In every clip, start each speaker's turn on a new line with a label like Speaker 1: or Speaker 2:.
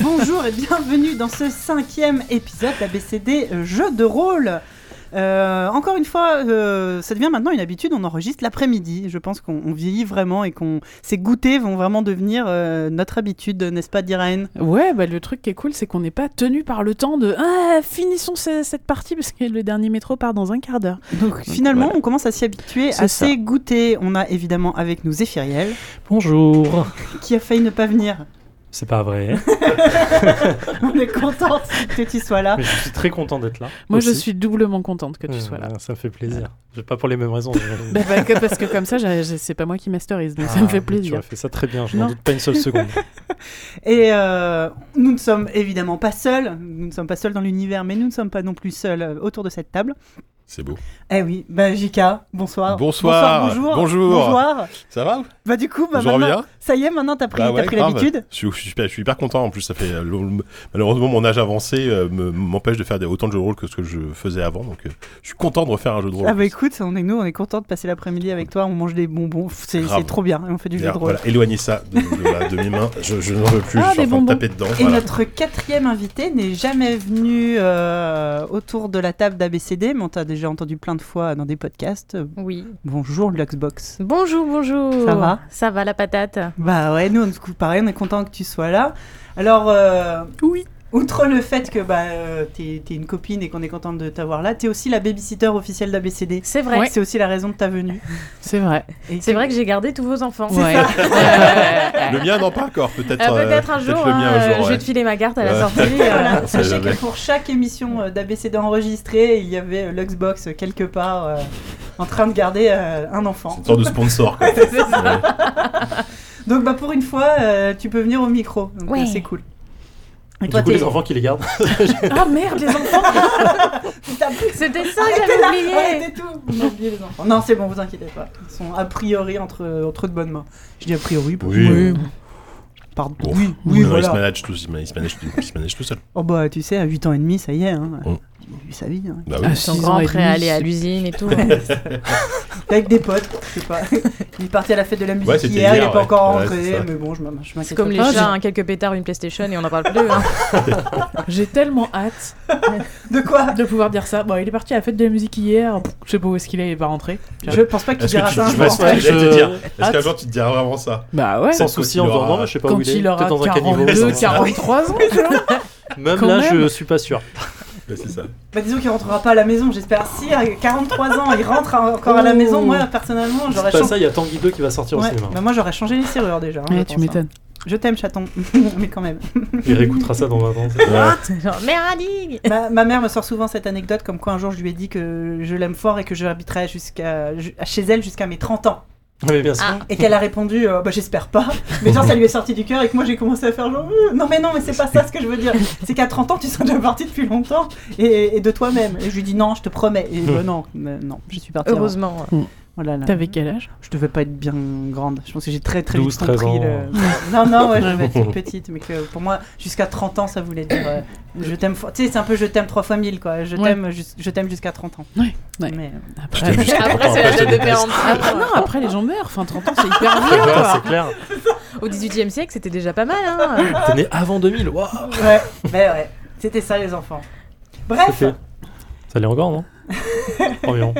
Speaker 1: Bonjour et bienvenue dans ce cinquième épisode d'ABCD euh, Jeux de rôle. Euh, encore une fois, euh, ça devient maintenant une habitude, on enregistre l'après-midi. Je pense qu'on on vieillit vraiment et qu'on ces goûters vont vraiment devenir euh, notre habitude, n'est-ce pas, d'Irène
Speaker 2: Ouais, bah, le truc qui est cool, c'est qu'on n'est pas tenu par le temps de ah, finissons ce- cette partie parce que le dernier métro part dans un quart d'heure.
Speaker 1: Donc finalement,
Speaker 2: voilà.
Speaker 1: on commence à s'y habituer à
Speaker 2: C'est ça.
Speaker 1: ces goûters. On a évidemment avec nous Zéphiriel,
Speaker 3: Bonjour.
Speaker 1: qui a failli ne pas venir.
Speaker 3: C'est pas vrai,
Speaker 1: On est contente que tu sois là.
Speaker 3: mais je suis très content d'être là.
Speaker 2: Moi, je
Speaker 3: aussi.
Speaker 2: suis doublement contente que tu
Speaker 3: Euh,
Speaker 2: sois là.
Speaker 3: Ça me fait plaisir. Je- Pas pour les mêmes raisons. mais-
Speaker 2: Bah, bah, que- parce que comme ça, j'ai- j'ai- c'est pas moi qui masterise, donc ça me
Speaker 3: Ah,
Speaker 2: fait
Speaker 3: mais Tu
Speaker 2: plaisir.
Speaker 3: as fait ça très bien, je n'en
Speaker 2: Non.
Speaker 3: doute pas une seule seconde.
Speaker 1: Et euh, nous ne sommes évidemment pas seuls. Nous ne sommes pas seuls dans l'univers, mais nous ne sommes pas non plus seuls euh, autour de cette table.
Speaker 4: C'est beau.
Speaker 1: Eh oui, bah JK, bonsoir.
Speaker 4: Bonsoir.
Speaker 1: bonjour.
Speaker 4: Bonjour.
Speaker 1: Bonsoir.
Speaker 4: Ça va
Speaker 1: Bah du coup, bah,
Speaker 4: Je
Speaker 1: maintenant-
Speaker 4: reviens
Speaker 1: ça y est, maintenant t'as pris,
Speaker 4: Bah
Speaker 1: t'as
Speaker 4: ouais,
Speaker 1: pris
Speaker 4: grave.
Speaker 1: l'habitude.
Speaker 4: je, suis- je suis hyper, je suis hyper content. En plus, ça fait long- malheureusement mon âge avancé euh, me- m'empêche de faire des- autant de jeux de rôle que ce que je faisais avant. Donc, euh, je suis content de refaire un jeu de rôle.
Speaker 1: Ah bah écoute, on est nous, on est content de passer l'après-midi avec toi, on mange des bonbons, Pff, c'est
Speaker 4: Grave.
Speaker 1: c'est trop bien, et on fait du jeu de
Speaker 4: D'ailleurs,
Speaker 1: rôle.
Speaker 4: voilà, éloignez ça de, de- voilà, de mes mains. Je, je n'en veux plus.
Speaker 2: Ah,
Speaker 4: je suis en
Speaker 2: des
Speaker 4: train
Speaker 2: bonbons.
Speaker 4: de taper dedans.
Speaker 1: Et
Speaker 4: voilà.
Speaker 1: notre quatrième invité n'est jamais venu euh, autour de la table d'ABCD, mais on t'a déjà entendu plein de fois dans des podcasts. Euh,
Speaker 5: Oui.
Speaker 1: Bonjour Luxbox.
Speaker 5: Bonjour, bonjour.
Speaker 1: Ça va
Speaker 5: Ça va la patate
Speaker 1: Bah ouais, nous on se coupe pareil, on est content que tu sois là. Alors, euh,
Speaker 2: Oui.
Speaker 1: outre le fait que bah, euh, t'es t'es une copine et qu'on est content de t'avoir là, t'es aussi la babysitter officielle d'ABCD.
Speaker 5: C'est vrai.
Speaker 1: C'est aussi la raison de ta venue.
Speaker 2: C'est vrai.
Speaker 1: Et
Speaker 5: C'est vrai que j'ai gardé tous vos enfants.
Speaker 2: Ouais.
Speaker 5: Ah,
Speaker 1: euh,
Speaker 3: Euh,
Speaker 4: Le mien, non, pas encore. Peut-être euh,
Speaker 5: Peut-être un jour,
Speaker 4: le
Speaker 5: hein,
Speaker 4: mien un jour.
Speaker 5: je
Speaker 4: ouais.
Speaker 5: vais te filer ma carte à la
Speaker 4: Ouais.
Speaker 5: sortie.
Speaker 1: Voilà,
Speaker 5: euh,
Speaker 4: On
Speaker 3: Ah,
Speaker 4: sait
Speaker 1: sachez
Speaker 4: jamais.
Speaker 1: que pour chaque émission euh, d'ABCD enregistrée, il y avait euh, Luxbox euh, quelque part euh, en train de garder euh, un
Speaker 4: C'est
Speaker 1: enfant.
Speaker 4: une sorte de sponsor. quoi. Ouais.
Speaker 1: Donc bah, pour une fois, euh, tu peux venir au micro. Donc,
Speaker 5: Ouais.
Speaker 1: euh, c'est cool. Et
Speaker 3: du
Speaker 1: toi,
Speaker 3: coup,
Speaker 1: t'es-
Speaker 3: les enfants qui les gardent.
Speaker 2: Ah merde, les enfants
Speaker 1: t'as plus
Speaker 5: C'était ça que Ah, j'avais oublié.
Speaker 1: arrêté tout. On a oublié les enfants. Non, c'est bon, vous inquiétez pas. Ils sont a priori entre, entre de bonnes mains. Je dis a priori. parce que-
Speaker 4: Oui. Oui.
Speaker 1: Pardon.
Speaker 4: Bon.
Speaker 1: Oui, oui,
Speaker 4: Non,
Speaker 1: voilà.
Speaker 4: Ils se managent tous. Ils se managent tous- ils se managent tout seuls.
Speaker 1: Oh bah tu sais, à 8 ans et demi, ça y est. Hein,
Speaker 4: Bon.
Speaker 1: Il vit sa vie. hein.
Speaker 4: Bah oui.
Speaker 2: Ah,
Speaker 5: Son
Speaker 2: six ans
Speaker 5: grand
Speaker 2: et
Speaker 5: prêt
Speaker 2: demi,
Speaker 5: à aller à
Speaker 2: c'est-
Speaker 5: l'usine et tout.
Speaker 1: Avec des potes, je sais pas. Il est parti à la fête de la musique
Speaker 4: Ouais, c'était
Speaker 1: hier, il
Speaker 4: hier,
Speaker 1: est pas
Speaker 4: ouais.
Speaker 1: encore
Speaker 4: Ouais,
Speaker 1: rentré,
Speaker 4: c'est Ah, ça.
Speaker 1: mais bon, je m'in- je
Speaker 5: C'est
Speaker 1: m'inquiète
Speaker 5: comme
Speaker 1: pas. Ah,
Speaker 5: les chats, hein, quelques pétards, une PlayStation et on en parle plus. hein.
Speaker 2: J'ai tellement hâte
Speaker 1: De quoi
Speaker 2: de pouvoir dire ça. Bon, il est parti à la fête de la musique hier. Pff, Je sais pas où est-ce qu'il est, il est pas rentré.
Speaker 1: Je pense pas qu'il
Speaker 4: Est-ce que
Speaker 1: dira
Speaker 4: tu,
Speaker 1: Ah, ça un
Speaker 4: tu vas
Speaker 1: jour. Bah,
Speaker 4: se j'allais te
Speaker 3: Je-
Speaker 4: dire, Est-ce qu'un
Speaker 2: Hâte.
Speaker 4: jour tu te diras vraiment ça
Speaker 2: Bah ouais.
Speaker 4: C'est-
Speaker 3: Sans
Speaker 4: Quand
Speaker 3: souci
Speaker 4: il
Speaker 3: en
Speaker 4: aura-
Speaker 3: dormant, je sais pas où
Speaker 2: Quand
Speaker 3: il est.
Speaker 2: il
Speaker 3: Peut-être
Speaker 2: aura
Speaker 3: dans un caniveau.
Speaker 2: 42,
Speaker 3: j'en sais rien.
Speaker 2: 43 ans,
Speaker 3: Même
Speaker 2: Quand
Speaker 3: là,
Speaker 2: même.
Speaker 3: je suis pas sûr.
Speaker 4: Ouais, C'est ça.
Speaker 1: Bah, disons qu'il rentrera pas à la maison, j'espère. Si, à 43 ans, il rentre à- encore à la
Speaker 2: Oh.
Speaker 1: maison, moi, personnellement,
Speaker 3: C'est
Speaker 1: j'aurais
Speaker 3: pas
Speaker 1: changé.
Speaker 3: ça, il y a Tanguy 2 qui va sortir
Speaker 1: Ouais,
Speaker 3: au cinéma.
Speaker 1: bah, moi, j'aurais changé les serrures déjà. hein, je
Speaker 2: Ouais, tu
Speaker 1: pense, hein.
Speaker 2: m'étonnes.
Speaker 1: Je t'aime, chaton, mais quand même.
Speaker 3: Il réécoutera ça dans 20 ans. c'est-
Speaker 4: Ouais.
Speaker 5: Genre, merdique
Speaker 1: Ma, ma mère me sort souvent cette anecdote comme quoi un jour je lui ai dit que je l'aime fort et que je habiterai jusqu'à ju- chez elle jusqu'à mes 30 ans.
Speaker 3: Mais bien sûr.
Speaker 5: Ah.
Speaker 1: Et qu'elle a répondu, euh, bah j'espère pas. Mais genre, ça lui est sorti du cœur et que moi j'ai commencé à faire genre, Euh, non mais non, mais c'est pas ça ce que je veux dire. C'est qu'à 30 ans, tu seras déjà parti depuis longtemps et, et de toi-même. Et je lui dis, non, je te promets. Et bah, non, mais non, je suis partie. avant.
Speaker 5: Heureusement.
Speaker 1: Voilà, là.
Speaker 2: T'avais quel âge
Speaker 1: Je devais pas être bien grande. Je pense que j'ai très très
Speaker 3: 12,
Speaker 1: vite
Speaker 3: 13
Speaker 1: compris
Speaker 3: ans.
Speaker 1: le. Non, non, ouais, je devais être petite. Mais que pour moi, jusqu'à 30 ans, ça voulait dire, euh, je t'aime. fo- Tu sais, c'est un peu je t'aime trois fois mille quoi. Je
Speaker 2: Ouais.
Speaker 1: t'aime jus- je t'aime jusqu'à 30 ans.
Speaker 2: Ouais, ouais.
Speaker 1: Mais, euh,
Speaker 2: Après,
Speaker 5: Après, c'est la date de péremption.
Speaker 2: Ah non, après les gens meurent. Enfin, 30 ans, c'est hyper vieux,
Speaker 3: Ouais,
Speaker 2: quoi.
Speaker 3: Ah, c'est clair.
Speaker 5: Au 18 e siècle, c'était déjà pas mal. Hein.
Speaker 3: T'es né avant 2000. Waouh.
Speaker 2: Ah,
Speaker 1: euh, ouais, mais ouais. C'était ça les enfants.
Speaker 3: Ça
Speaker 1: Bref,
Speaker 3: fait. Ça l'est encore, non Environ.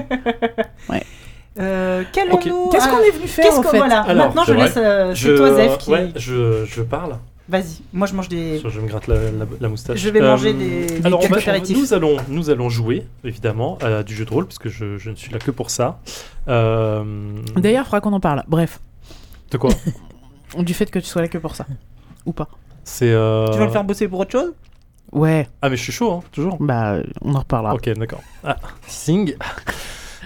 Speaker 1: euh, quel
Speaker 3: Ok.
Speaker 1: nous
Speaker 2: Qu'est-ce qu'on est venu faire
Speaker 1: Qu'est-ce
Speaker 2: en
Speaker 1: qu'on
Speaker 2: fait
Speaker 1: voilà
Speaker 3: Alors,
Speaker 1: Maintenant,
Speaker 4: c'est
Speaker 1: je
Speaker 4: vrai.
Speaker 1: laisse. euh, c'est
Speaker 3: Je-
Speaker 1: toi, Zef, qui.
Speaker 3: Ouais, je, je parle.
Speaker 1: Vas-y. Moi, je mange des.
Speaker 3: Je me gratte la, la- la moustache. Euh,
Speaker 1: Je vais manger des- des
Speaker 3: alors, on va-
Speaker 1: apéritifs.
Speaker 3: nous, allons, nous allons jouer, évidemment, à du jeu de rôle, parce que je, je ne suis là que pour ça. Euh,
Speaker 2: D'ailleurs, faudra qu'on en parle. Bref,
Speaker 3: de quoi
Speaker 2: du fait que tu sois là que pour ça. Ou pas.
Speaker 3: C'est. euh,
Speaker 1: Tu veux le faire bosser pour autre chose
Speaker 2: Ouais,
Speaker 3: Ah, mais je suis chaud, hein, toujours.
Speaker 2: bah euh, on en reparlera.
Speaker 3: Ok, d'accord. Ah, sing.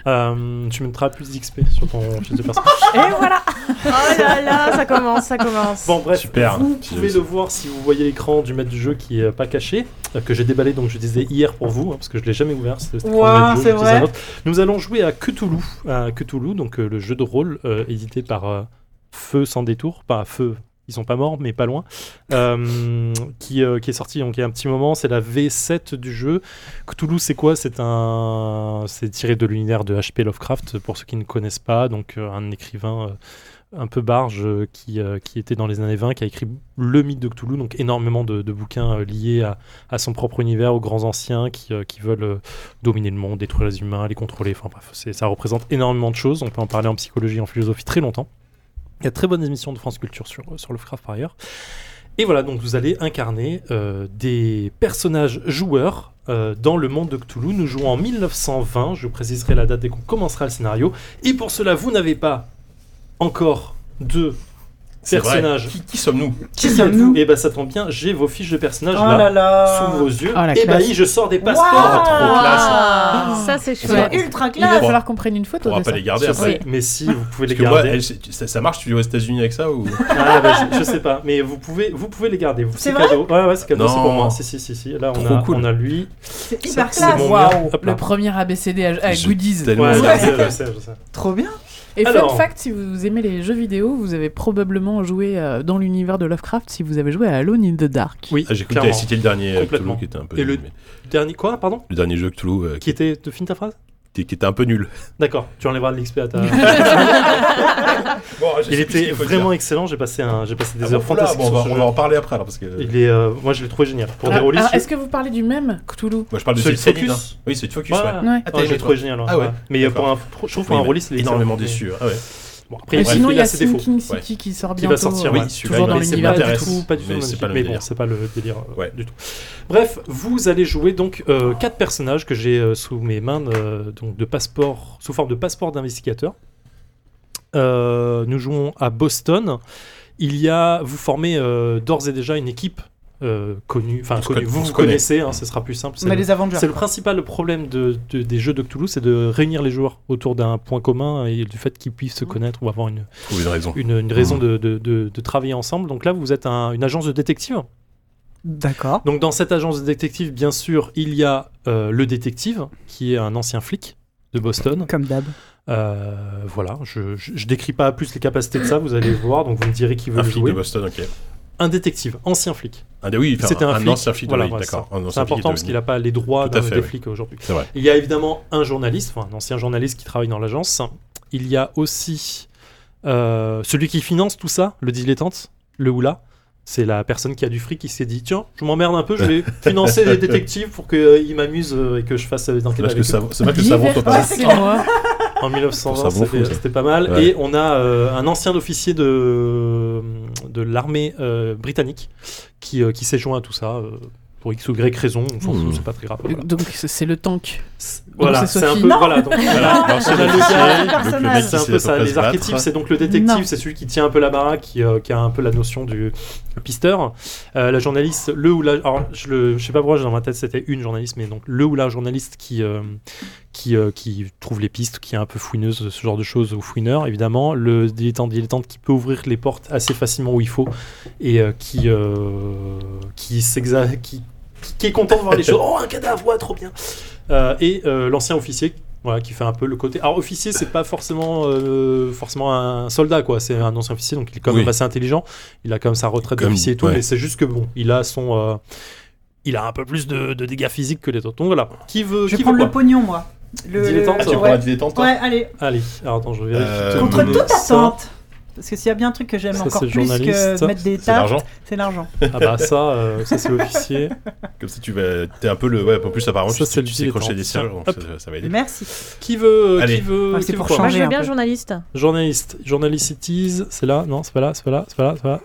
Speaker 3: Euh, tu mettras plus d'XP sur ton fiche de
Speaker 1: Ah.
Speaker 3: personnage.
Speaker 5: Et voilà Oh là là, ça commence, ça commence.
Speaker 3: Bon, bref.
Speaker 4: Super.
Speaker 3: Vous pouvez le voir si vous voyez l'écran du maître du jeu qui est pas caché, euh, que j'ai déballé, donc je disais hier pour vous, hein, parce que je l'ai jamais ouvert. c'est- c'est
Speaker 1: Ouah,
Speaker 3: l'écran du maître du jeu,
Speaker 1: c'est
Speaker 3: je disais à
Speaker 1: vrai.
Speaker 3: l'autre. Nous allons jouer à Cthulhu, à Cthulhu donc euh, le jeu de rôle euh, édité par euh, F- Feu sans détour, pas Feu. Ils sont pas morts, mais pas loin. euh, qui, euh, qui est sorti donc il y a un petit moment. C'est la V7 du jeu. Cthulhu, c'est quoi C'est un, c'est tiré de l'univers de H.P. Lovecraft. Pour ceux qui ne connaissent pas, donc euh, un écrivain euh, un peu barge euh, qui, euh, qui était dans les années 20, qui a écrit le mythe de Cthulhu, donc énormément de, de bouquins euh, liés à, à son propre univers, aux grands anciens qui, euh, qui veulent euh, dominer le monde, détruire les humains, les contrôler. Enfin bref, c'est- ça représente énormément de choses. On peut en parler en psychologie, en philosophie très longtemps. Il y a de très bonnes émissions de France Culture sur, euh, sur Lovecraft par ailleurs. Et voilà, donc vous allez incarner euh, des personnages joueurs euh, dans le monde de Cthulhu. Nous jouons en 1920, je vous préciserai la date dès qu'on commencera le scénario. Et pour cela, vous n'avez pas encore de
Speaker 4: C'est vrai.
Speaker 3: personnages.
Speaker 4: Qui, qui sommes-nous
Speaker 1: Qui sommes-nous
Speaker 3: Et bah ça tombe bien, j'ai vos fiches de personnages
Speaker 1: Oh
Speaker 3: là,
Speaker 1: là là
Speaker 3: sous vos yeux.
Speaker 2: Ah, la
Speaker 3: et bah
Speaker 2: classe.
Speaker 3: je sors des
Speaker 4: Waouh
Speaker 3: passeports.
Speaker 4: Oh, trop classe.
Speaker 5: Ah, Ça, c'est
Speaker 1: C'est
Speaker 5: chouette.
Speaker 1: ultra
Speaker 2: Il va
Speaker 1: classe
Speaker 4: Bon.
Speaker 2: falloir qu'on prenne une photo
Speaker 4: On va
Speaker 2: de
Speaker 4: pas
Speaker 2: ça.
Speaker 4: les garder
Speaker 5: Sur-
Speaker 4: après.
Speaker 5: Oui.
Speaker 3: Mais si, vous pouvez les
Speaker 4: Parce que moi,
Speaker 3: garder.
Speaker 4: elle, c'est- ça, ça marche, tu vas aux États-Unis avec ça ou
Speaker 3: Ah, bah, je, je sais pas, mais vous pouvez, vous pouvez les garder. vous-
Speaker 1: C'est
Speaker 3: C'est
Speaker 1: vrai
Speaker 3: cadeau. Ouais, ouais, c'est cadeau, c'est pour
Speaker 4: Non.
Speaker 3: moi. Si, si, si, si. Là, on
Speaker 4: Trop
Speaker 3: a,
Speaker 4: cool.
Speaker 3: on a lui.
Speaker 1: C'est hyper
Speaker 4: C'est- c'est
Speaker 1: classe
Speaker 4: mon
Speaker 1: Waouh
Speaker 3: Hop là.
Speaker 2: Le premier ABCD à, à
Speaker 4: Je-
Speaker 2: goodies.
Speaker 4: tellement-
Speaker 3: Ouais,
Speaker 4: Ouais.
Speaker 3: je sais, je sais, je sais.
Speaker 1: Trop bien
Speaker 2: Et
Speaker 3: Alors-
Speaker 2: fun fact, si vous aimez les jeux vidéo, vous avez probablement joué euh, dans l'univers de Lovecraft si vous avez joué à Alone in the Dark.
Speaker 3: Oui,
Speaker 4: Ah, J'ai cru que t'avais
Speaker 3: clairement.
Speaker 4: cité le dernier euh,
Speaker 3: Complètement.
Speaker 4: Cthulhu qui était un peu
Speaker 3: Et
Speaker 4: nul,
Speaker 3: le-
Speaker 4: mais-
Speaker 3: Dernier quoi, pardon
Speaker 4: le dernier jeu Cthulhu euh,
Speaker 3: Qui était. Tu finis ta phrase
Speaker 4: qui, qui était un peu nul.
Speaker 3: D'accord, tu enlèveras de l'XP à ta. il était vraiment excellent, j'ai passé, un... j'ai passé des
Speaker 4: Ah,
Speaker 3: heures fantastiques.
Speaker 4: on,
Speaker 3: sur
Speaker 4: va,
Speaker 3: ce
Speaker 4: on
Speaker 3: jeu.
Speaker 4: va en parler après alors parce que
Speaker 3: Il est, euh, moi, je l'ai trouvé génial. Pour
Speaker 2: Ah,
Speaker 3: des rôlistes.
Speaker 2: alors, Est-ce que vous parlez du même Cthulhu
Speaker 4: moi je parle de
Speaker 3: Celui
Speaker 4: cette
Speaker 3: de
Speaker 4: Céline,
Speaker 3: Focus.
Speaker 4: hein. Oui, c'est de Focus.
Speaker 3: Ouais,
Speaker 4: ouais.
Speaker 3: ouais.
Speaker 2: Ouais.
Speaker 3: Ah,
Speaker 4: t'as
Speaker 3: je
Speaker 4: aimé,
Speaker 3: l'ai trouvé génial.
Speaker 4: Ah ouais,
Speaker 3: Mais euh, pour un,
Speaker 4: d'accord.
Speaker 3: je trouve pour un
Speaker 4: Oui, mais
Speaker 3: rôliste, il est
Speaker 4: énormément
Speaker 3: excellent.
Speaker 4: déçu. Ah ouais.
Speaker 3: Bon, après,
Speaker 2: Et
Speaker 3: bref,
Speaker 2: sinon, il y a
Speaker 3: ses défauts.
Speaker 2: Sinking City
Speaker 4: Ouais.
Speaker 2: qui sort
Speaker 3: Qui
Speaker 2: bientôt.
Speaker 3: va sortir,
Speaker 2: euh,
Speaker 4: oui,
Speaker 3: ouais.
Speaker 4: celui-là,
Speaker 2: toujours
Speaker 4: il
Speaker 2: dans
Speaker 4: va-
Speaker 3: mais c'est
Speaker 2: l'univers
Speaker 3: pas du
Speaker 4: m'intéresse.
Speaker 3: tout, pas du tout
Speaker 4: Mais
Speaker 3: le même
Speaker 4: c'est
Speaker 3: type.
Speaker 4: pas le
Speaker 3: Mais bon,
Speaker 4: délire.
Speaker 3: c'est pas le délire euh,
Speaker 4: Ouais.
Speaker 3: du tout. Bref, vous allez jouer donc euh, quatre personnages que j'ai euh, sous mes mains, euh, donc de passeport, sous forme de passeport d'investigateur. Euh, nous jouons à Boston. Il y a, vous formez euh, d'ores et déjà une équipe euh, connue, enfin
Speaker 4: On se
Speaker 3: connue.
Speaker 4: conna-
Speaker 3: Vous
Speaker 4: on se
Speaker 3: vous connaissez, hein, ce sera plus simple. c'est
Speaker 1: Mais
Speaker 3: le-
Speaker 1: les Avengers
Speaker 3: c'est le principal problème de- de- des jeux de Cthulhu, c'est de réunir les joueurs autour d'un point commun et du fait qu'ils
Speaker 1: Mmh.
Speaker 3: puissent se connaître ou avoir une,
Speaker 4: Trouver une raison.
Speaker 3: une, une raison
Speaker 4: Mmh.
Speaker 3: de, de- de- de travailler ensemble. Donc là, vous êtes un- une agence de détective.
Speaker 1: D'accord
Speaker 3: Donc dans cette agence de détective, bien sûr, il y a euh, le détective, qui est un ancien flic de Boston.
Speaker 1: Comme d'hab
Speaker 3: Euh, voilà, je, je, je décris pas plus les capacités de ça, vous allez voir, donc vous me direz qui veut
Speaker 4: Un
Speaker 3: le
Speaker 4: flic de
Speaker 3: jouer.
Speaker 4: Boston, ok.
Speaker 3: Un détective, ancien flic.
Speaker 4: Un des- oui, enfin,
Speaker 3: C'était un
Speaker 4: un
Speaker 3: flic.
Speaker 4: ancien flic de
Speaker 3: Voilà,
Speaker 4: oui,
Speaker 3: voilà,
Speaker 4: d'accord.
Speaker 3: C'est important parce qu'il n'a pas les droits
Speaker 4: Tout à
Speaker 3: d'un-
Speaker 4: fait,
Speaker 3: des
Speaker 4: oui.
Speaker 3: flics aujourd'hui.
Speaker 4: C'est vrai.
Speaker 3: Il y a évidemment un journaliste, enfin un ancien journaliste qui travaille dans l'agence. Il y a aussi euh, celui qui finance tout ça, le dilettante, le oula. C'est la personne qui a du fric qui s'est dit tiens, je m'emmerde un peu, je vais financer des détectives pour qu'ils m'amusent euh, et que je fasse euh, des
Speaker 4: C'est
Speaker 3: enquêtes
Speaker 4: parce
Speaker 3: avec
Speaker 4: que
Speaker 3: eux.
Speaker 4: ça c'est vrai que ça vaut pas.
Speaker 2: Divertissez-moi.
Speaker 3: En 1920,
Speaker 4: Ça vaut
Speaker 3: c'était-
Speaker 4: fou, ça.
Speaker 3: c'était pas mal.
Speaker 4: Ouais.
Speaker 3: Et on a euh, un ancien officier de, de l'armée euh, britannique qui, euh, qui s'est joint à tout ça. euh, pour X ou Y raison, on s'en fout,
Speaker 4: Mmh.
Speaker 3: c'est pas très grave. Voilà.
Speaker 2: Euh, Donc c'est c'est le tank.
Speaker 3: C'est-
Speaker 2: Donc
Speaker 3: Voilà,
Speaker 2: c'est
Speaker 3: c'est un
Speaker 2: Sophie.
Speaker 3: peu.
Speaker 2: Non.
Speaker 3: Voilà, donc, voilà.
Speaker 4: Voilà, l'ancien
Speaker 3: On a le
Speaker 4: officier,
Speaker 3: gars,
Speaker 4: le
Speaker 1: personnage.
Speaker 4: mec qui
Speaker 3: C'est un
Speaker 4: sait
Speaker 3: peu
Speaker 4: à peu
Speaker 3: ça,
Speaker 4: près
Speaker 3: les
Speaker 4: se battre.
Speaker 3: archétypes, c'est donc le détective, c'est celui qui tient un peu la baraque, qui, euh, qui a un peu la notion du pisteur. Euh, la journaliste, le ou la... Alors, je, le, je sais pas pourquoi, dans ma tête, c'était une journaliste, mais donc le ou la journaliste qui, euh, qui, euh, qui trouve les pistes, qui est un peu fouineuse, ce genre de choses, ou fouineur, évidemment. Le dilettante, dilettante qui peut ouvrir les portes assez facilement où il faut, et euh, qui, euh, qui s'exa... Qui, qui est content de voir les choses. Oh, un cadavre, ouais, trop bien. Euh, et euh, l'ancien officier voilà, qui fait un peu le côté. Alors, officier, c'est pas forcément, euh, forcément un soldat, quoi. C'est un ancien officier, donc il est quand même
Speaker 4: Oui. assez
Speaker 3: assez intelligent. Il a quand même sa retraite
Speaker 4: Comme-
Speaker 3: d'officier et tout,
Speaker 4: ouais.
Speaker 3: mais c'est juste que bon, il a son. euh, il a un peu plus de, de dégâts physiques que les autres. Donc voilà. Qui veut.
Speaker 1: Je vais
Speaker 3: qui
Speaker 1: prendre
Speaker 3: veut
Speaker 1: le
Speaker 3: quoi
Speaker 1: pognon moi Le...
Speaker 3: Dilettante,
Speaker 1: le-
Speaker 4: Ah, tu
Speaker 3: Ouais.
Speaker 4: prends la dilettante toi
Speaker 1: Ouais, allez
Speaker 3: Allez, alors attends, je vérifie.
Speaker 4: Euh,
Speaker 1: Contre
Speaker 4: Hum,
Speaker 1: toute
Speaker 3: ça.
Speaker 1: attente Parce que s'il y a bien un truc que j'aime
Speaker 3: Ça,
Speaker 1: encore
Speaker 3: c'est
Speaker 1: plus que
Speaker 3: journaliste.
Speaker 1: de mettre des
Speaker 4: C'est l'argent
Speaker 1: tartes, c'est l'argent.
Speaker 3: Ah bah ça, euh, ça c'est l'officier.
Speaker 4: Comme si tu vas t'es un peu le ouais, en plus apparemment
Speaker 3: Ça,
Speaker 4: tu,
Speaker 3: c'est
Speaker 4: tu
Speaker 3: le
Speaker 4: sais crocheter
Speaker 3: dilettante.
Speaker 4: des
Speaker 3: Tiens,
Speaker 4: serres donc
Speaker 3: hop.
Speaker 4: ça, ça va aider.
Speaker 1: Merci.
Speaker 3: Qui veut. euh,
Speaker 4: Allez.
Speaker 3: Qui veut.
Speaker 1: Ah,
Speaker 3: qui
Speaker 1: c'est
Speaker 3: veut
Speaker 1: pour
Speaker 3: quoi
Speaker 5: Moi, je
Speaker 1: Changer
Speaker 5: veux
Speaker 1: un
Speaker 5: bien
Speaker 1: peu.
Speaker 5: journaliste.
Speaker 3: Journaliste. Journalicities. C'est là Non, c'est pas là, c'est pas là, c'est pas là, c'est pas là.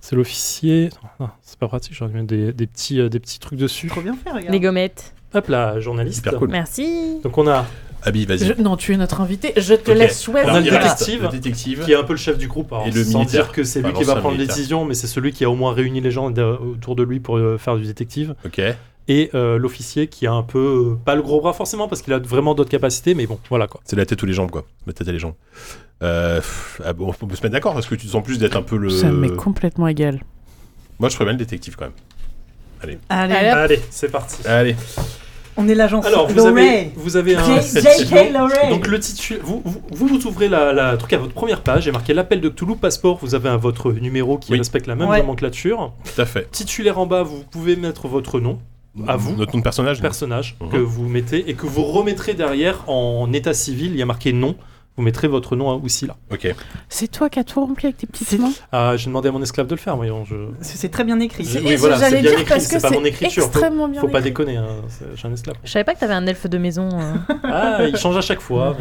Speaker 3: C'est l'officier. Ah, c'est pas pratique, j'aurais dû mettre des, des petits, euh, des petits trucs dessus.
Speaker 1: Trop bien fait, regarde.
Speaker 5: Les gommettes.
Speaker 3: Hop là, journaliste.
Speaker 4: Hyper cool.
Speaker 5: Merci.
Speaker 3: Donc on a
Speaker 4: Abby, vas-y.
Speaker 2: Je- Non, tu es notre invité. Je te
Speaker 4: Ok.
Speaker 2: laisse souhaiter.
Speaker 3: On a
Speaker 4: Alors,
Speaker 3: le
Speaker 4: il reste
Speaker 3: détective
Speaker 4: le détective.
Speaker 3: qui est un peu le chef du groupe, alors,
Speaker 4: Et le
Speaker 3: sans
Speaker 4: militaire.
Speaker 3: dire que c'est
Speaker 4: Enfin,
Speaker 3: lui qui va
Speaker 4: l'ancien
Speaker 3: prendre les
Speaker 4: militaire.
Speaker 3: décisions, mais c'est celui qui a au moins réuni les gens de- autour de lui pour euh, faire du détective.
Speaker 4: OK.
Speaker 3: Et euh, l'officier qui a un peu, euh, pas le gros bras forcément, parce qu'il a vraiment d'autres capacités, mais bon, voilà quoi.
Speaker 4: C'est la tête ou les jambes quoi. La tête et les jambes. Euh, pff, ah bon, on peut se mettre d'accord parce que tu te sens plus d'être un peu le
Speaker 2: Ça m'est complètement égal.
Speaker 4: Moi je ferais bien le détective quand même.
Speaker 1: Allez.
Speaker 5: Allez. Yep.
Speaker 3: Allez, c'est parti.
Speaker 4: Allez.
Speaker 1: On est l'agence
Speaker 3: Alors, vous avez,
Speaker 1: Lorraine.
Speaker 3: vous avez un.
Speaker 1: J- J.K. Lorraine.
Speaker 3: Donc le titulaire, vous, vous, vous vous ouvrez la, la truc à votre première page, et marqué l'appel de Cthulhu, passeport, vous avez un, votre numéro qui
Speaker 4: Oui.
Speaker 3: respecte la même
Speaker 1: Ouais.
Speaker 3: nomenclature.
Speaker 4: Tout à fait.
Speaker 3: Titulaire en bas, vous pouvez mettre votre nom, À vous.
Speaker 4: Notre nom de personnage.
Speaker 3: personnage
Speaker 4: Mhm.
Speaker 3: que vous mettez et que vous remettrez derrière en état civil, il y a marqué nom, vous mettrez votre nom aussi là.
Speaker 4: Ok.
Speaker 2: C'est toi qui as tout rempli avec tes petites
Speaker 1: C'est-
Speaker 2: mains
Speaker 3: Ah, j'ai demandé à mon esclave de le faire, voyons, je...
Speaker 1: Parce que C'est très bien écrit.
Speaker 3: Je-
Speaker 5: C'est-
Speaker 3: oui,
Speaker 5: et
Speaker 3: voilà, c'est
Speaker 5: j'allais
Speaker 3: bien
Speaker 5: dire
Speaker 3: écrit,
Speaker 5: parce
Speaker 3: c'est
Speaker 5: que
Speaker 3: pas mon
Speaker 5: c'est
Speaker 3: écriture, faut-
Speaker 5: Extrêmement bien
Speaker 3: Faut pas
Speaker 5: écrit.
Speaker 3: déconner, hein, c'est- j'ai un esclave.
Speaker 5: Je savais pas que t'avais un elfe de maison. euh.
Speaker 3: Ah, il change à chaque fois.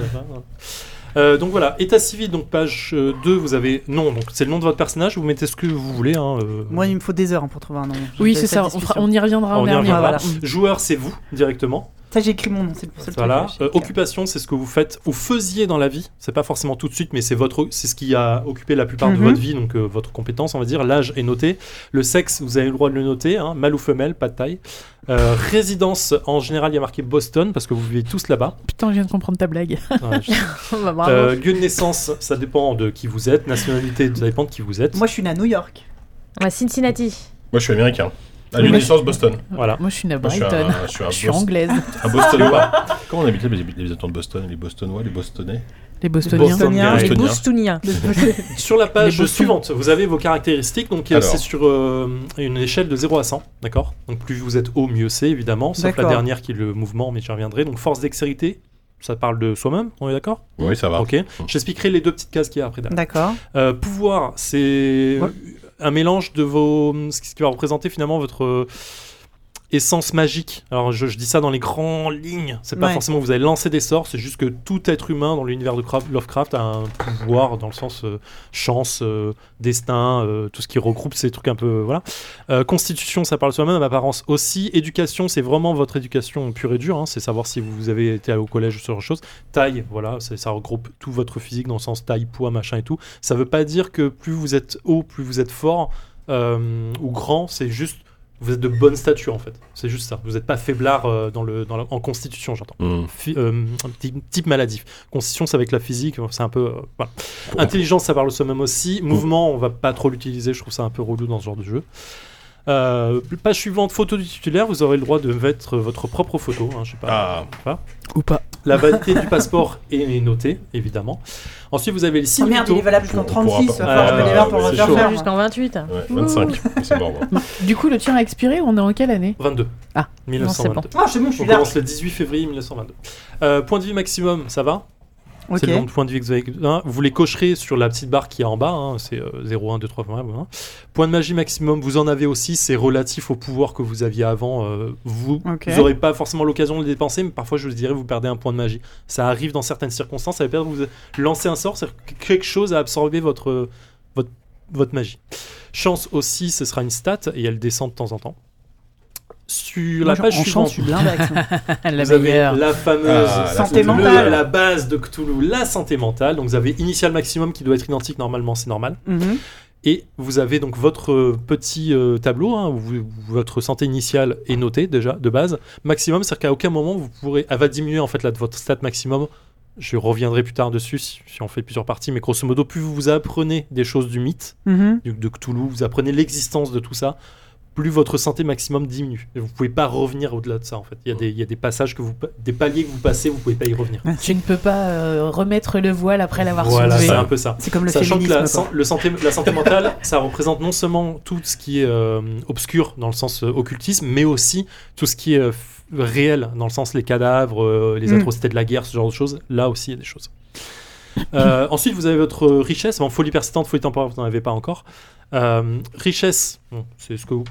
Speaker 3: Euh, donc voilà, état civil, donc page euh, 2, vous avez nom, donc c'est le nom de votre personnage, vous mettez ce que vous voulez. hein, euh.
Speaker 1: Moi, il me faut des heures hein, pour trouver un nom. J'ai
Speaker 2: Oui,
Speaker 1: fait
Speaker 2: c'est
Speaker 1: cette
Speaker 2: ça, on, fera-
Speaker 1: discussion.
Speaker 2: on y reviendra
Speaker 3: Ah,
Speaker 2: en
Speaker 3: on y
Speaker 2: dernier.
Speaker 3: reviendra.
Speaker 2: voilà.
Speaker 3: Joueur, c'est vous directement.
Speaker 1: Ça, j'ai écrit mon nom, c'est le seul
Speaker 3: Voilà.
Speaker 1: truc. que
Speaker 3: Euh,
Speaker 1: j'ai-
Speaker 3: occupation, c'est ce que vous faites ou faisiez dans la vie. C'est pas forcément tout de suite, mais c'est votre, c'est ce qui a occupé la plupart de
Speaker 1: Mhm.
Speaker 3: votre vie, donc euh, votre compétence, on va dire. L'âge est noté. Le sexe, vous avez le droit de le noter, hein, mâle ou femelle, pas de taille. Euh, résidence, en général, il y a marqué Boston parce que vous vivez tous là-bas.
Speaker 2: Putain, je viens de comprendre ta blague.
Speaker 3: Ouais, je-
Speaker 5: Oh, bah, bravo.
Speaker 3: Euh, lieu de naissance, ça dépend de qui vous êtes. Nationalité, ça dépend de qui vous êtes.
Speaker 1: Moi, je suis née à New York.
Speaker 5: Ouais, Cincinnati.
Speaker 4: Moi, je suis américain. À
Speaker 2: Oui.
Speaker 4: l'unissance Boston.
Speaker 3: Voilà.
Speaker 2: Moi, je suis une
Speaker 4: Moi, je suis
Speaker 2: Brighton.
Speaker 4: un, je suis un
Speaker 2: Je suis
Speaker 4: Bos-
Speaker 2: anglaise.
Speaker 4: un Bostonois. Comment on habitait les, les habitants de Boston Les Bostonois, les Bostonais
Speaker 2: Les Bostoniens.
Speaker 1: Bostoniens.
Speaker 5: Les
Speaker 4: Bostoniens.
Speaker 5: Boustounia.
Speaker 3: Sur la
Speaker 2: Les
Speaker 3: page
Speaker 2: boutons.
Speaker 3: suivante, vous avez vos caractéristiques. Donc, euh,
Speaker 4: Alors.
Speaker 3: c'est sur euh, une échelle de 0 à 100. D'accord Donc, plus vous êtes haut, mieux c'est, évidemment. Sauf la
Speaker 1: D'accord.
Speaker 3: dernière qui est le mouvement, mais j'y reviendrai. Donc, force, dextérité, ça parle de soi-même, on est d'accord
Speaker 4: Oui, ça va.
Speaker 3: Ok. J'expliquerai les deux petites cases qu'il y a après. derrière.
Speaker 1: D'accord.
Speaker 3: Euh, pouvoir, c'est
Speaker 1: Ouais.
Speaker 3: un mélange de vos. ce qui va représenter finalement votre. euh, Essence magique. Alors je, je dis ça dans les grandes lignes. C'est pas
Speaker 1: Ouais.
Speaker 3: forcément que vous allez lancer des sorts, c'est juste que tout être humain dans l'univers de Craft- Lovecraft a un pouvoir dans le sens euh, chance, euh, destin, euh, tout ce qui regroupe ces trucs un peu. Voilà. Euh, constitution, ça parle de soi-même, apparence aussi. Éducation, c'est vraiment votre éducation pure et dure, hein, c'est savoir si vous avez été au collège ou ce genre de choses. Taille, voilà, c'est- ça regroupe tout votre physique dans le sens taille, poids, machin et tout. Ça veut pas dire que plus vous êtes haut, plus vous êtes fort euh, ou grand, c'est juste. Vous êtes de bonne stature en fait, c'est juste ça. Vous n'êtes pas faiblard euh, dans le, dans la- en constitution, j'entends.
Speaker 4: Hmm.
Speaker 3: Fi- euh, un petit type maladif. Constitution, c'est avec la physique, c'est un peu. euh, voilà.
Speaker 4: Bon.
Speaker 3: Intelligence, ça parle de soi-même aussi. Mouvement, on va pas trop l'utiliser, je trouve ça un peu relou dans ce genre de jeu. Euh, page suivante, photo du titulaire, vous aurez le droit de mettre euh, votre propre photo. hein, je sais pas.
Speaker 4: Ah.
Speaker 3: Voilà.
Speaker 2: Ou pas.
Speaker 3: La validité du passeport est notée, évidemment. Ensuite, vous avez les
Speaker 1: Oh
Speaker 3: signes
Speaker 1: merde,
Speaker 3: vitaux.
Speaker 1: il est valable jusqu'en
Speaker 4: On pourra
Speaker 1: 36. va
Speaker 4: pas-
Speaker 1: falloir que je me
Speaker 3: Ah,
Speaker 1: démerde pour
Speaker 4: ouais,
Speaker 1: le
Speaker 3: c'est
Speaker 1: faire
Speaker 3: chaud.
Speaker 1: faire, moi.
Speaker 5: Jusqu'en 28.
Speaker 4: Ouais, 25. C'est mort, moi.
Speaker 2: Du coup, le tien a expiré, on est en quelle année
Speaker 3: 22.
Speaker 2: Ah,
Speaker 3: 1922.
Speaker 5: non,
Speaker 1: Ah, c'est bon, je
Speaker 3: On
Speaker 1: suis là.
Speaker 3: commence le 18 février 1922. Euh, point de vue maximum, ça va
Speaker 1: Ok.
Speaker 3: C'est le nombre de points de vie que vous avez. hein, vous les cocherez sur la petite barre qui est en bas. hein, c'est euh, 0, 1, 2, 3, voilà, voilà. Point de magie maximum, vous en avez aussi. C'est relatif au pouvoir que vous aviez avant. euh, vous
Speaker 1: Ok.
Speaker 3: n'aurez pas forcément l'occasion de le dépenser, mais parfois, je vous dirais, vous perdez un point de magie. Ça arrive dans certaines circonstances. Ça veut dire que vous lancez un sort, c'est-à-dire que quelque chose a absorbé votre, votre, votre magie. Chance aussi, ce sera une stat et elle descend de temps en temps. Sur
Speaker 1: Moi,
Speaker 3: la
Speaker 1: je-
Speaker 3: page
Speaker 1: en chant,
Speaker 3: suivante,
Speaker 1: je suis blindé avec ça.
Speaker 2: La
Speaker 3: vous avez
Speaker 2: meilleure.
Speaker 3: la fameuse
Speaker 4: Ah, la
Speaker 1: santé
Speaker 3: le-
Speaker 1: mentale.
Speaker 3: la base de Cthulhu, la santé mentale. Donc vous avez initial maximum qui doit être identique normalement, c'est normal.
Speaker 1: Mhm.
Speaker 3: Et vous avez donc votre euh, petit euh, tableau, hein, où vous- votre santé initiale est notée déjà de base. Maximum, c'est-à-dire qu'à aucun moment vous pourrez. Elle va diminuer en fait là, de votre stat maximum. Je reviendrai plus tard dessus si, si on fait plusieurs parties, mais grosso modo, plus vous apprenez des choses du mythe,
Speaker 1: Mhm.
Speaker 3: du- de Cthulhu, vous apprenez l'existence de tout ça, plus votre santé maximum diminue. Et vous pouvez pas revenir au-delà de ça en fait. Il y, a des- il y a des passages que vous. pa- des paliers que vous passez, vous pouvez pas y revenir.
Speaker 2: Je ne peux pas euh, remettre le voile après l'avoir
Speaker 3: Voilà, c'est
Speaker 2: soulevé.
Speaker 3: un peu ça.
Speaker 1: C'est comme le
Speaker 3: Sachant que
Speaker 1: féminisme.
Speaker 3: la,
Speaker 1: quoi.
Speaker 3: san- le santé, la santé mentale, ça représente non seulement tout ce qui est euh, obscur dans le sens euh, occultisme, mais aussi tout ce qui est euh, f- réel dans le sens les cadavres, euh, les
Speaker 1: Mm.
Speaker 3: atrocités de la guerre, ce genre de choses. Là aussi, il y a des choses. Euh, ensuite, vous avez votre euh, richesse. Bon, folie persistante, folie temporaire, vous n'en avez pas encore. Euh, richesse, bon, c'est ce que vous,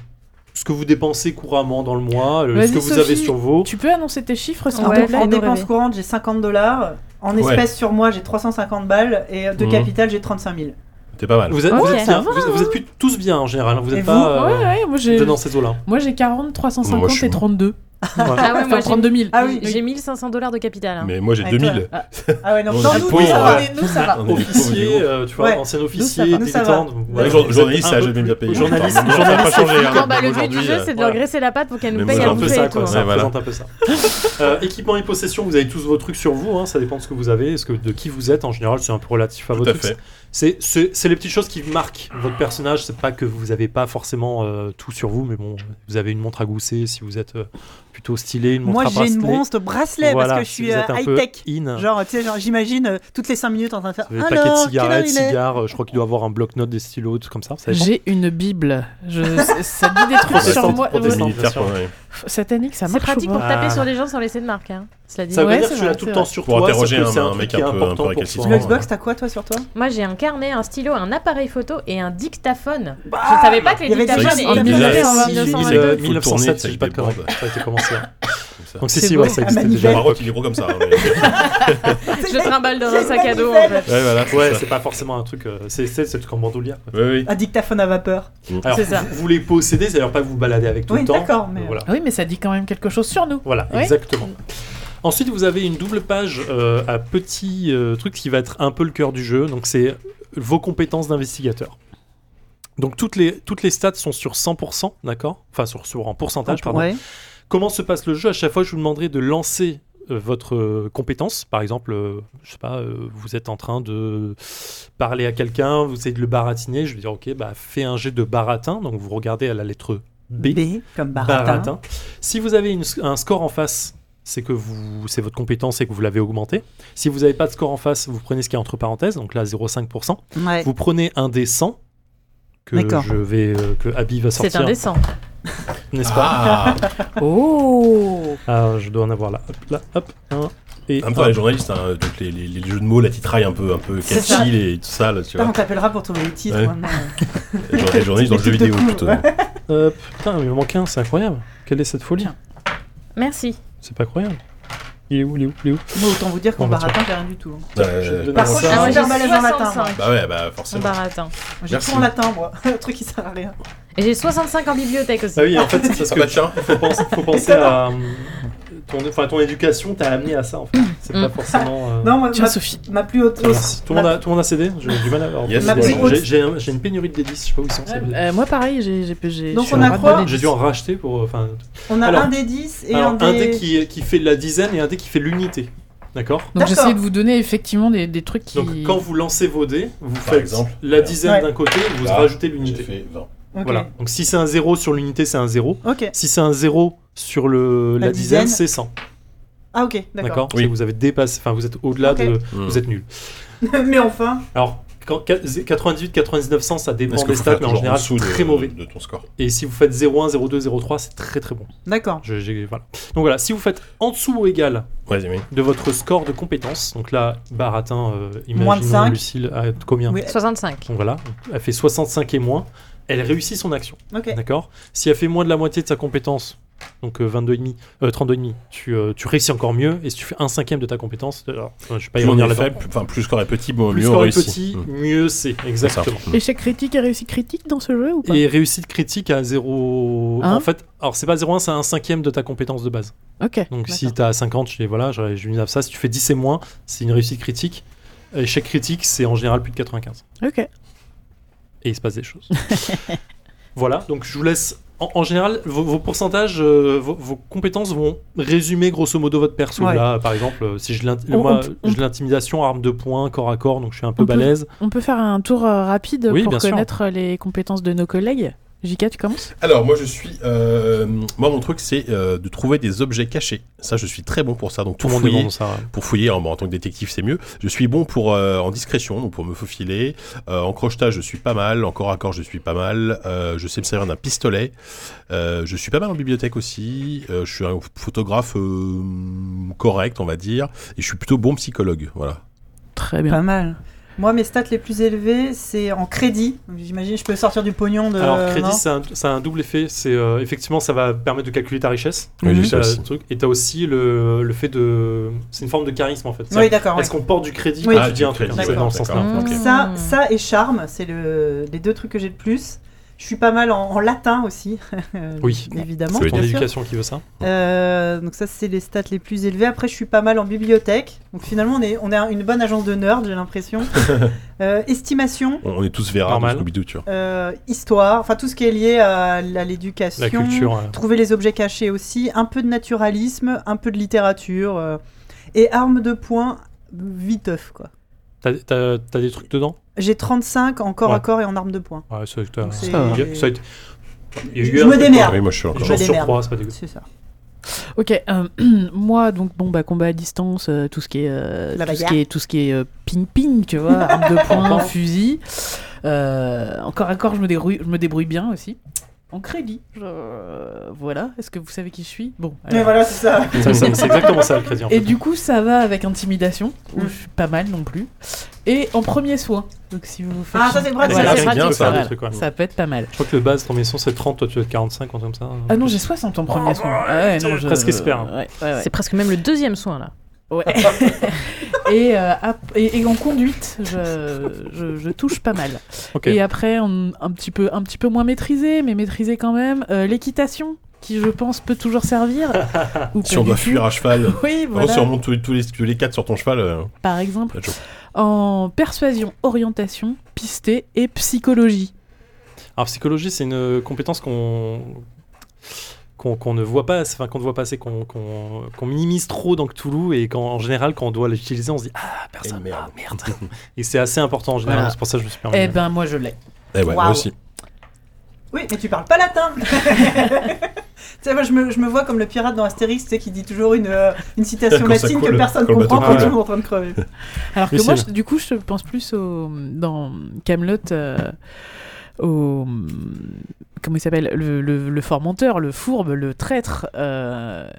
Speaker 3: ce que vous dépensez couramment dans le mois, euh,
Speaker 2: Vas-y,
Speaker 3: ce que vous avez
Speaker 2: Sophie,
Speaker 3: sur vos.
Speaker 2: Tu peux annoncer tes chiffres s'il
Speaker 5: Ah
Speaker 1: En,
Speaker 2: te
Speaker 5: ouais,
Speaker 1: dé-
Speaker 2: plaît
Speaker 5: là,
Speaker 1: en
Speaker 5: il doit
Speaker 1: dépenses
Speaker 5: rêver.
Speaker 1: courantes, j'ai 50 dollars. En
Speaker 4: Ouais.
Speaker 1: espèces sur moi, j'ai 350 balles. Et de
Speaker 4: Mhm.
Speaker 1: capital, j'ai 35 000.
Speaker 4: T'es pas mal.
Speaker 3: Vous êtes,
Speaker 5: Ouais,
Speaker 3: vous êtes
Speaker 5: ça
Speaker 3: bien.
Speaker 5: va,
Speaker 3: vous, vous êtes plus- tous bien en général. hein. Vous
Speaker 1: Et
Speaker 3: n'êtes
Speaker 1: vous
Speaker 3: pas euh,
Speaker 2: Ouais, ouais, moi j'ai
Speaker 3: dans ces eaux-là.
Speaker 2: moi, j'ai 40, 350
Speaker 4: Moi, je suis
Speaker 2: et 32.
Speaker 3: Voilà.
Speaker 5: Ah ouais,
Speaker 2: Enfin,
Speaker 5: moi j'ai
Speaker 2: 32 000.
Speaker 1: Ah oui,
Speaker 5: j'ai 1500 dollars de capital. hein.
Speaker 4: Mais moi, j'ai
Speaker 1: Avec toi.
Speaker 4: 2000.
Speaker 1: Ah ouais, non,
Speaker 4: On
Speaker 1: non,
Speaker 4: est
Speaker 1: nous,
Speaker 4: pauvres,
Speaker 1: nous,
Speaker 3: euh,
Speaker 1: ça va.
Speaker 4: ouais.
Speaker 1: nous, ça va.
Speaker 4: On est les pauvres du
Speaker 3: officier,
Speaker 4: groupe.
Speaker 3: euh, tu vois,
Speaker 1: Ouais.
Speaker 3: ancien
Speaker 1: Nous, ça
Speaker 3: officier,
Speaker 1: va. Nous, ça
Speaker 3: dilettante.
Speaker 4: Les jour- journalistes, ça a jamais bien payé.
Speaker 3: Journaliste,
Speaker 4: Enfin, ça n'a pas changé. hein.
Speaker 5: Non, bah, le but
Speaker 4: Aujourd'hui,
Speaker 5: du jeu, c'est de
Speaker 3: euh, voilà.
Speaker 5: leur graisser la patte pour qu'elle nous
Speaker 4: Mais
Speaker 5: paye
Speaker 3: C'est
Speaker 5: à
Speaker 3: un
Speaker 4: moi,
Speaker 3: peu
Speaker 5: bouffer
Speaker 3: ça,
Speaker 5: et tout.
Speaker 3: quoi.
Speaker 5: hein.
Speaker 3: Ça
Speaker 4: Ouais, voilà.
Speaker 3: représente un peu ça. Euh, équipement et possession, vous avez tous vos trucs sur vous. hein, ça dépend de ce que vous avez, ce que, de qui vous êtes. En général, c'est un peu relatif à
Speaker 4: Tout
Speaker 3: votre
Speaker 4: à
Speaker 3: truc.
Speaker 4: fait.
Speaker 3: c'est c'est- c'est les petites choses qui marquent votre personnage. C'est pas que vous avez pas forcément euh, tout sur vous, mais bon, vous avez une montre à gousser si vous êtes euh, plutôt stylé, une montre
Speaker 1: Moi,
Speaker 3: à
Speaker 1: j'ai une
Speaker 3: bracelet.
Speaker 1: bronze de bracelet
Speaker 3: Voilà,
Speaker 1: parce que je
Speaker 3: si
Speaker 1: suis euh,
Speaker 3: vous êtes un peu
Speaker 1: high-tech.
Speaker 3: in.
Speaker 1: Genre, tu sais, genre, j'imagine euh, toutes les 5 minutes en train de faire.
Speaker 3: Vous avez des paquets de
Speaker 1: Alors, quelle heure
Speaker 3: cigarettes,
Speaker 1: il est
Speaker 3: cigares, euh, je crois qu'il doit avoir un bloc-notes, des stylos, tout comme ça. ça dépend.
Speaker 2: J'ai une Bible. Je, ça- ça dit des trucs sur
Speaker 3: Protestante,
Speaker 2: moi.
Speaker 4: Pour des
Speaker 3: protestante.
Speaker 2: Ouais.
Speaker 4: militaires,
Speaker 3: Ouais.
Speaker 4: ouais.
Speaker 2: Satanique, ça
Speaker 5: C'est
Speaker 2: marche. ou
Speaker 5: pratique pour
Speaker 2: pas
Speaker 3: Ah.
Speaker 5: taper sur les gens sans laisser de marque. Hein, cela dit.
Speaker 3: Ça veut
Speaker 2: Ouais,
Speaker 3: dire
Speaker 2: c'est
Speaker 3: que tu l'as
Speaker 2: vrai, c'est
Speaker 3: tout le temps
Speaker 2: vrai.
Speaker 3: sur
Speaker 4: Pour
Speaker 3: toi.
Speaker 4: interroger
Speaker 3: sauf que
Speaker 4: un-
Speaker 3: c'est
Speaker 4: un
Speaker 3: truc
Speaker 4: mec
Speaker 3: qui est
Speaker 4: un peu- un peu
Speaker 3: important pour
Speaker 4: récalcitrant.
Speaker 1: Le
Speaker 3: toi.
Speaker 1: Xbox, t'as quoi toi sur toi
Speaker 5: Moi, j'ai un carnet, un stylo, un appareil photo et un dictaphone. je savais pas que
Speaker 1: Il y
Speaker 5: les
Speaker 1: avait des
Speaker 5: dictaphones
Speaker 1: choses
Speaker 5: étaient
Speaker 1: en
Speaker 5: déjà
Speaker 4: design.
Speaker 5: en
Speaker 2: hein.
Speaker 4: Il y avait-
Speaker 5: 1922.
Speaker 4: Faut le
Speaker 3: 1907,
Speaker 4: tourner,
Speaker 3: si
Speaker 4: ça
Speaker 3: j'ai pas de
Speaker 4: avec des
Speaker 3: conneries.
Speaker 4: bandes.
Speaker 3: Ça a été commencé. hein.
Speaker 4: Comme ça.
Speaker 3: Donc, si,
Speaker 2: C'est
Speaker 3: si,
Speaker 2: beau.
Speaker 3: ouais, ça
Speaker 1: Ah,
Speaker 3: existait
Speaker 4: J'ai
Speaker 1: manivelle.
Speaker 3: déjà.
Speaker 1: Ouais.
Speaker 4: Maroc, il est gros comme ça. hein, mais- ouais,
Speaker 5: Je le trimballe dans un
Speaker 1: Ah, C'est
Speaker 5: sac à dos en
Speaker 1: magnifique.
Speaker 5: fait.
Speaker 4: voilà.
Speaker 3: Ouais,
Speaker 4: ça.
Speaker 3: c'est pas forcément un truc. euh, c'est c'est- c'est le truc en bandoulière. quoi.
Speaker 4: Ouais, oui.
Speaker 1: Un Ah, dictaphone à vapeur.
Speaker 3: Alors,
Speaker 5: C'est ça.
Speaker 3: vous, vous les possédez, c'est-à-dire pas que vous baladez avec tout
Speaker 1: Oui,
Speaker 3: le temps. Bah,
Speaker 1: d'accord, mais-
Speaker 3: Voilà,
Speaker 2: Oui, mais ça dit quand même quelque chose sur nous.
Speaker 3: voilà
Speaker 2: Oui.
Speaker 3: exactement. Ensuite, vous avez une double page euh, à petit euh, truc qui va être un peu le cœur du jeu. Donc, c'est vos compétences d'investigateur. Donc, toutes les, toutes les stats sont sur 100%, d'accord Enfin, sur, sur en
Speaker 2: Ah,
Speaker 3: pourcentage, pardon.
Speaker 1: Ouais.
Speaker 3: Comment se passe le jeu À chaque fois, je vous demanderai de lancer euh, votre euh, compétence. Par exemple, euh, je sais pas, euh, vous êtes en train de parler à quelqu'un, vous essayez de le baratiner. Je vais dire, ok, bah, fais un jet de baratin. Donc, vous regardez à la lettre B.
Speaker 1: B comme baratin.
Speaker 3: Si vous avez une s- un score en face, c'est que vous, c'est votre compétence et que vous l'avez augmenté. Si vous n'avez pas de score en face, vous prenez ce qui est entre parenthèses, donc là 0,5%.
Speaker 1: Ouais.
Speaker 3: Vous prenez un des 100 que
Speaker 1: D'accord.
Speaker 3: je vais, euh, que Abby va
Speaker 5: C'est
Speaker 3: sortir,
Speaker 5: indécent.
Speaker 3: n'est-ce pas
Speaker 4: Ah
Speaker 2: Oh
Speaker 3: Ah, je dois en avoir là. Hop, là, hop, un, et
Speaker 4: En même temps,
Speaker 3: hop.
Speaker 4: les journalistes, hein, donc les, les- les jeux de mots, la titraille un peu, un peu
Speaker 1: C'est ça.
Speaker 4: catchy et tout ça, là, tu
Speaker 1: Putain,
Speaker 4: vois.
Speaker 1: on t'appellera pour trouver les titres.
Speaker 4: Ouais.
Speaker 1: hein, mais-
Speaker 4: Les jour- les journalistes dans le jeu
Speaker 1: Des
Speaker 4: vidéo,
Speaker 1: trucs de
Speaker 4: plutôt.
Speaker 1: con,
Speaker 3: Euh, putain, mais il me manque un, c'est incroyable. Quelle est cette folie
Speaker 5: Merci.
Speaker 3: C'est pas croyable. Il est où, il est où, il est où
Speaker 1: Moi, autant vous dire qu'en
Speaker 3: Bon, bah, tu
Speaker 1: baratin, j'ai rien du tout. hein.
Speaker 3: Je
Speaker 4: Ouais,
Speaker 3: te
Speaker 4: ouais,
Speaker 3: donne
Speaker 1: Par
Speaker 3: ça.
Speaker 1: contre, je suis
Speaker 5: Ah, moi,
Speaker 1: super
Speaker 5: j'ai
Speaker 1: balèze en latin. moi.
Speaker 5: 65
Speaker 4: Bah ouais, bah
Speaker 5: en
Speaker 4: forcément.
Speaker 5: baratin.
Speaker 1: J'ai
Speaker 4: Merci.
Speaker 1: tout en latin, moi. Le truc, il sert à rien.
Speaker 5: Et j'ai 65 en bibliothèque aussi.
Speaker 3: Ah oui, en fait, c'est parce
Speaker 4: Ah
Speaker 3: que
Speaker 4: bah tiens,
Speaker 3: faut penser, faut penser à euh, ton, enfin, ton éducation t'a amené à ça en fait. C'est
Speaker 5: Mm.
Speaker 3: pas forcément. euh,
Speaker 1: Non, moi,
Speaker 2: Tiens,
Speaker 1: Ah, ma,
Speaker 2: Sophie.
Speaker 1: ma plus haute
Speaker 3: Merci. Tout le monde
Speaker 1: ma-
Speaker 3: a, tout le monde a cédé J'ai du mal à avoir.
Speaker 4: Yes,
Speaker 3: des-
Speaker 1: Ma
Speaker 3: des-
Speaker 1: plus haute-
Speaker 3: j'ai- J'ai un- j'ai une pénurie de D10, je sais pas où ils sont. ces D10.
Speaker 2: Euh, moi, pareil, j'ai. j'ai- j'ai-
Speaker 1: Donc,
Speaker 2: je suis
Speaker 1: bah, on
Speaker 2: en
Speaker 1: a
Speaker 2: rade de
Speaker 1: quoi
Speaker 2: dé-
Speaker 3: J'ai dû en racheter pour. euh, Enfin,
Speaker 1: On a
Speaker 3: Alors-
Speaker 1: un des 10 et
Speaker 3: alors,
Speaker 1: un des.
Speaker 3: un dé qui, qui fait de la dizaine et un dé qui fait l'unité. D'accord
Speaker 2: Donc, j'essaie
Speaker 1: D'accord.
Speaker 2: de vous donner effectivement des, des trucs qui.
Speaker 3: Donc quand vous lancez vos dés, vous
Speaker 4: Par
Speaker 3: faites
Speaker 4: exemple,
Speaker 3: la dizaine
Speaker 1: Ouais.
Speaker 3: d'un côté et vous
Speaker 4: Là,
Speaker 3: rajoutez
Speaker 4: j'ai
Speaker 3: l'unité.
Speaker 4: fait 20.
Speaker 1: Ok.
Speaker 3: Voilà. Donc si c'est un 0 sur l'unité, c'est un 0.
Speaker 1: Ok.
Speaker 3: Si c'est un 0 sur le, la,
Speaker 1: La
Speaker 3: dizaine,
Speaker 1: dizaine.
Speaker 3: c'est 100.
Speaker 1: Ah, ok, d'accord.
Speaker 3: D'accord
Speaker 4: Oui.
Speaker 3: Si vous avez dépassé, enfin vous êtes au-delà
Speaker 1: Ok.
Speaker 3: de...
Speaker 4: Hmm.
Speaker 3: Vous êtes nul.
Speaker 1: mais enfin,
Speaker 3: Alors, quand- 98, 99, 900, ça dépend
Speaker 4: Est-ce que
Speaker 3: des
Speaker 4: faut
Speaker 3: stats,
Speaker 4: faire
Speaker 3: mais en
Speaker 4: toujours
Speaker 3: général,
Speaker 4: dessous
Speaker 3: c'est
Speaker 4: de-
Speaker 3: très mauvais.
Speaker 4: de ton score
Speaker 3: Et si vous faites 01, 02, 03, c'est très très bon.
Speaker 1: d'accord.
Speaker 3: Je- j'ai- voilà. Donc voilà, si vous faites en dessous ou égal
Speaker 4: Vas-y, mais.
Speaker 3: de votre score de compétence, donc là, Baratin, euh,
Speaker 1: Moins de
Speaker 3: imaginons
Speaker 1: cinq.
Speaker 3: Lucille, à combien
Speaker 1: Oui.
Speaker 5: 65.
Speaker 3: Donc voilà, elle fait 65 et moins, elle réussit son action.
Speaker 1: Ok.
Speaker 3: D'accord Si elle fait moins de la moitié de sa compétence, donc euh, 22,5, euh, 32,5, tu, euh, tu réussis encore mieux. Et si tu fais un cinquième de ta compétence, alors, euh, je vais pas y
Speaker 4: Plus on
Speaker 3: revenir
Speaker 4: est
Speaker 3: là-bas.
Speaker 4: faible, plus- enfin, plus le score est petit, bon,
Speaker 3: Plus
Speaker 4: mieux on
Speaker 3: score est
Speaker 4: réussit.
Speaker 3: petit,
Speaker 4: Mm.
Speaker 3: mieux c'est,
Speaker 4: C'est ça.
Speaker 3: exactement.
Speaker 4: Mm.
Speaker 2: Échec critique et réussite critique dans ce jeu ou pas
Speaker 3: Et réussite critique à 0.
Speaker 2: Hein
Speaker 3: en fait, alors c'est pas 0,1, c'est un cinquième de ta compétence de base.
Speaker 2: Ok.
Speaker 3: Donc si
Speaker 2: d'accord.
Speaker 3: t'as 50, je dis voilà, je je lui donne ça. Si tu fais 10 et moins, c'est une réussite critique. Échec critique, c'est en général plus de 95.
Speaker 2: Ok.
Speaker 3: et il se passe des choses. voilà, donc je vous laisse. En, en général, vos, vos pourcentages, euh, vos, vos compétences vont résumer grosso modo votre perso.
Speaker 1: Ouais.
Speaker 3: Là, par exemple, euh, si je l'int-
Speaker 2: On-
Speaker 3: moi,
Speaker 2: on-
Speaker 3: j'ai l'intimidation, arme de poing, corps à corps, donc je suis un peu
Speaker 2: On peut-
Speaker 3: balèze.
Speaker 2: On peut faire un tour euh, rapide
Speaker 3: Oui,
Speaker 2: pour
Speaker 3: bien sûr.
Speaker 2: connaître les compétences de nos collègues. JK, tu commences
Speaker 4: Alors, moi, je suis. euh, Moi, mon truc, c'est euh, de trouver des objets cachés. Ça, je suis très bon pour ça. Donc,
Speaker 3: Tout
Speaker 4: tout
Speaker 3: le monde est bon
Speaker 4: fouiller.
Speaker 3: dans ça.
Speaker 4: Pour fouiller, hein, en, en tant que détective, c'est mieux. Je suis bon pour euh, en discrétion, donc pour me faufiler. Euh, en crochetage, je suis pas mal. En corps à corps, je suis pas mal. Euh, je sais me servir d'un pistolet. Euh, je suis pas mal en bibliothèque aussi. Euh, je suis un photographe euh, correct, on va dire. Et je suis plutôt bon psychologue. Voilà.
Speaker 2: Très bien.
Speaker 1: Pas mal. Moi, mes stats les plus élevées, c'est en crédit. Donc, J'imagine, je peux sortir du pognon de.
Speaker 3: Alors, crédit,
Speaker 1: Euh, non
Speaker 3: c'est un, c'est un double effet. C'est euh, effectivement, ça va permettre de calculer ta richesse.
Speaker 4: Mmh. Oui,
Speaker 1: Mhm.
Speaker 4: j'ai ça
Speaker 3: Euh,
Speaker 4: aussi.
Speaker 3: truc. Et t'as aussi le, le fait de. C'est une forme de charisme en fait.
Speaker 1: Oui,
Speaker 3: C'est-à-dire,
Speaker 1: d'accord. ouais.
Speaker 3: Est-ce qu'on porte du crédit
Speaker 1: Oui.
Speaker 3: quand
Speaker 1: Ah,
Speaker 3: tu dis un truc
Speaker 4: crédit,
Speaker 3: un peu
Speaker 1: d'accord,
Speaker 3: dans ce sens-là
Speaker 4: d'accord.
Speaker 5: Mmh.
Speaker 4: Ok.
Speaker 1: Ça,
Speaker 5: Hmm.
Speaker 1: ça et charme, c'est le... les deux trucs que j'ai le plus. Je suis pas mal en, en latin aussi.
Speaker 3: Oui.
Speaker 1: Évidemment.
Speaker 4: Ça veut
Speaker 3: Ton
Speaker 1: bien sûr.
Speaker 3: éducation qui veut ça.
Speaker 1: Euh, donc ça, c'est les stats les plus élevées. Après, je suis pas mal en bibliothèque. Donc finalement, on est, on est un- une bonne agence de nerd, j'ai l'impression. Euh, estimation,
Speaker 4: On, on est tous verra
Speaker 3: Normal.
Speaker 4: dans Scooby-Doo, tu vois.
Speaker 1: euh, histoire, enfin tout ce qui est lié à, l- à l'éducation.
Speaker 3: La culture. euh,
Speaker 1: Trouver les objets cachés aussi. Un peu de naturalisme, un peu de littérature. euh, et armes de poing, viteuf, quoi.
Speaker 3: T'as t'as- t'as des trucs dedans
Speaker 1: J'ai 35 en corps
Speaker 3: Ouais.
Speaker 1: à corps et en arme de poing.
Speaker 3: Ouais, ça, t'as-
Speaker 1: Donc c'est-
Speaker 2: ça va.
Speaker 3: il y a- ça a été- il y a eu
Speaker 1: Je
Speaker 3: un-
Speaker 1: me démerde.
Speaker 4: Ah Oui, moi je suis
Speaker 3: une
Speaker 4: encore.
Speaker 1: Je
Speaker 3: chance sur
Speaker 1: démerde.
Speaker 3: trois, c'est pas dégueu.
Speaker 1: C'est ça.
Speaker 2: Ok, euh, moi donc bon bah combat à distance, euh, tout ce qui est euh,
Speaker 1: La
Speaker 2: tout ce
Speaker 1: bagarre.
Speaker 2: qui est tout ce qui est euh, ping ping, tu vois, arme de poing, fusil. Euh, encore à corps, je me débrouille, je me débrouille bien aussi. En crédit, je- voilà. Est-ce que vous savez qui je suis Bon. alors.
Speaker 1: voilà, c'est ça.
Speaker 3: Ça- ça- C'est exactement ça le crédit. En
Speaker 2: Et
Speaker 3: fait.
Speaker 2: du coup, ça va avec intimidation, où
Speaker 1: Mm.
Speaker 2: je suis pas mal non plus. Et en premier soin. Donc si vous faites
Speaker 1: Ah, ça, c'est
Speaker 2: une-
Speaker 1: pratique.
Speaker 3: Ouais,
Speaker 5: Voilà,
Speaker 3: là,
Speaker 5: c'est
Speaker 3: c'est bien
Speaker 5: pratique,
Speaker 3: ça,
Speaker 2: ça.
Speaker 3: des trucs, ouais.
Speaker 2: Ça peut être pas mal.
Speaker 3: Je crois que le base, ton maison, c'est 30, toi tu as 45, quand comme ça.
Speaker 2: Ah non, j'ai 60 en premier soin. Ah ouais, non, je-
Speaker 3: presque expert, hein.
Speaker 2: Ouais, ouais, ouais.
Speaker 5: C'est presque même le deuxième soin là.
Speaker 2: Ouais. et, euh, ap- et, et en conduite, je, je, je touche pas mal.
Speaker 3: Ok.
Speaker 2: Et après, en- un, petit peu, un petit peu moins maîtrisé, mais maîtrisé quand même, euh, l'équitation, qui je pense peut toujours servir. Ou
Speaker 4: Si
Speaker 2: pas
Speaker 4: on
Speaker 2: du
Speaker 4: doit
Speaker 2: tout.
Speaker 4: fuir à cheval,
Speaker 2: Oui,
Speaker 4: vraiment, si on
Speaker 2: voilà,
Speaker 4: monte tous, tous les, tous les quatre sur ton cheval, euh,
Speaker 2: par exemple.
Speaker 4: t'as chaud.
Speaker 2: En persuasion, orientation, pisté et psychologie.
Speaker 3: Alors, psychologie, c'est une euh, compétence qu'on qu'on qu'on ne voit pas, assez- enfin qu'on ne voit pas assez, qu'on qu'on- qu'on minimise trop dans Cthulhu et qu'en en général, quand on doit l'utiliser, on se dit Ah, personne,
Speaker 4: Eh merde.
Speaker 3: ah, merde. et c'est assez important en général,
Speaker 2: Voilà.
Speaker 3: c'est pour ça que je me suis permis.
Speaker 2: Eh ben, moi je l'ai.
Speaker 4: Eh ouais, moi
Speaker 1: Waouh.
Speaker 4: aussi.
Speaker 1: Oui, mais tu parles pas latin. tu sais, moi, je me, je me vois comme le pirate dans Astérix, tu sais, qui dit toujours une, euh, une citation
Speaker 4: Quand ça
Speaker 1: latine que
Speaker 4: coule,
Speaker 1: personne
Speaker 4: quand le
Speaker 1: comprend
Speaker 4: bateau
Speaker 1: quand
Speaker 3: coule.
Speaker 1: tout le monde est en train de crever.
Speaker 2: Alors que
Speaker 3: Mais
Speaker 2: moi,
Speaker 3: c'est
Speaker 2: je- du coup, je pense plus au, dans Camelot, euh, au comment il s'appelle, le, le, le formenteur, le fourbe, le traître, euh,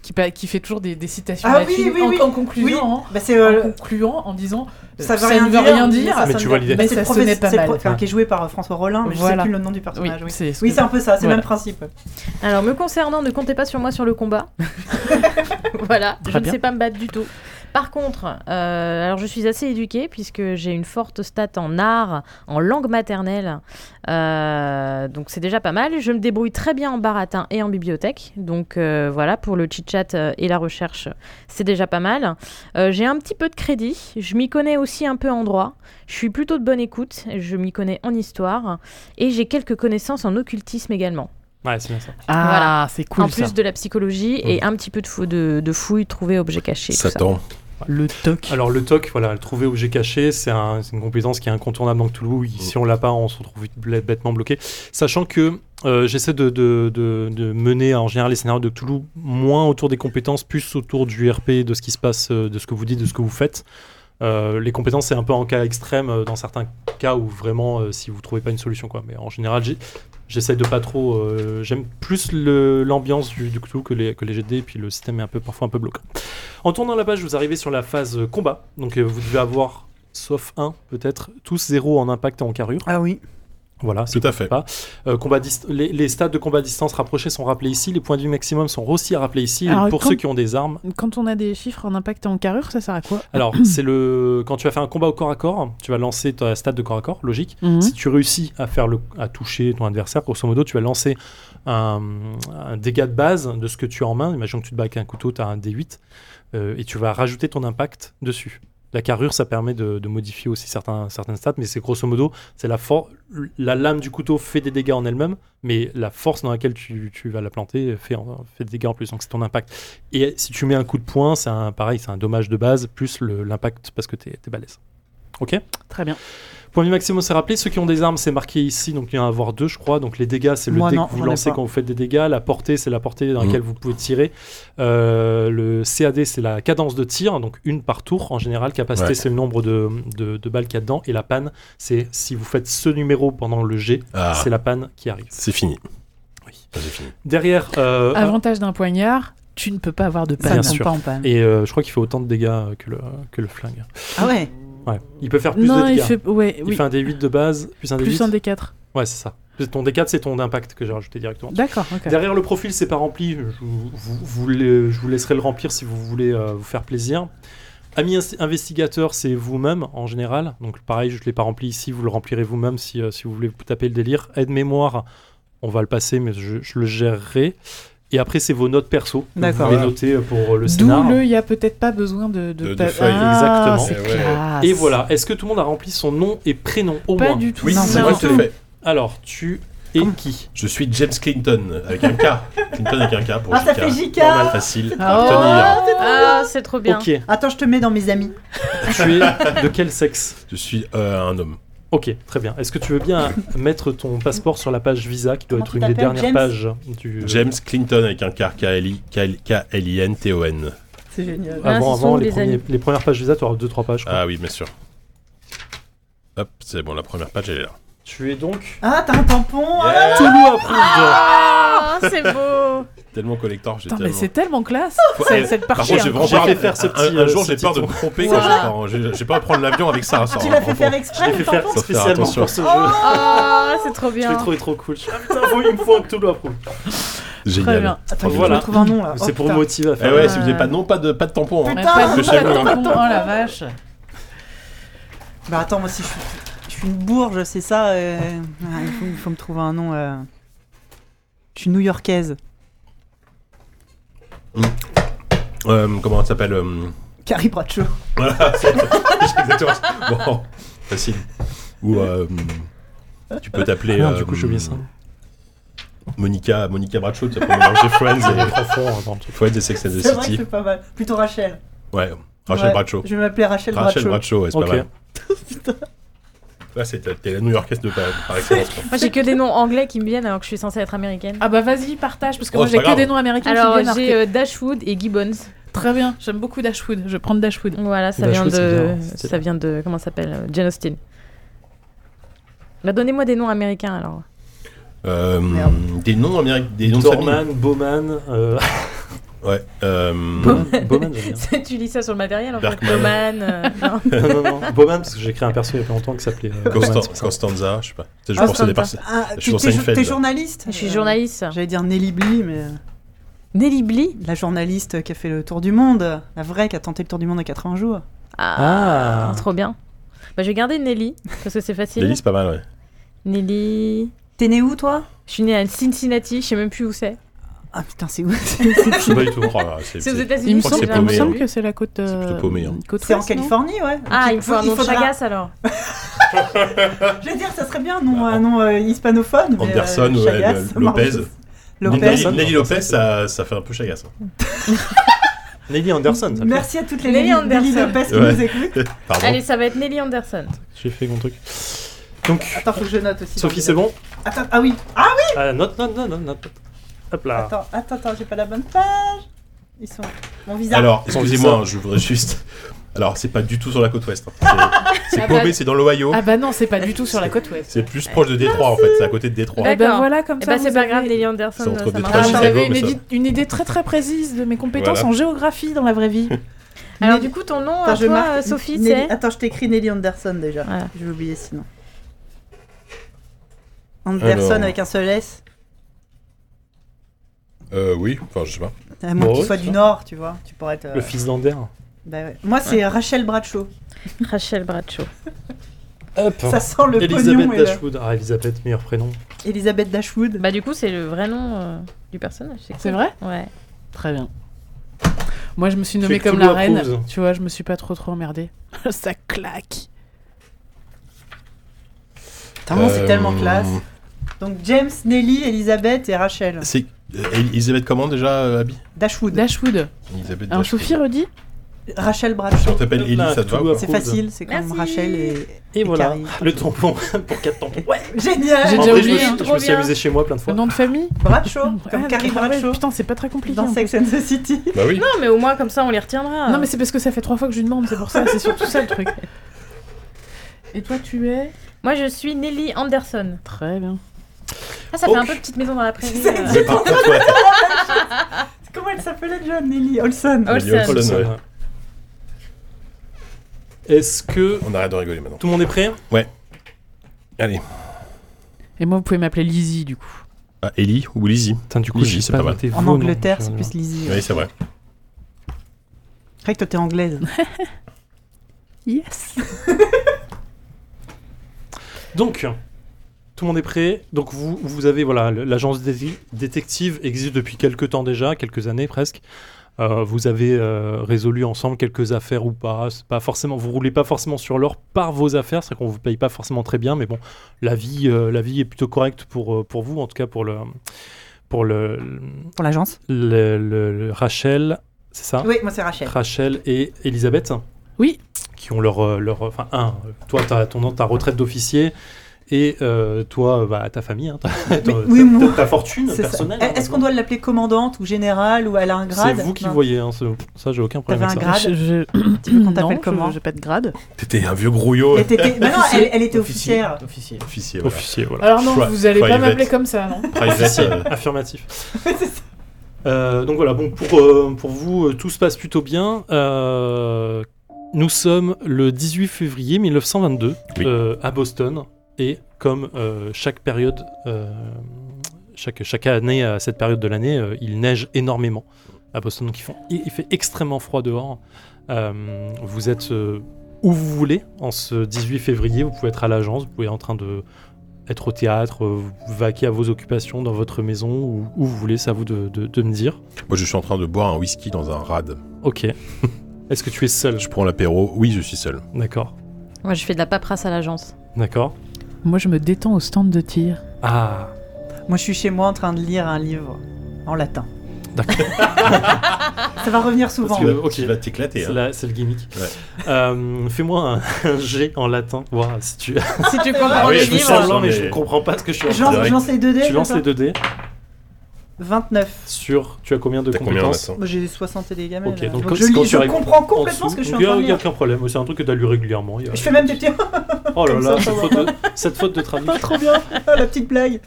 Speaker 2: qui, pa- qui fait toujours des, des citations
Speaker 1: Ah oui,
Speaker 2: latines
Speaker 1: oui,
Speaker 2: en,
Speaker 1: oui.
Speaker 2: en concluant, hein,
Speaker 1: Bah, c'est
Speaker 2: en
Speaker 1: euh,
Speaker 2: concluant en disant euh,
Speaker 1: ça,
Speaker 2: ça,
Speaker 1: veut rien
Speaker 2: ne veut
Speaker 1: dire,
Speaker 2: rien dire.
Speaker 1: ça
Speaker 3: Mais
Speaker 1: sonne
Speaker 3: tu vois
Speaker 1: bien.
Speaker 3: l'idée.
Speaker 1: Bah,
Speaker 2: Mais
Speaker 1: c'est
Speaker 2: ça
Speaker 1: le professe-
Speaker 2: sonnait pas
Speaker 1: c'est le
Speaker 2: mal.
Speaker 1: pro- enfin, qui est joué par euh, François Rollin, mais je sais
Speaker 2: Voilà.
Speaker 1: plus le nom du
Speaker 2: Oui,
Speaker 1: personnage. Oui,
Speaker 2: c'est ce
Speaker 1: Oui,
Speaker 2: que-
Speaker 1: c'est un peu ça, c'est le
Speaker 2: Voilà.
Speaker 1: même principe.
Speaker 5: Alors me concernant, ne comptez pas sur moi sur le combat. voilà, je
Speaker 2: Très
Speaker 5: ne
Speaker 2: bien.
Speaker 5: sais pas me battre du tout. Par contre, euh, alors je suis assez éduquée puisque j'ai une forte stat en art, en langue maternelle, Euh, donc c'est déjà pas mal. Je me débrouille très bien en baratin et en bibliothèque, donc euh, voilà pour le chit chat euh, et la recherche, c'est déjà pas mal. Euh, j'ai un petit peu de crédit, je m'y connais aussi un peu en droit, je suis plutôt de bonne écoute, je m'y connais en histoire et j'ai quelques connaissances en occultisme également
Speaker 3: Ouais, c'est bien ça.
Speaker 2: Ah,
Speaker 5: Voilà.
Speaker 2: c'est cool
Speaker 5: en plus
Speaker 2: ça.
Speaker 5: de la psychologie
Speaker 3: Mm.
Speaker 5: et un petit peu de, fou, de, de fouilles, trouver objet caché. tout ça.
Speaker 4: Satan.
Speaker 2: Le toc.
Speaker 3: Alors le toc, voilà, le trouver objet caché, c'est un- c'est une compétence qui est incontournable dans Cthulhu. Il- Si on l'a pas, on se retrouve vite bl- bêtement bloqué. Sachant que euh, j'essaie de, de- de- de mener en général les scénarios de Cthulhu moins autour des compétences, plus autour du RP, de ce qui se passe, euh, de ce que vous dites, de ce que vous faites. Euh, les compétences, c'est un peu en cas extrême, euh, dans certains cas où vraiment, euh, si vous trouvez pas une solution, quoi. Mais en général, j'ai- j'essaie de pas trop. euh, J'aime plus le- l'ambiance du, du Cthulhu que les, que les GD, et puis le système est un peu, parfois un peu bloquant. En tournant la page, vous arrivez sur la phase euh, combat. Donc euh, vous devez avoir, sauf un peut-être, tous zéro en impact et en carrure.
Speaker 1: Ah oui.
Speaker 3: Voilà,
Speaker 4: Tout à fait.
Speaker 3: Pas. Euh, combat dist- les, les stades de combat à distance rapprochés sont rappelés ici, les points de vue maximum sont aussi rappelés ici. Et
Speaker 2: Alors,
Speaker 3: pour
Speaker 2: quand-
Speaker 3: ceux qui ont des armes,
Speaker 2: Quand on a des chiffres en impact et en carrure, ça sert à quoi
Speaker 3: alors c'est le quand tu vas faire un combat au corps à corps, tu vas lancer ta stade de corps à corps, logique.
Speaker 2: Mhm.
Speaker 3: Si tu réussis à faire le à toucher ton adversaire, grosso modo, tu vas lancer un, un dégât de base de ce que tu as en main. Imagine que tu te bats avec un couteau, tu as un D8 euh, et tu vas rajouter ton impact dessus. La carrure, ça permet de, de modifier aussi certains, certaines stats, mais c'est grosso modo, c'est la for- la lame du couteau fait des dégâts en elle-même, mais la force dans laquelle tu, tu vas la planter fait, en- fait des dégâts en plus, donc c'est ton impact. Et si tu mets un coup de poing, c'est un, pareil, c'est un dommage de base, plus le- l'impact parce que t'es es balèze. Ok
Speaker 2: Très bien.
Speaker 3: Point de vue maximum, c'est rappelé. Ceux qui ont des armes, c'est marqué ici, donc il y en a à avoir deux, je crois. Donc les dégâts, c'est le
Speaker 1: Moi,
Speaker 3: dé
Speaker 1: non,
Speaker 3: que vous
Speaker 1: j'en ai
Speaker 3: lancez
Speaker 1: pas.
Speaker 3: quand vous faites des dégâts. La portée, c'est la portée dans
Speaker 4: Mhm.
Speaker 3: laquelle vous pouvez tirer. Euh, le CAD, c'est la cadence de tir, donc une par tour en général. Capacité,
Speaker 4: Ouais.
Speaker 3: c'est le nombre de, de- de balles qu'il y a dedans. Et la panne, c'est si vous faites ce numéro pendant le G,
Speaker 4: Ah,
Speaker 3: c'est la panne qui arrive.
Speaker 4: c'est fini.
Speaker 3: Oui.
Speaker 4: Ah, c'est fini.
Speaker 3: Derrière. euh,
Speaker 2: Avantage d'un poignard, tu ne peux pas avoir de
Speaker 3: Bien
Speaker 2: panne. ne tombe
Speaker 3: sûr.
Speaker 2: pas en panne.
Speaker 3: et euh, je crois qu'il fait autant de dégâts euh, que le, que le flingue.
Speaker 1: Ah ouais.
Speaker 3: Ouais. Il peut faire plus
Speaker 2: Non,
Speaker 3: de dégâts.
Speaker 2: il fait, ouais,
Speaker 3: Il
Speaker 2: oui,
Speaker 3: fait un D8 de base, plus un D8.
Speaker 2: plus un D4.
Speaker 3: Ouais, c'est ça. Ton D4, c'est ton impact que j'ai rajouté directement.
Speaker 2: D'accord, ok.
Speaker 3: Derrière le profil, c'est pas rempli. Je vous, vous- vous le- je vous laisserai le remplir si vous voulez euh, vous faire plaisir. Ami ins- investigateur, c'est vous-même en général. Donc pareil, je ne l'ai pas rempli ici. Vous le remplirez vous-même si, euh, si vous voulez vous taper le délire. Aide mémoire, on va le passer, mais je, je le gérerai. Et après, c'est vos notes perso. que Vous
Speaker 1: D'accord.
Speaker 3: pouvez noter euh, pour euh, le scénar.
Speaker 2: D'où le il n'y a peut-être pas besoin de, de,
Speaker 4: De- de
Speaker 2: ta-
Speaker 4: feuilles,
Speaker 2: Ah,
Speaker 3: exactement.
Speaker 2: c'est
Speaker 4: Eh ouais.
Speaker 2: classe.
Speaker 3: Et voilà. Est-ce que tout le monde a rempli son nom et prénom au
Speaker 2: Pas
Speaker 3: moins
Speaker 2: du tout.
Speaker 4: Oui,
Speaker 2: Non,
Speaker 4: c'est
Speaker 2: pas
Speaker 4: moi
Speaker 2: du
Speaker 4: qui
Speaker 2: tout.
Speaker 4: l'ai fait.
Speaker 3: Alors, tu Et qui
Speaker 4: Je suis James Clinton avec un K. Clinton avec un K pour
Speaker 1: Ah, ça
Speaker 4: JK.
Speaker 1: fait JK.
Speaker 4: Normal, facile.
Speaker 1: Ah,
Speaker 4: Tony, là.
Speaker 1: c'est trop
Speaker 5: Ah, c'est trop bien.
Speaker 3: Ok, tu es
Speaker 1: Attends, je te mets dans mes amis.
Speaker 3: de quel sexe
Speaker 4: Je suis euh, un homme.
Speaker 3: Ok, très bien. Est-ce que tu veux bien mettre ton passeport sur la page Visa, qui doit
Speaker 1: Comment
Speaker 3: être
Speaker 1: tu
Speaker 3: une des
Speaker 1: t'appelles,
Speaker 3: dernières
Speaker 1: James
Speaker 3: pages du...
Speaker 4: James Clinton avec un K. K-L-I- K-L- K-L-I-N-T-O-N.
Speaker 1: C'est génial.
Speaker 5: Ah,
Speaker 3: Avant,
Speaker 5: ce sont
Speaker 3: avant les,
Speaker 5: des
Speaker 3: premiers-
Speaker 5: amis.
Speaker 3: les premières pages Visa, tu auras 2-3 pages. quoi.
Speaker 4: Ah oui, bien sûr. Hop, c'est bon, la première page, elle est là.
Speaker 3: Tu es donc...
Speaker 1: Ah, t'as un tampon. ah.
Speaker 3: Toulouse approuve
Speaker 5: Ah, c'est beau.
Speaker 4: Tellement collector, j'ai
Speaker 2: Putain,
Speaker 4: tellement...
Speaker 2: mais c'est tellement classe
Speaker 4: Faut-
Speaker 2: cette-
Speaker 4: eh,
Speaker 2: cette
Speaker 4: Par
Speaker 2: partie.
Speaker 4: contre, j'ai
Speaker 2: hein.
Speaker 4: vraiment
Speaker 3: J'ai
Speaker 4: peur
Speaker 3: fait
Speaker 4: de-
Speaker 3: faire ce
Speaker 4: un- un,
Speaker 3: petit, euh,
Speaker 4: jour, j'ai
Speaker 3: ce
Speaker 4: peur de
Speaker 3: petit
Speaker 4: me
Speaker 3: tour.
Speaker 4: tromper
Speaker 5: Voilà.
Speaker 4: quand je pars. en- J'ai j'ai pas à prendre l'avion avec ça. ça
Speaker 1: Tu
Speaker 4: on-
Speaker 1: l'as
Speaker 4: on-
Speaker 1: fait faire exprès
Speaker 3: Je l'ai
Speaker 1: le
Speaker 3: fait faire
Speaker 1: tampon
Speaker 4: Faut faire
Speaker 3: spécialement
Speaker 4: attention.
Speaker 3: pour ce
Speaker 1: Oh,
Speaker 3: jeu.
Speaker 5: Ah, c'est trop
Speaker 3: Je l'ai
Speaker 5: bien.
Speaker 3: trouvé trop cool. Je- Ah putain, faut- il me faut un Cthulhu approuve.
Speaker 2: Très
Speaker 4: Génial.
Speaker 2: bien.
Speaker 1: Attends, il faut
Speaker 3: Voilà.
Speaker 1: que je trouve un nom là.
Speaker 3: C'est
Speaker 1: Ah, Oh,
Speaker 3: pour
Speaker 1: putain.
Speaker 3: motiver à
Speaker 4: Eh
Speaker 3: faire.
Speaker 4: ouais, si
Speaker 1: Euh,
Speaker 4: vous n'avez pas de nom, pas de, pas de tampon. hein.
Speaker 2: Mais
Speaker 1: Putain,
Speaker 2: pas du
Speaker 4: le
Speaker 2: tout,
Speaker 4: chef
Speaker 2: attends,
Speaker 4: blanc.
Speaker 2: attends, Oh la vache
Speaker 1: Bah attends, moi si je suis, je suis une bourge, c'est ça. euh, ah, il, faut, il faut me trouver un nom. euh. Je suis new-yorkaise.
Speaker 4: Euh, comment ça s'appelle euh,
Speaker 1: Carrie Bradshaw.
Speaker 4: Voilà, c'est- c'est exactement ça. Bon, facile. Ou euh, tu peux
Speaker 3: Ah,
Speaker 4: t'appeler
Speaker 3: merde,
Speaker 4: euh,
Speaker 3: du coup, j'ai oublié ça.
Speaker 4: Monica, Monica Bradshaw, ça peut mélanger Friends et,
Speaker 3: Profond hein, dans le truc.
Speaker 4: Friends et Sex and the
Speaker 1: C'est vrai que
Speaker 4: City.
Speaker 1: c'est pas mal. Plutôt Rachel.
Speaker 4: Ouais, Rachel
Speaker 1: Ouais,
Speaker 4: Bradshaw.
Speaker 1: Je vais m'appeler Rachel,
Speaker 4: Rachel
Speaker 1: Bradshaw.
Speaker 4: Bradshaw, ouais, c'est
Speaker 3: Ok.
Speaker 4: pas mal. Là, c'est t'es la New Yorkaise de par, par excellence. quoi.
Speaker 5: Moi, j'ai que des noms anglais qui me viennent alors que je suis censée être américaine.
Speaker 2: Ah bah vas-y, partage, parce que
Speaker 4: Oh,
Speaker 2: moi
Speaker 4: c'est
Speaker 2: j'ai
Speaker 4: pas
Speaker 2: que
Speaker 4: grave.
Speaker 2: des noms américains qui
Speaker 5: Alors,
Speaker 2: viennent marquer.
Speaker 5: j'ai euh, Dashwood et Gibbons.
Speaker 2: Très bien, j'aime beaucoup Dashwood, je vais prendre Dashwood.
Speaker 5: Voilà, ça vient
Speaker 3: Dashwood,
Speaker 5: de.
Speaker 3: c'est bien, hein, c'est
Speaker 5: Ça vient de. Comment ça s'appelle euh, Jane Austen. Bah, donnez-moi des noms américains alors.
Speaker 4: Euh,
Speaker 1: Merde.
Speaker 4: des noms américains, des noms de famille.
Speaker 3: Dorman, Bowman, euh,
Speaker 4: Ouais. Euh,
Speaker 3: Bowman, j'aime bien.
Speaker 5: tu lis ça sur le matériel en fait
Speaker 4: Darkman.
Speaker 5: Roman, euh, non.
Speaker 3: non, non, non. Bowman, parce que j'ai créé un perso il y a pas longtemps qui s'appelait euh, Bowman,
Speaker 4: Constan-
Speaker 3: c'est pour ça.
Speaker 4: Constanza, je sais pas. Tu sais, Je
Speaker 5: Ah,
Speaker 4: pensais des
Speaker 5: Constanza.
Speaker 4: personnes.
Speaker 1: Ah,
Speaker 4: Je
Speaker 1: tu-
Speaker 4: suis dans
Speaker 1: t'es,
Speaker 4: Seinfeld.
Speaker 1: t'es journaliste
Speaker 5: Je suis
Speaker 1: Euh,
Speaker 5: journaliste.
Speaker 1: J'allais dire Nelly Bly, mais euh,
Speaker 5: Nelly Bly
Speaker 1: la journaliste qui a fait le tour du monde, la vraie qui a tenté le tour du monde en 80 jours.
Speaker 5: Ah,
Speaker 3: Ah.
Speaker 5: Trop bien. Bah, je vais garder Nelly parce que c'est facile.
Speaker 4: Lily, c'est pas mal, ouais.
Speaker 5: Nelly.
Speaker 1: T'es né où toi
Speaker 5: Je suis née à Cincinnati, je sais même plus où c'est.
Speaker 1: Ah putain, c'est où
Speaker 4: Je sais pas du tout. Oh là là, c'est-
Speaker 5: C'est aux
Speaker 4: c'est-
Speaker 5: États-Unis.
Speaker 2: Il me
Speaker 4: crois
Speaker 2: semble,
Speaker 4: que c'est
Speaker 2: il me
Speaker 4: paumé,
Speaker 2: semble
Speaker 4: hein.
Speaker 2: que c'est la côte. euh,
Speaker 4: plutôt paumé, hein.
Speaker 2: côte
Speaker 1: C'est en
Speaker 2: ouest, non
Speaker 1: Californie, ouais.
Speaker 5: Ah,
Speaker 1: Donc,
Speaker 5: il me faut un nom de
Speaker 1: faudra-
Speaker 5: chagasse alors.
Speaker 1: Je vais dire, ça serait bien un nom, un nom euh, hispanophone. mais, euh,
Speaker 4: Ah, Anderson, ouais,
Speaker 1: Chagas,
Speaker 4: le-
Speaker 1: ça marche.
Speaker 4: Lopez.
Speaker 1: Lopez.
Speaker 4: Nelly, Nelly Lopez, ça, ça fait un peu chagasse. hein.
Speaker 3: Nelly Anderson, ça fait.
Speaker 1: Merci à toutes les
Speaker 5: Nelly
Speaker 1: Nelly, Nelly
Speaker 5: Anderson.
Speaker 1: Lopez qui
Speaker 4: Ouais.
Speaker 1: nous écoutent.
Speaker 4: Pardon.
Speaker 5: Allez, ça va être Nelly Anderson.
Speaker 3: J'ai fait mon truc. Donc,
Speaker 1: Attends, faut que je note aussi.
Speaker 3: Sophie, c'est bon
Speaker 1: Attends, ah oui. Ah oui.
Speaker 3: Ah, note, note, note, note, note. Hop
Speaker 4: Ah.
Speaker 3: là.
Speaker 1: Attends, attends, attends, j'ai pas la bonne page. Ils sont. Mon visa.
Speaker 4: Alors,
Speaker 3: Ils sont
Speaker 4: excusez-moi,
Speaker 3: bizarres.
Speaker 4: hein, je voudrais juste. Alors, c'est pas du tout sur la côte ouest. hein. C'est- C'est
Speaker 5: Ah
Speaker 4: paumé,
Speaker 5: bah-
Speaker 4: c'est dans l'Ohio.
Speaker 2: Ah bah non, c'est pas du tout sur la côte ouest.
Speaker 4: C'est plus proche de Détroit en fait, c'est à côté de Détroit.
Speaker 5: Ouais.
Speaker 2: Eh ben
Speaker 5: D'accord.
Speaker 2: voilà, comme
Speaker 5: Eh
Speaker 2: ça.
Speaker 5: bah, c'est
Speaker 2: vous
Speaker 5: pas
Speaker 2: avez-
Speaker 5: grave, Nelly
Speaker 4: C'est
Speaker 5: Anderson,
Speaker 4: entre
Speaker 5: ça
Speaker 4: des
Speaker 5: marche.
Speaker 4: trois
Speaker 2: Ah,
Speaker 4: Chicago,
Speaker 2: vous avez une,
Speaker 4: mais ça-
Speaker 2: idée- une idée très très précise de mes compétences
Speaker 4: Voilà.
Speaker 2: en géographie dans la vraie vie.
Speaker 5: Alors,
Speaker 1: Nelly-
Speaker 5: du coup, ton nom,
Speaker 1: Attends,
Speaker 5: à
Speaker 1: je
Speaker 5: toi,
Speaker 1: marque
Speaker 5: euh, Sophie,
Speaker 1: Nelly-
Speaker 5: c'est.
Speaker 1: Attends, je t'écris Nelly Anderson déjà.
Speaker 5: Voilà.
Speaker 1: Je vais oublier sinon. Anderson
Speaker 4: Alors.
Speaker 1: avec un seul S.
Speaker 4: Euh, oui, enfin, je sais pas.
Speaker 1: À moins que tu
Speaker 3: Bon, Bah ouais,
Speaker 1: sois
Speaker 3: ça
Speaker 1: du
Speaker 3: va.
Speaker 1: Nord, tu vois. Tu pourrais être. euh,
Speaker 3: Le fils d'Ander.
Speaker 1: bah ouais. Moi, c'est Rachel Bradshaw.
Speaker 5: Rachel Bradshaw.
Speaker 3: Hop.
Speaker 1: Ça sent le
Speaker 3: Elisabeth
Speaker 1: pognon. et le-
Speaker 3: Dashwood. Ah, Elisabeth, meilleur prénom.
Speaker 1: Elisabeth Dashwood.
Speaker 5: Bah, du coup, c'est le vrai nom euh, du personnage.
Speaker 2: C'est
Speaker 5: cool.
Speaker 2: vrai
Speaker 5: Ouais.
Speaker 2: Très bien. Moi, je me suis
Speaker 3: Tu
Speaker 2: nommée
Speaker 3: es
Speaker 2: comme
Speaker 3: Cthulhu
Speaker 2: la reine.
Speaker 3: approuves.
Speaker 2: Tu vois, je me suis pas trop trop emmerdée. ça claque.
Speaker 1: Putain,
Speaker 4: Euh,
Speaker 1: c'est tellement
Speaker 3: Euh,
Speaker 1: classe. Donc James, Nelly, Elisabeth et Rachel.
Speaker 4: C'est. euh, Elisabeth, comment déjà, euh, Abby
Speaker 1: Dashwood.
Speaker 2: Dashwood.
Speaker 4: Elisabeth
Speaker 2: Alors,
Speaker 4: Dashwood.
Speaker 2: Sophie redit
Speaker 1: Rachel
Speaker 4: Si on
Speaker 1: Bradshaw.
Speaker 4: t'appelle
Speaker 3: Hop
Speaker 4: Ellie,
Speaker 3: là,
Speaker 4: ça te va
Speaker 3: tout
Speaker 4: ou pas
Speaker 3: à
Speaker 1: C'est
Speaker 3: Cool.
Speaker 1: facile, c'est comme
Speaker 5: Merci.
Speaker 1: Rachel et.
Speaker 3: Et voilà.
Speaker 1: Carrie.
Speaker 3: Le tampon pour 4 tampons. Ouais,
Speaker 2: J'ai
Speaker 1: Génial
Speaker 3: En
Speaker 2: déjà
Speaker 3: vrai, je me
Speaker 2: oublié,
Speaker 3: suis-
Speaker 2: hein.
Speaker 3: Je
Speaker 5: Trop
Speaker 3: me suis
Speaker 5: bien.
Speaker 3: amusé chez moi plein de
Speaker 2: le
Speaker 3: fois.
Speaker 2: nom de famille
Speaker 1: Bradshaw,
Speaker 2: Ah,
Speaker 1: comme Carrie
Speaker 2: ah ouais,
Speaker 1: Bradshaw
Speaker 2: Putain, c'est pas très compliqué.
Speaker 1: dans
Speaker 2: hein.
Speaker 1: Sex and the City.
Speaker 4: Bah oui.
Speaker 5: Non, mais au moins, comme ça, on les retiendra.
Speaker 2: Non, mais c'est parce que ça fait trois fois que je lui demande, c'est pour ça, c'est surtout ça le truc. Et toi, tu es
Speaker 5: Moi, je suis Nelly Anderson.
Speaker 2: Très bien.
Speaker 5: Ah, ça
Speaker 3: Ok.
Speaker 5: fait un peu petite maison dans la prairie.
Speaker 1: C'est-
Speaker 5: euh.
Speaker 4: Mais par contre, ouais.
Speaker 1: Comment elle s'appelait déjà Nelly Olson
Speaker 5: Olsen.
Speaker 4: Nelly Olsen,
Speaker 3: Olsen,
Speaker 4: ouais.
Speaker 3: ouais. Est-ce que
Speaker 4: On arrête de rigoler maintenant.
Speaker 3: tout le monde est prêt
Speaker 4: Allez.
Speaker 2: Et moi, vous pouvez m'appeler Lizzie, du coup.
Speaker 4: Ah, Ellie ou Lizzie
Speaker 3: Putain, du
Speaker 4: coup, Lizzie, j'ai c'est pas pas mal.
Speaker 1: En Angleterre, c'est plus Lizzie.
Speaker 4: Oui, c'est vrai.
Speaker 1: C'est vrai que toi t'es anglaise.
Speaker 2: Yes
Speaker 3: Donc, tout le monde est prêt. Donc, vous, vous avez, voilà, le- l'agence dé- détective existe depuis quelques temps déjà, quelques années presque. Euh, vous avez euh, résolu ensemble quelques affaires ou pas. C'est pas forcément, vous roulez pas forcément sur l'or par vos affaires, c'est qu'on vous paye pas forcément très bien, mais bon, la vie, euh, la vie est plutôt correcte pour euh, pour vous, en tout cas pour le pour le,
Speaker 1: Pour l'agence
Speaker 3: le, le- le Rachel, c'est ça
Speaker 1: Oui, moi c'est Rachel.
Speaker 3: Rachel et Elisabeth.
Speaker 2: Oui.
Speaker 3: Qui ont leur. euh, leur enfin, un, euh, toi, t'as ton, ta retraite d'officier. Et euh, toi, euh, bah, ta famille, hein, ta, ta-
Speaker 1: oui,
Speaker 3: ta-
Speaker 1: moi.
Speaker 3: ta fortune
Speaker 1: C'est ça. Eh,
Speaker 3: personnelle. hein,
Speaker 1: Est-ce qu'on doit l'appeler commandante ou générale ou elle a un
Speaker 3: C'est
Speaker 1: grade
Speaker 3: vous qui
Speaker 1: Non.
Speaker 3: voyez, hein, ce- ça j'ai aucun problème
Speaker 1: T'avais
Speaker 3: avec
Speaker 1: un
Speaker 3: ça.
Speaker 1: grade
Speaker 2: Je, je...
Speaker 1: Tu veux qu'on
Speaker 2: non,
Speaker 1: t'appelle
Speaker 2: je-
Speaker 1: comment
Speaker 2: J'ai pas de grade.
Speaker 4: T'étais un vieux grouillot euh,
Speaker 1: Elle était- bah non, elle, elle était
Speaker 6: Officier.
Speaker 1: officière.
Speaker 6: Officier.
Speaker 4: officier. voilà.
Speaker 3: Officier, voilà.
Speaker 2: Alors non,
Speaker 4: Pri-
Speaker 2: vous allez pas
Speaker 4: private.
Speaker 2: m'appeler comme ça, non
Speaker 4: Private, euh,
Speaker 3: Affirmatif. Euh, donc voilà, bon, pour, euh, pour vous, euh, tout se passe plutôt bien. Euh, nous sommes le 18 février 1922
Speaker 4: Oui.
Speaker 3: euh, à Boston. Et comme euh, chaque période, euh, chaque, chaque année, à cette période de l'année, euh, il neige énormément à Boston. Donc ils font- il, il fait extrêmement froid dehors. Euh, vous êtes euh, où vous voulez en ce 18 février. Vous pouvez être à l'agence, vous pouvez être en train de être au théâtre, euh, vaquer à vos occupations dans votre maison, ou où vous voulez, c'est à vous de, de- de me dire.
Speaker 4: Moi, je suis en train de boire un whisky dans un rad.
Speaker 3: Ok. Est-ce que tu es seul
Speaker 4: Je prends l'apéro. Oui, je suis seul.
Speaker 3: D'accord.
Speaker 5: Moi, je fais de la paperasse à l'agence.
Speaker 3: D'accord.
Speaker 2: Moi, je me détends au stand de tir.
Speaker 3: Ah,
Speaker 1: Moi je suis chez moi en train de lire un livre en latin.
Speaker 3: D'accord.
Speaker 1: Ça va revenir souvent.
Speaker 5: Ah,
Speaker 3: Parce que- Ok.
Speaker 4: Tu vas t'éclater.
Speaker 3: c'est
Speaker 4: hein.
Speaker 3: la- c'est le gimmick.
Speaker 4: Ouais.
Speaker 3: Euh, Fais-moi un, un jet en latin. voir si tu.
Speaker 5: si tu comprends
Speaker 4: Ah oui,
Speaker 5: le
Speaker 4: je me
Speaker 5: livre.
Speaker 4: sens-
Speaker 3: mais
Speaker 4: mais-
Speaker 3: je ne comprends pas ce que je suis en
Speaker 1: Je
Speaker 3: train
Speaker 1: lance, je lance
Speaker 3: de
Speaker 4: Direct.
Speaker 1: les deux dés.
Speaker 3: Tu lances les
Speaker 1: d'accord
Speaker 3: 2 dés
Speaker 1: 29.
Speaker 3: sur. Tu as combien de
Speaker 4: T'as combien en
Speaker 3: compétences
Speaker 4: latin
Speaker 1: Moi j'ai 60 et des gamelles.
Speaker 3: Ok,
Speaker 1: là.
Speaker 3: donc
Speaker 1: donc,
Speaker 3: quand-
Speaker 1: je, lis-
Speaker 3: quand tu
Speaker 1: je
Speaker 3: arrives
Speaker 1: comprends
Speaker 3: En
Speaker 1: complètement ce
Speaker 3: dessous,
Speaker 1: que je suis en
Speaker 3: il y a-
Speaker 1: train de
Speaker 3: Il n'y a
Speaker 1: lire.
Speaker 3: aucun problème. C'est un truc que tu as lu régulièrement. il y a-
Speaker 1: Je fais même des petits.
Speaker 3: Oh là
Speaker 1: comme
Speaker 3: là,
Speaker 1: ça, ça
Speaker 3: cette faute, de, cette faute de traduction.
Speaker 1: Trop bien La petite blague.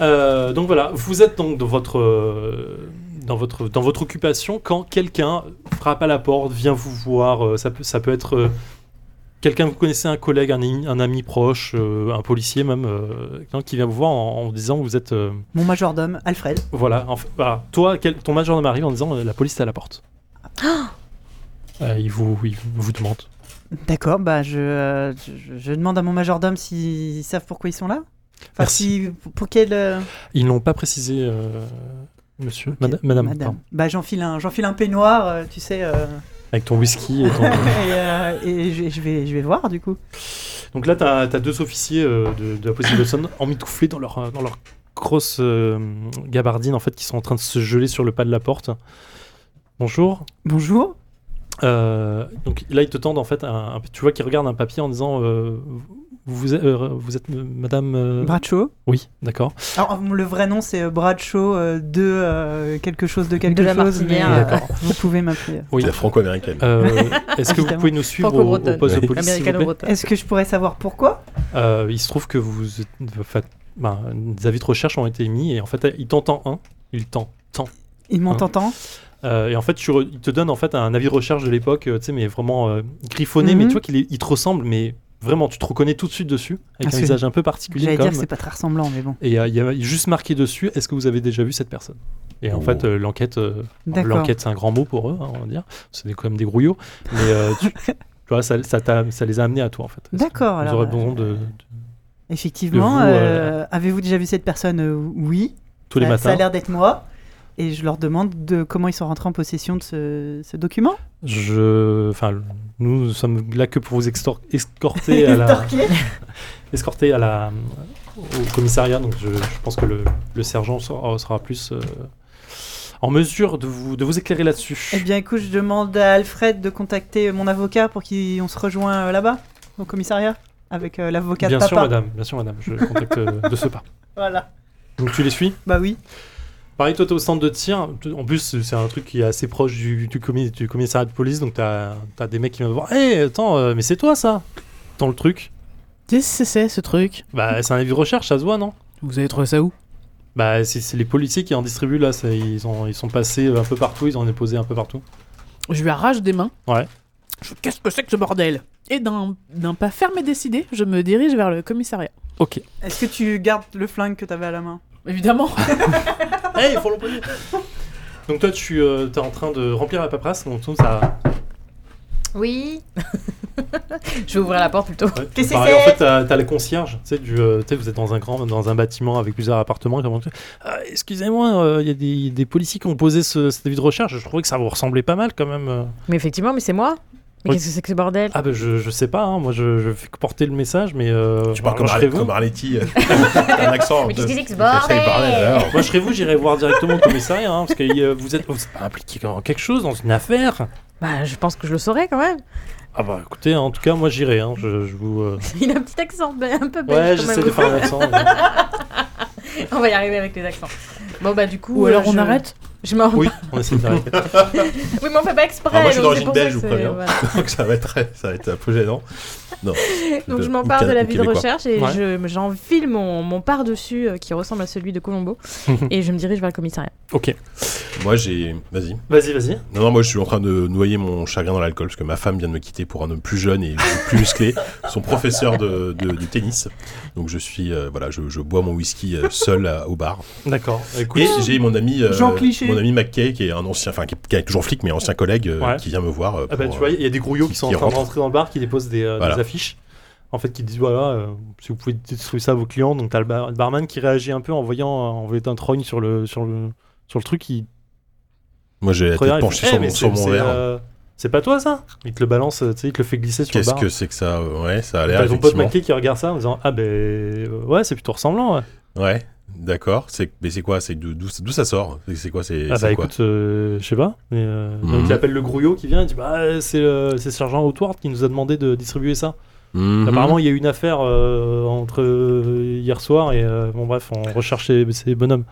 Speaker 3: Euh, donc voilà, vous êtes donc dans votre, euh, dans votre, dans votre occupation quand quelqu'un frappe à la porte, vient vous voir. euh, ça, peut, ça peut être euh, quelqu'un que vous connaissez, un collègue, un, ami- un ami proche, euh, un policier même, euh, quelqu'un qui vient vous voir en, en disant vous êtes. euh,
Speaker 1: Mon majordome, Alfred.
Speaker 3: voilà, en fait, voilà. toi, quel- ton majordome arrive en disant euh, la police est à la porte. Euh, il, vous, il vous demande.
Speaker 1: D'accord, bah je, euh, je, je demande à mon majordome s'ils savent pourquoi ils sont là. Enfin,
Speaker 3: Merci.
Speaker 1: si- pour quel. euh,
Speaker 3: Ils n'ont pas précisé, euh, monsieur, madame, madame, pardon.
Speaker 1: Bah j'enfile un, j'enfile un peignoir, euh, tu sais, euh,
Speaker 3: avec ton whisky et ton.
Speaker 1: et, euh, et je, je vais, je vais voir du coup.
Speaker 3: Donc là, t'as as deux officiers euh, de, de la police de Boston emmitouflés dans leur, euh, dans leur grosse euh, gabardine, en fait, qui sont en train de se geler sur le pas de la porte. Bonjour.
Speaker 1: Bonjour.
Speaker 3: Euh, donc là, ils te tendent, en fait, un, un- tu vois qu'ils regardent un papier en disant euh, vous, êtes- euh, vous êtes euh, madame. euh,
Speaker 1: Bradshaw.
Speaker 3: Oui, d'accord.
Speaker 1: Alors le vrai nom c'est euh, Bradshaw euh, de euh, quelque chose de quelque
Speaker 5: De la
Speaker 1: chose. mais,
Speaker 5: Martinière.
Speaker 1: euh,
Speaker 3: D'accord.
Speaker 1: vous pouvez m'appeler.
Speaker 3: Oui.
Speaker 4: La franco-américaine.
Speaker 3: Euh, Est-ce que vous
Speaker 1: Évidemment.
Speaker 3: pouvez nous suivre au, au
Speaker 5: Franco-bretonne.
Speaker 3: poste de
Speaker 4: Oui.
Speaker 3: police s'il vous plaît
Speaker 5: Américano-bretonne.
Speaker 1: Est-ce que je pourrais savoir pourquoi
Speaker 3: Euh, Il se trouve que vous. êtes- enfin, ben, des avis de recherche ont été mis et en fait, il t'entend un. Il t'entend.
Speaker 1: Ils
Speaker 3: Hein.
Speaker 1: m'entendent
Speaker 3: Euh, et en fait, tu re- il te donne en fait un avis de recherche de l'époque, euh, tu sais, mais vraiment euh, griffonné, mais
Speaker 1: Mhm.
Speaker 3: tu vois qu'il est- il te ressemble, mais vraiment, tu te reconnais tout de suite dessus,
Speaker 1: Ah,
Speaker 3: avec un
Speaker 1: c'est-
Speaker 3: visage un peu particulier
Speaker 1: J'allais
Speaker 3: comme.
Speaker 1: dire c'est pas très ressemblant, mais bon.
Speaker 3: Et euh, il y a juste marqué dessus, est-ce que vous avez déjà vu cette personne Et en
Speaker 4: Oh.
Speaker 3: fait, euh, l'enquête, euh,
Speaker 1: D'accord.
Speaker 3: l'enquête, c'est un grand mot pour eux, hein, on va dire. C'est des- quand même des grouillots, mais euh, tu, tu vois, ça, ça, t'a- ça les a amenés à toi en fait. Est-ce que
Speaker 1: D'accord,
Speaker 3: Vous
Speaker 1: alors,
Speaker 3: aurez
Speaker 1: euh,
Speaker 3: besoin de, de-
Speaker 1: Effectivement.
Speaker 3: de vous,
Speaker 1: euh, Avez-vous déjà vu cette personne Euh, Oui.
Speaker 3: tous les
Speaker 1: ça, bah, ça
Speaker 3: matins.
Speaker 1: a l'air d'être moi. Et je leur demande de comment ils sont rentrés en possession de ce, ce document.
Speaker 3: Je, enfin, nous sommes là que pour vous extor- escorter à la.
Speaker 1: Torqué.
Speaker 3: escorté à la, au commissariat. Donc je, je pense que le, le sergent sera, sera plus euh, en mesure de vous, de vous éclairer
Speaker 1: Eh
Speaker 3: là-dessus.
Speaker 1: bien, écoute, je demande à Alfred de contacter mon avocat pour qu'on se rejoint euh, là-bas, au commissariat, avec euh, l'avocat de
Speaker 3: Bien
Speaker 1: papa.
Speaker 3: sûr, madame. Bien sûr, madame. Je contacte euh, de ce pas.
Speaker 1: Voilà.
Speaker 3: Donc tu les suis
Speaker 1: Bah oui.
Speaker 3: Pareil, toi, t'es au centre de tir. Tu- En plus, c'est un truc qui est assez proche du, du, commis- du commissariat de police. Donc t'as as des mecs qui viennent voir. Hé, attends, euh, mais c'est toi ça Dans le truc
Speaker 2: Qu'est-ce que c'est ce truc
Speaker 3: Bah, c'est un avis de recherche, ça se voit, non
Speaker 2: Vous avez trouvé ça où
Speaker 3: Bah, c'est c'est les policiers qui en distribuent là. ça, Ils, ont, ils sont passés un peu partout, ils en ont déposé un peu partout.
Speaker 2: Je lui arrache des mains.
Speaker 3: Ouais.
Speaker 2: Je fais, Qu'est-ce que c'est que ce bordel Et d'un d'un pas ferme et décidé, je me dirige vers le commissariat.
Speaker 3: Ok.
Speaker 1: Est-ce que tu gardes le flingue que t'avais à la main
Speaker 2: Évidemment
Speaker 3: Hey, faut l'empoigner. Donc euh, toi, tu es en train de remplir la paperasse, donc ça,
Speaker 5: Oui. Je vais ouvrir la porte plutôt.
Speaker 3: Ouais.
Speaker 1: Qu'est-ce que
Speaker 3: Pareil, en
Speaker 1: c'est
Speaker 3: fait, t'as as les concierges. Tu sais, du, euh, tu sais, vous êtes dans un grand, dans un bâtiment avec plusieurs appartements. comme on dit, Ah, Excusez-moi, euh, il y a des, des policiers qui ont posé ce, cet avis de recherche. Je trouvais que ça vous ressemblait pas mal quand même. euh.
Speaker 5: Mais effectivement, mais c'est moi. Mais
Speaker 3: Oui.
Speaker 5: qu'est-ce que c'est que ce bordel
Speaker 3: Ah ben je, je sais pas. hein. Moi, je, je fais que porter le message, mais euh,
Speaker 4: Tu parles comme, Arle-
Speaker 3: lâcherez-vous.
Speaker 4: comme Arletty, euh, t'as un accent.
Speaker 5: Mais
Speaker 4: de-
Speaker 5: qu'est-ce que c'est que ce
Speaker 4: de- ça, il parlait,
Speaker 5: bordel
Speaker 4: alors.
Speaker 3: Moi, je serais vous, j'irai voir directement le commissariat, hein, parce que euh, vous êtes, vous êtes pas impliqué dans quelque chose, dans une affaire.
Speaker 5: Bah, je pense que je le saurais quand même.
Speaker 3: Ah bah écoutez, en tout cas, moi j'irai. hein. je, je vous. euh,
Speaker 5: Il a un petit accent ben, un peu belge
Speaker 3: Ouais,
Speaker 5: quand
Speaker 3: j'essaie
Speaker 5: même.
Speaker 3: de faire un accent. mais-
Speaker 5: On va y arriver avec les accents. Bon bah du coup.
Speaker 2: Ou alors
Speaker 5: euh,
Speaker 2: on
Speaker 5: je-
Speaker 2: arrête
Speaker 5: Je m'en
Speaker 3: Oui, on essaie d'arrêter.
Speaker 5: Oui, mais on fait pas exprès.
Speaker 4: Ah, moi, je suis
Speaker 5: donc
Speaker 4: d'origine
Speaker 5: c'est pour ça
Speaker 4: belge,
Speaker 5: que
Speaker 4: je vous
Speaker 5: c'est-
Speaker 4: préviens.
Speaker 5: voilà.
Speaker 4: Donc ça va être, ça va être un peu gênant. Non.
Speaker 5: Donc je
Speaker 4: Ou
Speaker 5: m'empare de
Speaker 4: Can-
Speaker 5: la
Speaker 4: ou
Speaker 5: vie de
Speaker 4: Québécois.
Speaker 5: recherche et
Speaker 3: Ouais.
Speaker 5: je- j'enfile mon, mon par-dessus euh, qui ressemble à celui de Colombo et je me dirige vers le commissariat.
Speaker 3: Ok.
Speaker 4: Moi j'ai, vas-y.
Speaker 3: Vas-y, vas-y.
Speaker 4: Non, non, moi je suis en train de noyer mon chagrin dans l'alcool parce que ma femme vient de me quitter pour un homme plus jeune et plus musclé, son professeur de, de- de tennis. Donc je suis, euh, voilà, je, je bois mon whisky euh, seul à- au bar.
Speaker 3: D'accord. Écoute.
Speaker 4: Et j'ai mon ami, euh,
Speaker 1: Jean Cliché.
Speaker 4: mon ami McKay qui est un ancien, enfin qui, est- qui est toujours flic mais ancien collègue euh,
Speaker 3: Ouais.
Speaker 4: qui vient me voir. euh,
Speaker 3: Ah bah,
Speaker 4: pour,
Speaker 3: tu vois,
Speaker 4: euh,
Speaker 3: il y a des grouillots qui sont
Speaker 4: qui
Speaker 3: en train de
Speaker 4: rentrent.
Speaker 3: rentrer dans le bar, qui déposent des, euh,
Speaker 4: Voilà.
Speaker 3: des affiches. En fait, qui disent voilà, euh, si vous pouvez distribuer ça à vos clients. Donc, t'as le, bar- le barman qui réagit un peu en voyant, euh, en voyant un trogne sur le, sur le, sur le truc. Il
Speaker 4: moi j'ai la
Speaker 3: te regarde,
Speaker 4: tête
Speaker 3: il
Speaker 4: penchée
Speaker 3: fait, Eh,
Speaker 4: sur
Speaker 3: mais c'est-
Speaker 4: mon, sur mon
Speaker 3: c'est,
Speaker 4: verre.
Speaker 3: euh, C'est pas toi ça Il te le balance, euh, tu sais, il te le fait glisser sur le
Speaker 4: Qu'est-ce
Speaker 3: bar.
Speaker 4: que c'est que ça euh, Ouais, ça a l'air
Speaker 3: T'as ton pote
Speaker 4: effectivement.
Speaker 3: maqué qui regarde ça en disant ah ben euh, ouais, c'est plutôt ressemblant. ouais.
Speaker 4: Ouais, d'accord. C'est, mais c'est quoi C'est d'où, d'où- d'où ça sort C'est, c'est quoi C'est,
Speaker 3: Ah
Speaker 4: c'est
Speaker 3: bah
Speaker 4: quoi
Speaker 3: écoute, euh, je sais pas. mais, euh,
Speaker 4: Mhm.
Speaker 3: Donc il appelle le grouillot qui vient, il dit bah euh, c'est le, c'est le sergent Outward qui nous a demandé de distribuer ça.
Speaker 4: Mhm.
Speaker 3: Apparemment il y a eu une affaire euh, entre euh, hier soir et euh, bon bref on recherche ces, ces bonhommes.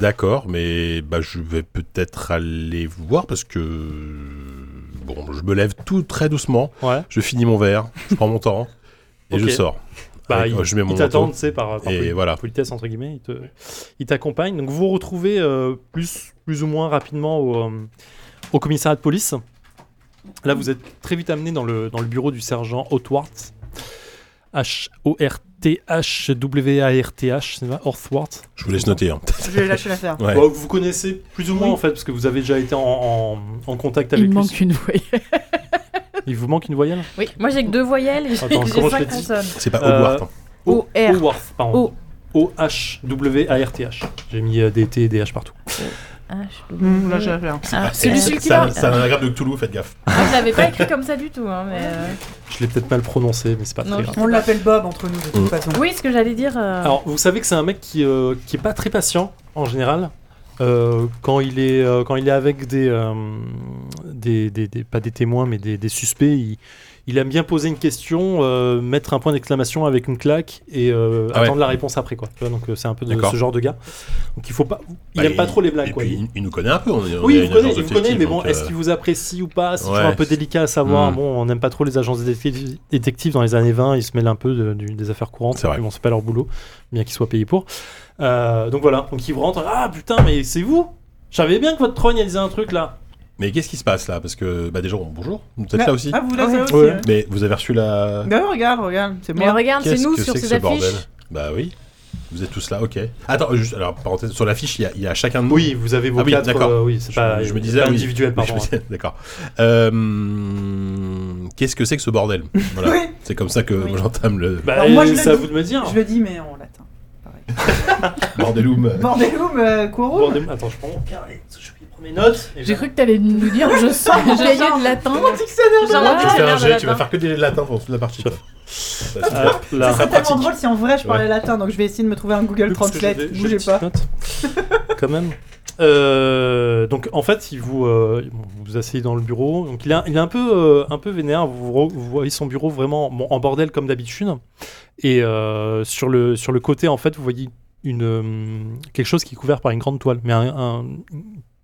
Speaker 4: D'accord, mais bah, je vais peut-être aller voir parce que. Bon, je me lève tout très doucement,
Speaker 3: Ouais.
Speaker 4: je finis mon verre, je prends mon temps et
Speaker 3: Ok.
Speaker 4: je sors.
Speaker 3: Bah
Speaker 4: Avec- euh,
Speaker 3: ils,
Speaker 4: je mets
Speaker 3: ils
Speaker 4: mon
Speaker 3: t'attendent,
Speaker 4: manteau.
Speaker 3: tu sais par, par
Speaker 4: Et
Speaker 3: poli-
Speaker 4: voilà.
Speaker 3: politesse entre guillemets, ils, te, ils t'accompagnent. Donc vous vous retrouvez euh, plus plus ou moins rapidement au, euh, au commissariat de police. Là vous êtes très vite amené dans le dans le bureau du sergent Outward. H O R T H W A R T H, c'est ça Orthwart.
Speaker 4: Je vous laisse noter. hein.
Speaker 1: Je vais lâcher l'affaire.
Speaker 4: Ouais.
Speaker 3: Bah, vous connaissez plus ou moins
Speaker 1: Oui.
Speaker 3: en fait, parce que vous avez déjà été en, en- en contact avec
Speaker 2: Il
Speaker 3: lui.
Speaker 2: manque une voyelle.
Speaker 3: Il vous manque une voyelle
Speaker 5: Oui, moi j'ai que deux voyelles et j'ai
Speaker 3: Attends, comment
Speaker 5: j'ai
Speaker 3: je
Speaker 5: cinq
Speaker 3: l'ai dit
Speaker 5: consonnes.
Speaker 4: C'est pas
Speaker 3: Euh,
Speaker 4: Hogwarts. hein.
Speaker 5: O R
Speaker 3: Owarth, pardon.
Speaker 5: O
Speaker 3: O-H-W-A-R-T-H. J'ai mis euh, des T et des H partout.
Speaker 5: H, W.
Speaker 1: Mmh, lâcher l'affaire.
Speaker 5: Ah, C'est Lucille qui
Speaker 4: ça,
Speaker 5: parle.
Speaker 4: ça anagramme de Cthulhu, faites gaffe.
Speaker 5: Ah, Je l'avais pas écrit comme ça du tout. hein, mais, euh,
Speaker 3: Je l'ai peut-être mal prononcé, mais c'est pas
Speaker 5: Non,
Speaker 3: très
Speaker 5: je-
Speaker 3: grave.
Speaker 1: On l'appelle Bob entre nous de toute
Speaker 4: Mm.
Speaker 1: façon.
Speaker 5: Oui, ce que j'allais dire. euh,
Speaker 3: Alors, vous savez que c'est un mec qui, euh, qui est pas très patient en général. Euh, quand, il est, euh, quand il est avec des, euh, des, des- des- pas des témoins, mais des, des suspects, il, il aime bien poser une question, euh, mettre un point d'exclamation avec une claque et euh,
Speaker 4: Ah ouais.
Speaker 3: attendre la réponse après. Quoi. Tu vois, donc, euh, c'est un peu de,
Speaker 4: D'accord.
Speaker 3: ce genre de gars. Donc, il faut pas, il
Speaker 4: Bah,
Speaker 3: aime pas trop les blagues.
Speaker 4: Et
Speaker 3: quoi.
Speaker 4: puis, il, il nous connaît un peu. On est, on
Speaker 3: Oui,
Speaker 4: est
Speaker 3: il
Speaker 4: une
Speaker 3: vous connaît,
Speaker 4: agence
Speaker 3: il vous
Speaker 4: détective,
Speaker 3: connaît, mais bon,
Speaker 4: donc,
Speaker 3: est-ce
Speaker 4: euh,
Speaker 3: qu'il vous apprécie ou pas C'est
Speaker 4: ouais.
Speaker 3: toujours un peu délicat à savoir.
Speaker 4: Mm.
Speaker 3: Bon, on n'aime pas trop les agences détectives, détectives dans les années 20, ils se mêlent un peu de- du- des affaires courantes.
Speaker 4: C'est vrai.
Speaker 3: mais Bon, c'est pas leur boulot, bien qu'ils soient payés pour. Euh, donc voilà, donc ils rentrent. Ah putain, mais c'est vous Je savais bien que votre trogne, elle disait un truc là.
Speaker 4: Mais qu'est-ce qui se passe là Parce que, bah, déjà, bon, bonjour. Vous êtes
Speaker 1: Mais-
Speaker 4: là aussi.
Speaker 1: Ah, vous l'avez
Speaker 5: Ouais.
Speaker 1: aussi
Speaker 3: Ouais.
Speaker 1: hein.
Speaker 4: Mais vous avez reçu la.
Speaker 1: Bah, regarde, regarde, c'est
Speaker 5: Mais
Speaker 1: moi.
Speaker 5: regarde, c'est
Speaker 4: Qu'est-ce
Speaker 5: nous
Speaker 4: que
Speaker 5: sur
Speaker 4: c'est que
Speaker 5: ces
Speaker 4: ce bordel
Speaker 5: affiches.
Speaker 4: Bah oui. Vous êtes tous là, ok. Attends, juste, alors, parenthèse, sur l'affiche, il y a- il y, a chacun de nous.
Speaker 3: Oui, vous avez vos
Speaker 4: Ah oui,
Speaker 3: quatre.
Speaker 4: d'accord.
Speaker 3: euh, oui, c'est
Speaker 4: Je-
Speaker 3: pas,
Speaker 4: je me
Speaker 3: c'est
Speaker 4: disais,
Speaker 3: pas
Speaker 4: oui.
Speaker 3: individuel,
Speaker 4: Oui, je
Speaker 3: pardon.
Speaker 4: me disais, D'accord. Euh, Qu'est-ce que c'est que ce bordel Voilà.
Speaker 1: Oui.
Speaker 4: C'est comme ça que
Speaker 1: Oui.
Speaker 4: j'entame le
Speaker 3: Bah,
Speaker 1: Alors, moi, je
Speaker 3: c'est à
Speaker 1: le
Speaker 3: vous
Speaker 1: dis.
Speaker 3: de me dire.
Speaker 1: Je le dis, mais en latin.
Speaker 5: Bah,
Speaker 4: bordeloum.
Speaker 1: Bordelum, euh, quorum.
Speaker 3: Bordel- Attends, je prends. Ah, Regarde, je fais les premières notes. et
Speaker 2: J'ai
Speaker 3: je-
Speaker 2: cru que t'allais nous dire je sens
Speaker 5: J'ai
Speaker 2: j'ai
Speaker 5: genre-
Speaker 2: de latin.
Speaker 1: Mon dictionnaire de
Speaker 5: Genre,
Speaker 1: latin.
Speaker 5: Ah,
Speaker 4: tu vas faire un
Speaker 5: merde,
Speaker 4: jet, tu vas
Speaker 5: latin.
Speaker 4: faire que des latins pendant toute la partie. quoi. Ça, c'est
Speaker 3: Hop Ah, là.
Speaker 1: C'est
Speaker 4: pratique.
Speaker 1: tellement drôle si en vrai je parlais latin, donc je vais essayer de me trouver un Google
Speaker 3: Parce que
Speaker 1: Translate.
Speaker 3: j'ai des- j'ai
Speaker 1: Bougez
Speaker 3: des
Speaker 1: pas.
Speaker 3: petites notes. Quand même. Euh, donc en fait, il vous euh, bon, vous vous asseyez dans le bureau. Donc il est, un- il est un peu euh, un peu vénère. Vous, re- vous voyez son bureau vraiment bon, en bordel comme d'habitude. Et euh, sur le sur le côté en fait, vous voyez une euh, quelque chose qui est couvert par une grande toile, mais un, un-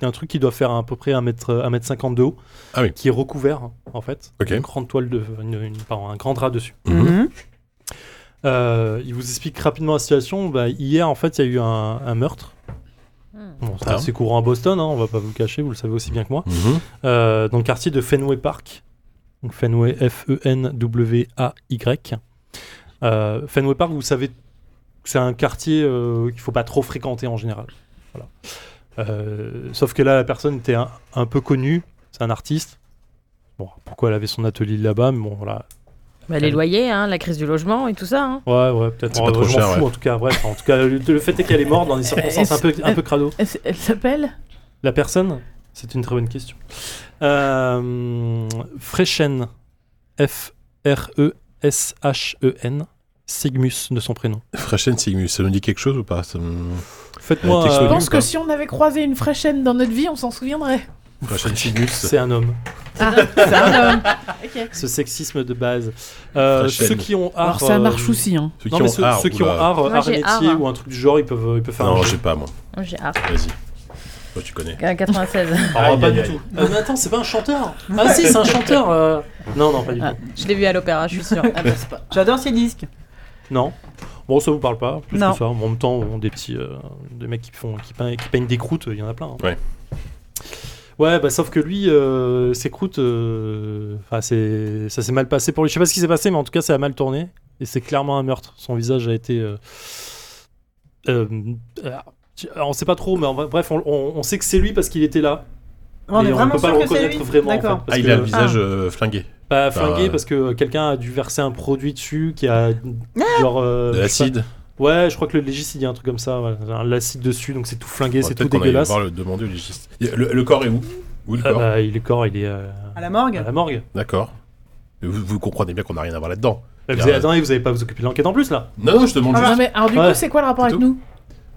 Speaker 3: un truc qui doit faire à peu près 1 mètre 1 mètre 50 de haut,
Speaker 4: Ah oui.
Speaker 3: qui est recouvert en fait,
Speaker 4: Ok.
Speaker 3: une grande toile de une- une- pardon, un grand drap dessus.
Speaker 4: Mhm.
Speaker 3: Euh, il vous explique rapidement la situation. Bah, hier, en fait, il y a eu un, un meurtre.
Speaker 5: Hmm.
Speaker 3: Bon, c'est
Speaker 4: Ah.
Speaker 3: assez courant à Boston, hein, on va pas vous le cacher, vous le savez aussi bien que moi.
Speaker 4: Mhm.
Speaker 3: Euh, dans le quartier de Fenway Park. Donc Fenway, E F-E-N-W-A-Y. Euh, Fenway Park, vous savez que c'est un quartier euh, qu'il faut pas trop fréquenter en général. Voilà. Euh, sauf que là, la personne était un, un peu connue, c'est un artiste. Bon, pourquoi elle avait son atelier là-bas, mais bon, voilà,
Speaker 5: Bah, les loyers, hein, la crise du logement et tout ça. hein.
Speaker 3: Ouais, ouais, peut-être.
Speaker 4: C'est
Speaker 3: Oh,
Speaker 4: pas trop
Speaker 3: je
Speaker 4: cher,
Speaker 3: m'en fous
Speaker 4: ouais.
Speaker 3: en tout cas. Bref, en tout cas, le, le fait est qu'elle est morte dans des circonstances un peu, un peu crado.
Speaker 2: Elle, s- elle s'appelle
Speaker 3: La personne C'est une très bonne question. Euh, Freshen, E F-R-E-S-H-E-N, E Sigmus de son prénom.
Speaker 4: Freshen Sigmus, ça nous dit quelque chose ou pas Ça me-
Speaker 3: Faites-moi.
Speaker 4: Euh, texto
Speaker 3: euh,
Speaker 2: Je
Speaker 4: Connu,
Speaker 2: pense que
Speaker 4: quoi.
Speaker 2: si on avait croisé une fraîchaine dans notre vie, on s'en souviendrait.
Speaker 4: Freshen Sigmus.
Speaker 3: euh, c'est un homme.
Speaker 2: Ah, C'est un homme.
Speaker 3: Ce sexisme de base. Euh,
Speaker 4: Freshen.
Speaker 3: ceux qui ont art.
Speaker 2: Alors ça
Speaker 3: euh,
Speaker 2: marche aussi. Hein.
Speaker 4: Ceux
Speaker 3: Non, mais ceux,
Speaker 4: art,
Speaker 3: ceux qui ont
Speaker 4: oula.
Speaker 3: art,
Speaker 5: Moi,
Speaker 3: art
Speaker 5: j'ai
Speaker 3: métier
Speaker 5: art.
Speaker 3: ou un truc du genre, ils peuvent, ils peuvent faire un
Speaker 4: Non,
Speaker 3: jeu.
Speaker 4: j'ai pas moi.
Speaker 5: Oh, J'ai hâte.
Speaker 4: Vas-y. Toi, tu connais.
Speaker 5: Euh, 96.
Speaker 3: Ah,
Speaker 4: Aïe,
Speaker 3: pas
Speaker 4: aïe,
Speaker 3: du
Speaker 4: aïe.
Speaker 3: tout. Ah, mais attends, c'est pas un chanteur Ah si, c'est un chanteur euh. Non, non, pas du
Speaker 5: Ah.
Speaker 3: tout.
Speaker 5: je l'ai vu à l'opéra, je suis sûre. Ah, bah, c'est pas-
Speaker 1: J'adore ces disques.
Speaker 3: Non. Bon, ça vous parle pas, plus
Speaker 1: Non.
Speaker 3: que ça. En même temps, on des petits. euh, des mecs qui, font, qui, peignent, qui peignent des croûtes, il y en a plein. hein.
Speaker 4: Ouais.
Speaker 3: Ouais, bah, sauf que lui, euh, ses croûtes. euh, enfin, c'est- ça s'est mal passé pour lui. Je sais pas ce qui s'est passé, mais en tout cas, ça a mal tourné. Et c'est clairement un meurtre. Son visage a été. euh, euh, euh, alors, on sait pas trop, mais en vrai- bref, on, on- on sait que c'est lui parce qu'il était là.
Speaker 1: On
Speaker 3: Mais
Speaker 1: est
Speaker 3: on
Speaker 1: vraiment
Speaker 3: peut
Speaker 1: sûr
Speaker 3: pas le
Speaker 1: que c'est
Speaker 3: reconnaître
Speaker 1: lui.
Speaker 3: vraiment. en fait,
Speaker 1: D'accord.
Speaker 3: parce
Speaker 4: Ah, il
Speaker 3: que-
Speaker 4: a le visage euh, flingué.
Speaker 3: pas
Speaker 4: Enfin,
Speaker 3: flingué
Speaker 4: euh,
Speaker 3: Bah, parce que quelqu'un a dû verser un produit dessus qui a genre euh,
Speaker 4: De
Speaker 3: je sais pas.
Speaker 4: l'acide.
Speaker 3: Ouais, je crois que le légicide, il y a un truc comme ça, ouais. un l'acide dessus, donc c'est tout flingué,
Speaker 4: Bon,
Speaker 3: c'est tout
Speaker 4: peut-être qu'on aille
Speaker 3: dégueulasse.
Speaker 4: voir le demander au légiste. Le, le corps est où Où est le
Speaker 3: Ah
Speaker 4: corps
Speaker 3: bah, il est corps, il est euh,
Speaker 1: À la morgue
Speaker 3: à la morgue.
Speaker 4: D'accord. Mais Vous, vous comprenez bien qu'on n'a rien à voir là-dedans.
Speaker 3: Bah, vous
Speaker 4: Bien.
Speaker 3: avez, attendez, vous avez pas vous occuper de l'enquête en plus là
Speaker 4: Non, non, je
Speaker 3: Ah,
Speaker 4: demande
Speaker 2: Non,
Speaker 4: juste.
Speaker 2: mais alors du
Speaker 3: Ouais.
Speaker 2: coup, c'est quoi le rapport
Speaker 4: C'est
Speaker 2: avec nous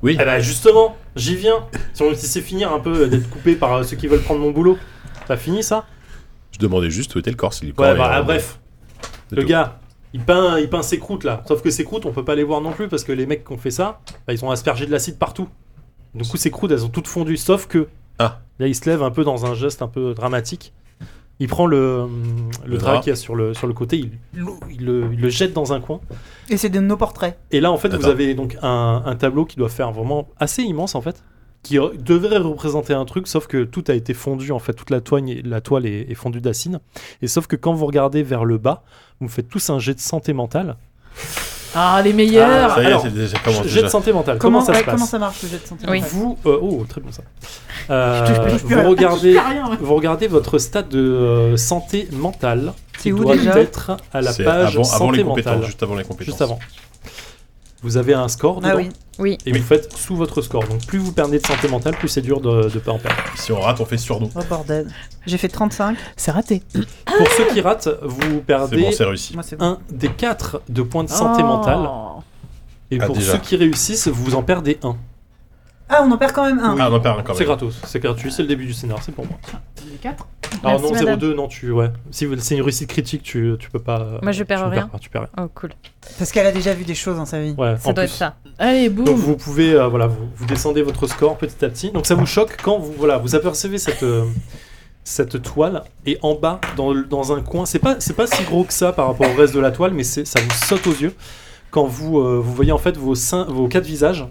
Speaker 4: Oui.
Speaker 3: Eh bah justement, j'y viens. Si on si c'est finir un peu euh, d'être coupé par euh, ceux qui veulent prendre mon boulot, t'as fini ça
Speaker 4: Je demandais juste où était le corps. Si le corps
Speaker 3: bah. Ouais,
Speaker 4: est-
Speaker 3: bah ah, bref,
Speaker 4: c'est
Speaker 3: le
Speaker 4: tout.
Speaker 3: gars, il peint, il peint ses croûtes là. Sauf que ses croûtes, on peut pas les voir non plus parce que les mecs qui ont fait ça, bah, ils ont aspergé de l'acide partout. Du coup, ses croûtes, elles ont toutes fondu, sauf que
Speaker 4: Ah.
Speaker 3: là, il se lève un peu dans un geste un peu dramatique. Il prend le, hum, le,
Speaker 4: Le
Speaker 3: drap
Speaker 4: drap.
Speaker 3: qu'il y a sur le, sur le côté, il, l'ou- il le, il le jette dans un coin.
Speaker 1: Et c'est de nos portraits.
Speaker 3: Et là, en fait, vous
Speaker 4: D'accord.
Speaker 3: avez donc un, un tableau qui doit faire vraiment assez immense, en fait, qui re- devrait représenter un truc, sauf que tout a été fondu, en fait, toute la toile, la toile est, est fondue d'acide. Et sauf que quand vous regardez vers le bas, vous me faites tous un jet de santé mentale.
Speaker 2: Ah, les meilleurs
Speaker 4: Ça y est,
Speaker 3: alors,
Speaker 4: c'est déjà commencé.
Speaker 3: jet de santé mentale, comment, ça
Speaker 1: ouais,
Speaker 3: se passe
Speaker 1: comment ça marche le jet de sentiment
Speaker 5: Oui.
Speaker 3: Vous, euh, oh, très bon ça. Euh,
Speaker 1: Je touche- je touche plus à-
Speaker 3: vous regardez,
Speaker 1: je touche plus à rien, ouais.
Speaker 3: vous regardez votre stade de euh, santé mentale
Speaker 1: C'est
Speaker 3: qui
Speaker 1: où
Speaker 3: doit
Speaker 1: déjà
Speaker 3: être à la
Speaker 4: C'est
Speaker 3: page
Speaker 4: avant, avant
Speaker 3: santé
Speaker 4: les compétences,
Speaker 3: mentale,
Speaker 4: juste avant les compétences.
Speaker 3: juste avant. Vous avez un score
Speaker 1: Ah
Speaker 3: dedans
Speaker 1: oui.
Speaker 5: Oui.
Speaker 3: et vous faites sous votre score. Donc plus vous perdez de santé mentale, plus c'est dur de ne pas en perdre.
Speaker 4: Si on rate, on fait surnom.
Speaker 1: Oh bordel. J'ai fait 35.
Speaker 2: C'est raté.
Speaker 3: Pour ceux qui ratent, vous
Speaker 4: Ah C'est bon,
Speaker 3: perdez
Speaker 4: c'est réussi.
Speaker 1: Moi c'est bon.
Speaker 3: un des quatre de points de santé
Speaker 2: Oh.
Speaker 3: mentale. Et
Speaker 4: Ah,
Speaker 3: pour
Speaker 4: déjà.
Speaker 3: ceux qui réussissent, vous en perdez un.
Speaker 1: Ah, on en perd quand même un.
Speaker 4: Ah, on en perd un quand
Speaker 3: C'est
Speaker 4: même.
Speaker 3: gratos, c'est gratuit, c'est le début du scénar, c'est pour moi.
Speaker 2: Les quatre
Speaker 3: Alors
Speaker 5: Merci,
Speaker 3: non,
Speaker 5: madame.
Speaker 3: 02, non, tu... Ouais. Si vous- c'est une réussite critique, tu, tu peux pas... euh,
Speaker 5: Moi, je perds
Speaker 3: tu ne
Speaker 5: rien.
Speaker 3: pas, tu perds rien.
Speaker 5: Oh, cool.
Speaker 1: Parce qu'elle a déjà vu des choses dans sa vie.
Speaker 3: Ouais,
Speaker 5: Ça
Speaker 3: en
Speaker 5: doit
Speaker 3: plus.
Speaker 5: être ça.
Speaker 2: Allez, boum
Speaker 3: Donc vous pouvez, euh, voilà, vous, vous descendez votre score petit à petit. Donc ça vous choque quand vous, voilà, vous apercevez cette, euh, cette toile et en bas, dans, le- dans un coin, c'est pas, c'est pas si gros que ça par rapport au reste de la toile, mais c'est, ça vous saute aux yeux quand vous, euh, vous voyez en fait vos, cinq, vos quatre visages.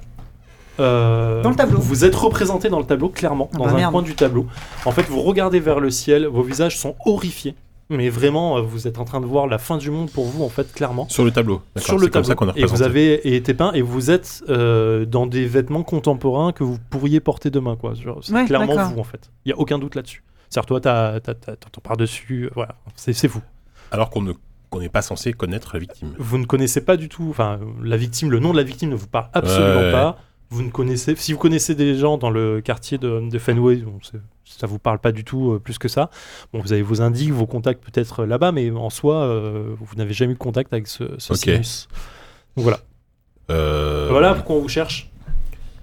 Speaker 3: euh,
Speaker 1: Dans le tableau.
Speaker 3: Vous êtes représentés dans le tableau, clairement,
Speaker 1: Ah
Speaker 3: dans
Speaker 1: bah
Speaker 3: un
Speaker 1: merde.
Speaker 3: coin du tableau. En fait, vous regardez vers le ciel, vos visages sont horrifiés. Mais vraiment, euh, vous êtes en train de voir la fin du monde pour vous, en fait, clairement
Speaker 4: Sur le tableau. D'accord,
Speaker 3: sur le
Speaker 4: c'est comme
Speaker 3: tableau.
Speaker 4: ça qu'on a
Speaker 3: et vous
Speaker 4: représenté.
Speaker 3: avez été peint et vous êtes euh, dans des vêtements contemporains que vous pourriez porter demain. quoi. Genre, C'est
Speaker 1: Ouais,
Speaker 3: clairement
Speaker 1: d'accord.
Speaker 3: vous, en fait. Il n'y a aucun doute là-dessus. C'est-à-dire, toi, t'as t'as- t'as- t'as ton par-dessus. euh, Voilà, c'est c'est vous.
Speaker 4: Alors qu'on ne- qu'on n'est pas censé connaître la victime.
Speaker 3: Vous ne connaissez pas du tout. Enfin, la victime, le nom de la victime ne vous parle absolument
Speaker 4: Ouais.
Speaker 3: pas. Vous ne connaissez. Si vous connaissez des gens dans le quartier de, de Fenway, bon, c'est- ça vous parle pas du tout euh, plus que ça. Bon, vous avez vos indices, vos contacts peut-être euh, là-bas, mais en soi, euh, vous n'avez jamais eu de contact avec ce, ce
Speaker 4: Ok.
Speaker 3: sinus. Donc voilà.
Speaker 4: Euh,
Speaker 3: Voilà pourquoi on vous cherche.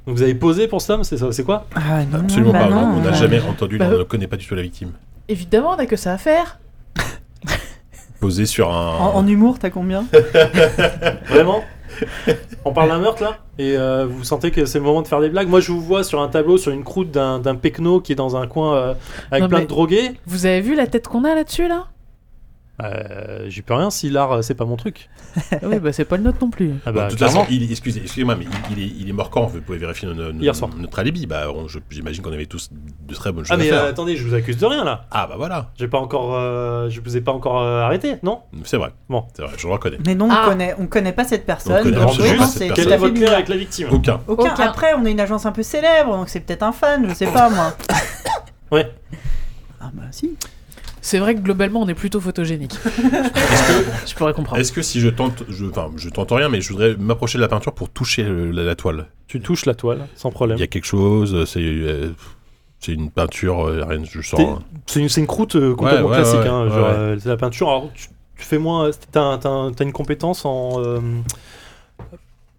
Speaker 3: Donc vous avez posé pour ça, mais c'est ça, c'est quoi
Speaker 1: Ah non.
Speaker 4: Absolument
Speaker 1: bah
Speaker 4: pas. non, on n'a
Speaker 1: bah-
Speaker 4: jamais entendu,
Speaker 2: Mmh, Bah,
Speaker 4: on ne connaît pas du tout la victime.
Speaker 2: Évidemment, on a que ça à faire.
Speaker 4: Posé sur
Speaker 1: En,
Speaker 4: un.
Speaker 1: en humour, t'as combien
Speaker 3: Vraiment On parle d'un meurtre là Et euh, vous sentez que c'est le moment de faire des blagues Moi je vous vois sur un tableau, sur une croûte d'un, d'un pecno qui est dans un coin euh, avec
Speaker 2: Non,
Speaker 3: plein
Speaker 2: mais-
Speaker 3: de drogués.
Speaker 2: Vous avez vu la tête qu'on a là-dessus, là
Speaker 3: Euh, j'y peux rien si l'art euh, c'est pas mon truc.
Speaker 2: Oui, bah c'est pas le nôtre non plus.
Speaker 3: Ah
Speaker 4: Bon,
Speaker 3: bah
Speaker 4: de toute
Speaker 3: clairement.
Speaker 4: façon, il, excusez, excusez-moi, mais il, il est, il est mort quand Vous pouvez vérifier no- no- no-
Speaker 3: Hier soir.
Speaker 4: notre alibi. Bah, on- je- j'imagine qu'on avait tous de très bonnes
Speaker 3: Ah
Speaker 4: choses à
Speaker 3: mais
Speaker 4: faire.
Speaker 3: euh, attendez, je vous accuse de rien là.
Speaker 4: Ah bah voilà,
Speaker 3: J'ai pas encore, euh, je vous ai pas encore euh, arrêté, non
Speaker 4: c'est vrai.
Speaker 3: Bon.
Speaker 4: C'est vrai, je le reconnais.
Speaker 1: Mais non, on
Speaker 5: Ah.
Speaker 1: connaît, on connaît pas cette personne.
Speaker 4: connaît
Speaker 1: donc
Speaker 4: absolument
Speaker 1: vraiment,
Speaker 4: pas cette
Speaker 1: c'est
Speaker 4: personne.
Speaker 1: tout
Speaker 3: Quel
Speaker 1: à
Speaker 3: est
Speaker 1: fait
Speaker 3: votre lien
Speaker 1: bizarre.
Speaker 3: avec la victime
Speaker 4: Aucun.
Speaker 1: Aucun.
Speaker 5: Aucun.
Speaker 1: Après, on est une agence un peu célèbre, donc c'est peut-être un fan, je sais pas moi.
Speaker 3: Ouais.
Speaker 1: Ah bah si.
Speaker 2: C'est vrai que globalement, on est plutôt photogénique.
Speaker 4: Est-ce que,
Speaker 2: Je pourrais comprendre.
Speaker 4: est-ce que si je tente, je, enfin, je tente rien, mais je voudrais m'approcher de la peinture pour toucher le- la, la toile.
Speaker 3: Tu touches la toile, sans problème.
Speaker 4: Il y a quelque chose, euh, c'est, euh, c'est une peinture, euh, rien, je sens.
Speaker 3: T'es-
Speaker 4: hein.
Speaker 3: C'est une, c'est une croûte euh, complètement
Speaker 4: ouais,
Speaker 3: classique.
Speaker 4: ouais,
Speaker 3: hein,
Speaker 4: ouais,
Speaker 3: genre,
Speaker 4: ouais.
Speaker 3: euh, c'est la peinture, alors tu, tu fais moins. T'as, un- t'as un- t'as une compétence en euh,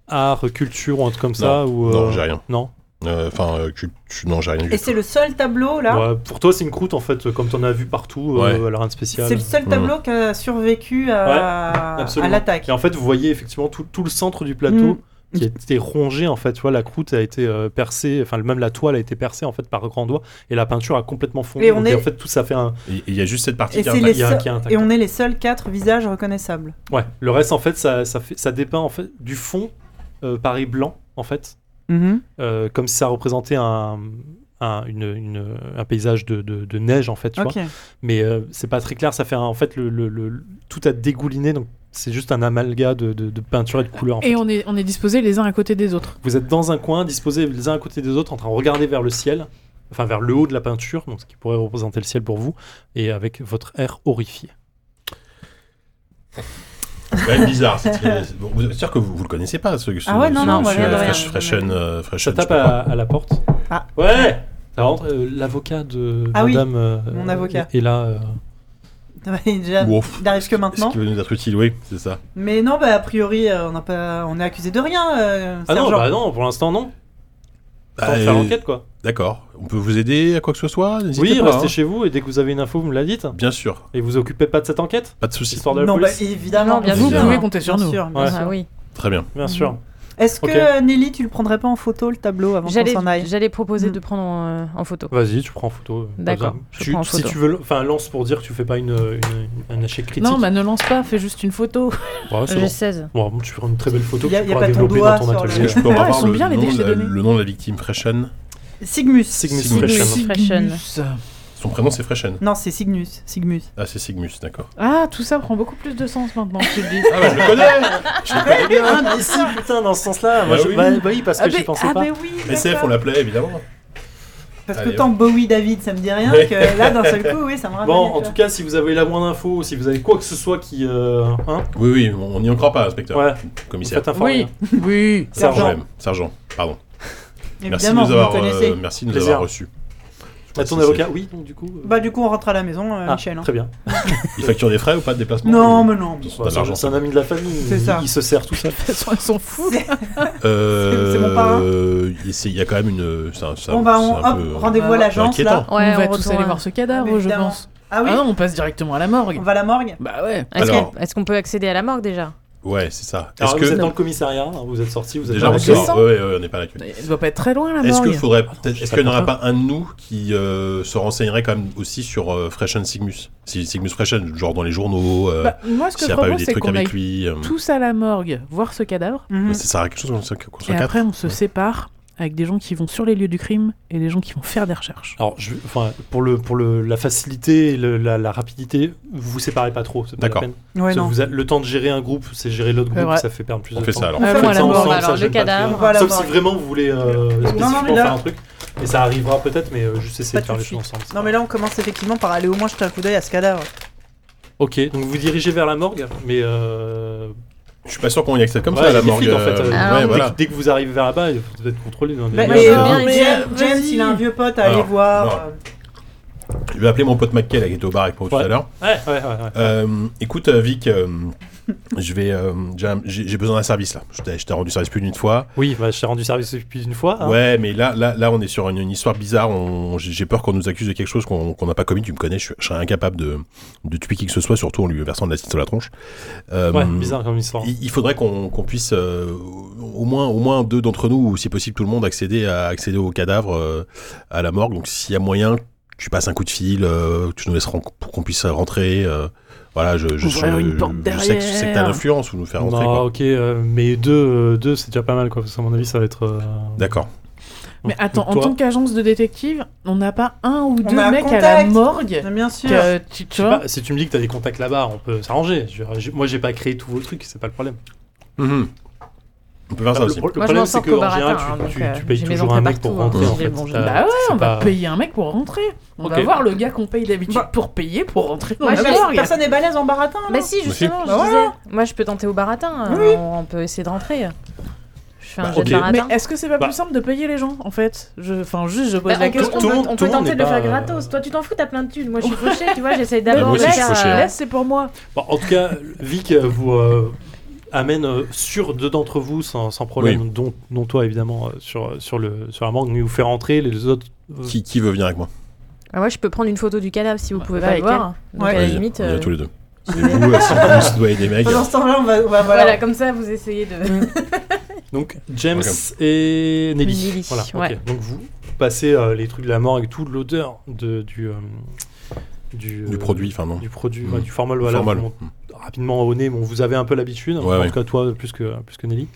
Speaker 3: art, culture ou un truc comme ça ou, euh,
Speaker 4: Non, j'ai rien.
Speaker 3: Non
Speaker 4: Euh, Enfin, euh, tu- tu- non, j'ai rien. du
Speaker 1: Et
Speaker 4: tout.
Speaker 1: c'est le seul tableau là.
Speaker 3: Ouais, Pour toi, c'est une croûte en fait, euh, comme t'en as vu partout, euh,
Speaker 4: Ouais.
Speaker 3: alors rien de spécial.
Speaker 1: C'est le seul tableau qui a survécu à, à
Speaker 3: Absolument.
Speaker 1: l'attaque.
Speaker 3: Et en fait, vous voyez effectivement tout, tout le centre du plateau
Speaker 1: Mm.
Speaker 3: qui a été rongé en fait. Tu vois, la croûte a été euh, percée, enfin même la toile a été percée en fait par grand doigt et la peinture a complètement fondu.
Speaker 1: Et on
Speaker 3: Donc,
Speaker 1: est-
Speaker 3: En fait, tout ça fait un.
Speaker 4: Et- et Il y a juste cette partie
Speaker 1: Et
Speaker 4: qui est
Speaker 1: c'est
Speaker 4: intacte.
Speaker 1: les
Speaker 3: il y a-
Speaker 1: seuls-
Speaker 3: qui est intact.
Speaker 1: Et on est les seuls quatre visages reconnaissables.
Speaker 3: Ouais. Le reste en fait, ça, ça fait, ça dépeint en fait du fond euh, Paris blanc en fait,
Speaker 5: Mm-hmm.
Speaker 1: Mhm.
Speaker 3: euh, comme si ça représentait un. Un, une- une- un paysage de, de- de neige en fait tu vois
Speaker 1: Ok.
Speaker 3: mais euh, c'est pas très clair ça fait un- en fait le, le- le- tout a dégouliné donc c'est juste un amalgame de, de, de peinture et de couleurs en fait.
Speaker 2: Et on est, on est disposés les uns à côté des autres.
Speaker 3: Vous êtes dans un coin, disposés les uns à côté des autres, en train de regarder vers le ciel, enfin vers le haut de la peinture, donc ce qui pourrait représenter le ciel pour vous, et avec votre air horrifié.
Speaker 4: C'est quand même bizarre. cette- c'est- bon, vous- C'est-à-dire que vous, vous le connaissez pas, ce, ce-
Speaker 1: Ah ouais, non,
Speaker 4: ce
Speaker 1: non, moi,
Speaker 4: monsieur,
Speaker 5: rien de
Speaker 4: euh,
Speaker 5: rien.
Speaker 4: Fresh- Freshen, euh, Freshen,
Speaker 3: Ça tape
Speaker 4: je sais pas.
Speaker 3: à, à la porte.
Speaker 1: Ah.
Speaker 3: Ouais Ça rentre, euh, l'avocat de
Speaker 1: Ah oui,
Speaker 3: madame. euh,
Speaker 1: mon avocat.
Speaker 3: Est là. euh,
Speaker 1: Il est déjà-
Speaker 4: Ou off.
Speaker 1: il n'arrive que
Speaker 4: Ce
Speaker 1: maintenant.
Speaker 4: qui va nous être utile, oui, c'est ça.
Speaker 1: Mais non, bah, a priori, euh, on, n'a pas... on est accusé de rien. euh,
Speaker 3: Ah non,
Speaker 1: sergent.
Speaker 3: bah non, pour l'instant non. Tant
Speaker 4: Bah,
Speaker 3: de
Speaker 4: euh,
Speaker 3: faire l'enquête quoi.
Speaker 4: D'accord. On peut vous aider à quoi que ce soit N'hésitez
Speaker 3: Oui, bah,
Speaker 4: pas,
Speaker 3: restez
Speaker 4: hein.
Speaker 3: chez vous, et dès que vous avez une info, vous me la dites.
Speaker 4: Bien sûr,
Speaker 3: Et vous occupez pas de cette enquête
Speaker 4: pas de soucis.
Speaker 3: Histoire de la
Speaker 1: non, bah,
Speaker 3: police
Speaker 1: évidemment,
Speaker 5: Non, bien
Speaker 2: Vous
Speaker 5: sûr.
Speaker 2: pouvez compter sur
Speaker 1: Bien
Speaker 2: nous.
Speaker 1: sûr, bien
Speaker 3: Ouais.
Speaker 1: sûr.
Speaker 5: Ah oui.
Speaker 4: Très bien.
Speaker 3: Bien sûr.
Speaker 1: Est-ce que
Speaker 3: Ok.
Speaker 1: euh, Nelly, tu le prendrais pas en photo le tableau avant qu'on
Speaker 5: J'allais
Speaker 1: s'en aille
Speaker 5: j'allais proposer
Speaker 1: Mm.
Speaker 5: de prendre en, euh, en photo.
Speaker 3: Vas-y, tu prends en photo. euh,
Speaker 5: D'accord,
Speaker 3: pas besoin.
Speaker 5: je
Speaker 3: Tu-
Speaker 5: prends en
Speaker 3: Si
Speaker 5: photo.
Speaker 3: tu veux, enfin, lance pour dire que tu fais pas une, une- un échec critique.
Speaker 1: bah,
Speaker 2: Non, mais ne lance pas, fais juste une photo.
Speaker 3: Ouais, c'est
Speaker 5: J'ai
Speaker 3: bon.
Speaker 5: 16.
Speaker 3: Bon, bon, tu feras une très belle photo
Speaker 1: Y a-
Speaker 3: que tu
Speaker 1: y a
Speaker 3: pourras
Speaker 1: pas ton
Speaker 3: développer
Speaker 1: doigt
Speaker 3: dans ton
Speaker 1: sur le-
Speaker 3: atelier.
Speaker 4: Est-ce que je peux
Speaker 2: Ah,
Speaker 4: avoir
Speaker 2: ils sont
Speaker 4: le,
Speaker 2: bien, les
Speaker 4: nom
Speaker 2: déchets
Speaker 4: de la-
Speaker 2: donnés.
Speaker 4: le nom de la victime, Freshen
Speaker 1: Sigmus.
Speaker 3: Cygnus
Speaker 4: Cygnus.
Speaker 3: Freshen.
Speaker 4: Son prénom, c'est Freshen.
Speaker 1: Non, c'est Cygnus. Sigmus.
Speaker 4: Ah, c'est Sigmus, d'accord.
Speaker 2: Ah, tout ça prend beaucoup plus de sens maintenant, tu le dis.
Speaker 4: Ah, bah, je le connais Je le connais bien
Speaker 3: Ah, mais si, putain, dans ce sens-là. Moi,
Speaker 4: Bah
Speaker 3: je-
Speaker 4: oui.
Speaker 3: bah, bah oui, parce que j'y
Speaker 2: mais-
Speaker 3: pensais
Speaker 2: ah
Speaker 3: pas.
Speaker 2: mais oui
Speaker 4: SF, on
Speaker 2: d'accord.
Speaker 4: l'appelait, évidemment.
Speaker 1: Parce que
Speaker 4: Allez,
Speaker 1: tant Bowie David, ça me dit rien
Speaker 4: Ouais.
Speaker 1: que là, d'un seul coup, oui, ça me rappelle.
Speaker 3: Bon, en tout cas, si vous avez la moindre info, ou si vous avez quoi que ce soit qui. euh, hein,
Speaker 4: Oui, oui, on on n'y en croit pas, inspecteur.
Speaker 3: ouais, vous
Speaker 4: Commissaire.
Speaker 3: faites informer.
Speaker 2: Oui, oui.
Speaker 3: Sergent.
Speaker 1: Sergent.
Speaker 4: Sergent. Sergent, pardon. Merci de
Speaker 1: évidemment,
Speaker 4: nous
Speaker 1: vous me
Speaker 4: avoir, euh,
Speaker 1: connaissez.
Speaker 4: merci de nous
Speaker 3: Plaisir.
Speaker 4: avoir reçus.
Speaker 3: À ton
Speaker 4: Merci,
Speaker 3: avocat, oui, donc du coup. euh,
Speaker 1: Bah, du coup, on rentre à la maison, euh,
Speaker 3: ah,
Speaker 1: Michel. hein.
Speaker 3: Très bien.
Speaker 4: c'est- Il facture des frais ou pas de déplacement
Speaker 1: Non,
Speaker 4: ou-
Speaker 1: mais non.
Speaker 4: De toute façon,
Speaker 3: Bah,
Speaker 4: t'as de l'argent,
Speaker 3: C'est un ami de la famille.
Speaker 1: C'est
Speaker 3: il-
Speaker 1: ça.
Speaker 3: Il se sert tout seul.
Speaker 2: De toute façon, ils sont fous.
Speaker 1: C'est-
Speaker 4: Euh,
Speaker 1: c'est mon parrain.
Speaker 4: euh, Il c'est- il y a quand même une. c'est un- c'est un-
Speaker 1: Bon, bah,
Speaker 4: c'est
Speaker 1: on,
Speaker 4: un
Speaker 1: hop,
Speaker 4: peu-
Speaker 1: rendez-vous
Speaker 2: Ah,
Speaker 1: à l'agence là.
Speaker 4: inquiétant.
Speaker 5: Ouais,
Speaker 2: on va
Speaker 5: on
Speaker 2: tous
Speaker 5: retourne.
Speaker 2: aller voir ce cadavre,
Speaker 1: Ah, mais
Speaker 2: je
Speaker 1: évidemment.
Speaker 2: pense.
Speaker 1: Ah oui,
Speaker 2: Ah non, on passe directement à la
Speaker 1: on
Speaker 2: morgue.
Speaker 1: va à la morgue.
Speaker 2: Bah ouais.
Speaker 5: Est-ce
Speaker 4: Alors-
Speaker 5: qu'on est-ce qu'on peut accéder à la morgue déjà
Speaker 4: Ouais, c'est ça. Est-ce
Speaker 3: Alors, vous
Speaker 4: que.
Speaker 3: êtes dans le commissariat, hein, vous êtes sorti, vous êtes
Speaker 4: Déjà,
Speaker 3: dans
Speaker 4: on
Speaker 3: le
Speaker 2: sort.
Speaker 4: sort. Ouais, ouais, ouais, on n'est pas à la queue.
Speaker 2: Elle doit pas être très
Speaker 1: Ah,
Speaker 2: loin la
Speaker 4: Est-ce
Speaker 2: morgue.
Speaker 4: qu'il faudrait
Speaker 3: Ah, je suis
Speaker 4: peut-être, est-ce
Speaker 3: pas
Speaker 4: qu'il n'y en aurait
Speaker 3: content.
Speaker 4: pas un de nous qui euh, se renseignerait quand même aussi sur euh, Freshen Sigmus Si Sigmus Freshen, genre dans les journaux, euh,
Speaker 2: Bah, moi, ce que
Speaker 4: s'il
Speaker 2: je
Speaker 4: n'y a pas eu
Speaker 2: propose,
Speaker 4: des
Speaker 2: c'est
Speaker 4: trucs
Speaker 2: qu'on
Speaker 4: avec
Speaker 2: aille
Speaker 4: lui, euh,
Speaker 2: tous à la morgue voir ce cadavre.
Speaker 1: Mhm.
Speaker 4: ça sert à quelque chose qu'on soit, qu'on soit
Speaker 2: Et
Speaker 4: quatre.
Speaker 2: après, on se
Speaker 4: Ouais.
Speaker 2: sépare avec des gens qui vont sur les lieux du crime et des gens qui vont faire des recherches.
Speaker 3: Alors, je, enfin, pour, le, pour le, la facilité et le- la, la rapidité, vous vous séparez pas trop, c'est pas la
Speaker 4: D'accord.
Speaker 3: peine.
Speaker 1: Ouais,
Speaker 3: Parce que
Speaker 1: non.
Speaker 3: vous avez- le temps de gérer un groupe, c'est gérer l'autre
Speaker 2: C'est
Speaker 3: groupe,
Speaker 2: vrai.
Speaker 3: ça fait perdre plus
Speaker 4: On
Speaker 3: de
Speaker 4: fait
Speaker 3: temps.
Speaker 4: ça alors.
Speaker 1: On
Speaker 2: Ah,
Speaker 1: fait
Speaker 2: moi, à la
Speaker 3: Ça,
Speaker 5: Bon,
Speaker 2: morgue.
Speaker 3: ensemble,
Speaker 5: bah,
Speaker 3: ça
Speaker 5: alors le
Speaker 3: gêne pas de
Speaker 5: cadavre.
Speaker 3: faire-
Speaker 1: Voilà,
Speaker 3: Sauf si
Speaker 1: morgue.
Speaker 3: vraiment vous voulez euh, spécifiquement
Speaker 1: mais là-
Speaker 3: faire un truc, et ça arrivera peut-être, mais euh, juste essayer
Speaker 1: Pas
Speaker 3: de faire
Speaker 1: tout de
Speaker 3: les choses
Speaker 1: suite.
Speaker 3: ensemble. c'est
Speaker 1: Non,
Speaker 3: pas
Speaker 1: mais là, on commence effectivement par aller au moins jeter un coup d'œil à ce cadavre.
Speaker 3: grave. Ok, donc vous vous dirigez vers la morgue, mais euh,
Speaker 4: Je suis pas sûr qu'on y accède comme
Speaker 3: ouais,
Speaker 4: ça à la
Speaker 3: il y a
Speaker 4: morgue.
Speaker 3: des flics, en fait.
Speaker 4: euh,
Speaker 3: euh,
Speaker 5: Ah,
Speaker 4: ouais,
Speaker 5: oui.
Speaker 3: dès,
Speaker 4: voilà.
Speaker 3: que, dès que vous arrivez vers là-bas, vous êtes contrôlé. dans des
Speaker 1: Bah,
Speaker 3: lieux-
Speaker 1: mais,
Speaker 4: c'est
Speaker 1: euh,
Speaker 4: bien,
Speaker 5: mais
Speaker 1: James,
Speaker 5: vas-y.
Speaker 1: James, il a un vieux pote à aller
Speaker 4: Alors,
Speaker 1: voir. euh,
Speaker 4: non. Je vais appeler mon pote McKay là, qui était au bar avec moi tout
Speaker 3: Ouais.
Speaker 4: à l'heure.
Speaker 3: Ouais, ouais, ouais. ouais.
Speaker 4: Euh, écoute, euh, Vic, euh, je vais, euh, j'ai un- j'ai j'ai besoin d'un service là. Je t'ai- je t'ai rendu service plus d'une fois.
Speaker 3: Oui, bah, je t'ai rendu service plus d'une fois. hein.
Speaker 4: Ouais, mais là, là, là, on est sur une, une histoire bizarre. On- J'ai j'ai peur qu'on nous accuse de quelque chose qu'on qu'on n'a pas commis. Tu me connais, je, suis- je serais incapable de, de tuer qui que ce soit, surtout en lui versant de l'acide sur la tronche. Euh,
Speaker 3: Ouais, bizarre comme histoire.
Speaker 4: Il, il faudrait qu'on qu'on puisse, euh, au moins, au moins deux d'entre nous, ou si possible tout le monde, accéder à accéder au cadavre, euh, à la morgue. Donc, s'il y a moyen, tu passes un coup de fil, euh, tu nous laisses ren- pour qu'on puisse rentrer. euh, voilà, je, je,
Speaker 2: Ouvrir
Speaker 4: je-
Speaker 2: une porte
Speaker 4: je sais que, je sais que t'as
Speaker 2: derrière.
Speaker 4: l'influence ou nous faire rentrer.
Speaker 3: Non,
Speaker 4: quoi.
Speaker 3: ok, euh, mais deux, euh, deux c'est déjà pas mal, quoi, parce qu'à mon avis, ça va être. euh,
Speaker 4: D'accord.
Speaker 2: Mais attends, en
Speaker 3: Toi-
Speaker 2: tant qu'agence de détective, on n'a pas un ou deux
Speaker 1: a un
Speaker 2: mecs à la
Speaker 1: contact.
Speaker 2: morgue
Speaker 1: Bien sûr.
Speaker 2: que, tu, tu
Speaker 3: Je sais
Speaker 2: vois
Speaker 3: pas, si tu me dis que t'as des contacts là-bas, on peut s'arranger. Je- je- moi, j'ai pas créé tous vos trucs, c'est pas le problème.
Speaker 4: Mhm. Hum, On peut faire ça
Speaker 3: Bah, le,
Speaker 4: aussi.
Speaker 3: pro- le
Speaker 5: Moi, je m'en
Speaker 3: problème, c'est
Speaker 5: sors
Speaker 3: que
Speaker 5: qu'au
Speaker 3: en général,
Speaker 5: baratin,
Speaker 3: tu,
Speaker 5: hein,
Speaker 3: tu-
Speaker 5: donc,
Speaker 3: tu
Speaker 5: euh,
Speaker 3: payes
Speaker 5: j'ai mes
Speaker 3: toujours
Speaker 5: entrées
Speaker 3: un mec pour
Speaker 5: partout, hein.
Speaker 3: rentrer. en
Speaker 5: J'ai
Speaker 3: fait.
Speaker 5: mangé-
Speaker 3: T'as-
Speaker 2: Bah ouais,
Speaker 3: euh, c'est
Speaker 2: on va
Speaker 3: pas-
Speaker 2: payer un mec pour rentrer. On
Speaker 3: Ok.
Speaker 2: va voir le gars qu'on paye d'habitude
Speaker 1: Bah-
Speaker 2: pour payer pour rentrer dans
Speaker 5: Moi,
Speaker 2: la
Speaker 5: je-
Speaker 2: morgue.
Speaker 1: Personne n'est balèze en baratin. là.
Speaker 5: Bah si,
Speaker 4: Aussi.
Speaker 5: justement, je
Speaker 1: Bah
Speaker 5: disais. Moi, je peux tenter au baratin. hein.
Speaker 1: Oui.
Speaker 5: On, on peut essayer de rentrer. Je fais un
Speaker 3: Bah,
Speaker 5: jet
Speaker 3: ok.
Speaker 5: de baratin.
Speaker 2: Mais est-ce que c'est pas
Speaker 3: Bah.
Speaker 2: plus simple de payer les gens en fait Je- Enfin, juste je pose
Speaker 5: Bah,
Speaker 2: la
Speaker 5: on, peut,
Speaker 2: question.
Speaker 5: on
Speaker 3: Tout le
Speaker 5: peut-
Speaker 3: monde-
Speaker 5: on
Speaker 3: tout
Speaker 5: peut
Speaker 3: le monde
Speaker 5: tenter de
Speaker 3: n'est
Speaker 5: le faire
Speaker 3: pas, euh,
Speaker 5: gratos. Toi, tu t'en fous, t'as plein de thunes. Moi, je suis fauché, tu vois. J'essaye d'abord.
Speaker 4: moi aussi,
Speaker 5: de
Speaker 4: je suis
Speaker 5: faire,
Speaker 4: fauché,
Speaker 5: euh,
Speaker 4: hein.
Speaker 2: Là, c'est pour moi.
Speaker 3: Bon, Bah, en tout cas, Vic euh, vous euh, amène euh, sur deux d'entre vous sans, sans problème, dont, dont toi évidemment euh, sur, sur, le, sur la morgue, mais vous fait rentrer les autres. euh,
Speaker 4: Qui, qui veut venir avec moi
Speaker 5: Ah ouais, je peux prendre une photo du cadavre si vous
Speaker 2: Ouais,
Speaker 5: pouvez
Speaker 2: bah,
Speaker 5: pas le
Speaker 2: avec
Speaker 5: voir. Donc,
Speaker 1: Ouais.
Speaker 5: à la
Speaker 4: Vas-y,
Speaker 5: limite.
Speaker 4: On y va
Speaker 5: euh,
Speaker 4: tous les deux. C'est vous, euh, si vous, doit aider Meg.
Speaker 1: Pendant ce temps-là, on va, on va- voilà.
Speaker 5: Voilà, comme ça, vous essayez de.
Speaker 3: Donc James et Nelly.
Speaker 5: Nelly,
Speaker 3: Voilà, ok.
Speaker 5: ouais.
Speaker 3: Donc vous passez euh, les trucs de la morgue, toute l'odeur de, du, euh, du,
Speaker 4: Du
Speaker 3: euh,
Speaker 4: produit, enfin non.
Speaker 3: du produit,
Speaker 4: Mm.
Speaker 3: ouais, du formol. Voilà,
Speaker 4: Formal. Mm.
Speaker 3: vous rapidement au nez, bon, vous avez un peu l'habitude,
Speaker 4: Ouais,
Speaker 3: en
Speaker 4: ouais.
Speaker 3: tout cas toi plus que, plus que Nelly.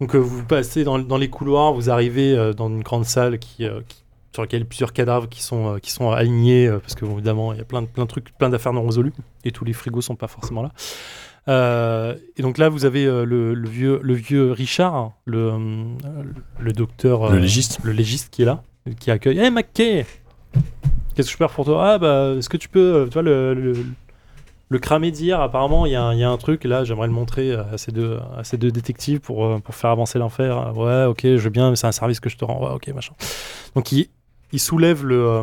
Speaker 3: Donc euh, vous passez dans, dans les couloirs, vous arrivez euh, dans une grande salle qui, euh, qui- sur laquelle plusieurs cadavres qui sont, euh, qui sont alignés, euh, parce que bon, évidemment il y a plein de, plein de trucs, plein d'affaires non résolues, et tous les frigos sont pas forcément là. Euh, et donc là vous avez euh, le, le vieux, le vieux Richard, hein, le, euh, le docteur...
Speaker 4: Le
Speaker 3: euh,
Speaker 4: légiste.
Speaker 3: le légiste qui est là, qui accueille. Hey McKay Qu'est-ce que je peux faire pour toi Ah bah, est-ce que tu peux, euh, tu vois, le, le, le cramer d'hier, apparemment, il y, a un- il y a un truc, là, j'aimerais le montrer à ces deux, à ces deux détectives pour, euh, pour faire avancer l'enfer. Ouais, ok, je veux bien, mais c'est un service que je te rends. Ouais, ok, machin. Donc il, il soulève le... euh,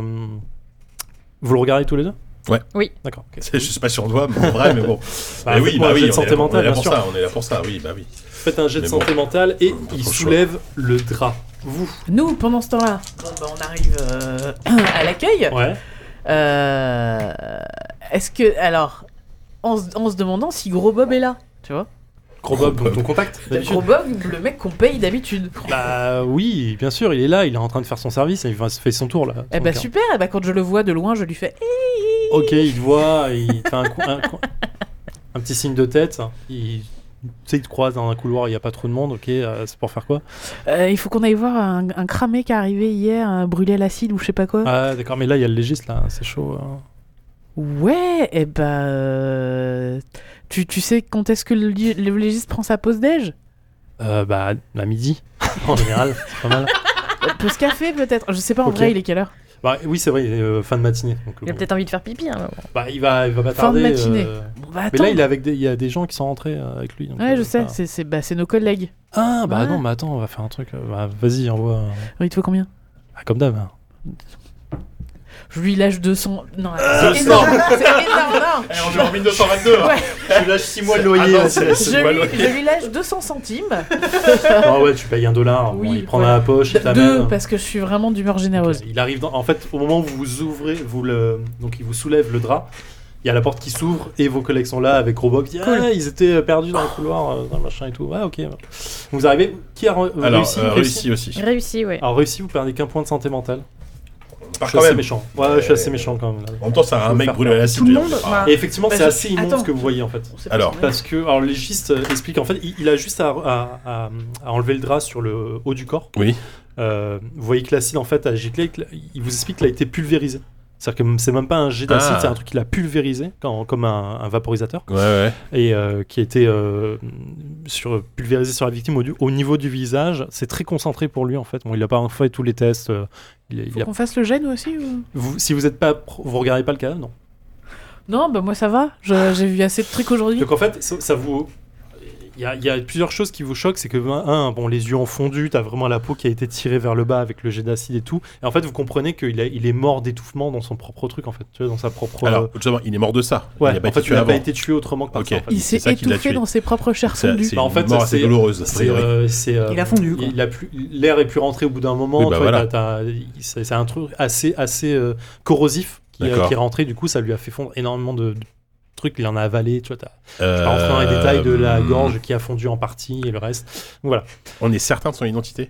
Speaker 3: vous le regardez tous les deux
Speaker 4: Ouais.
Speaker 5: Oui.
Speaker 3: D'accord. ok.
Speaker 4: Je suis pas sur le doigt, mais en vrai, mais bon.
Speaker 3: Bah,
Speaker 4: Mais
Speaker 3: faites-moi un jet de
Speaker 4: on est là-
Speaker 3: santé
Speaker 4: on est
Speaker 3: mentale,
Speaker 4: là
Speaker 3: bien
Speaker 4: pour
Speaker 3: sûr.
Speaker 4: ça, on est là pour ça, oui, bah oui.
Speaker 3: Faites un jet de
Speaker 4: Mais bon.
Speaker 3: santé mentale et
Speaker 4: Pas trop
Speaker 3: il
Speaker 4: le choix.
Speaker 3: soulève le drap. Vous.
Speaker 2: Nous, pendant ce temps-là, bon, bah, on arrive euh, à l'accueil.
Speaker 3: Ouais.
Speaker 2: Euh, Est-ce que alors, en, se- en se demandant si Gros Bob est là, tu vois
Speaker 3: Gros
Speaker 4: Gros
Speaker 3: Bob, donc
Speaker 4: Bob.
Speaker 3: ton contact. d'habitude.
Speaker 2: Gros Bob, le mec qu'on paye d'habitude.
Speaker 3: Bah oui, bien sûr, il est là, il est en train de faire son service, il va se fait son tour là.
Speaker 2: Eh
Speaker 3: son
Speaker 2: bah
Speaker 3: quart.
Speaker 2: super. Eh bah quand je le vois de loin, je lui fais.
Speaker 3: Ok, il te voit, il te fait un, cou- un cou- un petit signe de tête, il, tu sais, il te croise dans un couloir, il n'y a pas trop de monde, ok, euh, c'est pour faire quoi
Speaker 2: Euh, il faut qu'on aille voir un, un cramé qui est arrivé hier, un brûlé à l'acide ou je sais pas quoi.
Speaker 3: Ah d'accord, mais là il y a le légiste là, c'est chaud. hein.
Speaker 2: Ouais, et bah. euh, Tu, tu sais quand est-ce que le, li- le légiste prend sa pause déj
Speaker 3: Euh, bah à midi, en général, c'est pas mal.
Speaker 2: Euh, Pause café peut-être Je sais pas en
Speaker 3: Ok.
Speaker 2: vrai, il est quelle heure
Speaker 3: Bah oui, c'est vrai, euh, fin de matinée. Donc,
Speaker 5: Il a
Speaker 3: bon.
Speaker 5: peut-être envie de faire pipi. hein.
Speaker 3: bah, il va, il va pas
Speaker 2: Fin de
Speaker 3: tarder.
Speaker 2: matinée.
Speaker 3: euh,
Speaker 2: Bon, bah,
Speaker 3: Mais là,
Speaker 2: attends.
Speaker 3: il, est avec des- il y a des gens qui sont rentrés euh, avec lui. donc,
Speaker 2: Ouais,
Speaker 3: euh,
Speaker 2: je sais,
Speaker 3: ça-
Speaker 2: c'est c'est- bah, c'est nos collègues.
Speaker 3: Ah, bah
Speaker 2: Ouais.
Speaker 3: non, mais attends, on va faire un truc. euh, Bah, vas-y, envoie. un-
Speaker 2: Oh, Il te faut combien
Speaker 3: Ah, comme d'hab. hein.
Speaker 2: Je lui lâche 200. Non, attends,
Speaker 3: Ah,
Speaker 2: c'est
Speaker 4: 200.
Speaker 2: énorme, c'est énorme, non.
Speaker 4: Eh, on est en 1222 hein.
Speaker 2: Ouais.
Speaker 4: Tu lâches 6 mois de loyer.
Speaker 3: Ah non,
Speaker 4: c'est c'est
Speaker 2: Je
Speaker 4: pas
Speaker 2: lui,
Speaker 4: loyer.
Speaker 2: je lui lâche 200 centimes.
Speaker 3: Ah ouais, tu payes un dollar,
Speaker 2: Oui,
Speaker 3: bon, il prend
Speaker 2: voilà.
Speaker 3: dans la poche, il
Speaker 2: Deux,
Speaker 3: t'amène.
Speaker 2: parce que je suis vraiment d'humeur généreuse.
Speaker 3: Ok, Il arrive dans... En fait, au moment où vous ouvrez, vous le... donc il vous soulève le drap, il y a la porte qui s'ouvre et vos collègues sont là avec Robo qui dit Ah, ils étaient perdus dans le couloir, euh, dans le machin et tout. Ah, ok. Vous arrivez, qui a re-
Speaker 4: Alors,
Speaker 3: réussi,
Speaker 4: euh,
Speaker 3: réussi
Speaker 4: réussi aussi.
Speaker 5: Réussi,
Speaker 4: Ah,
Speaker 5: ouais.
Speaker 3: Alors, réussi, vous perdez qu'un point de santé mentale.
Speaker 4: Par
Speaker 3: je suis
Speaker 4: quand
Speaker 3: assez
Speaker 4: même. Euh,
Speaker 3: méchant. Ouais, je suis assez méchant quand même. là.
Speaker 4: En même temps, ça a
Speaker 3: Faut
Speaker 4: un mec
Speaker 3: faire
Speaker 4: brûlé à l'acide.
Speaker 1: Tout le
Speaker 4: je veux
Speaker 1: monde,
Speaker 4: dire, c'est
Speaker 1: voilà.
Speaker 4: pas-
Speaker 3: Et effectivement,
Speaker 2: Bah,
Speaker 3: c'est
Speaker 2: je-
Speaker 3: assez immonde
Speaker 2: Attends.
Speaker 3: ce que vous voyez en fait.
Speaker 2: On sait pas
Speaker 4: Alors.
Speaker 2: ce qu'on a.
Speaker 3: Parce que, alors, le légiste euh, explique, en fait, il, il a juste à, à- à- à enlever le drap sur le haut du corps.
Speaker 4: Oui.
Speaker 3: Euh, vous voyez que l'acide, en fait, a giclé, que- il vous explique qu'il a été pulvérisé. C'est-à-dire que c'est même pas un jet d'acide,
Speaker 4: Ah.
Speaker 3: c'est un truc qu'il a pulvérisé, quand- comme un, un vaporisateur,
Speaker 4: Ouais, ouais.
Speaker 3: et euh, qui a été euh, sur, pulvérisé sur la victime au, du- au niveau du visage. C'est très concentré pour lui, en fait. Bon, il a pas fait tous les tests. euh, il a- il
Speaker 2: Faut
Speaker 3: a-
Speaker 2: qu'on fasse le gène aussi ou...
Speaker 3: vous- si vous êtes pas, pro- vous regardez pas le cadavre, non.
Speaker 2: Non, bah moi ça va. Je- J'ai vu assez de trucs aujourd'hui.
Speaker 3: Donc en fait, ça, ça vous. Il y, a, il y a plusieurs choses qui vous choquent, c'est que ben, un, bon, les yeux ont fondu, t'as vraiment la peau qui a été tirée vers le bas avec le jet d'acide et tout. Et en fait, vous comprenez qu'il a- il est mort d'étouffement dans son propre truc, en fait, tu vois, dans sa propre. euh,
Speaker 4: Alors, justement, il est mort de ça.
Speaker 3: ouais,
Speaker 4: il a pas
Speaker 3: en fait,
Speaker 4: été tué
Speaker 3: il n'a pas
Speaker 4: avant.
Speaker 3: été tué autrement que par
Speaker 4: Ok.
Speaker 3: ça. En fait.
Speaker 2: Il
Speaker 4: c'est
Speaker 2: s'est
Speaker 4: ça qui l'a
Speaker 2: étouffé
Speaker 4: tué.
Speaker 2: dans ses propres chairs
Speaker 4: C'est
Speaker 2: fondues.
Speaker 4: c'est
Speaker 3: Bah, en fait,
Speaker 4: une mort assez
Speaker 3: c'est-
Speaker 4: douloureuse, a
Speaker 3: C'est,
Speaker 4: priori.
Speaker 3: euh, c'est, euh,
Speaker 1: Il a fondu, quoi.
Speaker 3: il a plus- L'air est plus rentré au bout d'un moment.
Speaker 4: Oui, bah
Speaker 3: tu vois,
Speaker 4: voilà.
Speaker 3: t'as- t'as- c'est c'est un truc assez, assez euh, corrosif qui, euh,
Speaker 4: D'accord.
Speaker 3: qui est rentré. Du coup, ça lui a fait fondre énormément de, de trucs. Il en a avalé. Tu vois, t'as- je vais
Speaker 4: Euh, hmm.
Speaker 3: pas rentrer dans les détails de la gorge qui a fondu en partie et le reste. Donc, voilà.
Speaker 4: On est certain de son identité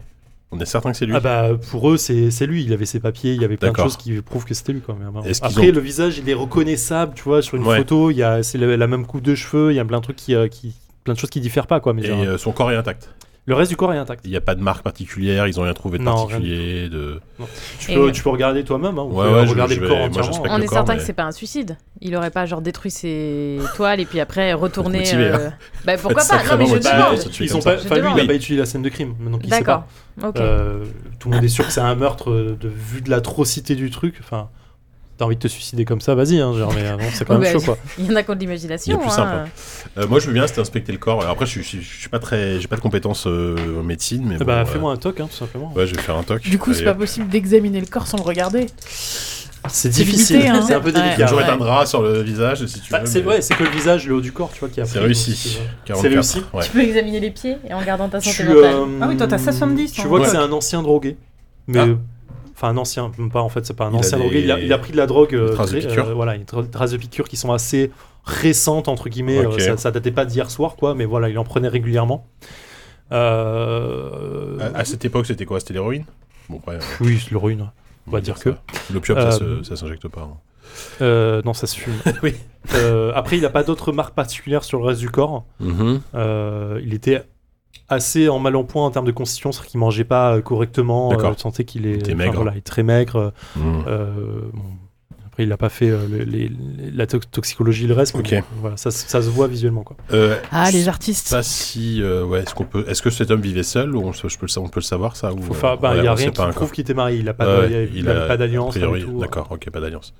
Speaker 4: On est certain que c'est lui
Speaker 3: Ah bah pour eux c'est c'est lui, il avait ses papiers, il y avait plein de
Speaker 4: D'accord.
Speaker 3: choses qui prouvent que c'était lui quand même. hein.
Speaker 4: Est-ce qu'ils
Speaker 3: Après
Speaker 4: ont-
Speaker 3: le visage il est reconnaissable, tu vois, sur une
Speaker 4: Ouais.
Speaker 3: photo, il y a c'est la, la même coupe de cheveux, il y a plein de trucs qui, euh, qui plein de choses qui diffèrent pas quoi. Mais
Speaker 4: Et
Speaker 3: genre,
Speaker 4: euh, son corps est intact.
Speaker 3: Le reste du corps est intact.
Speaker 4: Il n'y a pas de marque particulière, ils ont rien trouvé de
Speaker 3: Non, rien
Speaker 4: particulier. De...
Speaker 3: Tu peux,
Speaker 5: Et-
Speaker 3: tu peux regarder toi-même, hein, ou
Speaker 4: Ouais,
Speaker 3: tu peux
Speaker 4: ouais, je-
Speaker 3: regarder
Speaker 4: je
Speaker 3: le
Speaker 4: vais-
Speaker 3: corps
Speaker 4: moi, je
Speaker 3: entièrement. hein.
Speaker 4: respecte
Speaker 5: On
Speaker 4: le
Speaker 5: est
Speaker 4: corps,
Speaker 5: certain
Speaker 4: mais-
Speaker 5: que c'est pas un suicide. Il aurait pas genre détruit ses toiles et puis après retourné.
Speaker 4: Motivé, hein.
Speaker 5: euh, Bah pourquoi pas Non
Speaker 4: Sacrément
Speaker 5: mais je
Speaker 4: motivé,
Speaker 5: demande.
Speaker 4: hein, ça te fait
Speaker 3: Ils
Speaker 4: comme
Speaker 3: ont pas,
Speaker 5: ça.
Speaker 3: enfin, lui, il n'a
Speaker 5: Justement.
Speaker 3: pas étudié la scène de crime, donc il sait
Speaker 5: D'accord.
Speaker 3: pas.
Speaker 5: Ok.
Speaker 3: Euh, tout le monde est sûr que c'est un meurtre euh, de vue de l'atrocité du truc. Enfin, t'as envie de te suicider comme ça, vas-y, hein, genre, mais euh, bon, c'est quand même
Speaker 5: Ouais,
Speaker 3: chaud, quoi.
Speaker 5: Il y en a qui ont de
Speaker 4: Il y
Speaker 5: l'imagination.
Speaker 4: a plus
Speaker 5: hein.
Speaker 4: sympa. Euh, moi, je veux bien, c'était inspecter le corps. Alors Après, je, je, je suis pas très, j'ai pas de compétences euh, en médecine, mais
Speaker 3: Eh bah,
Speaker 4: bon, euh,
Speaker 3: fais-moi un toc, hein, tout simplement.
Speaker 4: Ouais, je vais faire un toc.
Speaker 2: Du coup, c'est
Speaker 4: Allez,
Speaker 2: pas possible d'examiner le corps sans le regarder.
Speaker 3: C'est
Speaker 2: difficile.
Speaker 3: difficile,
Speaker 2: limité, hein.
Speaker 3: c'est un peu
Speaker 2: Ouais.
Speaker 4: Il y a
Speaker 3: délicat.
Speaker 4: toujours
Speaker 2: Ouais.
Speaker 4: un drap sur le visage, si tu
Speaker 3: Bah,
Speaker 4: veux.
Speaker 3: c'est
Speaker 4: mais
Speaker 3: ouais, c'est que le visage, le haut du corps, tu vois, qui a pris,
Speaker 4: C'est
Speaker 3: donc,
Speaker 4: réussi.
Speaker 3: c'est-
Speaker 4: 44.
Speaker 3: C'est réussi.
Speaker 4: Ouais.
Speaker 5: Tu peux examiner les pieds et en gardant ta santé
Speaker 3: Tu,
Speaker 5: mentale.
Speaker 3: euh,
Speaker 1: Ah oui, toi, t'as 70,
Speaker 3: Tu
Speaker 1: hein.
Speaker 3: vois que
Speaker 4: Ouais.
Speaker 3: c'est un ancien drogué. Mais.
Speaker 4: Ah.
Speaker 3: euh, Enfin, un ancien, même pas en fait, c'est pas un
Speaker 4: Il a
Speaker 3: ancien
Speaker 4: des-
Speaker 3: drogué. Il a, il a pris de la drogue. euh,
Speaker 4: Des traces de
Speaker 3: très-
Speaker 4: piqûres.
Speaker 3: euh, voilà, une tra- traces de piqûres qui sont assez récentes, entre guillemets. euh,
Speaker 4: Ok.
Speaker 3: ça, ça datait pas d'hier soir, quoi, mais voilà, il en prenait régulièrement. Euh...
Speaker 4: À, à cette époque, c'était quoi C'était l'héroïne Bon, ouais.
Speaker 3: Oui, c'est l'héroïne. ouais. On va dire que.
Speaker 4: L'opium,
Speaker 3: Euh,
Speaker 4: ça, se- ça s'injecte pas. hein.
Speaker 3: Euh, non, ça se fume.
Speaker 4: Oui.
Speaker 3: Euh, après, il a pas d'autres marques particulières sur le reste du corps. Euh, il était assez en mal en point en termes de constitution, c'est-à-dire qu'il mangeait pas euh, correctement.
Speaker 4: D'accord.
Speaker 3: Euh, on sentait qu'il est,
Speaker 4: Il était
Speaker 3: enfin,
Speaker 4: maigre.
Speaker 3: voilà, il est très maigre.
Speaker 4: Mhm.
Speaker 3: Euh, bon, Après, il n'a pas fait euh, les- les- les- la to- toxicologie, le reste. mais
Speaker 4: Ok.
Speaker 3: bon, voilà, ça, se- ça se voit visuellement. Quoi.
Speaker 4: Euh,
Speaker 2: Ah,
Speaker 4: je
Speaker 2: les
Speaker 4: sais
Speaker 2: artistes.
Speaker 4: pas si. euh, ouais, est-ce qu'on peut. Est-ce que cet homme vivait seul ou on, se- je peux le, sa- on peut le savoir ça ou,
Speaker 3: Faut
Speaker 4: euh,
Speaker 3: faire- bah, il n'y
Speaker 4: ouais,
Speaker 3: a
Speaker 4: on sait
Speaker 3: rien qui
Speaker 4: pas encore.
Speaker 3: prouve qu'il était marié. Il n'a pas,
Speaker 4: Ouais,
Speaker 3: de- il
Speaker 4: il
Speaker 3: avait
Speaker 4: a-
Speaker 3: pas d'alliance.
Speaker 4: a priori,
Speaker 3: rien du tout. hein.
Speaker 4: D'accord, ok, pas d'alliance.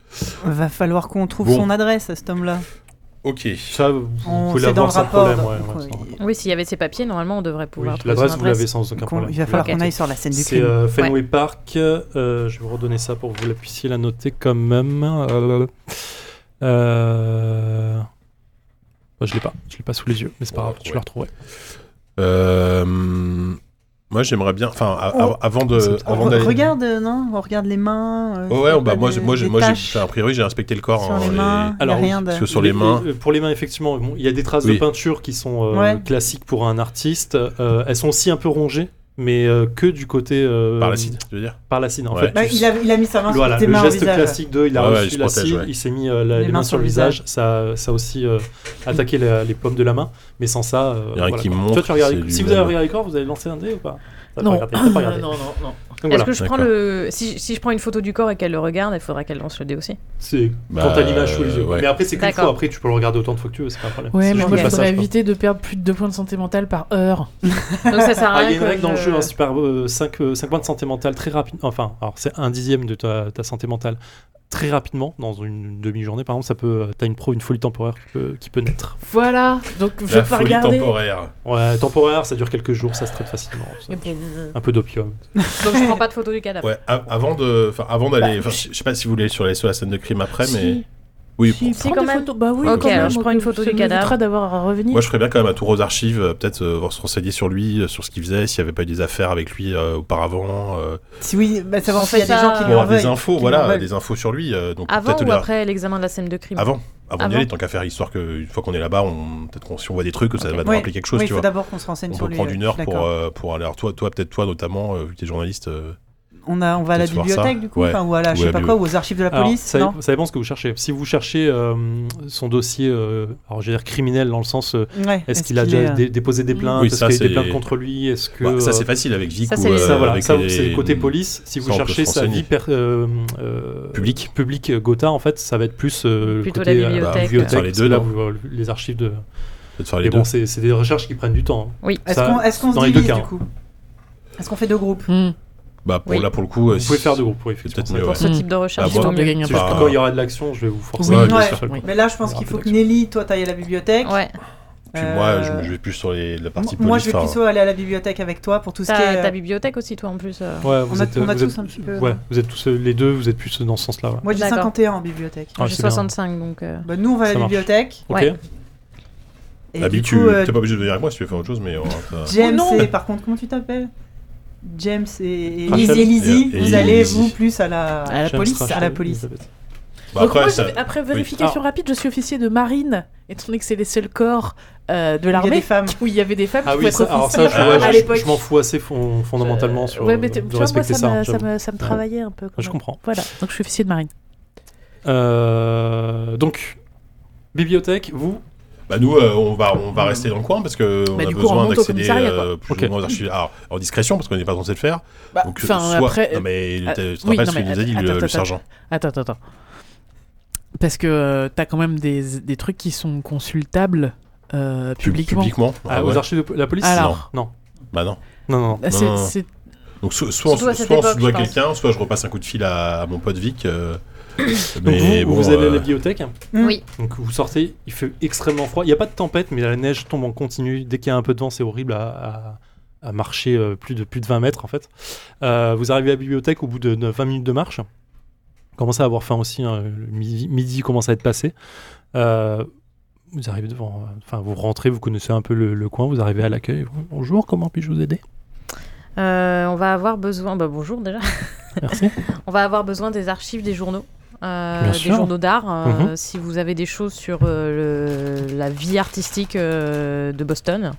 Speaker 1: Va falloir qu'on trouve
Speaker 4: Bon.
Speaker 1: son adresse à cet homme-là.
Speaker 4: Ok.
Speaker 3: Ça, vous
Speaker 1: On-
Speaker 3: pouvez
Speaker 1: c'est dans
Speaker 3: l'avoir
Speaker 1: le
Speaker 3: sans
Speaker 1: rapport.
Speaker 3: problème. ouais,
Speaker 1: donc,
Speaker 3: ouais,
Speaker 1: euh,
Speaker 3: sans-
Speaker 1: il-
Speaker 5: Oui, s'il y avait ses papiers, normalement, on devrait
Speaker 3: Oui,
Speaker 5: pouvoir trouver
Speaker 3: L'adresse,
Speaker 5: son
Speaker 3: vous l'avez sans aucun
Speaker 1: qu'on-
Speaker 3: problème.
Speaker 1: il va falloir
Speaker 5: Ok.
Speaker 1: qu'on aille sur la scène du
Speaker 3: C'est
Speaker 1: crime.
Speaker 3: euh, Fenway Park. euh, je vais vous redonner ça pour que vous la puissiez la noter quand même. Euh, euh, bah, je l'ai pas. Je l'ai pas sous les yeux, mais c'est pas
Speaker 4: On va
Speaker 3: grave. Je la retrouverai.
Speaker 4: Euh, moi, j'aimerais bien. Enfin, a- a- avant de.
Speaker 1: On
Speaker 4: Avant
Speaker 1: re-
Speaker 4: d'aller.
Speaker 1: regarde, euh, non On regarde les mains. euh,
Speaker 4: Ouais, ouais,
Speaker 1: s'il y a
Speaker 4: bah,
Speaker 1: pas
Speaker 4: moi,
Speaker 1: des-
Speaker 4: j'ai- moi, j'ai-
Speaker 1: des
Speaker 4: moi, j'ai-
Speaker 1: taches
Speaker 4: enfin, a priori, j'ai inspecté le corps.
Speaker 1: sur
Speaker 4: hein,
Speaker 1: les
Speaker 4: et-
Speaker 1: mains. il y a
Speaker 3: Alors,
Speaker 1: rien de.
Speaker 4: parce que sur les mains.
Speaker 3: euh, Pour les mains, effectivement, bon, il y a des traces de
Speaker 4: Oui.
Speaker 3: peinture qui sont euh,
Speaker 1: Ouais.
Speaker 3: classiques pour un artiste. Euh, elles sont aussi un peu rongées, mais euh, que du côté. euh,
Speaker 4: Par l'acide, tu veux dire
Speaker 3: Par l'acide, en
Speaker 4: Ouais.
Speaker 3: fait.
Speaker 1: Bah,
Speaker 3: Tu-
Speaker 1: il, a, il a mis sa main
Speaker 3: Voilà,
Speaker 1: sur tes
Speaker 3: le
Speaker 1: mains au
Speaker 3: geste
Speaker 1: visage.
Speaker 3: classique de il a
Speaker 4: Ouais, ouais, il
Speaker 3: reçu
Speaker 4: se
Speaker 3: la
Speaker 4: protège,
Speaker 3: cible,
Speaker 4: ouais.
Speaker 3: il s'est mis euh, la- les, mains sur le visage, ça, ça a aussi euh, attaqué la- les pommes de la main, mais sans ça. euh,
Speaker 4: Il y a rien
Speaker 3: voilà.
Speaker 4: qui
Speaker 3: Toi,
Speaker 4: montre,
Speaker 3: tu regardes-
Speaker 4: c'est
Speaker 3: si vous
Speaker 4: lui-même.
Speaker 3: avez regardé le corps, vous avez lancé un dé ou pas T'as pas
Speaker 2: Non.
Speaker 3: regardé, t'as pas regardé.
Speaker 2: non, non, non.
Speaker 3: Donc
Speaker 5: Est-ce
Speaker 3: voilà,
Speaker 5: que je prends
Speaker 4: D'accord.
Speaker 5: le. Si, si je prends une photo du corps et qu'elle le regarde, il faudra qu'elle lance le dé aussi.
Speaker 3: c'est
Speaker 4: Bah,
Speaker 3: quand t'as l'image sous les yeux.
Speaker 4: ouais.
Speaker 3: Mais après, c'est qu'une
Speaker 5: D'accord.
Speaker 3: fois, après, tu peux le regarder autant de fois que tu veux, c'est pas un problème.
Speaker 2: Ouais,
Speaker 3: C'est
Speaker 2: mais
Speaker 3: juste
Speaker 2: moi,
Speaker 3: le
Speaker 2: je voudrais
Speaker 3: passage, quoi.
Speaker 2: éviter de perdre plus de 2 points de santé mentale par heure.
Speaker 5: Donc ça sert à
Speaker 3: Ah,
Speaker 5: rien.
Speaker 3: il y a une
Speaker 5: que
Speaker 3: règle dans le
Speaker 5: je-
Speaker 3: jeu, hein, si par 5, euh, points de santé mentale très rapide. Enfin, alors c'est un dixième de ta, ta santé mentale très rapidement, dans une demi-journée par exemple, ça peut. euh, T'as une pro, une folie temporaire qui peut, qui peut naître.
Speaker 2: Voilà, donc je vais
Speaker 4: La
Speaker 2: pas
Speaker 4: folie
Speaker 2: regarder.
Speaker 4: temporaire.
Speaker 3: Ouais, temporaire, ça dure quelques jours, ça se traite facilement. ça.
Speaker 2: Et puis, euh,
Speaker 3: Un peu d'opium.
Speaker 5: Donc je prends pas de photo du cadavre.
Speaker 4: Ouais, a- avant de, enfin, avant d'aller, enfin, je sais pas si vous voulez sur, les, sur la scène de crime après,
Speaker 2: si.
Speaker 4: mais oui,
Speaker 2: Si,
Speaker 4: bon.
Speaker 2: prends
Speaker 5: quand
Speaker 2: des
Speaker 5: même.
Speaker 2: photos. Bah oui,
Speaker 5: Ok,
Speaker 2: quand même,
Speaker 5: alors je prends une
Speaker 2: ça
Speaker 5: photo du
Speaker 2: nous
Speaker 5: cadavre.
Speaker 2: évitera d'avoir à revenir.
Speaker 4: moi je ferais bien quand même un tour aux archives, euh, peut-être euh, se renseigner sur lui, euh, sur ce qu'il faisait, s'il y avait pas eu des affaires avec lui euh, auparavant, euh,
Speaker 1: Si oui, bah, savoir
Speaker 5: On
Speaker 1: s'il y a
Speaker 5: fait
Speaker 1: des
Speaker 5: ça-
Speaker 1: gens qui
Speaker 5: Pour
Speaker 4: pour
Speaker 1: lui en
Speaker 4: avoir
Speaker 1: veulent.
Speaker 4: des infos,
Speaker 1: qui
Speaker 4: voilà,
Speaker 1: lui en veulent.
Speaker 4: des infos sur lui, euh, donc
Speaker 5: Avant
Speaker 4: peut-être
Speaker 5: ou
Speaker 4: lui-
Speaker 5: après l'examen de la scène de crime
Speaker 4: avant, avant d'y
Speaker 5: Avant.
Speaker 4: aller, tant qu'à faire, histoire qu'une fois qu'on est là-bas, on peut-être qu'on si on voit des trucs, que ça va nous
Speaker 1: Oui.
Speaker 4: rappeler quelque chose,
Speaker 1: Oui, il
Speaker 4: tu
Speaker 1: faut
Speaker 4: vois.
Speaker 1: d'abord qu'on se renseigne
Speaker 4: On
Speaker 1: sur
Speaker 4: peut
Speaker 1: lui.
Speaker 4: prendre
Speaker 1: ouais,
Speaker 4: une
Speaker 1: je
Speaker 4: heure
Speaker 1: suis
Speaker 4: pour
Speaker 1: d'accord.
Speaker 4: euh, pour aller. Alors toi, toi peut-être toi notamment, euh, vu que t'es journaliste. euh,
Speaker 1: On, a, on va à la
Speaker 4: peut-être voir ça.
Speaker 1: bibliothèque, du coup,
Speaker 4: Ouais.
Speaker 1: enfin, ou à la,
Speaker 4: Ou
Speaker 1: je
Speaker 4: à
Speaker 1: sais
Speaker 4: la
Speaker 1: pas quoi, ou aux archives de la
Speaker 3: Alors,
Speaker 1: police,
Speaker 3: ça,
Speaker 1: non
Speaker 3: ça dépend ce que vous cherchez. Si vous cherchez euh, son dossier, euh, alors je vais dire criminel dans le sens, euh,
Speaker 1: Ouais,
Speaker 3: est-ce qu'il a déjà
Speaker 1: est-
Speaker 3: dé- déposé des plaintes,
Speaker 4: Oui,
Speaker 3: est-ce
Speaker 4: ça,
Speaker 3: qu'il y a eu des
Speaker 4: c'est-
Speaker 3: plaintes contre lui, est-ce que
Speaker 4: bah, ça
Speaker 3: euh,
Speaker 4: c'est facile avec Vic
Speaker 5: ça,
Speaker 4: ou
Speaker 5: c'est les-
Speaker 4: euh,
Speaker 3: ça, voilà,
Speaker 4: avec
Speaker 3: ça,
Speaker 4: les-
Speaker 3: c'est le côté police. Si
Speaker 4: ça,
Speaker 3: vous
Speaker 4: on peut
Speaker 3: cherchez
Speaker 4: se
Speaker 3: sa vie
Speaker 4: renseigner.
Speaker 3: per- euh, euh,
Speaker 4: Publique.
Speaker 3: public euh, Gotha, en fait, ça va être plus euh,
Speaker 5: Plutôt
Speaker 3: le côté
Speaker 5: la
Speaker 3: euh,
Speaker 5: bibliothèque.
Speaker 4: Faire les
Speaker 3: parce
Speaker 4: deux,
Speaker 3: que là,
Speaker 4: non
Speaker 3: vous, euh, les archives de.
Speaker 4: Peut-être
Speaker 3: euh,
Speaker 4: faire
Speaker 3: Mais
Speaker 4: les deux.
Speaker 3: bon, c'est c'est des recherches qui prennent du temps. hein.
Speaker 5: Oui.
Speaker 1: Est-ce
Speaker 3: ça-
Speaker 1: qu'on est-ce qu'on
Speaker 3: dans
Speaker 1: se
Speaker 3: les deux
Speaker 1: divise,
Speaker 3: cas,
Speaker 1: du
Speaker 3: hein.
Speaker 1: coup Est-ce qu'on fait deux groupes
Speaker 2: Hmm.
Speaker 4: Bah pour
Speaker 5: Oui.
Speaker 4: là pour le coup, euh,
Speaker 3: Vous pouvez
Speaker 4: si-
Speaker 3: faire deux groupes, oui,
Speaker 4: c'est
Speaker 3: effectivement.
Speaker 4: peut-être
Speaker 3: ça
Speaker 4: mieux.
Speaker 5: Pour
Speaker 4: ouais.
Speaker 5: ce type de
Speaker 4: Ah,
Speaker 5: recherche,
Speaker 4: bon,
Speaker 5: il vaut
Speaker 2: de
Speaker 5: mieux.
Speaker 2: gagner un
Speaker 3: C'est juste que
Speaker 4: Bah,
Speaker 3: quand il y aura de l'action, je vais vous forcer.
Speaker 2: Oui.
Speaker 3: à-
Speaker 1: Ouais.
Speaker 3: sur le-
Speaker 2: Oui.
Speaker 1: Mais là, je pense
Speaker 3: Alors,
Speaker 1: qu'il faut que
Speaker 3: peut-être.
Speaker 1: Nelly, toi, t'ailles à la bibliothèque.
Speaker 5: Ouais.
Speaker 4: Puis
Speaker 1: Euh,
Speaker 4: moi, je, je vais plus sur les, la partie
Speaker 1: Moi,
Speaker 4: police.
Speaker 1: je vais
Speaker 4: enfin,
Speaker 1: plutôt aller à la bibliothèque avec toi pour tout ce qui
Speaker 5: T'as ta
Speaker 1: est. euh,
Speaker 5: bibliothèque aussi, toi en plus. euh.
Speaker 3: Ouais,
Speaker 1: On
Speaker 3: vous
Speaker 1: a
Speaker 3: êtes,
Speaker 1: on a
Speaker 3: vous êtes-
Speaker 1: tous un petit peu.
Speaker 3: Ouais, vous êtes tous euh, les deux, vous êtes plus dans ce sens-là. ouais.
Speaker 1: Moi, j'ai
Speaker 5: D'accord.
Speaker 1: 51 en bibliothèque.
Speaker 3: Ah,
Speaker 5: J'ai
Speaker 3: c'est bien.
Speaker 5: 65, donc. euh,
Speaker 1: Bah, nous, on va à
Speaker 3: Ça
Speaker 1: la
Speaker 3: marche.
Speaker 1: bibliothèque.
Speaker 3: Ok.
Speaker 5: Ouais.
Speaker 1: Et
Speaker 4: Abby,
Speaker 1: du
Speaker 4: tu
Speaker 1: coup, euh,
Speaker 4: t'es pas obligé de venir avec moi si tu veux faire autre chose, mais on va faire ça.
Speaker 1: James
Speaker 2: Oh non
Speaker 1: et par contre, comment tu t'appelles James et, et
Speaker 3: Rachel.
Speaker 1: et Lizzie,
Speaker 4: Et- et
Speaker 1: vous allez
Speaker 4: Lizzie.
Speaker 1: vous plus à la,
Speaker 2: À la
Speaker 3: James
Speaker 2: police.
Speaker 3: Rachel,
Speaker 1: à la police.
Speaker 3: Elizabeth.
Speaker 4: Bah,
Speaker 2: Donc, moi,
Speaker 4: après,
Speaker 2: je
Speaker 4: ça-
Speaker 2: vais- après vérification
Speaker 3: Ah.
Speaker 2: rapide, je suis officier de marine, étant donné que c'est les seuls corps
Speaker 1: Il y a
Speaker 2: euh, de
Speaker 1: des
Speaker 2: l'armée
Speaker 1: femmes.
Speaker 2: où il y avait des femmes
Speaker 3: Ah
Speaker 2: qui
Speaker 3: oui,
Speaker 2: pouvaient
Speaker 3: ça,
Speaker 2: être
Speaker 3: alors
Speaker 2: officiers
Speaker 3: ça,
Speaker 4: officier,
Speaker 3: je,
Speaker 2: à
Speaker 3: ouais, je-
Speaker 2: l'époque.
Speaker 3: je m'en fous assez fon- fondamentalement sur
Speaker 2: ouais, mais tu
Speaker 3: de
Speaker 2: tu vois, moi,
Speaker 3: respecter
Speaker 2: ça, me-
Speaker 3: hein,
Speaker 2: ça,
Speaker 3: j'avoue.
Speaker 2: me, ça me travaillait un peu. quand
Speaker 3: Je
Speaker 2: même.
Speaker 3: comprends.
Speaker 2: Voilà, donc je suis officier de marine.
Speaker 3: Euh, donc, bibliothèque, vous,
Speaker 4: Bah nous, euh, on va, on va rester dans le coin parce que on
Speaker 2: Bah,
Speaker 4: a
Speaker 2: du coup, on
Speaker 4: besoin
Speaker 2: remonte au
Speaker 4: d'accéder
Speaker 2: commissariat,
Speaker 4: euh, plus
Speaker 3: Ok.
Speaker 4: ou moins aux archives. Alors, en discrétion parce qu'on n'est pas censé le faire.
Speaker 2: Bah,
Speaker 4: Donc,
Speaker 2: enfin,
Speaker 4: soit...
Speaker 2: après-
Speaker 4: non mais tu
Speaker 2: euh,
Speaker 4: te
Speaker 2: oui,
Speaker 4: rappelles
Speaker 2: non,
Speaker 4: ce qu'il
Speaker 2: mais
Speaker 4: nous a dit
Speaker 2: attends,
Speaker 4: le,
Speaker 2: attends,
Speaker 4: le
Speaker 2: attends.
Speaker 4: sergent.
Speaker 2: Attends, attends, attends. Parce que euh, t'as quand même des, des trucs qui sont consultables euh,
Speaker 4: Pub-
Speaker 2: publiquement.
Speaker 4: Publiquement.
Speaker 3: Ah,
Speaker 4: Ah
Speaker 3: Aux
Speaker 4: ouais.
Speaker 3: archives de la police
Speaker 2: Alors.
Speaker 3: Non.
Speaker 4: Bah non.
Speaker 3: Non, non. non.
Speaker 2: Ah, c'est-
Speaker 4: Non, non.
Speaker 2: c'est-
Speaker 4: Donc so- soit, on-
Speaker 5: Surtout à cette
Speaker 4: soit on
Speaker 5: époque,
Speaker 4: se doit
Speaker 5: je pense.
Speaker 4: quelqu'un, soit je repasse un coup de fil à, à mon pote Vic. euh,
Speaker 3: Donc
Speaker 4: mais
Speaker 3: vous,
Speaker 4: bon,
Speaker 3: vous allez à
Speaker 4: euh,
Speaker 3: la bibliothèque.
Speaker 1: Mm.
Speaker 5: Oui.
Speaker 3: Donc vous sortez, il fait extrêmement froid. Il n'y a pas de tempête, mais la neige tombe en continu. Dès qu'il y a un peu de vent, c'est horrible à, à- à marcher euh, plus de, plus de 20 mètres en fait. Euh, vous arrivez à la bibliothèque au bout de, de 20 minutes de marche. Vous Commencez à avoir faim aussi, hein, le midi, midi commence à être passé. Euh, vous arrivez devant, euh, enfin vous rentrez, vous connaissez un peu le, le coin, vous arrivez à l'accueil. Bonjour, comment puis-je vous aider
Speaker 5: Euh, on va avoir besoin. Bah, bonjour déjà.
Speaker 3: Merci.
Speaker 5: On va avoir besoin des archives des journaux. euh,
Speaker 3: Bien
Speaker 5: des
Speaker 3: sûr.
Speaker 5: journaux d'art, euh,
Speaker 3: Mhm.
Speaker 5: si vous avez des choses sur euh, le- la vie artistique euh, de Boston.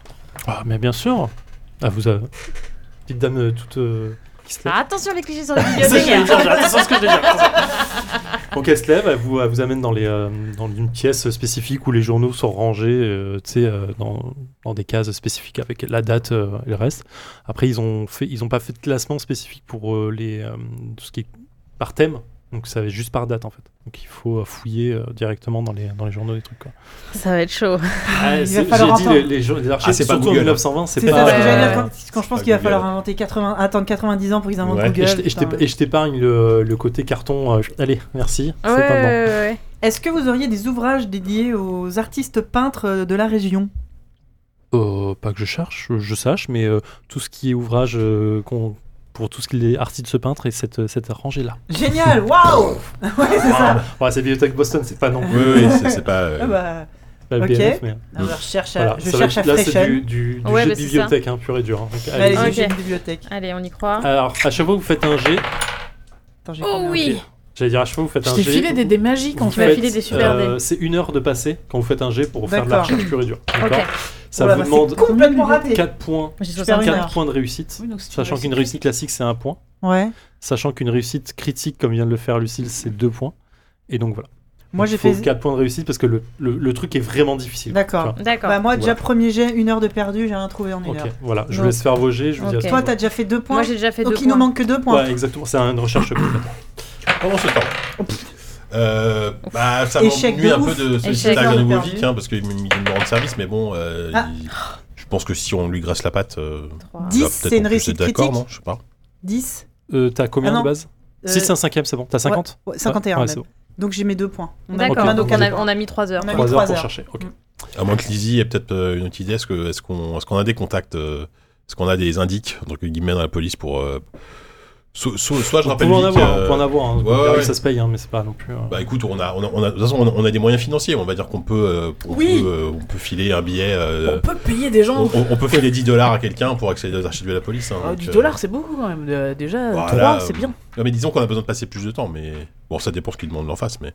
Speaker 3: Ah mais bien sûr. Ah vous, euh, petite dame euh, toute. euh, qui se lève.
Speaker 5: Ah, attention les clichés sur les
Speaker 3: C'est ce que j'allais
Speaker 5: bibliothèques
Speaker 3: dire, j'ai- attention à ce que j'allais dire, attention. Donc elle se lève, elle vous, elle vous amène dans, les, euh, dans une pièce spécifique où les journaux sont rangés, euh, tu sais, euh, dans, dans des cases spécifiques avec la date euh, et le reste. Après, ils ont fait, ils ont pas fait de classement spécifique pour euh, les, euh, tout ce qui est par thème. Donc ça va juste par date en fait. Donc il faut euh, fouiller euh, directement dans les, dans les journaux des trucs. Quoi.
Speaker 5: Ça va être chaud.
Speaker 1: Ah, il c'est- va falloir j'ai dit,
Speaker 3: Ah, dit
Speaker 1: attendre.
Speaker 3: les,
Speaker 1: les-
Speaker 3: archives,
Speaker 4: c'est pas
Speaker 3: surtout en
Speaker 4: Google.
Speaker 3: 1920, Ah, c'est
Speaker 1: C'est ça,
Speaker 3: pas...
Speaker 1: parce que
Speaker 5: euh,
Speaker 1: j'allais dire, quand, quand je pense
Speaker 4: pas
Speaker 1: qu'il va
Speaker 4: Google.
Speaker 1: falloir inventer 80, attendre 90 ans pour qu'ils inventent
Speaker 4: Ouais.
Speaker 1: Google.
Speaker 3: Et je t'ai- et je t'ai-
Speaker 1: putain.
Speaker 3: et je t'épargne le, le côté carton. euh, allez, merci. c'est
Speaker 5: Ouais,
Speaker 3: maintenant.
Speaker 5: ouais,
Speaker 1: Est-ce que vous auriez des ouvrages dédiés aux artistes peintres de la région
Speaker 3: Euh, pas que je cherche, euh, je sache, mais euh, tout ce qui est ouvrage euh, qu'on- pour tout ce qui est artiste ce peintre et cette, cette rangée-là. Ah,
Speaker 1: Génial, waouh Ouais, c'est ça.
Speaker 3: Ouais, c'est Bibliothèque Boston, c'est pas non
Speaker 4: Oui,
Speaker 3: plus
Speaker 4: oui, c'est- c'est pas. euh,
Speaker 1: Ah bah,
Speaker 3: pas le
Speaker 1: ok.
Speaker 3: BNF, mais
Speaker 1: non, je cherche à,
Speaker 3: voilà.
Speaker 1: je
Speaker 3: ça va
Speaker 1: cherche à
Speaker 3: être- là, c'est du,
Speaker 1: Freshen. Bah,
Speaker 3: du, du
Speaker 5: Ouais,
Speaker 3: jet
Speaker 5: bah,
Speaker 3: de
Speaker 5: c'est
Speaker 3: bibliothèque, hein, pur et dur. hein. Donc,
Speaker 1: Allez,
Speaker 3: allez-y.
Speaker 1: j'ai
Speaker 5: Ok.
Speaker 1: une bibliothèque.
Speaker 5: Allez, on y croit.
Speaker 3: Alors, à chaque fois que vous faites un jet,
Speaker 1: Attends, j'ai
Speaker 5: Oh
Speaker 1: combien
Speaker 5: oui
Speaker 3: j'allais dire à chaque fois que vous faites
Speaker 2: je
Speaker 3: un
Speaker 2: t'ai
Speaker 3: jet.
Speaker 2: filé des dés magiques en
Speaker 3: vous
Speaker 5: Tu m'as
Speaker 2: fait.
Speaker 3: faites,
Speaker 5: filé des super
Speaker 3: euh,
Speaker 5: dés.
Speaker 3: C'est une heure de passé quand vous faites un jet pour faire de la
Speaker 1: D'accord.
Speaker 3: recherche pure et dure.
Speaker 5: Ok.
Speaker 3: D'accord Ça
Speaker 1: Oh là
Speaker 3: vous
Speaker 1: là,
Speaker 3: demande
Speaker 1: C'est complètement raté.
Speaker 3: 4 points,
Speaker 5: J'ai
Speaker 1: Super
Speaker 5: 65.
Speaker 1: une heure.
Speaker 3: 4 points de réussite.
Speaker 2: Oui, donc c'est une
Speaker 3: Sachant qu'une réussite classique, c'est un point.
Speaker 1: Ouais.
Speaker 3: sachant qu'une réussite critique, comme vient de le faire Lucille, c'est deux points. Et donc voilà.
Speaker 1: Moi
Speaker 3: Donc,
Speaker 1: j'ai
Speaker 3: il faut
Speaker 1: fait.
Speaker 3: quatre points de réussite parce que le, le- le truc est vraiment difficile.
Speaker 1: D'accord.
Speaker 5: D'accord.
Speaker 1: Bah, moi, déjà,
Speaker 3: Ouais.
Speaker 1: premier jet, une heure de perdu, j'ai rien trouvé en une
Speaker 3: Ok,
Speaker 1: heure.
Speaker 3: voilà. Je vous
Speaker 1: Donc-
Speaker 3: laisse faire vos jets. Je vous
Speaker 5: Ok.
Speaker 3: dis à
Speaker 1: Toi, t'as déjà fait deux points.
Speaker 5: Moi, j'ai déjà fait
Speaker 1: Donc,
Speaker 5: deux
Speaker 1: il nous
Speaker 5: points.
Speaker 1: manque que deux points.
Speaker 3: Ouais, exactement. C'est une recherche complète.
Speaker 4: Pendant ce temps. Euh, bah, ça
Speaker 1: Échec
Speaker 4: m'ennuie
Speaker 1: de
Speaker 4: un
Speaker 1: ouf.
Speaker 4: peu de ce
Speaker 5: Échec
Speaker 4: petit à
Speaker 1: de
Speaker 4: nouveau
Speaker 1: perdu.
Speaker 4: Vic, hein, parce qu'il me, il me rend service, mais bon, euh,
Speaker 1: Ah.
Speaker 4: il- je pense que si on lui graisse la patte, euh,
Speaker 5: Trois.
Speaker 1: Dix,
Speaker 4: il va
Speaker 1: c'est une
Speaker 4: peut-être en plus être
Speaker 1: réussite
Speaker 4: d'accord,
Speaker 1: critique.
Speaker 4: non Je sais pas.
Speaker 1: 10.
Speaker 3: Euh, t'as combien
Speaker 1: Ah non.
Speaker 3: de base Si c'est un cinquième, c'est bon. T'as 50
Speaker 1: ouais, 51
Speaker 3: Ouais,
Speaker 1: même.
Speaker 3: c'est bon.
Speaker 1: Donc, j'ai mes deux points. On a-
Speaker 5: D'accord, Ah,
Speaker 1: on a
Speaker 3: Ok.
Speaker 1: nos
Speaker 5: donc
Speaker 1: quatre
Speaker 5: on a,
Speaker 1: points.
Speaker 5: on a mis 3 heures.
Speaker 1: On a mis
Speaker 3: Trois
Speaker 1: trois
Speaker 3: heures pour
Speaker 1: heures.
Speaker 3: chercher. Ok.
Speaker 1: Mm.
Speaker 4: À moins que Lizzie ait peut-être euh, une autre idée, est-ce qu'on est qu'on est qu'on a des contacts euh, Est-ce qu'on a des indices, entre guillemets, dans la police pour. euh, so- so- soit je
Speaker 3: On
Speaker 4: rappelle
Speaker 3: peut en
Speaker 4: Vic,
Speaker 3: avoir.
Speaker 4: euh,
Speaker 3: On peut en avoir. hein.
Speaker 4: ouais,
Speaker 3: On verra
Speaker 4: ouais.
Speaker 3: que Ça se paye, hein, mais c'est pas non plus. euh,
Speaker 4: Bah écoute, on a, on a, on a- de toute façon, on a, on a des moyens financiers. On va dire qu'on peut, euh, on
Speaker 2: Oui.
Speaker 4: peut, euh, on peut filer un billet. euh,
Speaker 2: On peut payer des gens.
Speaker 4: on, on- on peut filer 10 dollars à quelqu'un pour accéder aux archives de la police. hein,
Speaker 2: Ah,
Speaker 4: donc,
Speaker 2: du
Speaker 4: euh,
Speaker 2: dollar, c'est beaucoup quand même. Euh, Déjà,
Speaker 4: Voilà,
Speaker 2: 3,
Speaker 4: euh,
Speaker 2: c'est bien.
Speaker 4: Non, mais disons qu'on a besoin de passer plus de temps, mais bon, ça dépend ce qu'ils demandent en face, mais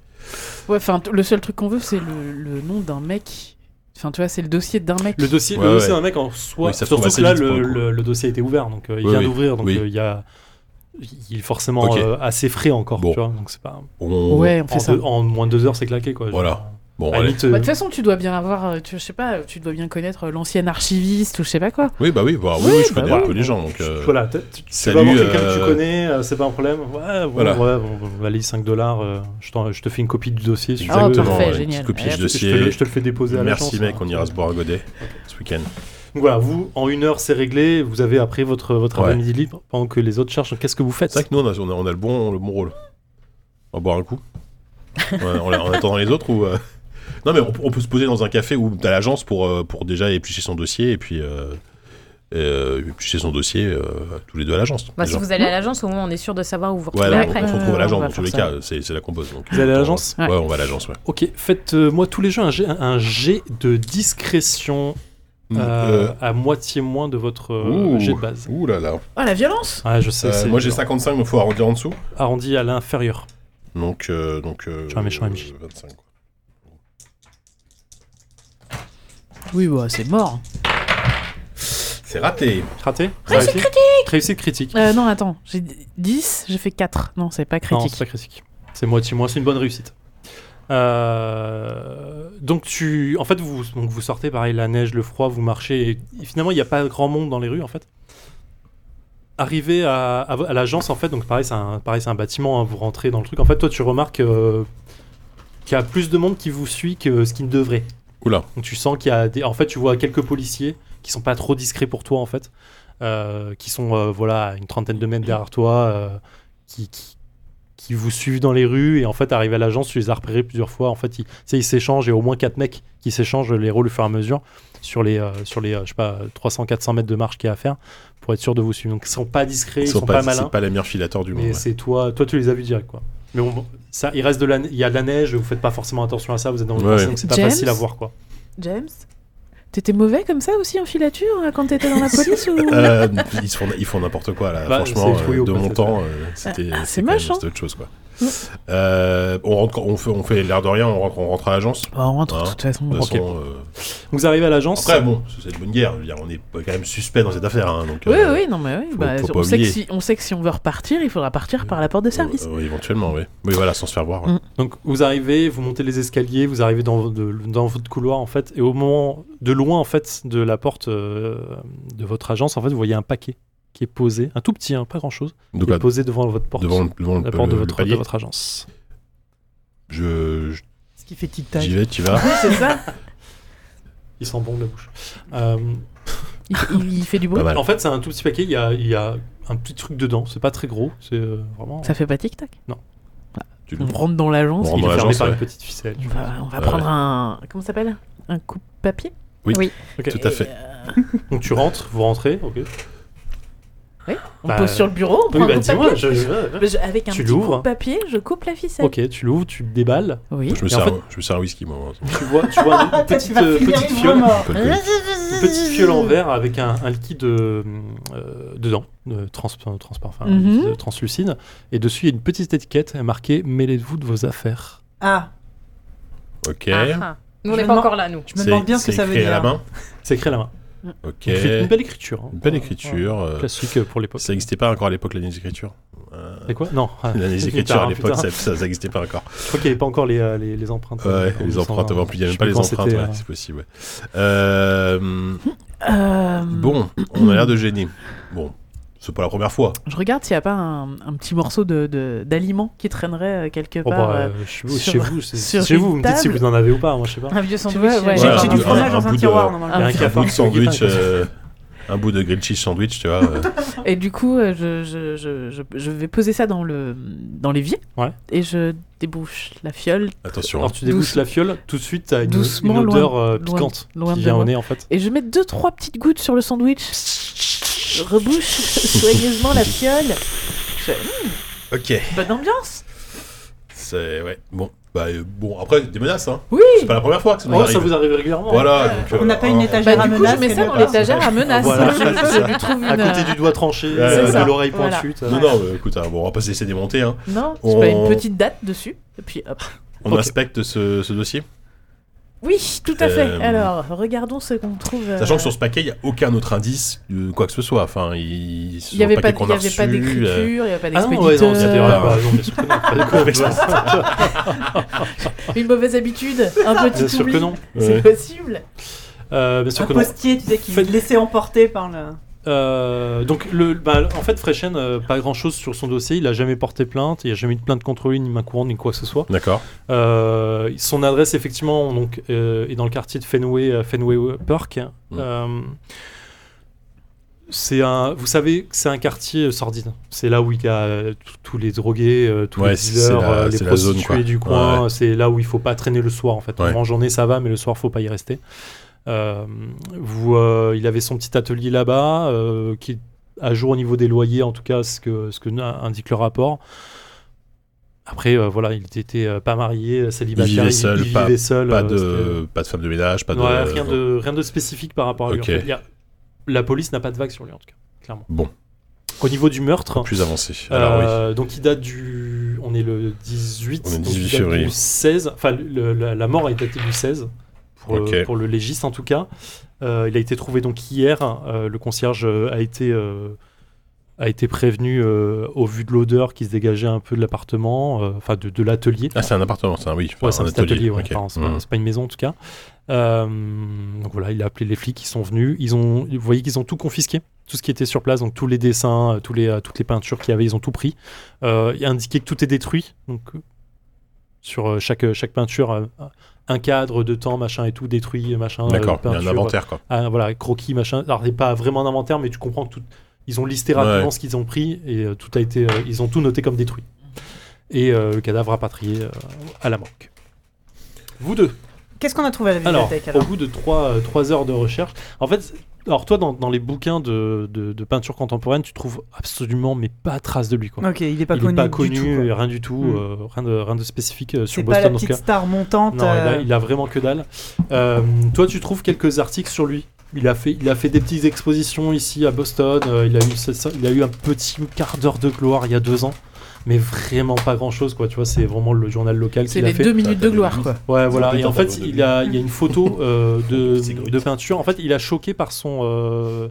Speaker 2: Ouais, enfin, t- le seul truc qu'on veut, c'est le, le nom d'un mec. Enfin, tu vois, c'est le dossier d'un mec.
Speaker 3: Le dossier,
Speaker 4: Ouais,
Speaker 3: le dossier
Speaker 4: ouais.
Speaker 3: d'un mec en soi.
Speaker 4: Oui, ça se trouve
Speaker 3: surtout
Speaker 4: assez
Speaker 3: que là,
Speaker 4: vite, pour
Speaker 3: le,
Speaker 4: le coup.
Speaker 3: le- le dossier a été ouvert, donc euh, il
Speaker 4: Oui,
Speaker 3: vient
Speaker 4: oui.
Speaker 3: d'ouvrir, donc
Speaker 4: Oui.
Speaker 3: euh, il y a, il est forcément
Speaker 4: Ok.
Speaker 3: euh, assez frais encore,
Speaker 4: Bon.
Speaker 3: tu vois. Donc c'est pas.
Speaker 4: on...
Speaker 2: Ouais, on fait
Speaker 3: En,
Speaker 2: ça.
Speaker 3: deux- en moins de deux heures, c'est claqué, quoi.
Speaker 4: Voilà. bon,
Speaker 3: À la
Speaker 4: allez.
Speaker 3: limite,
Speaker 2: Bah, De
Speaker 3: euh,
Speaker 2: toute façon, tu dois bien avoir, euh, tu, je sais pas, tu dois bien connaître euh, l'ancien archiviste ou je sais pas quoi.
Speaker 4: Oui, bah oui, bah, oui,
Speaker 2: Oui,
Speaker 4: oui, je
Speaker 2: bah
Speaker 4: connais
Speaker 2: oui.
Speaker 4: un peu les gens, donc. euh,
Speaker 3: Voilà, t'as- tu, tu
Speaker 4: salut,
Speaker 3: peux avoir quelqu'un que
Speaker 4: euh,
Speaker 3: tu connais, euh, c'est pas un problème. Ouais, bon,
Speaker 4: Voilà.
Speaker 3: ouais, bon, bon, allez, 5 dollars, euh, je, t'en- je te fais une copie du dossier. si tu
Speaker 2: Ah,
Speaker 3: veux.
Speaker 2: parfait,
Speaker 4: ouais, une
Speaker 2: génial.
Speaker 4: petite copie
Speaker 2: Et
Speaker 4: du
Speaker 2: après,
Speaker 3: Je te, le,
Speaker 4: dossier.
Speaker 3: je te le fais déposer à l'agence.
Speaker 4: Merci, mec,
Speaker 3: hein.
Speaker 4: on ira se boire un godet ce week-end.
Speaker 3: Donc voilà, vous, en une heure, c'est réglé. Vous avez après votre, votre
Speaker 4: Ouais.
Speaker 3: après-midi libre pendant que les autres cherchent. Qu'est-ce que vous faites
Speaker 4: C'est vrai que nous, on a, on a- on a le, bon, le bon rôle. On va boire un coup. Ouais, en, en attendant les autres ou. euh, Non, mais on, on peut se poser dans un café où t'as l'agence pour, euh, pour déjà éplucher son dossier et puis. euh, euh, éplucher son dossier euh, tous les deux à l'agence.
Speaker 5: Bah, si
Speaker 4: déjà.
Speaker 5: vous allez à l'agence, au moins on est sûr de savoir où vous
Speaker 4: Ouais,
Speaker 5: retrouvez
Speaker 4: alors, on,
Speaker 5: après.
Speaker 4: on se retrouve à
Speaker 2: on
Speaker 4: l'agence
Speaker 2: va
Speaker 4: dans tous les
Speaker 2: faire
Speaker 4: cas, c'est c'est la compose. Donc,
Speaker 3: Vous allez à
Speaker 4: on-
Speaker 3: l'agence
Speaker 4: Ouais, on va à l'agence, ouais.
Speaker 3: Ok, faites-moi tous les jeux un jet, un jet de discrétion euh,
Speaker 4: Euh,
Speaker 3: à moitié moins de votre euh,
Speaker 4: Ouh.
Speaker 3: jet de base.
Speaker 4: Ouh là là.
Speaker 2: Ah, la violence
Speaker 3: Ah, je sais.
Speaker 4: Euh,
Speaker 3: c'est
Speaker 4: moi j'ai
Speaker 3: dur.
Speaker 4: 55, donc faut arrondir en dessous.
Speaker 3: Arrondi à l'inférieur.
Speaker 4: Donc. Euh, donc euh,
Speaker 3: Je suis un méchant MJ.
Speaker 4: 25, quoi.
Speaker 2: Oui, bah, c'est mort.
Speaker 4: C'est raté.
Speaker 3: Raté Réussite critique Réussite critique.
Speaker 2: Euh, non, attends, j'ai d- 10, j'ai fait 4. Non, c'est pas
Speaker 3: Non,
Speaker 2: critique.
Speaker 3: c'est pas critique. C'est moitié moins, c'est une bonne réussite. Euh, donc tu, en fait, vous, donc vous sortez pareil, la neige, le froid, vous marchez. Et finalement, il n'y a pas grand monde dans les rues, en fait. Arrivé à, à, à l'agence, en fait, donc pareil, c'est un, pareil, c'est un bâtiment. hein, vous rentrez dans le truc. En fait, toi, tu remarques euh, qu'il y a plus de monde qui vous suit que ce qui ne devrait.
Speaker 4: Oula.
Speaker 3: Donc tu sens qu'il y a des... En fait, tu vois quelques policiers qui sont pas trop discrets pour toi, en fait, euh, qui sont, euh, voilà, à une trentaine de mètres derrière toi, euh, qui, qui, qui vous suivent dans les rues. Et en fait, arrivé à l'agence, tu les as repérés plusieurs fois. En fait, ils tu sais, ils s'échangent, et au moins quatre mecs qui s'échangent les rôles au fur et à mesure sur les, euh, sur les euh, je sais pas, 300-400 mètres de marche qu'il y a à faire pour être sûr de vous suivre. Donc ils sont pas discrets, ils sont, pas, malins.
Speaker 4: C'est pas les meilleurs filateurs du
Speaker 3: Mais
Speaker 4: monde. ouais.
Speaker 3: c'est toi, toi tu les as vus direct quoi. Mais bon, ça, il reste de la, il y a de la neige, vous faites pas forcément attention à ça, vous êtes dans une
Speaker 4: Ouais.
Speaker 3: pensée, donc c'est pas
Speaker 2: James
Speaker 3: facile à voir quoi.
Speaker 2: James T'étais mauvais comme ça aussi en filature hein, quand t'étais dans la police ou...
Speaker 4: Euh, ils, font, ils font n'importe quoi là.
Speaker 3: Bah,
Speaker 4: Franchement,
Speaker 3: c'est Trouillot,
Speaker 4: euh, de
Speaker 3: quoi,
Speaker 4: mon
Speaker 3: c'est
Speaker 4: temps, euh, c'était
Speaker 2: Ah, c'est
Speaker 4: c'était quand
Speaker 2: moche,
Speaker 4: même-
Speaker 2: hein.
Speaker 4: c'était autre chose quoi.
Speaker 2: Mm.
Speaker 4: Euh, on rentre, on fait, on fait l'air de rien, on rentre, on rentre à l'agence.
Speaker 2: Bah, on rentre
Speaker 4: Ah.
Speaker 2: de toute façon.
Speaker 4: De toute
Speaker 3: Ok.
Speaker 4: façon, euh,
Speaker 3: Vous arrivez à l'agence.
Speaker 4: Après, bon, c'est de bonne guerre. je veux dire, on est quand même suspect dans cette affaire. hein, donc,
Speaker 2: Oui,
Speaker 4: euh,
Speaker 2: oui, non, mais oui.
Speaker 4: faut-
Speaker 2: bah,
Speaker 4: faut pas
Speaker 2: on, sait que
Speaker 4: oublier.
Speaker 2: si, on sait que si on veut repartir, il faudra partir par la porte de service.
Speaker 4: euh, oui, éventuellement, oui. Oui, voilà, sans se faire voir. ouais.
Speaker 2: Mm.
Speaker 3: Donc vous arrivez, vous montez les escaliers, vous arrivez dans, vo- de- dans votre couloir en fait, et au moment de loin en fait de la porte euh, de votre agence, en fait vous voyez un paquet qui est posé, un tout petit, hein, pas grand chose,
Speaker 4: Donc,
Speaker 3: qui
Speaker 4: là,
Speaker 3: est posé devant votre porte,
Speaker 4: devant, le- devant le,
Speaker 3: la porte de
Speaker 4: le
Speaker 3: votre, de
Speaker 4: palier,
Speaker 3: votre agence.
Speaker 4: je, je-
Speaker 1: Ce qui fait tic-tac.
Speaker 4: j'y vais, tu vas.
Speaker 2: C'est ça
Speaker 3: Il sent bon de la bouche. Euh,
Speaker 2: il, il- il fait du bruit.
Speaker 4: Pas mal.
Speaker 3: En fait c'est un tout petit paquet, il y a, il y a un petit truc dedans, c'est pas très gros, c'est euh, vraiment.
Speaker 2: Ça fait pas tic-tac.
Speaker 4: Tu le
Speaker 2: On rentre dans l'agence.
Speaker 4: bah. Mm. On rentre
Speaker 3: Il
Speaker 4: dans
Speaker 3: est fermé
Speaker 4: l'agence,
Speaker 3: par
Speaker 4: ouais.
Speaker 3: une petite ficelle.
Speaker 2: On va, on va
Speaker 4: Ouais.
Speaker 2: prendre un. Comment ça s'appelle Un coupe-papier
Speaker 3: Ok.
Speaker 4: Tout à
Speaker 2: Et,
Speaker 4: fait.
Speaker 2: euh,
Speaker 3: Donc tu rentres, vous rentrez, ok.
Speaker 2: on
Speaker 3: Bah,
Speaker 2: pose sur le bureau, on prend
Speaker 3: Oui, bah
Speaker 2: un
Speaker 3: dis-moi,
Speaker 2: coupe-papier.
Speaker 3: je- je-
Speaker 2: Bah, je- Avec un
Speaker 3: Tu
Speaker 2: petit
Speaker 3: l'ouvres.
Speaker 2: coupe-papier, je coupe la ficelle.
Speaker 3: Ok, tu l'ouvres, tu le déballes.
Speaker 2: Oui.
Speaker 4: Je me
Speaker 3: Et en
Speaker 4: sers,
Speaker 3: fait-
Speaker 4: un- je me sers un whisky, moi.
Speaker 3: Tu vois, tu vois une
Speaker 1: Toi,
Speaker 3: petite,
Speaker 1: tu vas
Speaker 3: euh,
Speaker 1: finir
Speaker 3: petite fiole,
Speaker 1: vraiment.
Speaker 4: Un peu de colis.
Speaker 3: une petite fiole en verre avec un, un liquide euh, euh, dedans, euh, trans- euh, transparent, enfin,
Speaker 2: Mhm.
Speaker 3: liquide translucide, et dessus il y a une petite étiquette marquée Mêlez-vous de vos affaires.
Speaker 1: Ah,
Speaker 4: Ok.
Speaker 5: Ah, ah. Nous, on
Speaker 1: Je
Speaker 5: n'est
Speaker 1: me
Speaker 5: pas
Speaker 1: demande-
Speaker 5: encore là, nous.
Speaker 1: je me demande bien ce que
Speaker 4: c'est
Speaker 1: ça veut
Speaker 4: écrit
Speaker 1: dire.
Speaker 4: à la main.
Speaker 3: C'est écrit à la main.
Speaker 4: Ok.
Speaker 3: Donc, c'est Une
Speaker 4: Une
Speaker 3: belle écriture. hein.
Speaker 4: belle
Speaker 3: Ouais, ouais.
Speaker 4: écriture. euh,
Speaker 3: Classique euh, pour l'époque.
Speaker 4: Ça n'existait pas encore à l'époque, l'année des écritures. Euh,
Speaker 3: C'est quoi Non. ah,
Speaker 4: L'année des
Speaker 3: plus
Speaker 4: écritures
Speaker 3: tard,
Speaker 4: à
Speaker 3: hein,
Speaker 4: l'époque,
Speaker 3: plus
Speaker 4: ça ça n'existait pas encore.
Speaker 3: Je crois qu'il n'y avait pas encore les, euh, les, les empreintes. euh,
Speaker 4: Ouais,
Speaker 3: en
Speaker 4: les
Speaker 3: 1920.
Speaker 4: empreintes avant, il n'y a
Speaker 3: Je
Speaker 4: même
Speaker 3: sais
Speaker 4: pas
Speaker 3: plus
Speaker 4: les
Speaker 3: quand
Speaker 4: empreintes,
Speaker 3: c'était,
Speaker 4: ouais,
Speaker 3: euh,
Speaker 4: c'est possible. ouais. Euh,
Speaker 2: Euh,
Speaker 4: bon, on a l'air de gêner. Bon, c'est pas la première fois.
Speaker 2: Je regarde s'il n'y a pas un, un petit morceau de- de- d'aliment qui traînerait euh, quelque
Speaker 3: Oh,
Speaker 2: part.
Speaker 3: bah,
Speaker 2: euh,
Speaker 3: euh, chez vous,
Speaker 2: sur-
Speaker 3: chez vous, c'est-
Speaker 2: sur
Speaker 3: c'est chez
Speaker 2: une
Speaker 3: vous, vous me dites si
Speaker 2: table.
Speaker 3: vous en avez ou pas, moi je sais pas.
Speaker 5: Un vieux sandwich.
Speaker 2: vois, ouais,
Speaker 5: euh,
Speaker 1: J'ai
Speaker 4: Voilà,
Speaker 1: j'ai
Speaker 4: un
Speaker 1: du
Speaker 4: bout-
Speaker 1: fromage
Speaker 4: un
Speaker 1: dans un
Speaker 4: bout de-
Speaker 1: tiroir,
Speaker 3: Il y a
Speaker 1: normalement.
Speaker 3: euh, un
Speaker 2: Un
Speaker 4: Un bout
Speaker 3: cafard
Speaker 4: de
Speaker 3: qui est
Speaker 4: sandwich,
Speaker 3: pas-
Speaker 4: euh, un bout de grilled cheese sandwich, tu vois. euh,
Speaker 2: Et du coup, euh, je, je, je, je, je vais poser ça dans le dans l'évier.
Speaker 3: Ouais.
Speaker 2: Et je débouche la fiole
Speaker 4: attention.
Speaker 3: Alors tu débouches
Speaker 2: Douce-
Speaker 3: la fiole, tout de suite t'as une,
Speaker 2: Doucement,
Speaker 3: une odeur
Speaker 2: loin-
Speaker 3: euh,
Speaker 2: loin-
Speaker 3: piquante
Speaker 2: loin
Speaker 3: qui
Speaker 2: de
Speaker 3: vient au
Speaker 2: moi.
Speaker 3: nez en fait.
Speaker 2: et je mets deux trois petites gouttes sur le sandwich. Je Rebouche soigneusement la fiole.
Speaker 4: Ok.
Speaker 2: Bonne ambiance.
Speaker 4: C'est ouais. Bon, bah euh, bon. Après des menaces, hein.
Speaker 2: Oui.
Speaker 4: C'est pas la première fois que ça nous
Speaker 3: Oh,
Speaker 4: arrive.
Speaker 3: ça vous arrive régulièrement.
Speaker 4: Voilà. donc,
Speaker 1: On
Speaker 4: euh,
Speaker 1: n'a pas une
Speaker 4: hein,
Speaker 1: étagère
Speaker 2: Bah,
Speaker 1: à
Speaker 2: du coup, je
Speaker 1: menaces.
Speaker 2: mets ça
Speaker 1: quelque
Speaker 2: dans
Speaker 1: part.
Speaker 2: l'étagère à menaces.
Speaker 3: Voilà,
Speaker 2: je, je lui trouve
Speaker 3: À
Speaker 2: une.
Speaker 3: côté du doigt tranché,
Speaker 4: Ouais,
Speaker 3: euh,
Speaker 4: c'est
Speaker 3: de
Speaker 4: ça.
Speaker 3: l'oreille
Speaker 2: Voilà.
Speaker 3: pointue. t'as-
Speaker 4: Non, non, euh, écoute, hein, bon, on va pas se laisser démonter. Hein.
Speaker 2: Non, je sais pas,
Speaker 4: On-
Speaker 2: une petite date dessus. Et puis hop.
Speaker 4: On
Speaker 3: Ok.
Speaker 4: inspecte ce, ce dossier.
Speaker 2: Oui, tout à
Speaker 4: Euh,
Speaker 2: fait. Alors, regardons ce qu'on trouve. euh,
Speaker 4: Sachant que sur ce paquet, il n'y a aucun autre indice de quoi que ce soit. Enfin, il
Speaker 2: il n'y avait pas,
Speaker 4: qu'on
Speaker 2: il y
Speaker 4: a
Speaker 2: avait pas
Speaker 4: reçu,
Speaker 2: d'écriture,
Speaker 4: euh,
Speaker 2: il n'y avait pas
Speaker 3: Ah non, ouais, non, il y a des-
Speaker 2: d'expéditeur,
Speaker 3: ah, bah, non, bien sûr que non, pas de quoi, bien
Speaker 2: une mauvaise habitude, un petit
Speaker 3: sûr
Speaker 2: oubli.
Speaker 3: que non.
Speaker 4: ouais.
Speaker 2: C'est possible.
Speaker 3: Euh, bien sûr
Speaker 1: Un
Speaker 3: que non.
Speaker 1: postier, tu sais, qui
Speaker 3: Faites-
Speaker 1: laissait emporter par le.
Speaker 3: Euh, donc, le, bah, en fait, Freshen, euh, pas grand chose sur son dossier. Il a jamais porté plainte. Il a jamais eu de plainte contre lui, ni main courante, ni quoi que ce soit.
Speaker 4: D'accord.
Speaker 3: Euh, son adresse, effectivement, donc, euh, est dans le quartier de Fenway, euh, Fenway Park.
Speaker 4: Mm.
Speaker 3: Euh, c'est un, vous savez que c'est un quartier euh, sordide. C'est là où il y a euh, tout- tous les drogués, euh, tous
Speaker 4: Ouais,
Speaker 3: les
Speaker 4: c'est-
Speaker 3: dealers,
Speaker 4: c'est la-
Speaker 3: euh, les
Speaker 4: c'est la zone,
Speaker 3: prostituées
Speaker 4: quoi.
Speaker 3: du coin. C'est là où il faut pas traîner le soir. En fait,
Speaker 4: Ouais.
Speaker 3: en journée ça va, mais le soir faut pas y rester. Euh, vous, euh, il avait son petit atelier là-bas, euh, qui est à jour au niveau des loyers, en tout cas, ce que, ce que nous indique le rapport. Après, euh, voilà, il était euh, pas marié, euh, célibataire,
Speaker 4: vivait seul, pas-
Speaker 3: vivait seul,
Speaker 4: Pas
Speaker 3: euh, c'était-
Speaker 4: de, pas de femme de ménage, pas de.
Speaker 3: Ouais, rien, de, rien de spécifique par rapport à lui.
Speaker 4: Ok.
Speaker 3: en fait. Il y a- la police n'a pas de vague sur lui, en tout cas, clairement.
Speaker 4: Bon.
Speaker 3: Au niveau du meurtre,
Speaker 4: Plus avancé. Alors oui.
Speaker 3: euh, donc il date du. On est le 18,
Speaker 4: On est
Speaker 3: donc
Speaker 4: 18
Speaker 3: il date
Speaker 4: février.
Speaker 3: Du 16, enfin, le- la, la mort a été datée du 16, pour, euh,
Speaker 4: Ok.
Speaker 3: pour le légiste en tout cas. Euh, il a été trouvé donc hier. euh, le concierge euh, a été. euh, a été prévenu euh, au vu de l'odeur qui se dégageait un peu de l'appartement, euh, enfin de, de l'atelier.
Speaker 4: Ah, c'est un appartement, ça, oui.
Speaker 3: Ouais, c'est un atelier, ouais,
Speaker 4: ok.
Speaker 3: enfin, c'est
Speaker 4: Mm.
Speaker 3: pas, c'est pas une maison en tout cas. Euh, donc voilà, il a appelé les flics, ils sont venus, ils ont, vous voyez qu'ils ont tout confisqué, tout ce qui était sur place, donc tous les dessins, euh, tous les, euh, toutes les peintures qu'il y avait, ils ont tout pris. Euh, il a indiqué que tout est détruit, donc euh, sur euh, chaque, euh, chaque peinture, euh, un cadre de temps, machin et tout, détruit, machin. euh,
Speaker 4: D'accord, il y a un
Speaker 3: peinture,
Speaker 4: inventaire, quoi.
Speaker 3: ah, voilà, croquis, machin. Alors, c'est pas vraiment un inventaire, mais tu comprends que tout... ils ont listé rapidement
Speaker 4: Ouais.
Speaker 3: ce qu'ils ont pris et euh, tout a été, euh, ils ont tout noté comme détruit. Et euh, le cadavre rapatrié euh, à la banque.
Speaker 4: Vous deux.
Speaker 1: Qu'est-ce qu'on a trouvé à la
Speaker 3: Alors,
Speaker 1: bibliothèque
Speaker 3: au
Speaker 1: alors,
Speaker 3: bout de 3, heures de recherche, en fait, alors toi, dans, dans les bouquins de, de- de peinture contemporaine, tu trouves absolument, mais pas trace de lui. Quoi.
Speaker 1: Ok, il est pas
Speaker 3: il
Speaker 1: connu.
Speaker 3: est pas
Speaker 1: du
Speaker 3: connu,
Speaker 1: tout, quoi.
Speaker 3: rien du tout,
Speaker 1: Hmm.
Speaker 3: euh, rien, de, rien de spécifique euh, sur
Speaker 1: C'est pas
Speaker 3: Boston
Speaker 1: la
Speaker 3: en tout
Speaker 1: petite
Speaker 3: cas.
Speaker 1: star montante.
Speaker 3: Non, il, a,
Speaker 1: euh,
Speaker 3: il a vraiment que dalle. Euh, toi, tu trouves quelques articles sur lui. Il a fait, il a fait des petites expositions ici à Boston. euh, il a eu, ça- ça- il a eu un petit quart d'heure de gloire il y a deux ans, mais vraiment pas grand chose, quoi. Tu vois, c'est vraiment le journal local
Speaker 2: C'est
Speaker 3: qu'il a
Speaker 2: les
Speaker 3: fait.
Speaker 2: deux minutes
Speaker 4: Ah, T'as-
Speaker 2: de
Speaker 4: t'as
Speaker 2: gloire,
Speaker 4: des
Speaker 2: quoi.
Speaker 3: Ouais,
Speaker 4: Ils ont
Speaker 3: voilà.
Speaker 4: des
Speaker 3: Et en
Speaker 4: tableaux
Speaker 3: fait,
Speaker 4: de
Speaker 3: il
Speaker 4: lui.
Speaker 3: a, il y a une photo euh,
Speaker 4: C'est
Speaker 3: de,
Speaker 4: gris.
Speaker 3: de peinture. En fait, il a choqué par son, euh,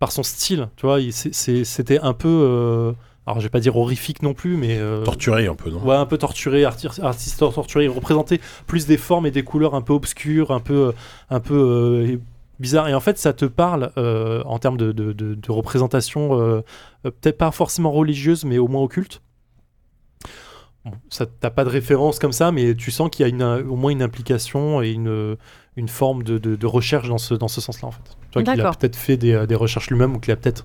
Speaker 3: par son style. Tu vois, il- c'est- c'est- c'était un peu. euh, alors, je vais pas dire horrifique non plus, mais euh,
Speaker 4: Torturé un peu, non
Speaker 3: Ouais, un peu torturé, arti- artiste tor- torturé. Il représentait plus des formes et des couleurs un peu obscures, un peu, un peu euh, bizarre. Et en fait, ça te parle euh, en termes de, de- de- de représentation, euh, euh, peut-être pas forcément religieuse, mais au moins occulte. Bon, ça t'as pas de référence comme ça, mais tu sens qu'il y a une, euh, au moins une implication et une, une forme de, de- de recherche dans ce, dans ce sens-là, en fait. Tu vois qu'il a
Speaker 5: D'accord.
Speaker 3: peut-être fait des, euh, des recherches lui-même ou qu'il a peut-être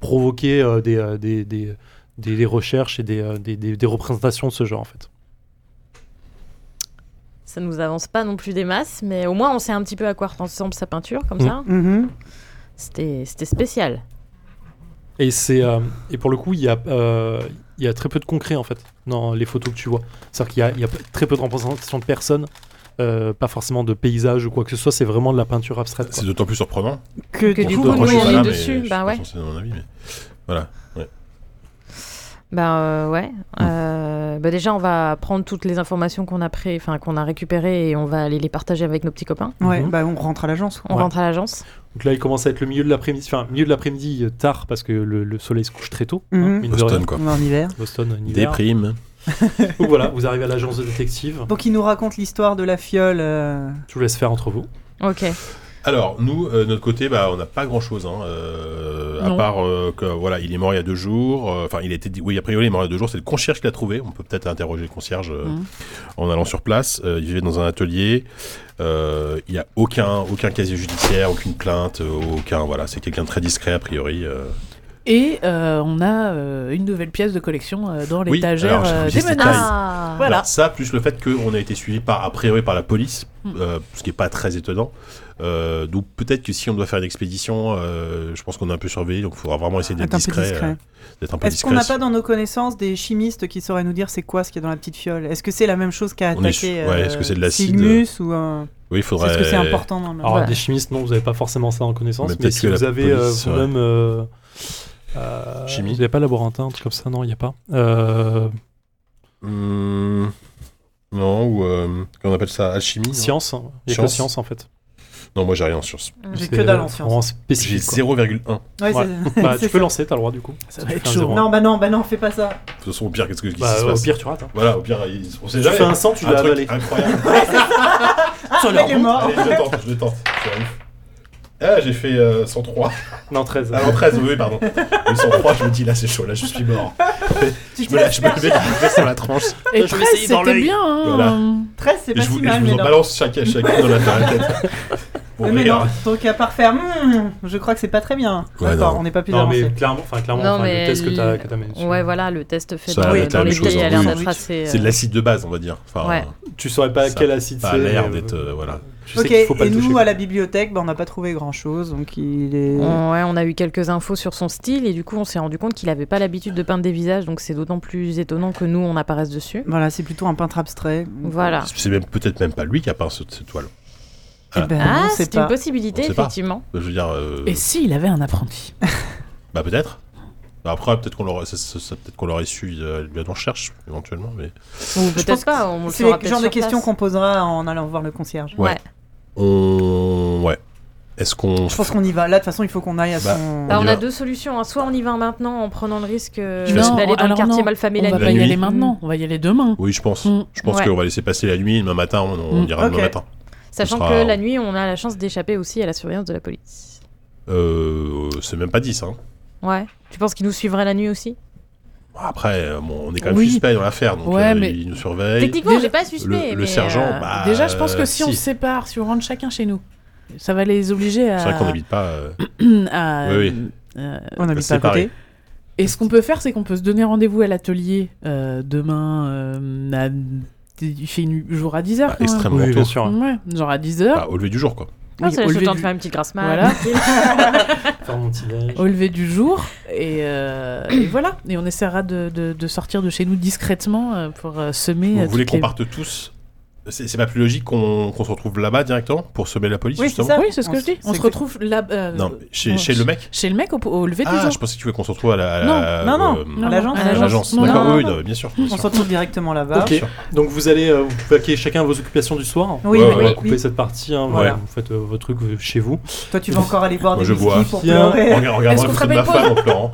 Speaker 3: provoqué euh, des, euh, des, des, des, des recherches et des, euh, des, des- des représentations de ce genre en fait.
Speaker 5: Ça nous avance pas non plus des masses, mais au moins on sait un petit peu à quoi ressemble sa peinture, comme
Speaker 3: Mm.
Speaker 5: ça.
Speaker 1: mhm.
Speaker 5: C'était c'était spécial.
Speaker 3: Et c'est euh, et pour le coup il y a euh, il y a très peu de concret en fait dans les photos que tu vois. C'est-à-dire qu'il y a, il y a très peu de représentations de personnes, euh, pas forcément de paysages ou quoi que ce soit. C'est vraiment de la peinture abstraite. quoi.
Speaker 4: C'est d'autant plus surprenant.
Speaker 1: Que
Speaker 5: Que
Speaker 1: du
Speaker 5: du
Speaker 1: coup,
Speaker 5: coup, nous,
Speaker 1: moi,
Speaker 5: on
Speaker 1: je-
Speaker 5: est
Speaker 4: voilà, mais
Speaker 5: dessus,
Speaker 4: je
Speaker 5: bah
Speaker 4: suis pas
Speaker 5: ouais.
Speaker 4: censé donner mon avis, mais
Speaker 5: Bah euh, ouais. Euh, bah déjà, on va prendre toutes les informations qu'on a pré... enfin qu'on a récupérées et on va aller les partager avec nos petits copains.
Speaker 1: Ouais,
Speaker 3: Mhm.
Speaker 1: bah on rentre à l'agence. quoi.
Speaker 5: On
Speaker 3: Ouais.
Speaker 5: rentre à l'agence.
Speaker 3: Donc là il commence à être le milieu de l'après-midi, enfin milieu de l'après-midi euh, tard parce que le, le soleil se couche très tôt. hein,
Speaker 1: Mhm.
Speaker 3: mine de rien.
Speaker 4: Boston, quoi.
Speaker 1: On est en hiver.
Speaker 3: Boston, en hiver.
Speaker 4: Déprime.
Speaker 3: Donc voilà, vous arrivez à l'agence de détective.
Speaker 1: Donc il nous raconte l'histoire de la fiole. euh,
Speaker 3: Je vous laisse faire entre vous.
Speaker 5: Ok.
Speaker 4: Alors, nous, euh, de notre côté, bah, on n'a pas grand-chose. Hein, euh, à
Speaker 5: Non.
Speaker 4: part euh, que, voilà, il est mort il y a deux jours. euh, Enfin, il était dit. Oui, a priori, il est mort il y a deux jours. C'est le concierge qui l'a trouvé. On peut peut-être interroger le concierge euh,
Speaker 2: Mhm.
Speaker 4: en allant sur place. Euh, il vivait dans un atelier. Euh, il n'y a aucun, aucun casier judiciaire, aucune plainte, euh, aucun. Voilà, c'est quelqu'un de très discret, a priori. euh.
Speaker 2: Et euh, on a euh, une nouvelle pièce de collection euh, dans
Speaker 4: Oui,
Speaker 2: l'étagère
Speaker 4: alors, je
Speaker 2: euh,
Speaker 4: vous dis
Speaker 2: des
Speaker 4: ce détail.
Speaker 2: menaces.
Speaker 5: Ah.
Speaker 2: Voilà.
Speaker 4: Alors, Bah, ça, plus le fait qu'on a été suivi par, a priori par la police,
Speaker 2: Mm.
Speaker 1: Hmm.
Speaker 4: euh, ce qui n'est pas très étonnant. Euh, donc peut-être que si on doit faire une expédition, euh, je pense qu'on est un peu surveillé, donc il faudra vraiment essayer d'être
Speaker 1: Être un peu
Speaker 4: discret.
Speaker 1: discret.
Speaker 4: euh, d'être un peu
Speaker 1: Est-ce
Speaker 4: discret.
Speaker 1: qu'on n'a pas dans nos connaissances des chimistes qui sauraient nous dire c'est quoi ce qu'il y a dans la petite fiole Est-ce que c'est la même chose qu'à
Speaker 4: On est sûr-
Speaker 1: attaquer
Speaker 4: ouais,
Speaker 1: euh,
Speaker 4: est-ce que c'est de l'acide
Speaker 1: Sigmus ou un...
Speaker 4: Oui, il faudrait.
Speaker 1: Est-ce que c'est important dans le...
Speaker 3: Alors
Speaker 5: Voilà.
Speaker 3: des chimistes non, vous n'avez pas forcément ça en connaissance,
Speaker 4: Mais
Speaker 3: mais,
Speaker 4: peut-être
Speaker 3: si
Speaker 4: que la
Speaker 3: vous avez euh,
Speaker 4: police, ouais.
Speaker 3: vous-même euh, euh,
Speaker 4: Chimie.
Speaker 3: Vous n'avez pas laborantin, un truc comme ça, non, il n'y a pas. Euh,
Speaker 4: Hum, non, ou euh, qu'on appelle ça alchimie. non
Speaker 3: Science, il n'y a que
Speaker 4: Science.
Speaker 3: science en fait.
Speaker 4: Non, moi j'ai rien en science.
Speaker 1: J'ai
Speaker 3: C'est,
Speaker 1: que dalle en
Speaker 3: euh,
Speaker 1: science.
Speaker 3: En
Speaker 4: J'ai
Speaker 3: spécifique. quoi.
Speaker 4: 0,1.
Speaker 1: Ouais,
Speaker 3: Ouais.
Speaker 1: c'est-
Speaker 3: Bah,
Speaker 1: c'est
Speaker 3: tu peux
Speaker 1: ça.
Speaker 3: lancer, t'as le droit du coup.
Speaker 2: Ça
Speaker 3: Tu
Speaker 2: va
Speaker 3: fais
Speaker 2: être
Speaker 3: un
Speaker 2: chaud.
Speaker 3: zéro.
Speaker 1: Non, bah non, bah non, fais pas ça.
Speaker 4: De toute façon, au pire, qu'est-ce que- qu'est-ce qui
Speaker 3: Bah,
Speaker 4: se
Speaker 3: au
Speaker 4: passe
Speaker 3: pire, tu rates. hein.
Speaker 4: Voilà, au pire, il- on sait
Speaker 3: Tu
Speaker 4: jamais.
Speaker 3: fais un 100, tu
Speaker 4: Un
Speaker 3: l'as
Speaker 4: truc
Speaker 3: avalé.
Speaker 4: incroyable.
Speaker 1: Ah, il est mort.
Speaker 4: Allez, je le tente, je le tente. Je suis ouf. Ah, j'ai fait euh, 103.
Speaker 3: Non, 13.
Speaker 4: Ah non, 13, oui, pardon. Le 103, je me dis, là, c'est chaud, là, je suis mort.
Speaker 1: Tu
Speaker 4: Je
Speaker 1: te
Speaker 4: me
Speaker 1: laisses
Speaker 4: lâche, je me
Speaker 1: faire.
Speaker 4: levais, je me levais sur la tranche.
Speaker 2: Et
Speaker 3: Je vais
Speaker 2: 13,
Speaker 3: essayer dans
Speaker 2: c'était
Speaker 3: l'œil.
Speaker 2: bien. hein.
Speaker 4: Voilà.
Speaker 1: 13, c'est
Speaker 4: Et
Speaker 1: pas
Speaker 4: je vous,
Speaker 1: si
Speaker 4: et je
Speaker 1: mal,
Speaker 4: vous
Speaker 1: mais
Speaker 4: en
Speaker 1: non.
Speaker 4: balance chacun, chacun dans la tête. Pour
Speaker 1: Mais
Speaker 4: rire.
Speaker 1: non, donc à part faire, Hmm, je crois que c'est pas très bien.
Speaker 4: Ouais,
Speaker 1: D'accord,
Speaker 4: non.
Speaker 1: on n'est pas plus
Speaker 3: Non,
Speaker 1: avancé.
Speaker 3: mais clairement, enfin, clairement,
Speaker 5: Non,
Speaker 3: enfin,
Speaker 5: mais
Speaker 3: le test que
Speaker 5: l-
Speaker 3: t'as, que t'as mené dessus.
Speaker 5: Ouais, voilà, le test fait
Speaker 4: Ça,
Speaker 5: dans,
Speaker 4: oui,
Speaker 5: dans
Speaker 4: t'as la
Speaker 5: les
Speaker 4: même chose,
Speaker 5: bouteilles a
Speaker 4: hein,
Speaker 5: l'air
Speaker 4: oui.
Speaker 5: d'être assez.
Speaker 4: C'est de
Speaker 5: euh,
Speaker 4: l'acide de base, on va dire. Enfin,
Speaker 5: Ouais.
Speaker 3: Tu saurais pas
Speaker 4: Ça-
Speaker 3: quel acide
Speaker 4: ça a
Speaker 3: c'est.
Speaker 4: l'air
Speaker 3: mais,
Speaker 4: d'être,
Speaker 3: euh,
Speaker 4: euh, voilà.
Speaker 3: Je sais
Speaker 1: Ok,
Speaker 3: qu'il faut pas
Speaker 1: et
Speaker 3: le toucher,
Speaker 1: nous
Speaker 3: quoi.
Speaker 1: à la bibliothèque, bah, on n'a pas trouvé grand chose, donc il est.
Speaker 5: on- ouais, on a eu quelques infos sur son style et du coup on s'est rendu compte qu'il n'avait pas l'habitude de peindre des visages, donc c'est d'autant plus étonnant que nous on apparaisse dessus.
Speaker 1: Voilà, c'est plutôt un peintre abstrait. Ah.
Speaker 5: Voilà.
Speaker 4: C'est même- peut-être même pas lui qui a peint cette, cette toile.
Speaker 1: Eh ben,
Speaker 5: Ah,
Speaker 1: on sait
Speaker 5: c'est une
Speaker 1: pas.
Speaker 5: possibilité
Speaker 4: On sait pas.
Speaker 5: effectivement.
Speaker 4: Je veux dire, euh,
Speaker 2: Et s'il avait un apprenti
Speaker 4: bah peut-être. Bah, Après, peut-être qu'on l'aurait, ça- ça- ça- peut-être qu'on l'aurait su euh, via via nos recherches, éventuellement. Mais
Speaker 5: Ou
Speaker 1: pense que
Speaker 5: peut-être pas. On le
Speaker 1: C'est
Speaker 5: saura
Speaker 1: le
Speaker 5: peut-être
Speaker 1: genre de
Speaker 5: sur
Speaker 1: questions
Speaker 5: place.
Speaker 1: qu'on posera en allant voir le concierge.
Speaker 4: Ouais.
Speaker 5: Ouais.
Speaker 4: on, ouais, Est-ce qu'on.
Speaker 1: Je pense qu'on y va. Là, de toute façon, il faut qu'on aille à
Speaker 4: Bah,
Speaker 1: son.
Speaker 5: Bah,
Speaker 4: On
Speaker 5: on,
Speaker 4: y
Speaker 5: a
Speaker 4: va.
Speaker 5: deux solutions. hein. Soit on y va maintenant en prenant le risque euh,
Speaker 4: Je vais- Non,
Speaker 5: d'aller dans le
Speaker 2: alors
Speaker 5: quartier
Speaker 2: non.
Speaker 5: malfamé
Speaker 2: on
Speaker 5: la
Speaker 2: va
Speaker 5: nuit. Mmh.
Speaker 2: pas y
Speaker 4: nuit.
Speaker 2: aller maintenant, on va y aller demain.
Speaker 4: Oui, je pense.
Speaker 2: Mm.
Speaker 4: Je pense
Speaker 5: Ouais.
Speaker 4: qu'on va laisser passer la nuit. Demain matin, on, on
Speaker 2: Mm.
Speaker 4: ira
Speaker 1: Ok.
Speaker 4: demain matin.
Speaker 5: Sachant
Speaker 4: Ce sera-
Speaker 5: que la nuit, on a la chance d'échapper aussi à la surveillance de la police.
Speaker 4: Euh, c'est même pas 10. Hein.
Speaker 5: Ouais. Tu penses qu'ils nous suivraient la nuit aussi
Speaker 4: Après, euh, bon, on est quand même
Speaker 2: Oui.
Speaker 4: suspect dans l'affaire. Donc,
Speaker 2: Ouais,
Speaker 4: euh,
Speaker 2: mais-
Speaker 4: ils nous surveillent.
Speaker 5: Techniquement,
Speaker 2: déjà-
Speaker 5: j'ai pas
Speaker 4: Le,
Speaker 5: suspect.
Speaker 4: le
Speaker 5: mais,
Speaker 4: sergent,
Speaker 5: euh,
Speaker 4: bah,
Speaker 2: Déjà, je pense que si, on se
Speaker 4: C'est
Speaker 2: sépare, si on rentre chacun chez nous, ça va les obliger à.
Speaker 4: vrai qu'on n'habite pas. euh,
Speaker 2: à-
Speaker 4: Oui,
Speaker 2: euh,
Speaker 1: On habite pas à
Speaker 4: séparé.
Speaker 1: côté.
Speaker 2: Et ce qu'on peut faire, c'est qu'on peut se donner rendez-vous à l'atelier euh, demain. euh, à... Il fait une- jour à 10h.
Speaker 4: bah, extrêmement
Speaker 3: Oui,
Speaker 4: tôt.
Speaker 3: bien sûr. hein.
Speaker 2: Ouais, genre à 10h.
Speaker 4: Bah, au lever du jour, quoi.
Speaker 5: ah, ça
Speaker 2: au,
Speaker 5: laisse le
Speaker 2: lever
Speaker 5: temps de
Speaker 2: du...
Speaker 5: faire une petite grasse
Speaker 2: Voilà.
Speaker 5: mat.
Speaker 1: Mm.
Speaker 3: Faire mon petit déj.
Speaker 2: au lever du jour. Et, euh, et voilà. Et on essaiera de, de- de sortir de chez nous discrètement euh, pour euh, semer. euh,
Speaker 4: Vous voulez
Speaker 2: toutes
Speaker 4: qu'on
Speaker 2: les-
Speaker 4: parte tous C'est c'est pas plus logique qu'on qu'on se retrouve là-bas directement pour semer la police,
Speaker 1: Oui, c'est
Speaker 4: justement
Speaker 1: ça.
Speaker 2: Oui, c'est ce que
Speaker 1: On
Speaker 2: je dis.
Speaker 1: s-
Speaker 2: On
Speaker 1: c'est
Speaker 2: se
Speaker 1: que-
Speaker 2: retrouve là. euh,
Speaker 4: Non, mais chez,
Speaker 2: on-
Speaker 4: chez le mec
Speaker 2: Chez le mec au, au lever du
Speaker 4: Ah,
Speaker 2: jour.
Speaker 4: je pensais que tu voulais qu'on se retrouve à la. à
Speaker 2: Non,
Speaker 4: la-
Speaker 1: non, non,
Speaker 4: euh,
Speaker 2: Non,
Speaker 1: l'agence,
Speaker 2: à
Speaker 4: à l'agence.
Speaker 2: Non,
Speaker 4: D'accord,
Speaker 2: non,
Speaker 4: oui,
Speaker 2: non.
Speaker 4: non, bien sûr. bien
Speaker 1: On
Speaker 4: sûr.
Speaker 1: se retrouve directement là-bas.
Speaker 3: Ok. Donc vous allez euh, vous plaquer chacun vos occupations du soir.
Speaker 1: Oui, oui,
Speaker 4: Ouais, ouais,
Speaker 3: On
Speaker 4: ouais,
Speaker 3: va
Speaker 1: oui.
Speaker 3: couper cette partie. hein,
Speaker 1: Voilà.
Speaker 3: Vous faites euh, vos trucs euh, chez vous.
Speaker 1: Toi, tu vas encore aller boire
Speaker 4: Moi,
Speaker 1: des
Speaker 4: je
Speaker 1: whisky
Speaker 4: bois.
Speaker 1: pour
Speaker 3: Tiens.
Speaker 4: On
Speaker 1: pleurer.
Speaker 4: regarde- on regarde
Speaker 5: Est-ce
Speaker 4: la
Speaker 5: qu'on
Speaker 4: photo de ma
Speaker 5: s'appelle
Speaker 4: femme en pleurant.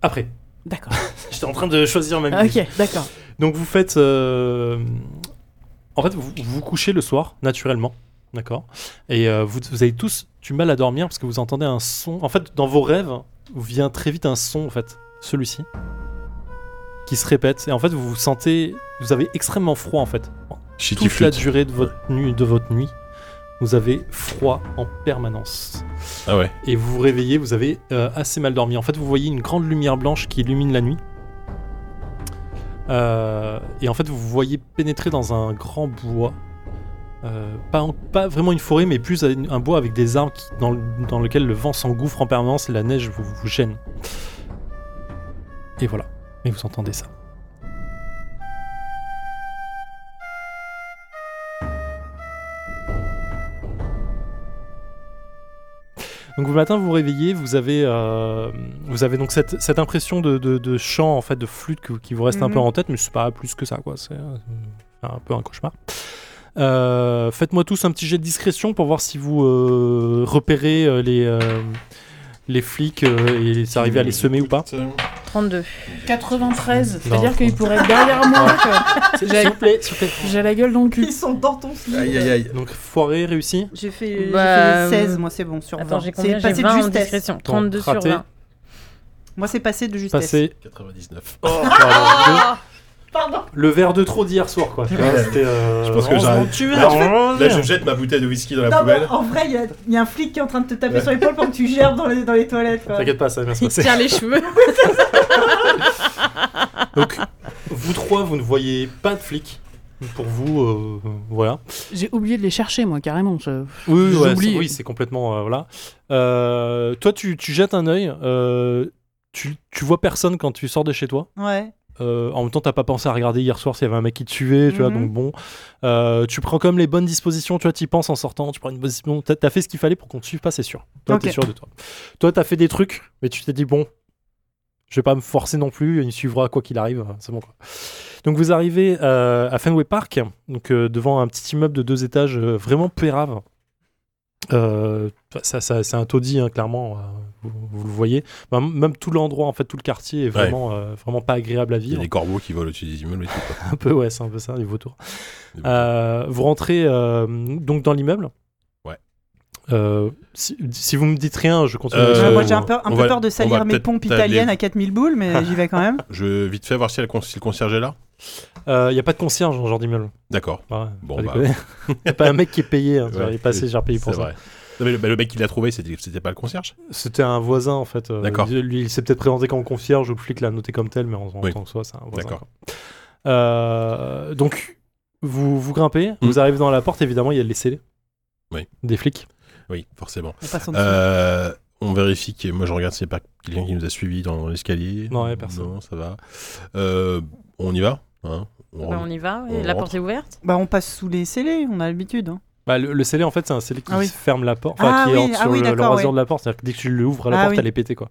Speaker 3: Après.
Speaker 2: D'accord.
Speaker 3: J'étais en train de choisir ma musique.
Speaker 2: ok, d'accord.
Speaker 3: Donc vous faites. euh, En fait, vous vous couchez le soir, naturellement. D'accord Et euh, vous, vous avez tous du mal à dormir parce que vous entendez un son. En fait, dans vos rêves, vous vient très vite un son, en fait. Celui-ci. Qui se répète. Et en fait, vous vous sentez. Vous avez extrêmement froid, en fait.
Speaker 4: Shitty
Speaker 3: Toute la
Speaker 4: flûte.
Speaker 3: durée de votre, nuit, de votre nuit, vous avez froid en permanence.
Speaker 4: Ah ouais.
Speaker 3: Et vous vous réveillez, vous avez euh, assez mal dormi. En fait, vous voyez une grande lumière blanche qui illumine la nuit. Euh, et en fait, vous vous voyez pénétrer dans un grand bois. Euh, pas, en- pas vraiment une forêt, mais plus un un bois avec des arbres qui- dans, le- dans lequel le vent s'engouffre en permanence et la neige vous, vous gêne. Et voilà. Et vous entendez ça. Donc le matin, vous vous réveillez, vous avez, euh, vous avez donc cette, cette impression de, de, de chant, en fait, de flûte que- qui vous reste un peu
Speaker 1: Mhm.
Speaker 3: en tête, mais c'est pas plus que ça, quoi. C'est euh, un peu un cauchemar. Euh, Faites-moi tous un petit jet de discrétion pour voir si vous euh, repérez euh, les, euh, les flics euh, et si arrivez à les semer ou pas.
Speaker 5: 32.
Speaker 2: 93,
Speaker 3: Non.
Speaker 2: c'est-à-dire qu'il pourrait être derrière moi. que J'ai j'ai la gueule dans le cul.
Speaker 1: Ils sont dans ton slip.
Speaker 4: Aïe aïe aïe.
Speaker 3: Donc foiré, réussi.
Speaker 1: J'ai fait,
Speaker 5: Bah,
Speaker 1: j'ai fait 16, moi c'est bon, sur 20.
Speaker 5: Attends, j'ai
Speaker 1: C'est
Speaker 5: combien J'ai
Speaker 1: passé de
Speaker 5: 20 en
Speaker 1: justesse.
Speaker 5: discrétion. 32 sur
Speaker 3: raté.
Speaker 5: 20.
Speaker 1: Moi c'est passé de justesse.
Speaker 3: Passé. Oh,
Speaker 4: 99.
Speaker 1: Pardon.
Speaker 3: Le verre de trop d'hier soir, quoi. Tu vois,
Speaker 4: Ouais.
Speaker 3: C'était. euh,
Speaker 4: Je pense que
Speaker 3: heureusement
Speaker 4: j'arrive.
Speaker 3: que tu es
Speaker 4: Là,
Speaker 3: là,
Speaker 4: je-
Speaker 3: heureusement que
Speaker 4: Là,
Speaker 3: tu es
Speaker 4: je
Speaker 3: là.
Speaker 4: jette ma bouteille de whisky dans la
Speaker 1: Non, mais
Speaker 4: poubelle.
Speaker 1: en vrai, il y a- il y, a un flic qui est en train de te taper
Speaker 4: Ouais.
Speaker 1: sur l'épaule pendant que tu gerbes dans les, dans les toilettes. quoi.
Speaker 3: T'inquiète pas, ça va bien se
Speaker 5: Il
Speaker 3: passer.
Speaker 5: tient les cheveux.
Speaker 3: Donc, vous trois, vous ne voyez pas de flics. Pour vous, euh, voilà.
Speaker 2: J'ai oublié de les chercher, moi, carrément. je-
Speaker 3: Oui,
Speaker 2: ouais,
Speaker 3: c'est,
Speaker 2: c'est-
Speaker 3: oui, c'est complètement. euh, voilà. Euh, toi, tu, tu jettes un œil. euh, tu, tu vois personne quand tu sors de chez toi.
Speaker 1: Ouais.
Speaker 3: Euh, en même temps, t'as pas pensé à regarder hier soir s'il y avait un mec qui te suivait, tu vois.
Speaker 1: Mhm.
Speaker 3: Donc bon, Euh, tu prends comme les bonnes dispositions. Tu vois, t'y penses en sortant. Tu prends une bonne disposition. T'as, t'as fait ce qu'il fallait pour qu'on te suive pas, c'est sûr. Toi,
Speaker 1: Ok.
Speaker 3: t'es sûr de toi. Toi, t'as fait des trucs, mais tu t'es dit bon, je vais pas me forcer non plus. Il me suivra quoi qu'il arrive. C'est bon. Quoi. Donc vous arrivez euh, à Fenway Park, donc euh, devant un petit immeuble de deux étages euh, vraiment pérave. Euh, ça, ça- c'est un taudis, hein, clairement. euh, vous, vous le voyez. Bah, m- même tout l'endroit, en fait, tout le quartier est vraiment, euh, vraiment pas agréable à
Speaker 4: Il y a
Speaker 3: vivre.
Speaker 4: des corbeaux qui volent au-dessus des immeubles et tout. quoi.
Speaker 3: Un peu, ouais, c'est un peu ça, les vautours.
Speaker 4: Des vautours.
Speaker 3: Euh, vous rentrez euh, donc dans l'immeuble.
Speaker 4: Ouais.
Speaker 3: Euh, si, si vous me dites rien, je continue.
Speaker 4: Euh,
Speaker 1: Ouais, moi
Speaker 4: on-
Speaker 1: j'ai un peu, un
Speaker 4: on
Speaker 1: peu
Speaker 4: va-
Speaker 1: peur de
Speaker 4: on
Speaker 1: salir
Speaker 4: va
Speaker 1: mes
Speaker 4: peut-être
Speaker 1: pompes
Speaker 4: aller-
Speaker 1: italiennes à 4000 boules, mais j'y vais quand même.
Speaker 4: Je vite fait voir si, la con- si le concierge est là.
Speaker 3: Il n'y Euh, a pas de concierge dans ce genre d'immeuble. Ah
Speaker 4: D'accord.
Speaker 3: Ouais,
Speaker 4: Bon,
Speaker 3: pas
Speaker 4: bah.
Speaker 3: déconner. Y a pas un mec qui est payé. hein, tu vois,
Speaker 4: Ouais,
Speaker 3: il est passé, j'ai payé pour
Speaker 4: C'est
Speaker 3: ça.
Speaker 4: vrai. Non, mais le, bah, le mec qui l'a trouvé, c'était c'était pas le concierge
Speaker 3: C'était un voisin en fait. euh,
Speaker 4: D'accord.
Speaker 3: Lui, lui, il s'est peut-être présenté comme concierge ou le flic l'a noté comme tel, mais en, en
Speaker 4: Oui.
Speaker 3: tant que soi, c'est un voisin.
Speaker 4: D'accord.
Speaker 3: quoi. Euh, donc, vous, vous grimpez, vous arrivez dans la porte, évidemment, il y a les scellés.
Speaker 4: Hmm. Oui.
Speaker 3: Des flics.
Speaker 4: Oui, forcément.
Speaker 1: On passe en dessous.
Speaker 4: Euh, on vérifie que moi je regarde s'il n'y a pas quelqu'un qui nous a suivis dans l'escalier.
Speaker 3: Non, ouais, personne.
Speaker 4: Non, ça va. Euh, on y va hein On
Speaker 5: Bah,
Speaker 4: rentre.
Speaker 5: on y va. ouais.
Speaker 4: On
Speaker 5: La
Speaker 4: rentre.
Speaker 5: porte est ouverte.
Speaker 1: Bah on passe sous les scellés, on a l'habitude. hein.
Speaker 3: Bah, le, le scellé, en fait, c'est un scellé qui
Speaker 1: Ah oui.
Speaker 3: ferme la porte,
Speaker 1: Ah
Speaker 3: enfin, qui est
Speaker 1: oui,
Speaker 3: en-
Speaker 1: ah
Speaker 3: sur
Speaker 1: oui,
Speaker 3: le-
Speaker 1: d'accord,
Speaker 3: l'embrasure
Speaker 1: oui.
Speaker 3: de la porte. C'est-à-dire que dès que tu l'ouvres à la
Speaker 1: Ah
Speaker 3: porte,
Speaker 1: oui.
Speaker 3: elle est pétée, quoi.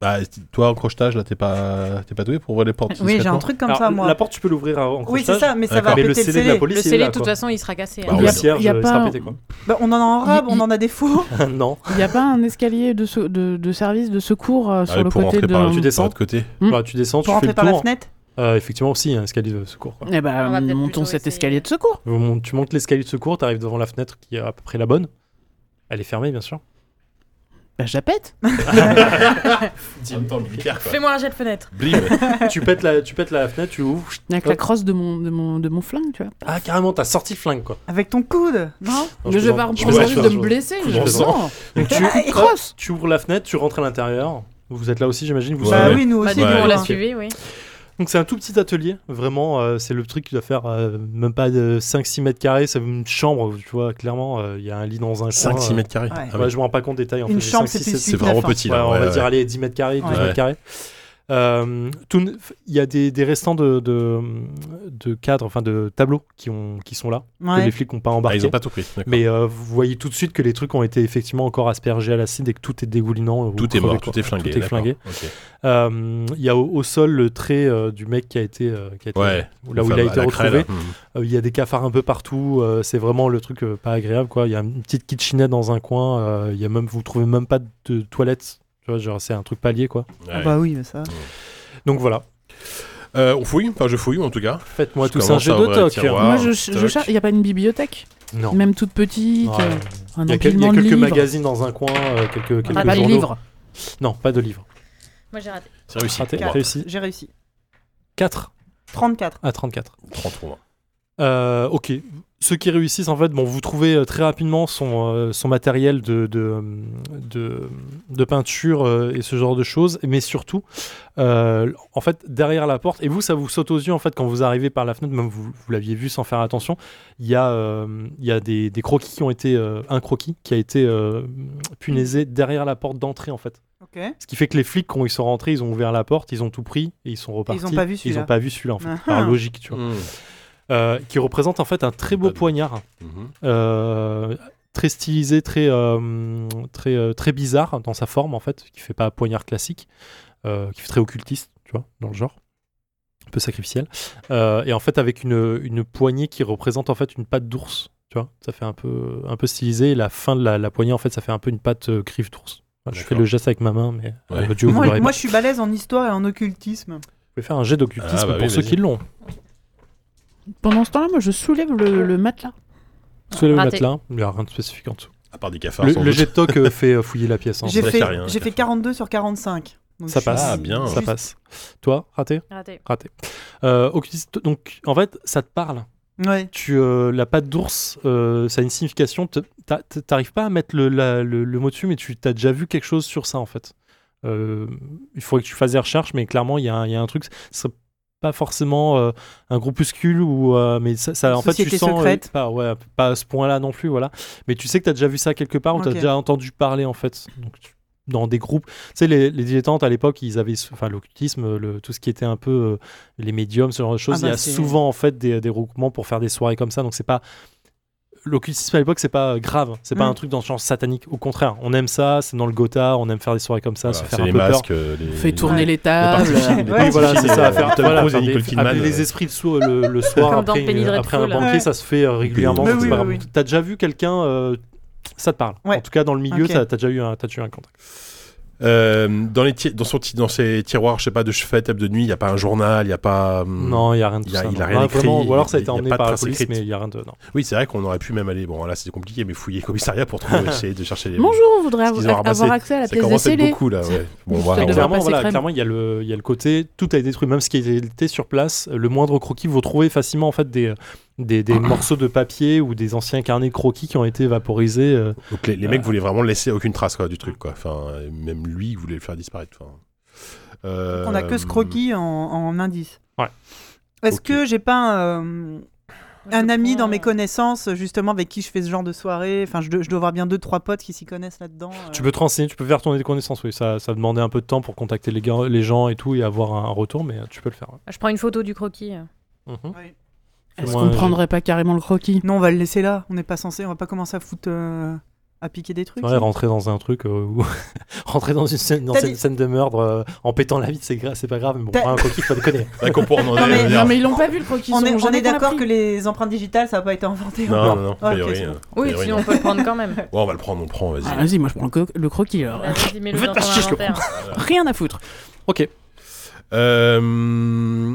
Speaker 4: Bah, t- toi, en crochetage, là, t'es pas, t'es pas doué pour ouvrir les portes.
Speaker 1: Oui, j'ai un
Speaker 4: discrètement
Speaker 1: truc comme
Speaker 3: Alors,
Speaker 1: ça, moi.
Speaker 3: La porte, tu peux l'ouvrir en
Speaker 1: Oui, c'est ça, mais ça va
Speaker 4: D'accord.
Speaker 1: péter
Speaker 3: Mais le
Speaker 1: le
Speaker 3: scellé de la
Speaker 1: scellé.
Speaker 5: Le
Speaker 3: police, il est
Speaker 5: scellé,
Speaker 3: là.
Speaker 5: de toute
Speaker 3: quoi.
Speaker 5: façon, il sera cassé.
Speaker 4: Bah,
Speaker 3: Le
Speaker 4: ouais,
Speaker 3: concierge,
Speaker 2: il y a
Speaker 3: il sera
Speaker 2: pas-
Speaker 3: pété, quoi.
Speaker 1: Bah, on en a en rab,
Speaker 2: Il-
Speaker 1: on en a des faux.
Speaker 3: Non.
Speaker 2: Il n'y a pas un escalier de, sou- de, de service, de secours euh,
Speaker 4: Ah
Speaker 2: sur
Speaker 4: oui,
Speaker 2: le
Speaker 4: pour
Speaker 2: côté
Speaker 4: rentrer
Speaker 2: de.
Speaker 4: par,
Speaker 3: Tu descends
Speaker 4: par l'autre côté.
Speaker 2: Hmm.
Speaker 3: Bah, tu descends,
Speaker 1: Pour
Speaker 3: tu fais
Speaker 1: rentrer
Speaker 3: le
Speaker 1: par la
Speaker 3: tour.
Speaker 1: fenêtre
Speaker 3: Euh, effectivement aussi, un escalier de secours. quoi.
Speaker 2: Eh ben,
Speaker 5: On va peut-être
Speaker 2: montons
Speaker 5: plutôt
Speaker 2: cet
Speaker 5: essayer.
Speaker 2: escalier de secours.
Speaker 3: Vous mon- Tu montes l'escalier de secours, t'arrives devant la fenêtre qui est à peu près la bonne. Elle est fermée, bien sûr.
Speaker 2: Bah, je la pète.
Speaker 4: En même temps, militaire, quoi.
Speaker 5: Fais-moi un jet de fenêtre.
Speaker 4: Blim.
Speaker 3: tu, pètes la, tu pètes la fenêtre, tu ouvres.
Speaker 2: Avec la crosse de mon, de, mon, de mon flingue, tu vois.
Speaker 3: Ah, carrément, t'as sorti le flingue, quoi.
Speaker 1: Avec ton coude, non
Speaker 3: Non,
Speaker 2: mais je vais
Speaker 3: plaisante,
Speaker 2: pas
Speaker 3: je
Speaker 2: reprendre le risque
Speaker 3: plaisante, je
Speaker 2: de me
Speaker 3: plaisante.
Speaker 2: blesser,
Speaker 4: je
Speaker 2: je le
Speaker 4: le
Speaker 2: sens.
Speaker 3: Donc, tu,
Speaker 1: Ah, et-
Speaker 3: hop, tu ouvres la fenêtre, tu rentres à l'intérieur. Vous êtes là aussi, j'imagine. Vous
Speaker 4: Ouais.
Speaker 1: Bah
Speaker 3: savez.
Speaker 1: oui, nous
Speaker 5: Bah,
Speaker 1: aussi,
Speaker 5: du coup,
Speaker 4: ouais.
Speaker 5: on l'a
Speaker 1: hein.
Speaker 5: suivi, oui.
Speaker 3: Donc c'est un tout petit atelier, vraiment, euh, c'est le truc qui doit faire euh, même pas de 5-6 mètres carrés, c'est une chambre, tu vois, clairement, euh, il y a un lit dans un
Speaker 4: 5
Speaker 3: coin.
Speaker 4: 6
Speaker 3: euh,
Speaker 4: mètres carrés.
Speaker 1: Ouais.
Speaker 4: Ah
Speaker 3: ouais,
Speaker 4: ouais,
Speaker 3: je me rends pas compte des tailles. en
Speaker 1: Une
Speaker 3: fait, j'ai
Speaker 1: chambre,
Speaker 3: 5, 6,
Speaker 1: c'est hein.
Speaker 3: 7,
Speaker 1: ici.
Speaker 4: c'est vraiment
Speaker 1: D'accord.
Speaker 4: petit
Speaker 3: ouais,
Speaker 4: là.
Speaker 3: on
Speaker 4: ouais,
Speaker 3: va
Speaker 4: ouais.
Speaker 3: dire allez 10 mètres carrés, 12
Speaker 1: Ouais.
Speaker 4: Ouais.
Speaker 3: mètres carrés. Euh, tout ne- Il y a des, des restants de, de, de cadres, enfin de tableaux qui, ont, qui sont là, que les
Speaker 1: Ouais.
Speaker 3: flics n'ont pas
Speaker 4: Ah,
Speaker 3: embarqué.
Speaker 4: ils ont pas tout pris. d'accord.
Speaker 3: Mais euh, vous voyez tout de suite que les trucs ont été effectivement encore aspergés à l'acide et que tout est dégoulinant. euh, ou
Speaker 4: Tout est
Speaker 3: crevé,
Speaker 4: mort,
Speaker 3: quoi.
Speaker 4: tout est flingué.
Speaker 3: Tout est
Speaker 4: d'accord.
Speaker 3: flingué.
Speaker 4: Ok.
Speaker 3: Euh, Il y a au, au sol le trait euh, du mec qui a été, euh, qui a été-
Speaker 4: Ouais.
Speaker 3: là où
Speaker 4: Enfin,
Speaker 3: il a
Speaker 4: à
Speaker 3: été
Speaker 4: la craie,
Speaker 3: retrouvé.
Speaker 4: là.
Speaker 3: Euh,
Speaker 4: Hmm.
Speaker 3: Il y a des cafards un peu partout. euh, c'est vraiment le truc euh, pas agréable quoi. Il y a une petite kitchenette dans un coin. euh, Il y a même vous trouvez même pas de toilette. Tu vois, genre c'est un truc palier quoi.
Speaker 1: Ah
Speaker 4: Ouais.
Speaker 1: Bah oui, mais ça.
Speaker 3: Donc voilà.
Speaker 4: Euh, on fouille, enfin je fouille en tout cas.
Speaker 3: Faites-moi
Speaker 4: Je
Speaker 3: tous un
Speaker 4: commence
Speaker 3: jeu
Speaker 4: à
Speaker 3: de
Speaker 4: ouvrir le
Speaker 3: toc.
Speaker 4: tiroir.
Speaker 2: Moi,
Speaker 4: Wow,
Speaker 2: je, je
Speaker 4: toc.
Speaker 2: cherche. Il n'y a pas une bibliothèque,
Speaker 3: Non.
Speaker 2: même toute petite.
Speaker 3: Ouais.
Speaker 2: euh, un
Speaker 3: Il y a, quel- il y
Speaker 2: empilement
Speaker 3: a
Speaker 2: de
Speaker 3: quelques
Speaker 2: livres.
Speaker 3: magazines dans un coin, euh, quelques, quelques
Speaker 2: Ah, pas les
Speaker 3: journaux.
Speaker 2: livres.
Speaker 3: Non, pas de livres.
Speaker 5: Moi, j'ai raté.
Speaker 4: C'est réussi.
Speaker 3: Raté,
Speaker 4: pour moi.
Speaker 3: réussi.
Speaker 1: J'ai réussi.
Speaker 3: 4
Speaker 1: 34.
Speaker 3: à 34.
Speaker 4: 30 pour moi.
Speaker 3: Euh, ok. Ceux qui réussissent, en fait, bon, vous trouvez euh, très rapidement son, euh, son matériel de, de, de, de peinture euh, et ce genre de choses, mais surtout, euh, en fait, derrière la porte, et vous, ça vous saute aux yeux, en fait, quand vous arrivez par la fenêtre, même vous, vous l'aviez vu sans faire attention, il y a, euh, il y a des, des croquis qui ont été, euh, un croquis qui a été euh, punaisé derrière la porte d'entrée, en fait.
Speaker 1: Ok.
Speaker 3: Ce qui fait que les flics, quand ils sont rentrés, ils ont ouvert la porte, ils ont tout pris et ils sont repartis.
Speaker 1: pas vu
Speaker 3: Ils
Speaker 1: celui-là.
Speaker 3: ont pas vu celui-là, en fait.
Speaker 1: Ah
Speaker 3: Par
Speaker 1: ah.
Speaker 3: logique, tu vois
Speaker 4: Mm.
Speaker 3: euh, qui représente en fait un très beau
Speaker 4: Pas de-
Speaker 3: poignard,
Speaker 4: Mhm.
Speaker 3: euh, très stylisé, très, euh, très, euh, très bizarre dans sa forme en fait, qui fait pas poignard classique, euh, qui fait très occultiste, tu vois, dans le genre, un peu sacrificiel. Euh, et en fait avec une, une poignée qui représente en fait une patte d'ours, tu vois, ça fait un peu, un peu stylisé. Et la fin de la, la poignée en fait, ça fait un peu une patte euh, griffe d'ours. Enfin, je fais
Speaker 4: D'accord.
Speaker 3: le geste avec ma main, mais
Speaker 4: Ouais.
Speaker 3: euh, l'audio, vous
Speaker 1: Moi,
Speaker 3: l'aurez
Speaker 1: moi,
Speaker 3: pas.
Speaker 1: je suis balèze en histoire et en occultisme.
Speaker 3: Vous pouvez faire un jet d'occultisme
Speaker 4: Ah, bah
Speaker 3: pour
Speaker 4: oui,
Speaker 3: ceux
Speaker 4: vas-y.
Speaker 3: qui l'ont.
Speaker 2: Pendant ce temps-là, moi, je soulève le, le matelas.
Speaker 3: Soulevez le
Speaker 5: Raté.
Speaker 3: matelas, il n'y a rien de spécifique en dessous.
Speaker 4: À part des cafards.
Speaker 3: Le,
Speaker 4: sans
Speaker 3: le
Speaker 4: doute.
Speaker 3: jet de toc euh, fait euh, fouiller la pièce. hein.
Speaker 1: J'ai
Speaker 4: ça
Speaker 1: fait,
Speaker 4: fait rien,
Speaker 1: j'ai fait
Speaker 4: quatre.
Speaker 1: 42 sur 45. Donc
Speaker 3: Ça
Speaker 1: je
Speaker 3: passe.
Speaker 1: suis
Speaker 4: Ah, bien.
Speaker 1: juste-
Speaker 3: Ça passe. Toi, raté
Speaker 5: Raté.
Speaker 3: Raté. Euh, occultiste, donc, en fait, ça te parle.
Speaker 1: Ouais.
Speaker 3: Tu, euh, la patte d'ours, euh, ça a une signification. Te- t'a- t- T'arrives pas à mettre le, la- le- le mot dessus, mais tu as déjà vu quelque chose sur ça, en fait. Euh, il faudrait que tu fasses des recherches, mais clairement, il y, a un- il y a un truc. Ce serait pas forcément euh, un groupuscule, ou, euh, mais ça, ça- en fait, tu
Speaker 1: Société
Speaker 3: sens. euh,
Speaker 1: secrète.
Speaker 3: pas, ouais, pas à ce point-là non plus, voilà. Mais tu sais que tu as déjà vu ça quelque part, ou tu as
Speaker 1: Ok.
Speaker 3: déjà entendu parler, en fait. Donc, tu- dans des groupes. Tu sais, les, les dilettantes à l'époque, ils avaient. sou- Enfin, l'occultisme, le- tout ce qui était un peu. euh, les médiums, ce genre de choses.
Speaker 1: Ah bah,
Speaker 3: il y a
Speaker 1: c'est-
Speaker 3: souvent en fait des, des regroupements pour faire des soirées comme ça. Donc c'est pas l'occultisme à l'époque, c'est pas euh, grave. C'est pas
Speaker 1: Mm.
Speaker 3: un truc dans le genre satanique. Au contraire, on aime ça. C'est dans le Gotha. On aime faire des soirées comme ça,
Speaker 4: Voilà,
Speaker 3: se
Speaker 4: c'est
Speaker 3: faire un
Speaker 4: les
Speaker 3: peu peur.
Speaker 4: masques. euh, les-
Speaker 2: On fait tourner
Speaker 1: Ouais.
Speaker 2: les
Speaker 4: parties
Speaker 2: tables.
Speaker 4: fines, les
Speaker 1: Ouais,
Speaker 3: Oui,
Speaker 4: parties
Speaker 3: voilà,
Speaker 4: fines,
Speaker 3: c'est ça.
Speaker 4: euh,
Speaker 3: Faire,
Speaker 4: Tom
Speaker 3: voilà,
Speaker 4: Cruise et
Speaker 3: faire des-
Speaker 4: Nicole Kidman.
Speaker 3: appeler ah, les
Speaker 4: euh,
Speaker 3: esprits de sou- le, le soir
Speaker 5: Comme dans
Speaker 3: après,
Speaker 5: Penny
Speaker 3: une-
Speaker 5: Dreadful.
Speaker 3: après un banquier,
Speaker 1: Ouais.
Speaker 3: ça se fait euh, régulièrement.
Speaker 1: Mais
Speaker 3: c'est
Speaker 1: oui,
Speaker 3: pas
Speaker 1: oui,
Speaker 3: grave.
Speaker 1: oui.
Speaker 3: T'as déjà vu quelqu'un euh, Ça te parle.
Speaker 1: Ouais.
Speaker 3: En tout cas, dans le milieu,
Speaker 1: Ok.
Speaker 3: ça- t'as déjà eu un, t'as déjà eu un contact.
Speaker 4: euh, dans, les ti- dans, son ti- dans ses tiroirs, je sais pas, de chevet, table de nuit, il n'y a pas un journal, il n'y a pas. hum,
Speaker 3: Non, il y a rien de
Speaker 4: Il
Speaker 3: tout
Speaker 4: y a-
Speaker 3: ça.
Speaker 4: il a
Speaker 3: non.
Speaker 4: rien
Speaker 3: Non,
Speaker 4: écrit,
Speaker 3: vraiment, Ou alors ça a
Speaker 4: il y
Speaker 3: été
Speaker 4: a
Speaker 3: emmené
Speaker 4: pas de
Speaker 3: par la
Speaker 4: trace
Speaker 3: police,
Speaker 4: écrite.
Speaker 3: mais il y a rien de. non.
Speaker 4: Oui, c'est vrai qu'on aurait pu même aller. Bon, là c'était compliqué, mais fouiller commissariat pour trouver, essayer de chercher les.
Speaker 2: Bonjour, on voudrait
Speaker 4: Ce qu'ils ont
Speaker 2: avoir
Speaker 4: ramassé.
Speaker 2: accès à la
Speaker 4: Ça
Speaker 2: pièce des
Speaker 4: commence à être
Speaker 2: scellés.
Speaker 4: beaucoup là, ouais. Bon,
Speaker 2: Juste de
Speaker 4: voilà, on va-
Speaker 2: devoir
Speaker 3: clairement,
Speaker 2: passer
Speaker 3: voilà,
Speaker 2: crème.
Speaker 3: clairement, il y, a le- il y a le côté, tout a été détruit, même ce qui a été sur place. Le moindre croquis, vous trouvez facilement en fait des, des, des morceaux de papier ou des anciens carnets de croquis qui ont été vaporisés. euh.
Speaker 4: Donc les, les mecs voulaient vraiment laisser aucune trace quoi, du truc quoi. Enfin, euh, même lui il voulait le faire disparaître. Enfin, euh,
Speaker 1: On a que ce croquis en, en indice.
Speaker 3: Ouais.
Speaker 1: Est-ce
Speaker 4: Ok.
Speaker 1: que j'ai pas euh, un
Speaker 5: Je
Speaker 1: ami
Speaker 5: prends,
Speaker 1: dans mes
Speaker 5: euh,
Speaker 1: connaissances, justement, avec qui je fais ce genre de soirée Enfin, je, dois- je dois avoir bien deux, trois potes qui s'y connaissent là-dedans. euh.
Speaker 3: Tu peux te renseigner, tu peux faire tourner des connaissances, oui. Ça, ça demandait un peu de temps pour contacter les, gars- les gens et tout et avoir un, un retour, mais euh, tu peux le faire. ouais.
Speaker 5: Je prends une photo du croquis.
Speaker 3: Mhm.
Speaker 1: Ouais.
Speaker 2: Est-ce
Speaker 3: Moi,
Speaker 2: qu'on
Speaker 3: je-
Speaker 2: prendrait pas carrément le croquis
Speaker 1: Non, on va le laisser là. On n'est pas censé, on va pas commencer à foutre. euh, à piquer des trucs.
Speaker 3: Ouais, rentrer dans un truc, euh, où- rentrer dans une scène, dans
Speaker 1: T'as
Speaker 3: cette
Speaker 1: dit-
Speaker 3: scène de meurtre euh, en pétant la vie, c'est gra- c'est pas grave, mais bon,
Speaker 1: T'as-
Speaker 3: un coquille, faut pas déconner.
Speaker 4: Pas qu'on pourra en
Speaker 1: Non, mais-
Speaker 4: aller,
Speaker 2: Non,
Speaker 4: dire-
Speaker 2: mais ils l'ont pas vu le croquis. ils
Speaker 1: on
Speaker 2: ont
Speaker 1: est, on
Speaker 2: jamais
Speaker 1: est d'accord que
Speaker 2: compris.
Speaker 1: les empreintes digitales, ça n'a pas été inventé.
Speaker 4: Non,
Speaker 1: encore.
Speaker 4: non, non, a
Speaker 1: Ah, ok,
Speaker 4: priori,
Speaker 1: c'est
Speaker 4: euh,
Speaker 1: bon.
Speaker 4: a
Speaker 5: Oui,
Speaker 4: priori,
Speaker 5: sinon
Speaker 4: non.
Speaker 5: on peut le prendre quand même.
Speaker 4: Ouais, on va le prendre, on le prend, vas-y.
Speaker 2: Ah, Vas-y, moi je prends le, co- le croquis. alors.
Speaker 5: Vas-y, mets-le
Speaker 4: Faites
Speaker 5: dans
Speaker 4: pas
Speaker 5: ton
Speaker 4: chier, je le
Speaker 5: inventaire.
Speaker 2: Rien à foutre.
Speaker 3: Ok.
Speaker 4: Euh,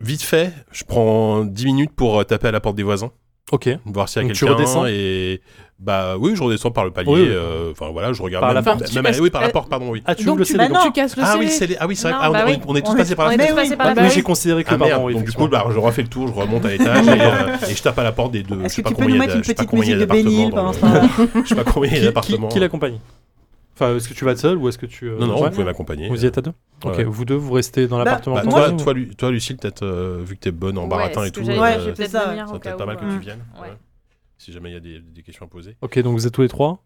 Speaker 4: vite fait, je prends 10 minutes pour euh, taper à la porte des voisins,
Speaker 3: Ok.
Speaker 4: voir s'il y a
Speaker 3: Donc tu
Speaker 4: quelqu'un
Speaker 3: redescends
Speaker 4: et bah oui, je redescends par le palier.
Speaker 3: Oui, oui.
Speaker 4: euh, Enfin voilà, je regarde.
Speaker 3: Par la
Speaker 4: même-
Speaker 3: porte.
Speaker 4: même-
Speaker 2: Tu
Speaker 4: oui, par la
Speaker 2: passes-
Speaker 4: porte, pardon, oui.
Speaker 3: Ah, tu
Speaker 2: donc,
Speaker 3: ouvres le
Speaker 2: tu,
Speaker 3: CD,
Speaker 2: bah
Speaker 3: donc
Speaker 2: non, tu
Speaker 3: tu-
Speaker 2: casses le
Speaker 4: Ah oui,
Speaker 2: CD.
Speaker 4: c'est les- ah oui, c'est vrai.
Speaker 5: Non,
Speaker 4: ah, on,
Speaker 5: bah
Speaker 4: on-
Speaker 5: oui.
Speaker 4: on est tous
Speaker 1: On
Speaker 4: passés
Speaker 1: est-
Speaker 4: par
Speaker 5: On
Speaker 4: la
Speaker 5: est
Speaker 1: Mais
Speaker 5: tous
Speaker 4: porte.
Speaker 1: oui.
Speaker 5: passés par
Speaker 2: Ah bah
Speaker 5: la porte.
Speaker 3: Mais
Speaker 2: oui.
Speaker 3: j'ai considéré que
Speaker 4: Ah
Speaker 3: par
Speaker 4: merde,
Speaker 3: an,
Speaker 4: donc du
Speaker 3: effectivement.
Speaker 4: coup, bah, je refais le tour, je remonte à l'étage et euh, et je tape à la porte des deux. je
Speaker 1: Est-ce
Speaker 4: sais
Speaker 1: que
Speaker 4: pas
Speaker 1: tu peux
Speaker 4: combien
Speaker 1: nous
Speaker 4: il y a
Speaker 1: mettre une
Speaker 4: je sais pas
Speaker 1: petite
Speaker 4: combien il y a
Speaker 1: musique de
Speaker 4: d'appartements
Speaker 1: Benil
Speaker 4: dans
Speaker 1: pendant ce
Speaker 4: le-
Speaker 1: temps-là
Speaker 4: Je sais pas combien il y a
Speaker 3: Qui, qui,
Speaker 4: d'appartements.
Speaker 3: qui l'accompagne Enfin, est-ce que tu vas seul ou est-ce que tu. euh,
Speaker 4: Non, non,
Speaker 3: ouais
Speaker 4: vous pouvez m'accompagner.
Speaker 3: Vous y êtes à deux Ok,
Speaker 4: Ouais.
Speaker 3: vous deux, vous restez dans
Speaker 1: Bah,
Speaker 3: l'appartement.
Speaker 4: Bah,
Speaker 1: Moi,
Speaker 4: toi,
Speaker 3: commun.
Speaker 4: toi, Lu- toi, Lucille, peut-être, euh, vu que t'es bonne en baratin et tout,
Speaker 5: Ouais,
Speaker 1: j'allais
Speaker 4: euh,
Speaker 1: dire,
Speaker 5: je vais
Speaker 1: c'est
Speaker 5: peut-être
Speaker 1: ça,
Speaker 5: venir
Speaker 4: ça
Speaker 5: au
Speaker 4: va
Speaker 5: cas
Speaker 4: peut-être pas
Speaker 5: où,
Speaker 4: mal que
Speaker 5: euh.
Speaker 4: tu
Speaker 1: ouais.
Speaker 4: viennes.
Speaker 5: Ouais.
Speaker 4: ouais. Si jamais il y a des, des questions à poser.
Speaker 3: Ok, donc vous êtes tous les trois.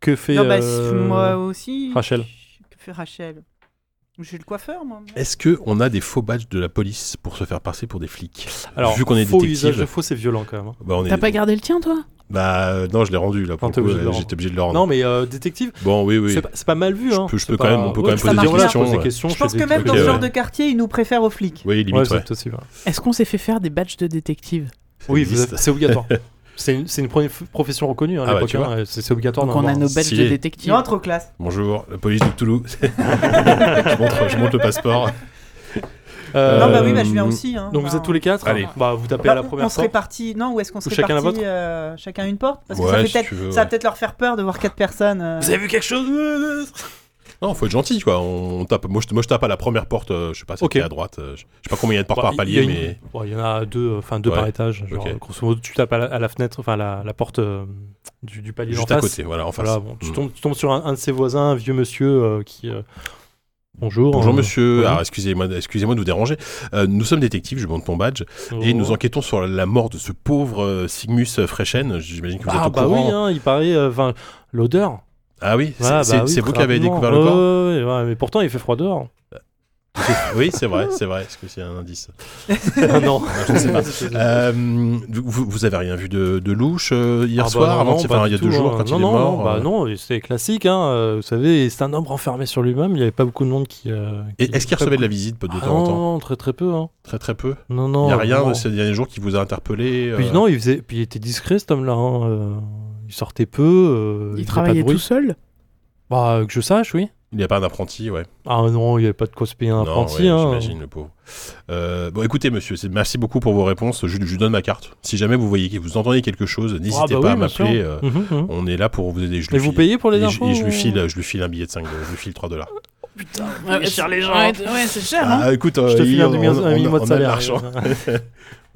Speaker 3: Que fait.
Speaker 1: Non, bah,
Speaker 3: euh,
Speaker 1: si- moi aussi.
Speaker 3: Rachel.
Speaker 1: Que fait Rachel J'ai le coiffeur, moi.
Speaker 4: Est-ce que on a des faux badges de la police pour se faire passer pour des flics
Speaker 3: Alors,
Speaker 4: vu qu'on est
Speaker 3: faux
Speaker 4: détective-
Speaker 3: usage de faux, c'est violent quand même. hein.
Speaker 4: bah, on est...
Speaker 2: T'as pas gardé le tien, toi
Speaker 4: bah euh, non, je l'ai rendu là. Pour
Speaker 3: Non, t'es
Speaker 4: le coup,
Speaker 3: obligé de le
Speaker 4: J'étais obligé de le rendre.
Speaker 3: Non, mais euh, détective,
Speaker 4: Bon, Oh, oui, oui.
Speaker 3: c'est pas, c'est pas mal vu.
Speaker 4: Je
Speaker 3: Hein.
Speaker 4: peux- je
Speaker 3: C'est
Speaker 4: peux quand
Speaker 3: pas-
Speaker 4: même- on peut quand même
Speaker 3: ça
Speaker 1: poser des
Speaker 3: marche.
Speaker 4: questions,
Speaker 3: Je pose des
Speaker 4: ouais.
Speaker 3: questions,
Speaker 1: Je
Speaker 3: fais
Speaker 1: pense
Speaker 3: des
Speaker 1: que même
Speaker 3: trucs,
Speaker 1: dans ce
Speaker 4: euh,
Speaker 1: genre
Speaker 4: ouais.
Speaker 1: de quartier, ils nous préfèrent aux flics.
Speaker 4: Oui,
Speaker 3: Ouais,
Speaker 4: limite.
Speaker 3: c'est
Speaker 4: ouais.
Speaker 3: aussi, ouais.
Speaker 2: Est-ce qu'on s'est fait faire des badges de détective
Speaker 4: Ça
Speaker 3: Oui,
Speaker 4: existe.
Speaker 3: vous avez- c'est obligatoire. c'est une, c'est une première f- profession reconnue à
Speaker 4: Ah bah,
Speaker 3: l'époque.
Speaker 4: tu vois.
Speaker 3: hein, c'est c'est obligatoire.
Speaker 2: Donc on a
Speaker 3: d'avoir
Speaker 2: nos
Speaker 3: un-
Speaker 2: badges
Speaker 4: stylé.
Speaker 2: de
Speaker 1: Tu
Speaker 2: détective.
Speaker 1: rentres aux classes.
Speaker 4: Bonjour, la police de Toulouse. je, montre, je montre le passeport.
Speaker 3: Euh,
Speaker 1: Non, bah oui, bah, je viens aussi. hein.
Speaker 3: Donc vous
Speaker 1: Enfin,
Speaker 3: êtes tous les quatre.
Speaker 4: Allez.
Speaker 3: Bah, vous tapez
Speaker 1: bah,
Speaker 3: à la
Speaker 1: on-
Speaker 3: première
Speaker 1: on serait
Speaker 3: porte.
Speaker 1: parti. Non, ou est-ce qu'on serait
Speaker 3: chacun la
Speaker 1: parti
Speaker 3: vôtre
Speaker 1: euh, chacun une porte Parce que
Speaker 4: Ouais,
Speaker 1: ça, fait
Speaker 4: si
Speaker 1: peut-être-
Speaker 4: tu veux,
Speaker 1: ça va
Speaker 4: ouais.
Speaker 1: peut-être leur faire peur de voir quatre personnes. euh.
Speaker 3: Vous avez vu quelque chose
Speaker 4: Non, faut être gentil, quoi. On, on tape. Moi je, moi, je tape à la première porte. euh, je sais pas, celle
Speaker 3: Ok.
Speaker 4: qui est à droite. euh, je je sais pas combien il y a de portes
Speaker 3: Bah,
Speaker 4: par
Speaker 3: il y
Speaker 4: palier,
Speaker 3: a une-
Speaker 4: mais
Speaker 3: Bon, Il y en a deux, euh, enfin deux
Speaker 4: Ouais.
Speaker 3: par étage. genre,
Speaker 4: Ok.
Speaker 3: Grosso modo, tu tapes à la, à la fenêtre, enfin la, la porte euh, du, du palier en
Speaker 4: juste à
Speaker 3: face.
Speaker 4: côté. Voilà, en face.
Speaker 3: Voilà, bon, tu,
Speaker 4: Mm.
Speaker 3: tombes, tu tombes sur un, un de ses voisins, un vieux monsieur euh, qui. euh, Bonjour.
Speaker 4: Bonjour
Speaker 3: euh,
Speaker 4: monsieur,
Speaker 3: bonjour.
Speaker 4: alors excusez-moi excusez de vous déranger. Euh, nous sommes détectives, je vous montre mon badge, et
Speaker 3: Oh.
Speaker 4: nous enquêtons sur la mort de ce pauvre euh, Sigmus euh, Freshen. J'imagine que vous êtes
Speaker 3: Ah
Speaker 4: au
Speaker 3: bah
Speaker 4: courant.
Speaker 3: oui, hein, il paraît. euh, Enfin, l'odeur.
Speaker 4: Ah oui, c'est
Speaker 3: Voilà,
Speaker 4: c'est-
Speaker 3: bah oui,
Speaker 4: c'est vous
Speaker 3: très
Speaker 4: qui avez
Speaker 3: rapidement.
Speaker 4: découvert le
Speaker 3: Ouais,
Speaker 4: corps
Speaker 3: ouais, ouais, ouais, mais pourtant il fait froid dehors.
Speaker 4: Oui, c'est vrai, c'est vrai. Est-ce que c'est un indice
Speaker 3: Ah non,
Speaker 4: Je ne sais pas. Euh, vous, vous avez rien vu de, de louche euh,
Speaker 3: Ah
Speaker 4: hier
Speaker 3: bah
Speaker 4: soir,
Speaker 3: non,
Speaker 4: avant,
Speaker 3: non,
Speaker 4: enfin,
Speaker 3: pas
Speaker 4: il y a
Speaker 3: du
Speaker 4: deux
Speaker 3: tout,
Speaker 4: jours
Speaker 3: hein.
Speaker 4: quand
Speaker 3: non,
Speaker 4: il est
Speaker 3: non,
Speaker 4: mort
Speaker 3: Non, bah
Speaker 4: euh,
Speaker 3: non, c'est classique. Hein. euh, Vous savez, c'est un homme renfermé sur lui-même. Il n'y avait pas beaucoup de monde qui. euh,
Speaker 4: Et
Speaker 3: qui-
Speaker 4: Est-ce qu'il recevait de la visite de temps
Speaker 3: Ah
Speaker 4: en
Speaker 3: non,
Speaker 4: temps
Speaker 3: non, très très peu. Hein.
Speaker 4: Très très peu.
Speaker 3: Non,
Speaker 4: Il
Speaker 3: non.
Speaker 4: n'y a rien
Speaker 3: vraiment.
Speaker 4: de ces derniers jours qui vous a interpellé euh,
Speaker 3: Puis non, il faisait. Puis il était discret cet homme-là. hein, euh, Il sortait peu. euh,
Speaker 2: Il
Speaker 3: faisait
Speaker 2: travaillait
Speaker 3: pas de
Speaker 2: tout
Speaker 3: bruit.
Speaker 2: seul
Speaker 3: Bah, euh, que je sache, oui.
Speaker 4: Il n'y a pas un apprenti, ouais.
Speaker 3: Ah non, il n'y avait pas de cosplay à un
Speaker 4: Non,
Speaker 3: apprenti.
Speaker 4: ouais,
Speaker 3: hein.
Speaker 4: J'imagine, le pauvre. Euh, bon, écoutez, monsieur, c'est- merci beaucoup pour vos réponses. Je, je vous donne ma carte. Si jamais vous voyez, vous entendez quelque chose,
Speaker 3: Ah,
Speaker 4: n'hésitez
Speaker 3: bah
Speaker 4: pas
Speaker 3: oui,
Speaker 4: à
Speaker 3: bien sûr.
Speaker 4: m'appeler. euh,
Speaker 3: Mhm, mhm.
Speaker 4: on est là pour vous aider. Je lui
Speaker 3: Et vous
Speaker 4: file-
Speaker 3: payez pour les
Speaker 4: et je,
Speaker 3: infos euh,
Speaker 4: et je lui
Speaker 3: ou-
Speaker 4: file, je lui file un billet de 5 dollars. Je lui file 3 dollars.
Speaker 2: Ouais, c'est- Ouais, ouais, c'est cher, hein
Speaker 4: Ah, écoute,
Speaker 3: Je
Speaker 4: euh,
Speaker 3: te file
Speaker 4: il-
Speaker 3: un
Speaker 4: on-
Speaker 3: demi-
Speaker 4: on-
Speaker 3: un
Speaker 4: on a
Speaker 3: demi-mois de
Speaker 4: de
Speaker 3: salaire.
Speaker 4: l'argent.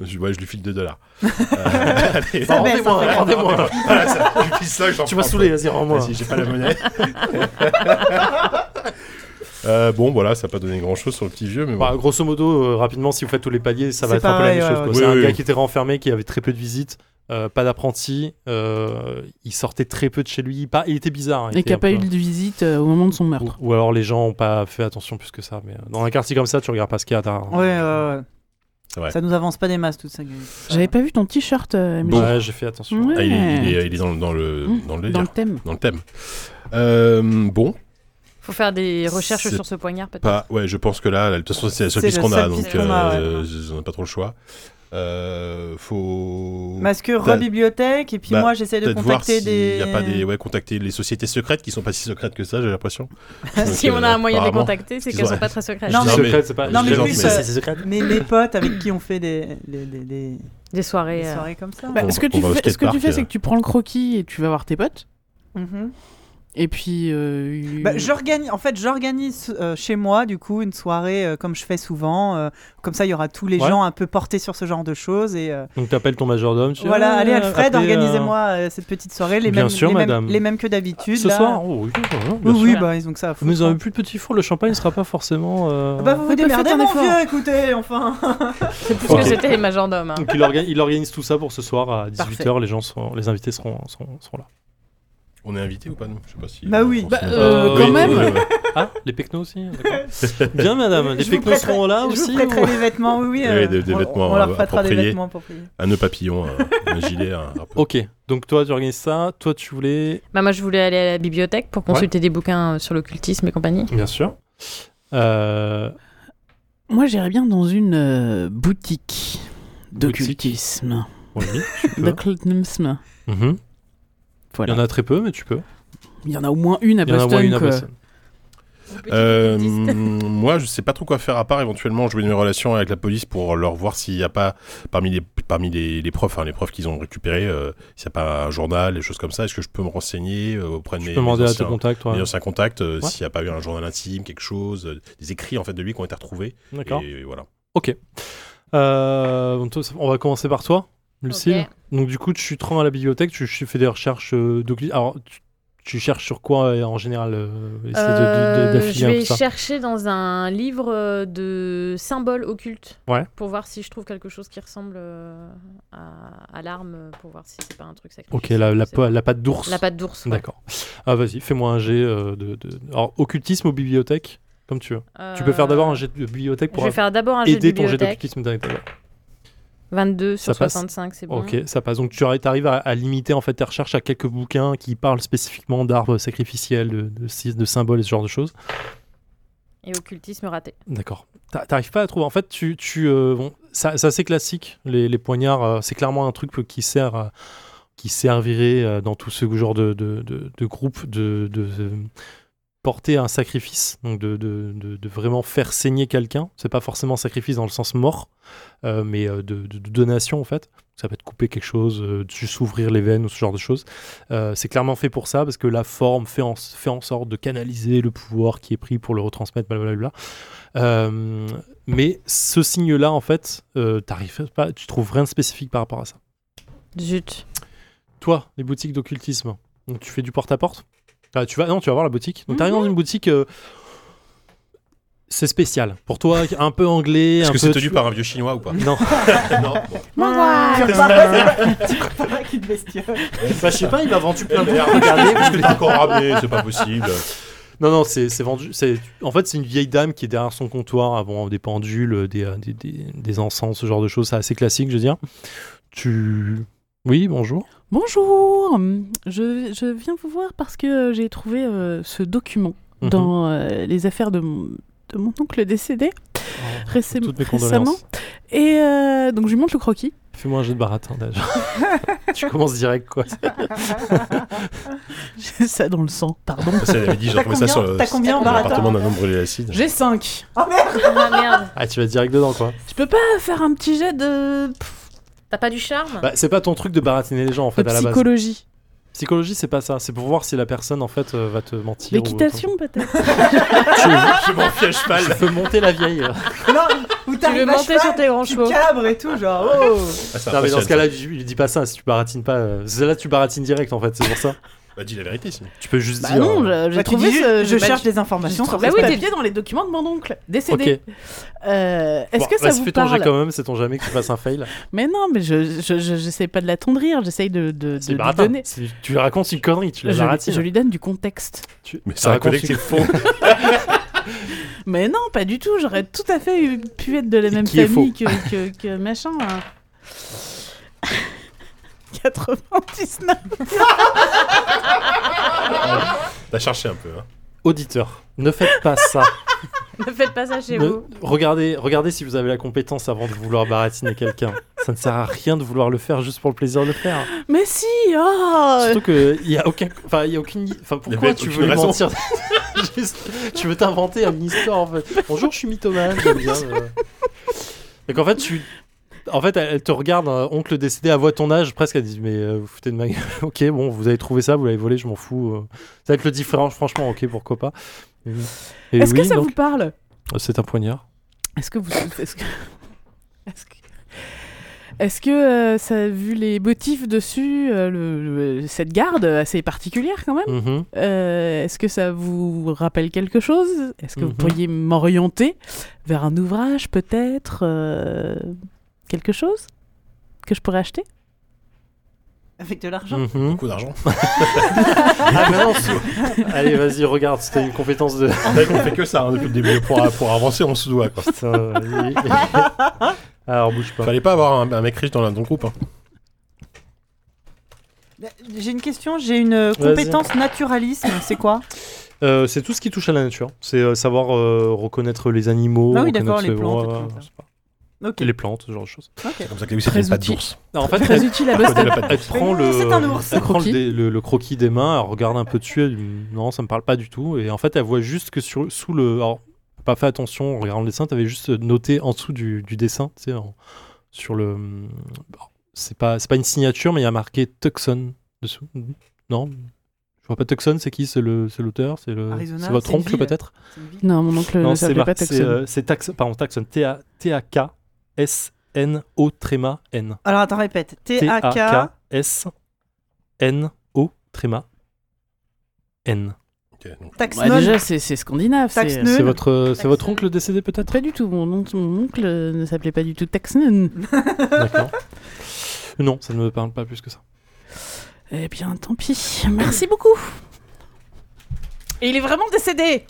Speaker 4: Je, ouais, je lui file 2 dollars. Euh,
Speaker 2: Ah,
Speaker 1: Ça baisse, ça fait grave.
Speaker 3: Ah, Tu m'as saoulé, vas-y, rends-moi.
Speaker 4: Vas-y, j'ai pas la monnaie. Euh, bon, voilà, ça n'a pas donné grand chose sur le petit vieux, mais bon.
Speaker 3: Bah, grosso modo, euh, rapidement, si vous faites tous les paliers, ça va
Speaker 1: C'est
Speaker 3: être un peu la
Speaker 1: pareil,
Speaker 3: même
Speaker 1: ouais,
Speaker 3: chose. quoi.
Speaker 1: ouais.
Speaker 3: C'est
Speaker 4: Oui,
Speaker 3: un
Speaker 4: oui.
Speaker 3: gars qui était renfermé, qui avait très peu de visites, euh, pas d'apprenti, euh, il sortait très peu de chez lui. Pas- Il était bizarre. hein, il
Speaker 2: Et
Speaker 3: était
Speaker 2: qui
Speaker 3: un
Speaker 2: a pas
Speaker 3: peu-
Speaker 2: eu de visite euh, au moment de son
Speaker 3: ou,
Speaker 2: meurtre.
Speaker 3: ou alors les gens n'ont pas fait attention plus que ça. Mais euh, dans un quartier comme ça, tu regardes pas ce qu'il y a. t'as-
Speaker 1: Ouais, ouais, ouais.
Speaker 4: C'est vrai.
Speaker 1: Ça nous avance pas des masses, toute ça. Gaëlle.
Speaker 2: J'avais pas vu ton t-shirt, euh, Emily.
Speaker 4: Bon.
Speaker 3: Ouais, j'ai fait attention.
Speaker 2: Ouais.
Speaker 4: Ah, il, est, il est- il est dans, le- dans le,
Speaker 2: Mmh,
Speaker 4: dans le
Speaker 2: Dans
Speaker 4: délire,
Speaker 2: le thème.
Speaker 4: dans le thème. Euh, bon,
Speaker 5: Faut faire des recherches
Speaker 4: C'est
Speaker 5: sur ce poignard peut-être.
Speaker 4: pas, ouais, je pense que là, là, de toute façon, c'est la seule
Speaker 1: C'est
Speaker 4: piste
Speaker 1: la
Speaker 4: qu'on a,
Speaker 1: seule
Speaker 4: donc
Speaker 1: piste qu'on a,
Speaker 4: euh,
Speaker 5: ouais.
Speaker 4: je- on n'a pas trop le choix. Euh, faut
Speaker 1: Masqueur,
Speaker 4: Bah-
Speaker 1: bibliothèque, et puis
Speaker 4: bah,
Speaker 1: moi j'essaie de
Speaker 4: peut-être voir
Speaker 1: contacter
Speaker 4: s'il
Speaker 1: des.
Speaker 4: n'y a pas des, ouais, contacter les sociétés secrètes qui sont pas si secrètes que ça, j'ai l'impression. Donc,
Speaker 5: si on a
Speaker 4: euh,
Speaker 5: un moyen de les
Speaker 4: apparemment.
Speaker 5: contacter, c'est
Speaker 4: Ils
Speaker 5: qu'elles
Speaker 4: ont-
Speaker 5: sont pas très secrètes.
Speaker 1: Non,
Speaker 3: C'est
Speaker 1: mais-
Speaker 3: secret, c'est pas-
Speaker 1: non, mais
Speaker 3: c'est-
Speaker 1: plus,
Speaker 3: c'est-
Speaker 1: euh,
Speaker 3: c'est secret.
Speaker 1: mes, mes potes avec qui on fait des, des, des- des-
Speaker 5: Des
Speaker 1: des
Speaker 5: soirées. euh,
Speaker 1: soirées comme ça.
Speaker 2: Bah,
Speaker 4: On
Speaker 2: ce que
Speaker 4: va- on
Speaker 2: tu
Speaker 4: va au
Speaker 2: fais, ce que tu
Speaker 4: skatepark,
Speaker 2: fais, c'est
Speaker 4: euh.
Speaker 2: que tu prends le croquis et tu vas voir tes potes.
Speaker 1: Mhm.
Speaker 2: Et puis. euh,
Speaker 1: Bah, j'organise, en fait, j'organise euh, chez moi, du coup, une soirée euh, comme je fais souvent. euh, comme ça, il y aura tous les
Speaker 3: Ouais.
Speaker 1: gens un peu portés sur ce genre de choses. Et euh,
Speaker 3: Donc t'appelles ton majordome. tu dis,
Speaker 1: voilà,
Speaker 3: Ah,
Speaker 1: allez, Alfred,
Speaker 3: appelez, euh,
Speaker 1: organisez-moi euh, cette petite soirée. Les
Speaker 3: bien
Speaker 1: mêmes,
Speaker 3: sûr,
Speaker 1: les mêmes-
Speaker 3: madame.
Speaker 1: les mêmes que d'habitude.
Speaker 3: Ce
Speaker 1: là.
Speaker 3: soir Oh, oui, oui, bien
Speaker 1: Oui, oui,
Speaker 3: sûr.
Speaker 1: bah, ils ont que ça. à foutre,
Speaker 3: Mais vous
Speaker 1: hein.
Speaker 3: avez plus de petit four, le champagne ne sera pas forcément. euh,
Speaker 1: Ah Bah, vous vous
Speaker 2: Faites un
Speaker 1: démerdez, mon
Speaker 2: effort.
Speaker 1: vieux, écoutez, enfin.
Speaker 5: C'est plus
Speaker 3: Ok.
Speaker 5: que c'était les majordomes. hein.
Speaker 3: Donc il, orga- il organise tout ça pour ce soir à
Speaker 5: Parfait.
Speaker 3: 18h, les gens sont, les invités seront, seront, seront là.
Speaker 4: On est invité ou pas, nous Je sais pas si.
Speaker 1: Bah oui.
Speaker 2: Bah,
Speaker 4: Euh,
Speaker 2: euh,
Speaker 3: Euh,
Speaker 2: quand
Speaker 3: oui,
Speaker 2: même.
Speaker 4: ouais, ouais.
Speaker 3: Ah, les pecnos aussi d'accord. Bien, madame, les
Speaker 1: Je vous
Speaker 3: pecnos seront là
Speaker 1: je
Speaker 3: aussi
Speaker 1: vous prêterai
Speaker 3: ou-
Speaker 1: des vêtements, oui, oui.
Speaker 4: Oui,
Speaker 1: euh,
Speaker 4: des- des
Speaker 1: on-
Speaker 4: vêtements,
Speaker 1: On
Speaker 4: euh,
Speaker 1: leur prêtera des
Speaker 4: appropriés.
Speaker 1: vêtements pour payer.
Speaker 4: Un nœud papillon, un, un gilet, un drapeau.
Speaker 3: Ok, donc toi, tu organises ça. Toi, tu voulais.
Speaker 5: Bah, moi, je voulais aller à la bibliothèque pour consulter des bouquins euh, sur l'occultisme et compagnie.
Speaker 3: Bien sûr. Euh,
Speaker 2: Moi, j'irais bien dans une euh, boutique d'occultisme.
Speaker 3: oui, tu peux.
Speaker 2: D'occultisme.
Speaker 3: Mhm. Il y en
Speaker 2: Voilà.
Speaker 3: a très peu, mais tu peux.
Speaker 2: Il y en a au moins
Speaker 1: Ah
Speaker 2: une à
Speaker 3: Il y en a au moins
Speaker 1: bah,
Speaker 2: Boston.
Speaker 3: une à
Speaker 2: quoi.
Speaker 3: Boston.
Speaker 4: Euh, moi, je sais pas trop quoi faire à part éventuellement jouer mes relations avec la police pour leur voir s'il n'y a pas parmi les parmi les, les profs, hein, les profs qu'ils ont récupérés, euh, s'il n'y a pas un journal, des choses comme ça. Est-ce que je peux me renseigner euh, auprès de
Speaker 3: Tu
Speaker 4: mes,
Speaker 3: peux demander
Speaker 4: mes
Speaker 3: à
Speaker 4: anciens,
Speaker 3: tes contacts, toi.
Speaker 4: mes anciens contacts euh,
Speaker 3: Ouais.
Speaker 4: s'il n'y a pas eu un journal intime, quelque chose, euh, des écrits en fait de lui qui ont été retrouvés.
Speaker 3: D'accord.
Speaker 4: Et voilà.
Speaker 3: Euh, donc, on va commencer par toi, Lucille.
Speaker 5: Ok.
Speaker 3: Donc du coup, tu te rends à la bibliothèque, tu, tu fais des recherches euh, d'occultisme. Alors, tu, tu cherches sur quoi euh, en général euh, essayer de- de- de-
Speaker 5: Euh,
Speaker 3: d'affiner
Speaker 5: je
Speaker 3: un peu
Speaker 5: vais
Speaker 3: ça.
Speaker 5: chercher dans un livre euh, de symboles occultes
Speaker 3: Ouais.
Speaker 5: pour voir si je trouve quelque chose qui ressemble euh, à, à l'arme, euh, pour voir si c'est pas un truc sacré.
Speaker 3: Ok, la, la, pa- la patte d'ours.
Speaker 5: La patte d'ours. ouais.
Speaker 3: D'accord. Ah vas-y, fais-moi un jet euh, de, de- Alors, occultisme ou bibliothèque, comme tu veux. Tu peux faire
Speaker 5: Euh,
Speaker 3: d'abord un jet de bibliothèque
Speaker 5: Je
Speaker 3: pour
Speaker 5: vais faire d'abord un jet de
Speaker 3: aider ton jet
Speaker 5: bibliothèque.
Speaker 3: d'occultisme. d'abord.
Speaker 5: 22 sur
Speaker 3: Ça passe.
Speaker 5: 65, c'est bon.
Speaker 3: Ok, ça passe. Donc tu arrives à, à limiter en fait tes recherches à quelques bouquins qui parlent spécifiquement d'arbres sacrificiels, de, de, de symboles et ce genre de choses.
Speaker 5: Et occultisme raté.
Speaker 3: D'accord. T'a- T'arrives pas à trouver. En fait, tu, tu euh, bon, ça, ça, c'est classique. Les, les poignards, euh, c'est clairement un truc peu- qui sert, à- qui servirait euh, dans tout ce genre de, de, de- de groupe de, de- de porter un sacrifice, donc de, de- de- de vraiment faire saigner quelqu'un. C'est pas forcément sacrifice dans le sens mort, euh, mais euh, de, de- de donation en fait. Ça peut être couper quelque chose, euh, juste ouvrir les veines ou ce genre de choses. Euh, c'est clairement fait pour ça parce que la forme fait en, fait en sorte de canaliser le pouvoir qui est pris pour le retransmettre, blablabla. Euh, mais ce signe-là, en fait, euh, t'arrives pas, tu trouves rien de spécifique par rapport à ça.
Speaker 5: Zut.
Speaker 3: Toi, les boutiques d'occultisme, donc tu fais du porte-à-porte Ah, tu vas, Non, tu vas voir la boutique. Donc
Speaker 5: Mhm.
Speaker 3: t'arrives dans une boutique. euh, c'est spécial. Pour toi, un peu anglais. un
Speaker 4: Est-ce que
Speaker 3: peu,
Speaker 4: c'est tenu
Speaker 3: tu-
Speaker 4: par un vieux chinois ou pas
Speaker 3: Non,
Speaker 4: Non. Bon.
Speaker 1: Tu repars tu repars avec une bestiole.
Speaker 3: Bah, je sais pas, il m'a vendu plein de
Speaker 4: Merde, parce que t'es encore ramené, c'est pas possible.
Speaker 3: Non, non, c'est c'est vendu. c'est- En fait, c'est une vieille dame qui est derrière son comptoir avant des pendules, des, euh, des, des- des encens, ce genre de choses. C'est assez classique, je veux dire. Tu. Oui, bonjour.
Speaker 2: Bonjour. Je, je viens vous voir parce que j'ai trouvé euh, ce document
Speaker 3: Mhm.
Speaker 2: dans euh, les affaires de mon, de mon oncle décédé récem-
Speaker 3: Toutes mes
Speaker 2: récemment.
Speaker 3: condoléances.
Speaker 2: Et euh, donc, je lui montre le croquis.
Speaker 3: Fais-moi un jeu de baratin déjà. tu commences direct quoi.
Speaker 2: J'ai ça dans le sang, pardon.
Speaker 4: Ça, elle avait dit, j'ai
Speaker 1: T'as
Speaker 4: retrouvé ça
Speaker 1: combien-
Speaker 4: sur le-
Speaker 1: t'as combien
Speaker 4: dans
Speaker 1: en baratin
Speaker 4: l'appartement d'un homme brûlé à l'acide.
Speaker 2: J'ai 5.
Speaker 5: Ah merde.
Speaker 3: Ah tu vas direct dedans quoi.
Speaker 2: Je peux pas faire un petit jet de,
Speaker 5: T'as pas du charme
Speaker 3: Bah, c'est pas ton truc de baratiner les gens en fait
Speaker 2: de
Speaker 3: à la base.
Speaker 2: psychologie.
Speaker 3: Psychologie c'est pas ça. C'est pour voir si la personne en fait euh, va te mentir. ou-
Speaker 2: L'équitation, peut-être.
Speaker 4: Je m'en fie à cheval.
Speaker 3: Je peux monter la vieille.
Speaker 1: Non, ou
Speaker 5: Tu veux
Speaker 1: t'arrives à
Speaker 5: monter sur
Speaker 1: cheval,
Speaker 5: tes grands
Speaker 1: tu
Speaker 5: chevaux
Speaker 1: cabres et tout, genre. Oh.
Speaker 4: Ah, c'est
Speaker 3: non mais dans ce
Speaker 4: impressionnant,
Speaker 3: cas-là, je lui dis pas ça. Si tu baratines pas, euh, c'est là tu baratines direct en fait. C'est pour ça.
Speaker 4: ça. Bah, dis la vérité, sinon.
Speaker 3: Tu peux juste
Speaker 2: Bah
Speaker 3: dire.
Speaker 2: non,
Speaker 3: euh,
Speaker 2: je- j'ai
Speaker 1: Bah, tu
Speaker 2: trouvé
Speaker 1: dis
Speaker 2: ce-
Speaker 1: juste, je
Speaker 2: j'ai pas-
Speaker 1: cherche des
Speaker 2: j'ai
Speaker 1: informations sur
Speaker 5: Bah
Speaker 2: trouvé
Speaker 1: cette
Speaker 2: ce
Speaker 1: patte.
Speaker 2: papier dans les documents de mon oncle
Speaker 3: Ok.
Speaker 2: décédé. Euh, Est-ce
Speaker 3: Bon,
Speaker 2: que ça
Speaker 3: vas-y,
Speaker 2: vous
Speaker 3: fais ton jet
Speaker 2: parle
Speaker 3: quand même. C'est ton jamais que tu fasses un fail.
Speaker 2: Mais non, mais je je- je- j'essaie pas de l'attendrir, j'essaye de, de, de
Speaker 3: C'est
Speaker 2: lui
Speaker 3: baratin.
Speaker 2: donner.
Speaker 3: C'est- Tu lui racontes une connerie. Tu
Speaker 2: Je,
Speaker 3: la baratines.
Speaker 2: lui- je lui donne du contexte.
Speaker 3: Tu-
Speaker 4: Mais
Speaker 3: tu
Speaker 4: ça
Speaker 3: racontes
Speaker 4: reconnaît que
Speaker 3: une-
Speaker 4: c'est faux.
Speaker 2: Mais non, pas du tout. J'aurais tout à fait eu- pu être de la
Speaker 3: Et
Speaker 2: même
Speaker 3: qui est
Speaker 2: famille que, que, que machin. hein. 99.
Speaker 4: T'as cherché un peu, hein.
Speaker 3: Auditeur, ne faites pas ça.
Speaker 5: Ne faites pas ça chez
Speaker 3: Ne-
Speaker 5: vous.
Speaker 3: Regardez, regardez si vous avez la compétence avant de vouloir baratiner quelqu'un. Ça ne sert à rien de vouloir le faire juste pour le plaisir de le faire.
Speaker 2: Mais si oh
Speaker 3: Surtout que il y a aucun, enfin il y a aucune, enfin
Speaker 4: Il y
Speaker 3: pourquoi
Speaker 4: avait
Speaker 3: tu
Speaker 4: aucune
Speaker 3: veux lui
Speaker 4: raison.
Speaker 3: mentir Juste, Tu veux t'inventer une histoire en fait. Bonjour, je suis mythomane. j'aime bien, euh. Donc en fait tu, en fait elle elle te regarde euh, oncle décédé à voix ton âge presque elle dit mais euh, vous foutez de ma gueule. ok bon vous avez trouvé ça vous l'avez volé je m'en fous. euh. Ça va être le différent franchement ok pourquoi pas. Et- et
Speaker 2: Est-ce que
Speaker 3: Eh oui,
Speaker 2: ça
Speaker 3: donc,
Speaker 2: vous parle
Speaker 3: C'est un poignard.
Speaker 2: Est-ce que vous. Est-ce que. Est-ce que, est-ce que, euh, ça a vu les motifs dessus, euh, le- le- cette garde assez particulière quand même
Speaker 3: Mhm.
Speaker 2: Euh, Est-ce que ça vous rappelle quelque chose Est-ce que vous
Speaker 3: Mhm.
Speaker 2: pourriez m'orienter vers un ouvrage peut-être euh, Quelque chose que je pourrais acheter
Speaker 1: Avec de l'argent.
Speaker 3: Mhm.
Speaker 4: Beaucoup d'argent.
Speaker 3: Ah, mais non, c'est- Allez, vas-y, regarde, c'était une compétence de.
Speaker 4: C'est vrai qu'on fait que ça hein, depuis le début. Pour, pour avancer, on se doit. Quoi.
Speaker 3: Putain, vas-y. Alors, bouge pas.
Speaker 4: Fallait pas avoir un, un mec riche dans, la- dans le groupe. hein.
Speaker 1: Bah, J'ai une question, j'ai une euh, compétence naturalisme, c'est quoi
Speaker 3: Euh, c'est tout ce qui touche à la nature. C'est euh, savoir euh, reconnaître les animaux,
Speaker 1: Ah oui,
Speaker 3: reconnaître,
Speaker 1: d'accord, les
Speaker 3: euh,
Speaker 1: plantes,
Speaker 3: ouais,
Speaker 1: tout
Speaker 3: ouais,
Speaker 1: comme ça.
Speaker 3: je sais pas.
Speaker 1: Ok.
Speaker 3: Et les plantes, ce genre de choses.
Speaker 1: ok.
Speaker 4: C'est comme ça que la Lucie
Speaker 2: Très
Speaker 4: fait pas de
Speaker 2: outil.
Speaker 4: d'ours.
Speaker 3: Non, en fait,
Speaker 2: Très utile à Boston.
Speaker 4: Elle a pas de
Speaker 3: Elle
Speaker 4: d'ours.
Speaker 3: te prend
Speaker 1: Mais non,
Speaker 3: le,
Speaker 1: c'est un ours.
Speaker 3: elle prend le,
Speaker 2: Croquis.
Speaker 3: dé- le- le croquis des mains, elle regarde un peu dessus, elle dit, non, ça me parle pas du tout. Et en fait, elle voit juste que sur, sous le. Alors, pas fait attention en regardant le dessin, t'avais juste noté en dessous du, du dessin, tu sais, en- sur le. bon, C'est pas, c'est pas une signature, mais il y a marqué Tucson dessous. Non Je vois pas Tucson, c'est qui C'est le- c'est l'auteur C'est le-
Speaker 1: Arizona,
Speaker 3: c'est votre
Speaker 1: c'est une
Speaker 3: oncle
Speaker 1: ville.
Speaker 3: peut-être
Speaker 1: C'est une vie.
Speaker 2: Non, mon oncle
Speaker 3: Non,
Speaker 2: ne
Speaker 3: c'est
Speaker 2: Euh, s'appelait
Speaker 3: mar-
Speaker 2: pas
Speaker 3: c'est,
Speaker 2: Taxon.
Speaker 3: euh, c'est Taxon, pardon, Taxon, T-A- E T-A-K-S-N-O-N.
Speaker 1: Alors attends, répète. T-A-K.
Speaker 3: T-A-K-S-N-O tréma N.
Speaker 4: Ok, donc,
Speaker 2: Bah,
Speaker 5: Ah,
Speaker 1: Taxnon.
Speaker 2: déjà, c'est c'est scandinave. c'est-
Speaker 1: Taxnun.
Speaker 3: C'est votre, euh, c'est votre
Speaker 5: Taxon.
Speaker 3: oncle décédé peut-être
Speaker 2: Pas du tout. Mon oncle, mon oncle ne s'appelait pas du tout Taxon.
Speaker 3: D'accord. Non, ça ne me parle pas plus que ça.
Speaker 2: Eh bien, tant pis. Merci beaucoup. Et il est vraiment décédé.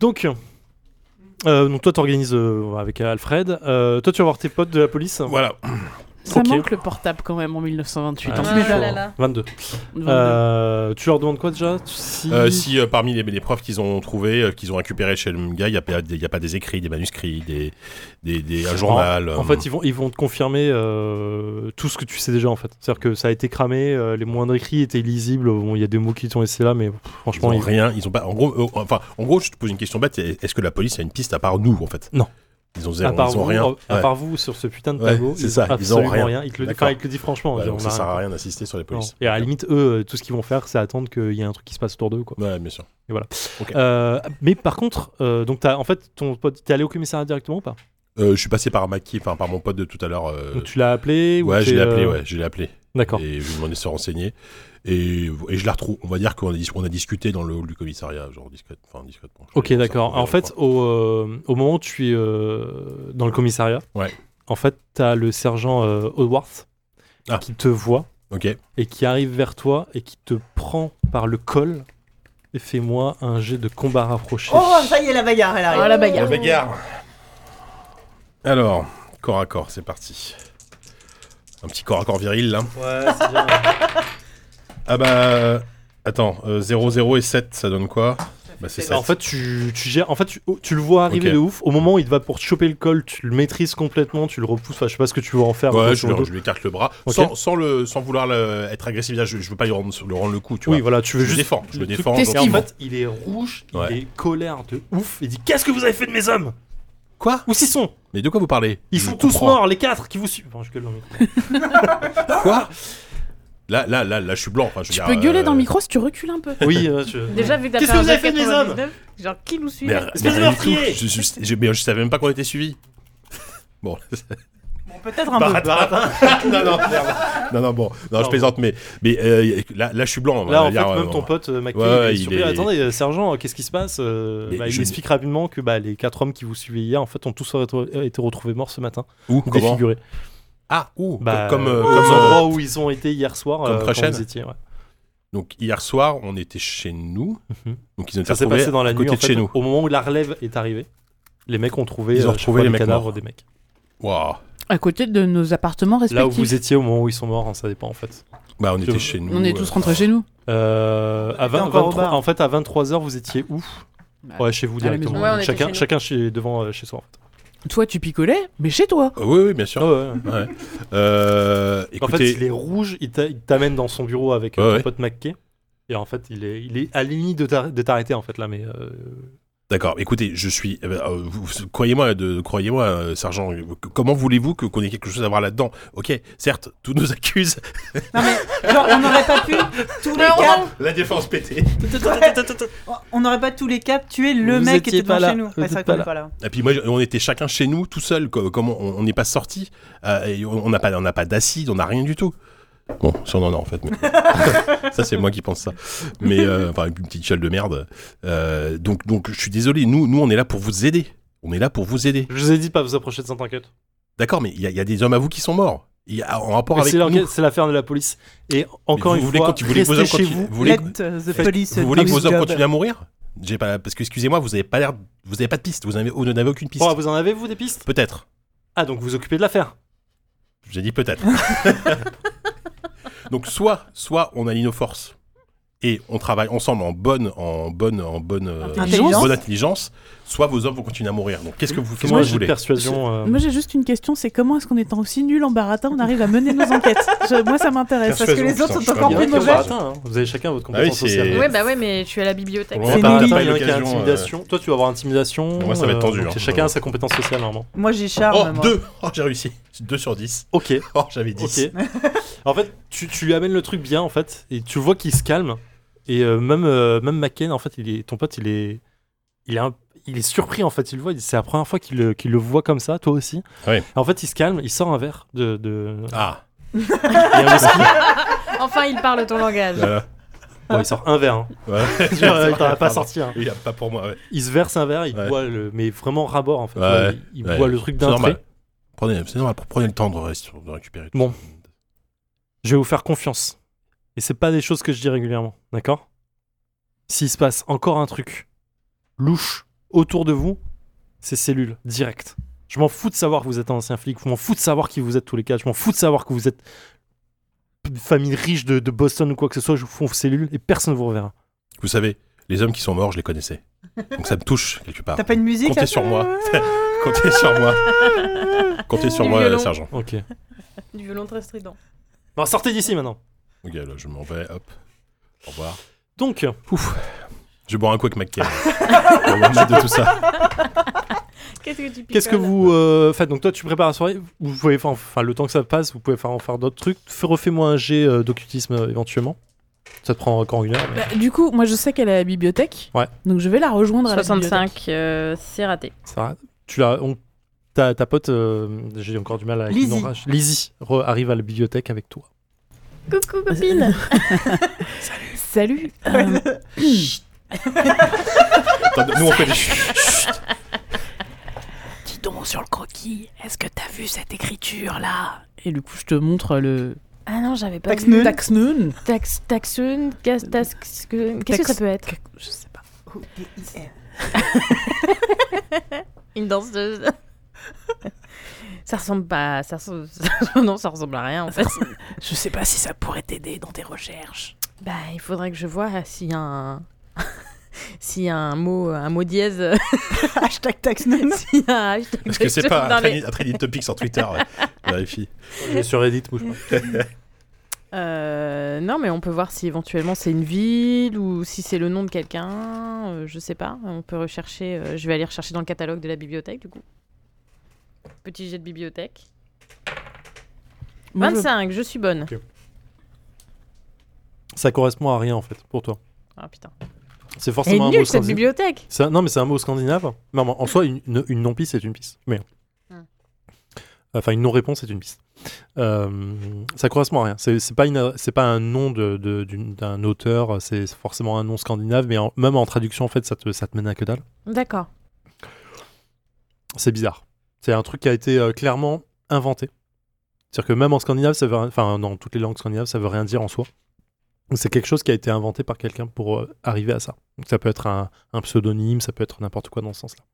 Speaker 3: Donc, euh, donc toi, t'organises euh, avec Alfred. Euh, toi, tu vas voir tes potes de la police. Ah,
Speaker 4: Voilà.
Speaker 2: Ça
Speaker 3: Ok.
Speaker 2: manque le portable quand même en 1928.
Speaker 3: Ah,
Speaker 2: hein.
Speaker 5: Ah là
Speaker 3: chaud.
Speaker 5: là.
Speaker 3: 22. Euh, tu leur demandes quoi déjà si...
Speaker 4: Euh, si euh, parmi les, les preuves qu'ils ont trouvées, euh, qu'ils ont récupérées chez le même gars, il n'y a, pas des- y a pas des écrits, des manuscrits, des, des, des- un journal.
Speaker 3: En
Speaker 4: euh,
Speaker 3: fait, ils vont, ils vont te confirmer euh, tout ce que tu sais déjà, en fait. C'est-à-dire que ça a été cramé, euh, les moindres écrits étaient illisibles. Bon, il y a des mots qui sont laissés là, mais pff,
Speaker 4: ils ont
Speaker 3: franchement, ils-
Speaker 4: rien. Ils ont pas. En gros, euh, enfin, en gros, je te pose une question bête. est- Est-ce que la police a une piste à part nous, en fait
Speaker 3: Non.
Speaker 4: Ils ont
Speaker 3: à
Speaker 4: zéro.
Speaker 3: part,
Speaker 4: ils ont
Speaker 3: vous,
Speaker 4: rien.
Speaker 3: euh, à
Speaker 4: Ouais.
Speaker 3: part vous, sur ce putain de
Speaker 4: Ouais,
Speaker 3: tableau,
Speaker 4: c'est ça, ils ont
Speaker 3: absolument
Speaker 4: rien.
Speaker 3: Ils te le,
Speaker 4: D'accord.
Speaker 3: enfin, ils te le disent franchement.
Speaker 4: Ouais,
Speaker 3: ils
Speaker 4: donc
Speaker 3: disent,
Speaker 4: ça
Speaker 3: on a
Speaker 4: sert à
Speaker 3: rien.
Speaker 4: rien d'insister sur les
Speaker 3: Non.
Speaker 4: polices.
Speaker 3: Et à la limite, eux, euh, tout ce qu'ils vont faire, c'est attendre qu'il y ait un truc qui se passe autour d'eux. Quoi.
Speaker 4: Ouais, bien sûr.
Speaker 3: Euh, mais par contre, euh, donc t'as- en fait, ton pote, t'es allé au commissariat directement ou pas
Speaker 4: Euh, je suis passé par Maki, enfin par mon pote de tout à l'heure. euh,
Speaker 3: Donc Tu l'as appelé ou
Speaker 4: Ouais, je
Speaker 3: t'es,
Speaker 4: l'ai appelé,
Speaker 3: euh,
Speaker 4: ouais, je l'ai appelé.
Speaker 3: D'accord.
Speaker 4: Et je lui ai demandé de se renseigner. Et, et je la retrouve. On va dire qu'on a, dis- on a discuté dans le hall du commissariat, genre discrète, enfin, discrètement.
Speaker 3: Ok,
Speaker 4: Je-
Speaker 3: d'accord.
Speaker 4: on
Speaker 3: En fait,
Speaker 4: verra,
Speaker 3: au, euh, au moment où tu es euh, dans le commissariat,
Speaker 4: Ouais.
Speaker 3: en fait, t'as le sergent euh, Howarth
Speaker 4: Ah.
Speaker 3: qui te voit
Speaker 4: quoi. Ok.
Speaker 3: et qui arrive vers toi et qui te prend par le col. Et fais-moi un jet de combat rapproché.
Speaker 1: Oh, ça y est, la bagarre, elle arrive.
Speaker 5: Oh la bagarre.
Speaker 4: bagarre Alors, corps à corps, c'est parti. Un petit corps à corps viril, là.
Speaker 3: ouais, c'est bien.
Speaker 4: Ah bah... Attends, euh, 0, 0 et 7, ça donne quoi Bah c'est
Speaker 3: Bah,
Speaker 4: ça.
Speaker 3: en fait, tu, tu gères. En fait, tu, oh, tu le vois arriver
Speaker 4: Ok.
Speaker 3: de ouf. Au moment où il te va pour te choper le col, tu le maîtrises complètement, tu le repousses. Enfin, je sais pas ce que tu veux en faire.
Speaker 4: Ouais,
Speaker 3: grosso
Speaker 4: je lui,
Speaker 3: modo.
Speaker 4: je lui écarte le bras.
Speaker 3: Ok.
Speaker 4: Sans, sans le, sans vouloir le- être agressif, là, je, je veux pas lui rendre, le rendre le coup, tu
Speaker 3: Oui,
Speaker 4: vois.
Speaker 3: voilà, tu
Speaker 4: Je
Speaker 3: veux
Speaker 4: le
Speaker 3: juste.
Speaker 4: défends, je le
Speaker 3: truc-
Speaker 4: défends.
Speaker 2: t'es
Speaker 3: Et en
Speaker 4: gentiment.
Speaker 2: esquive.
Speaker 3: fait, il est rouge,
Speaker 4: Ouais.
Speaker 3: il est colère de ouf. Il dit Qu'est-ce que vous avez fait de mes hommes
Speaker 4: Quoi
Speaker 3: Où s'ils sont
Speaker 4: Mais de quoi vous parlez
Speaker 3: Ils
Speaker 4: Je
Speaker 3: sont tous
Speaker 4: comprends.
Speaker 3: morts, les quatre qui vous suivent. Enfin, je gueule dans le micro.
Speaker 4: Quoi Là, là, là, là, je suis blanc. Enfin, je veux
Speaker 2: Tu
Speaker 4: dire,
Speaker 2: peux gueule
Speaker 4: euh,
Speaker 2: dans le micro si tu recules un peu.
Speaker 3: Oui, euh, je-
Speaker 5: Déjà, vu que t'as
Speaker 3: Qu'est-ce
Speaker 5: fait
Speaker 3: que
Speaker 5: un
Speaker 3: vous avez fait de mes
Speaker 5: 99, Genre, qui nous suit
Speaker 4: Mais,
Speaker 3: Espèce
Speaker 4: mais
Speaker 3: de
Speaker 4: rien du tout.
Speaker 3: meurtrier
Speaker 4: je, je- je- mais je savais même pas qu'on était suivi. Bon,
Speaker 1: Bon, Peut-être un peu.
Speaker 3: Baratin.
Speaker 4: non, non, merde. non, non, bon, non, je
Speaker 3: Pardon.
Speaker 4: plaisante, mais, mais euh, là, là, je suis blanc. on
Speaker 3: Là,
Speaker 4: va
Speaker 3: en fait,
Speaker 4: dire, euh,
Speaker 3: même
Speaker 4: bon.
Speaker 3: ton pote euh, Mackie,
Speaker 4: Ouais,
Speaker 3: il est
Speaker 4: ouais, il
Speaker 3: surpris.
Speaker 4: est-
Speaker 3: Attendez, euh, sergent, qu'est-ce qui se passe Euh,
Speaker 4: Mais
Speaker 3: bah,
Speaker 4: je-
Speaker 3: Il explique rapidement que bah, les quatre hommes qui vous suivaient hier, en fait, ont tous retro- été retrouvés morts ce matin,
Speaker 4: Où Comment
Speaker 3: défigurés.
Speaker 4: Ah, où
Speaker 3: Bah,
Speaker 4: Comme, euh,
Speaker 3: aux
Speaker 4: comme, euh,
Speaker 3: endroits où ils ont été hier soir,
Speaker 4: comme
Speaker 3: euh, quand
Speaker 4: prochaine.
Speaker 3: vous étiez. ouais.
Speaker 4: Donc, hier soir, on était chez nous.
Speaker 3: Mhm.
Speaker 4: Donc, ils ont été
Speaker 3: Ça s'est
Speaker 4: retrouvés
Speaker 3: passé dans la
Speaker 4: à
Speaker 3: nuit.
Speaker 4: côté
Speaker 3: en
Speaker 4: de
Speaker 3: fait,
Speaker 4: chez nous.
Speaker 3: Au moment où la relève est arrivée, les mecs ont trouvé,
Speaker 4: Ils ont
Speaker 3: euh, je
Speaker 4: retrouvé
Speaker 3: crois,
Speaker 4: les
Speaker 3: les
Speaker 4: mecs
Speaker 3: cadavres
Speaker 4: morts.
Speaker 3: des mecs.
Speaker 4: Waouh.
Speaker 2: À côté de nos appartements respectifs.
Speaker 3: Là où vous étiez au moment où ils sont morts, hein, ça dépend en fait.
Speaker 4: Bah, on
Speaker 3: Je-
Speaker 4: était chez nous.
Speaker 2: On est tous rentrés chez nous.
Speaker 3: Euh, à 20
Speaker 1: encore au
Speaker 3: 23
Speaker 1: bar.
Speaker 3: en fait, à 23h, vous étiez où Ouais, chez vous
Speaker 2: à la
Speaker 3: directement.
Speaker 5: maison. Ouais, on était
Speaker 3: chacun
Speaker 5: chez nous.
Speaker 3: chacun chez, devant euh, chez soi. en fait.
Speaker 2: Toi, tu picolais, mais chez toi.
Speaker 4: Euh, Oui, oui, bien sûr.
Speaker 3: Ouais, ouais.
Speaker 4: Ouais. Euh,
Speaker 3: En fait,
Speaker 4: écoutez,
Speaker 3: il est rouge, il t'a- il t'amène dans son bureau avec euh,
Speaker 4: Ouais,
Speaker 3: ton
Speaker 4: ouais.
Speaker 3: pote McKay. Et en fait, il est, il est à la limite de t'arr- de t'arrêter, en fait, là, mais... euh,
Speaker 4: D'accord, écoutez, je suis. eh ben, euh, vous- vous- croyez-moi, de, croyez-moi, euh, sergent, euh, que- comment voulez-vous que, qu'on ait quelque chose à voir là-dedans Ok, certes, tout nous accuse.
Speaker 1: Non, mais genre, on n'aurait pas pu tous les
Speaker 5: Bah,
Speaker 1: quatre.
Speaker 4: La défense pétée.
Speaker 1: Oh, On n'aurait pas tous les quatre tué le
Speaker 3: Vous
Speaker 1: mec qui
Speaker 3: étiez
Speaker 1: était devant
Speaker 3: pas là.
Speaker 1: chez nous.
Speaker 3: Vous
Speaker 1: Ouais, c'est
Speaker 3: étiez
Speaker 1: vrai
Speaker 3: pas
Speaker 1: qu'on est
Speaker 3: là.
Speaker 1: pas là.
Speaker 4: Et puis moi, je- on était chacun chez nous, tout seul. co- Comment on on n'est pas sortis euh, et On on n'a pas, on n'a pas d'acide, on n'a rien du tout. Bon, si on en a en fait. mais- ça, c'est moi qui pense ça. Mais euh, enfin, une petite chale de merde. Euh, donc, donc, je suis désolé. Nous, nous, on est là pour vous aider. On- On est là pour vous aider.
Speaker 3: Je vous ai dit de pas vous approcher de Saint-Inquiète.
Speaker 4: D'accord, mais il y, a- il y a des hommes à vous qui sont morts. Il y a- en rapport avec
Speaker 3: C'est
Speaker 4: nous.
Speaker 3: l'enquête- c'est l'affaire de la police. Et encore
Speaker 4: vous
Speaker 3: une
Speaker 4: voulez
Speaker 3: fois,
Speaker 4: quand- vous voulez que vos
Speaker 3: restez
Speaker 4: hommes
Speaker 3: chez
Speaker 4: continuent-
Speaker 3: vous.
Speaker 4: Vous voulez-
Speaker 1: Let the police
Speaker 4: Vous voulez
Speaker 1: do
Speaker 4: que
Speaker 1: its
Speaker 4: vos hommes
Speaker 1: job.
Speaker 4: continuent à mourir J'ai pas, parce que excusez-moi, vous avez pas l'air, vous avez pas de piste. Vous n'avez, vous n'avez aucune piste.
Speaker 3: Oh, vous en avez, vous, des pistes
Speaker 4: Peut-être.
Speaker 3: Ah, donc vous vous occupez de l'affaire.
Speaker 4: J'ai dit peut-être. Donc soit, soit on allie nos forces et on travaille ensemble en bonne, en bonne, en bonne, euh,
Speaker 1: Intelligence.
Speaker 4: bonne intelligence. Soit vos hommes vont continuer à mourir. Donc qu'est-ce que vous,
Speaker 3: Fais-moi
Speaker 4: comment
Speaker 3: un
Speaker 4: vous
Speaker 3: jet de
Speaker 4: voulez
Speaker 3: persuasion. euh,
Speaker 2: Moi j'ai juste une question, c'est comment est-ce qu'on étant aussi nul en baratin, on arrive à mener nos enquêtes Je- Moi ça m'intéresse.
Speaker 1: parce que les
Speaker 4: Persuasion,
Speaker 1: autres
Speaker 4: putain,
Speaker 1: sont
Speaker 4: je
Speaker 1: encore
Speaker 3: il y
Speaker 4: suis
Speaker 3: en
Speaker 4: pas
Speaker 3: a
Speaker 1: plus
Speaker 3: qui ont
Speaker 4: bien.
Speaker 1: mauvais.
Speaker 3: baratin, hein. Vous avez chacun votre
Speaker 4: Ah oui,
Speaker 3: compétence
Speaker 4: c'est.
Speaker 3: sociale.
Speaker 5: Ouais, bah ouais, mais tu es à la bibliothèque.
Speaker 4: Pour le
Speaker 1: C'est
Speaker 4: moment,
Speaker 1: nul.
Speaker 4: t'as pas
Speaker 3: Il y en a
Speaker 4: eu
Speaker 3: un qui a
Speaker 4: l'occasion, euh,
Speaker 3: intimidation. Toi, tu vas avoir intimidation.
Speaker 4: Moi, ça va être
Speaker 3: euh,
Speaker 4: tendu,
Speaker 3: donc
Speaker 4: hein.
Speaker 3: Chacun a sa compétence sociale, normalement.
Speaker 1: Moi j'ai charme.
Speaker 4: Oh,
Speaker 1: moi.
Speaker 4: deux Oh, j'ai réussi. 2 sur 10.
Speaker 3: Ok.
Speaker 4: Oh, j'avais 10.
Speaker 3: Ok. en fait, tu, tu lui amènes le truc bien, en fait, et tu vois qu'il se calme. Et euh, même, euh, même Macken, en fait, il est, ton pote, il est, il est, un- il est surpris, en fait. Il le voit. il- C'est la première fois qu'il le, qu'il le voit comme ça, toi aussi.
Speaker 4: Ouais.
Speaker 3: En fait, il se calme, il sort un verre de. de...
Speaker 4: Ah,
Speaker 3: et un whisky.
Speaker 5: Enfin, il parle ton langage.
Speaker 4: voilà.
Speaker 3: Bon, il sort un verre. hein.
Speaker 4: euh, Ouais.
Speaker 3: il
Speaker 1: euh,
Speaker 3: t'en a pas
Speaker 4: Pardon.
Speaker 3: sorti. hein.
Speaker 4: Il a pas pour moi, ouais.
Speaker 3: Il se verse un verre, il
Speaker 4: Ouais.
Speaker 3: boit le. Mais vraiment rabord, en fait.
Speaker 4: Ouais,
Speaker 3: Il, il
Speaker 4: ouais.
Speaker 3: boit le truc
Speaker 4: C'est
Speaker 3: d'un
Speaker 4: normal.
Speaker 3: trait.
Speaker 4: Prenez, c'est normal, prenez le temps de, rest- de récupérer. tout
Speaker 3: Bon.
Speaker 4: ça.
Speaker 3: Je vais vous faire confiance. Et c'est pas des choses que je dis régulièrement, d'accord S'il se passe encore un truc louche autour de vous, c'est cellule, direct. Je m'en fous de savoir que vous êtes un ancien flic, je m'en fous de savoir qui vous êtes tous les quatre, je m'en fous de savoir que vous êtes une famille riche de, de Boston ou quoi que ce soit, je vous fonds cellule et personne ne vous reverra.
Speaker 4: Vous savez, les hommes qui sont morts, je les connaissais. Donc ça me touche quelque part.
Speaker 1: T'as pas une musique
Speaker 4: Comptez
Speaker 1: là
Speaker 4: sur moi. Comptez sur moi. Comptez sur
Speaker 5: Du
Speaker 4: moi,
Speaker 5: violon.
Speaker 4: sergent.
Speaker 3: Ok.
Speaker 5: Du violon très strident.
Speaker 3: Bon, sortez d'ici maintenant.
Speaker 4: Ok, là, je m'en vais, hop. Au revoir.
Speaker 3: Donc,
Speaker 4: Je bois un coup avec McKay. Au moment de tout ça.
Speaker 5: Qu'est-ce que tu picoles
Speaker 3: qu'est-ce que vous euh, faites Donc toi, tu prépares la soirée, vous pouvez faire, enfin, le temps que ça passe, vous pouvez faire en faire d'autres trucs. Fais- Refais-moi un jet euh, d'occultisme euh, éventuellement. Ça te prend encore une heure. mais-
Speaker 2: Bah, du coup, moi je sais qu'elle est à la bibliothèque,
Speaker 3: Ouais.
Speaker 2: donc je vais la rejoindre à la
Speaker 5: 65, euh, c'est raté.
Speaker 3: Ça, tu l'as, on- ta, ta pote, euh, j'ai encore du mal avec
Speaker 1: Lizzie.
Speaker 3: le nom, Lizzie re- arrive à la bibliothèque avec toi.
Speaker 5: Coucou copine
Speaker 2: bibliothèque. Salut Euh,
Speaker 4: Attends, nous, on fait des chut.
Speaker 2: Dis donc sur le croquis, est-ce que t'as vu cette écriture là Et du coup, je te montre le
Speaker 5: Ah non, j'avais pas vu.
Speaker 1: Taxneul.
Speaker 2: Taxnoon.
Speaker 5: Tax, taxun, gas- tax- que- qu'est-ce que
Speaker 2: Tax-
Speaker 5: ça peut être
Speaker 2: Je sais pas.
Speaker 5: Une danseuse. ça ressemble pas, ça ressemble, non, ça ressemble à rien en fait.
Speaker 2: Je sais pas si ça pourrait t'aider dans tes recherches.
Speaker 5: bah, il faudrait que je vois s'il y a un, s'il y a un mot, un mot dièse,
Speaker 1: Hashtag Taxnoun.
Speaker 5: s'il y a un hashtag
Speaker 4: Est-ce que c'est
Speaker 5: taxun
Speaker 4: pas
Speaker 5: dans
Speaker 4: un
Speaker 5: les-
Speaker 4: training, un trending topic sur Twitter ouais. Vérifie.
Speaker 3: Je sur Reddit, bouge pas.
Speaker 5: Euh, non, mais on peut voir si éventuellement c'est une ville ou si c'est le nom de quelqu'un. euh, je sais pas. On peut rechercher. euh, je vais aller rechercher dans le catalogue de la bibliothèque du coup. Petit jet de bibliothèque.
Speaker 2: Moi, je-
Speaker 5: 25, je suis bonne.
Speaker 3: Ça correspond à rien en fait pour toi.
Speaker 5: Ah putain.
Speaker 3: C'est
Speaker 5: Elle est
Speaker 3: forcément un mot
Speaker 5: nulle cette
Speaker 3: scandinave.
Speaker 5: bibliothèque.
Speaker 3: C'est un- non, mais c'est un mot scandinave. Non, mais en soi, une, une- une non-piste est une piste. Mais.
Speaker 5: Hmm.
Speaker 3: Enfin, une non-réponse est une piste. Euh, ça correspond à rien. C'est c'est pas, une- c'est pas un nom de- de- d'une- d'un auteur, c'est forcément un nom scandinave, mais en- même en traduction, en fait, ça te, ça te mène à que dalle.
Speaker 5: D'accord.
Speaker 3: C'est bizarre. C'est un truc qui a été euh, clairement inventé. C'est-à-dire que même en scandinave, ça veut rien- enfin dans toutes les langues scandinaves, ça veut rien dire en soi. Donc c'est quelque chose qui a été inventé par quelqu'un pour euh, arriver à ça. Donc ça peut être un, un pseudonyme, ça peut être n'importe quoi dans ce sens-là.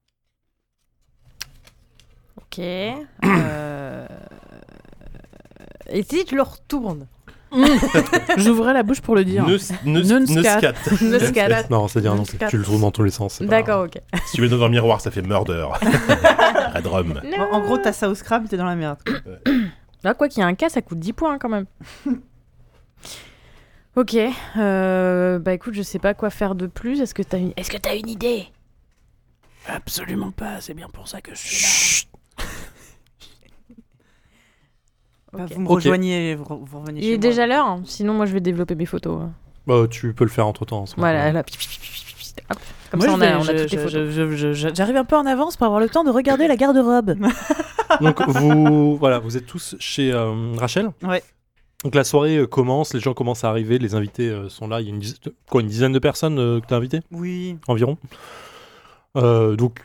Speaker 5: Ok. Euh, Et si tu le retournes
Speaker 2: J'ouvrais la bouche pour le dire.
Speaker 4: Neus- neus-
Speaker 2: Neuscat.
Speaker 4: Neuscat.
Speaker 5: Neuscat.
Speaker 3: Non, c'est-à-dire non, tu le trouves dans tous les sens. c'est pas-
Speaker 5: D'accord, ok.
Speaker 4: Si tu mets dans un miroir, ça fait murder. À drum.
Speaker 1: Bon, En gros, t'as ça au Scrabble, t'es dans la merde.
Speaker 5: Là, Ah, quoi qu'il y ait un cas, ça coûte 10 points quand même. ok. euh, bah écoute, je sais pas quoi faire de plus. Est-ce que t'as une... Est-ce que t'as une idée
Speaker 2: Absolument pas, c'est bien pour ça que je suis là.
Speaker 4: Chut.
Speaker 1: Bah,
Speaker 5: Ok.
Speaker 1: Vous me
Speaker 3: Ok.
Speaker 1: rejoignez, vous, re- vous revenez
Speaker 5: Il
Speaker 1: chez moi.
Speaker 5: est déjà l'heure, hein. sinon moi je vais développer mes photos. hein.
Speaker 3: Bah, tu peux le faire entre temps.
Speaker 5: Voilà, là. pi- pi- pi- pi- pi- pi- hop. Comme
Speaker 2: Moi,
Speaker 5: ça,
Speaker 2: je
Speaker 5: on a,
Speaker 2: vais-
Speaker 5: on a
Speaker 2: je-
Speaker 5: toutes les
Speaker 2: je-
Speaker 5: photos.
Speaker 2: je- je- je- J'arrive un peu en avance pour avoir le temps de regarder la garde-robe.
Speaker 3: Donc vous, voilà, vous êtes tous chez euh, Rachel.
Speaker 1: Ouais.
Speaker 3: Donc la soirée euh, commence, les gens commencent à arriver, les invités euh, sont là. Il y a une dizaine, quoi, une dizaine de personnes euh, que t'as invitées
Speaker 1: Oui.
Speaker 3: environ. Euh, donc,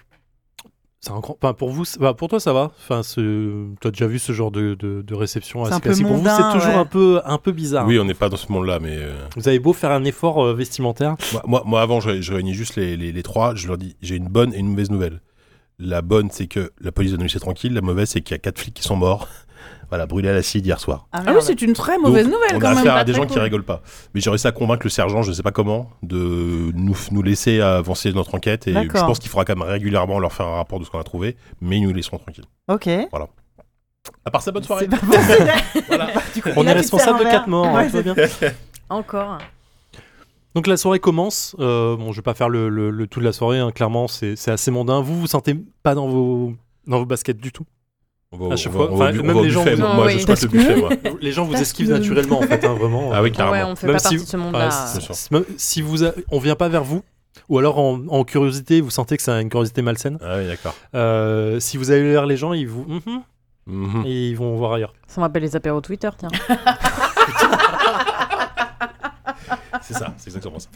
Speaker 3: c'est un grand- enfin, pour vous, c'est- bah, pour toi ça va. Enfin, tu as déjà vu ce genre de, de- de réception
Speaker 1: C'est
Speaker 3: assez
Speaker 1: un peu
Speaker 3: classique. Pour vous,
Speaker 1: mondain,
Speaker 3: c'est toujours
Speaker 1: ouais.
Speaker 3: un peu un peu bizarre.
Speaker 4: Oui, on n'est pas dans ce monde-là, mais euh,
Speaker 3: Vous avez beau faire un effort euh, vestimentaire.
Speaker 4: moi, moi, moi, avant, je, je réunis juste les, les- les trois. Je leur dis, j'ai une bonne et une mauvaise nouvelle. La bonne, c'est que la police de nous laisser tranquille. La mauvaise, c'est qu'il y a quatre flics qui sont morts. voilà, brûlés à l'acide hier soir.
Speaker 2: Ah oui, c'est une très mauvaise
Speaker 4: Donc,
Speaker 2: nouvelle
Speaker 4: On
Speaker 2: quand
Speaker 4: a
Speaker 2: même.
Speaker 4: affaire
Speaker 2: pas
Speaker 4: à des
Speaker 2: très
Speaker 4: gens qui
Speaker 2: cool.
Speaker 4: rigolent pas. Mais j'ai réussi à convaincre le sergent, je ne sais pas comment, de nous, nous laisser avancer notre enquête. Et je
Speaker 1: D'accord.
Speaker 4: pense qu'il faudra quand même régulièrement leur faire un rapport de ce qu'on a trouvé, mais ils nous laisseront tranquilles.
Speaker 1: Ok.
Speaker 4: À part ça, bonne soirée.
Speaker 1: C'est pas possible.
Speaker 4: Voilà.
Speaker 1: Du coup,
Speaker 3: On
Speaker 1: là,
Speaker 3: est
Speaker 1: tu te sers
Speaker 3: responsable de
Speaker 1: un
Speaker 3: 4
Speaker 1: verre.
Speaker 3: morts. hein,
Speaker 1: Ouais,
Speaker 3: tout va
Speaker 1: c'est-
Speaker 3: bien.
Speaker 5: Encore.
Speaker 3: Donc la soirée commence. Euh, bon, je vais pas faire le, le- le tout de la soirée. hein. Clairement, c'est c'est assez mondain. Vous vous sentez pas dans vos dans vos baskets du tout.
Speaker 4: On va-
Speaker 3: À chaque
Speaker 4: on va-
Speaker 3: fois.
Speaker 4: on va
Speaker 3: Enfin,
Speaker 4: au bu-
Speaker 3: même
Speaker 4: on va au
Speaker 3: les gens
Speaker 4: buffet,
Speaker 3: vous-
Speaker 4: moi,
Speaker 5: Ah
Speaker 4: moi,
Speaker 5: oui.
Speaker 4: je squatte le buffet, moi.
Speaker 3: Les gens vous
Speaker 2: Parce
Speaker 3: esquivent
Speaker 2: que-
Speaker 3: naturellement en fait, hein, vraiment.
Speaker 4: Ah oui,
Speaker 5: Ouais,
Speaker 4: carrément.
Speaker 5: on fait
Speaker 3: Même
Speaker 5: pas partie
Speaker 3: si-
Speaker 5: de ce
Speaker 3: Ouais,
Speaker 5: monde-là.
Speaker 4: c'est sûr.
Speaker 3: c'est- même si vous a- on vient pas vers vous, ou alors en, en curiosité, vous sentez que c'est une curiosité malsaine.
Speaker 4: Ah oui, d'accord.
Speaker 3: euh, si vous allez vers les gens, ils vous Mhm.
Speaker 4: Mhm.
Speaker 3: et ils vont voir ailleurs.
Speaker 5: Ça me rappelle les apéros Twitter, tiens.
Speaker 4: C'est ça, c'est exactement ça.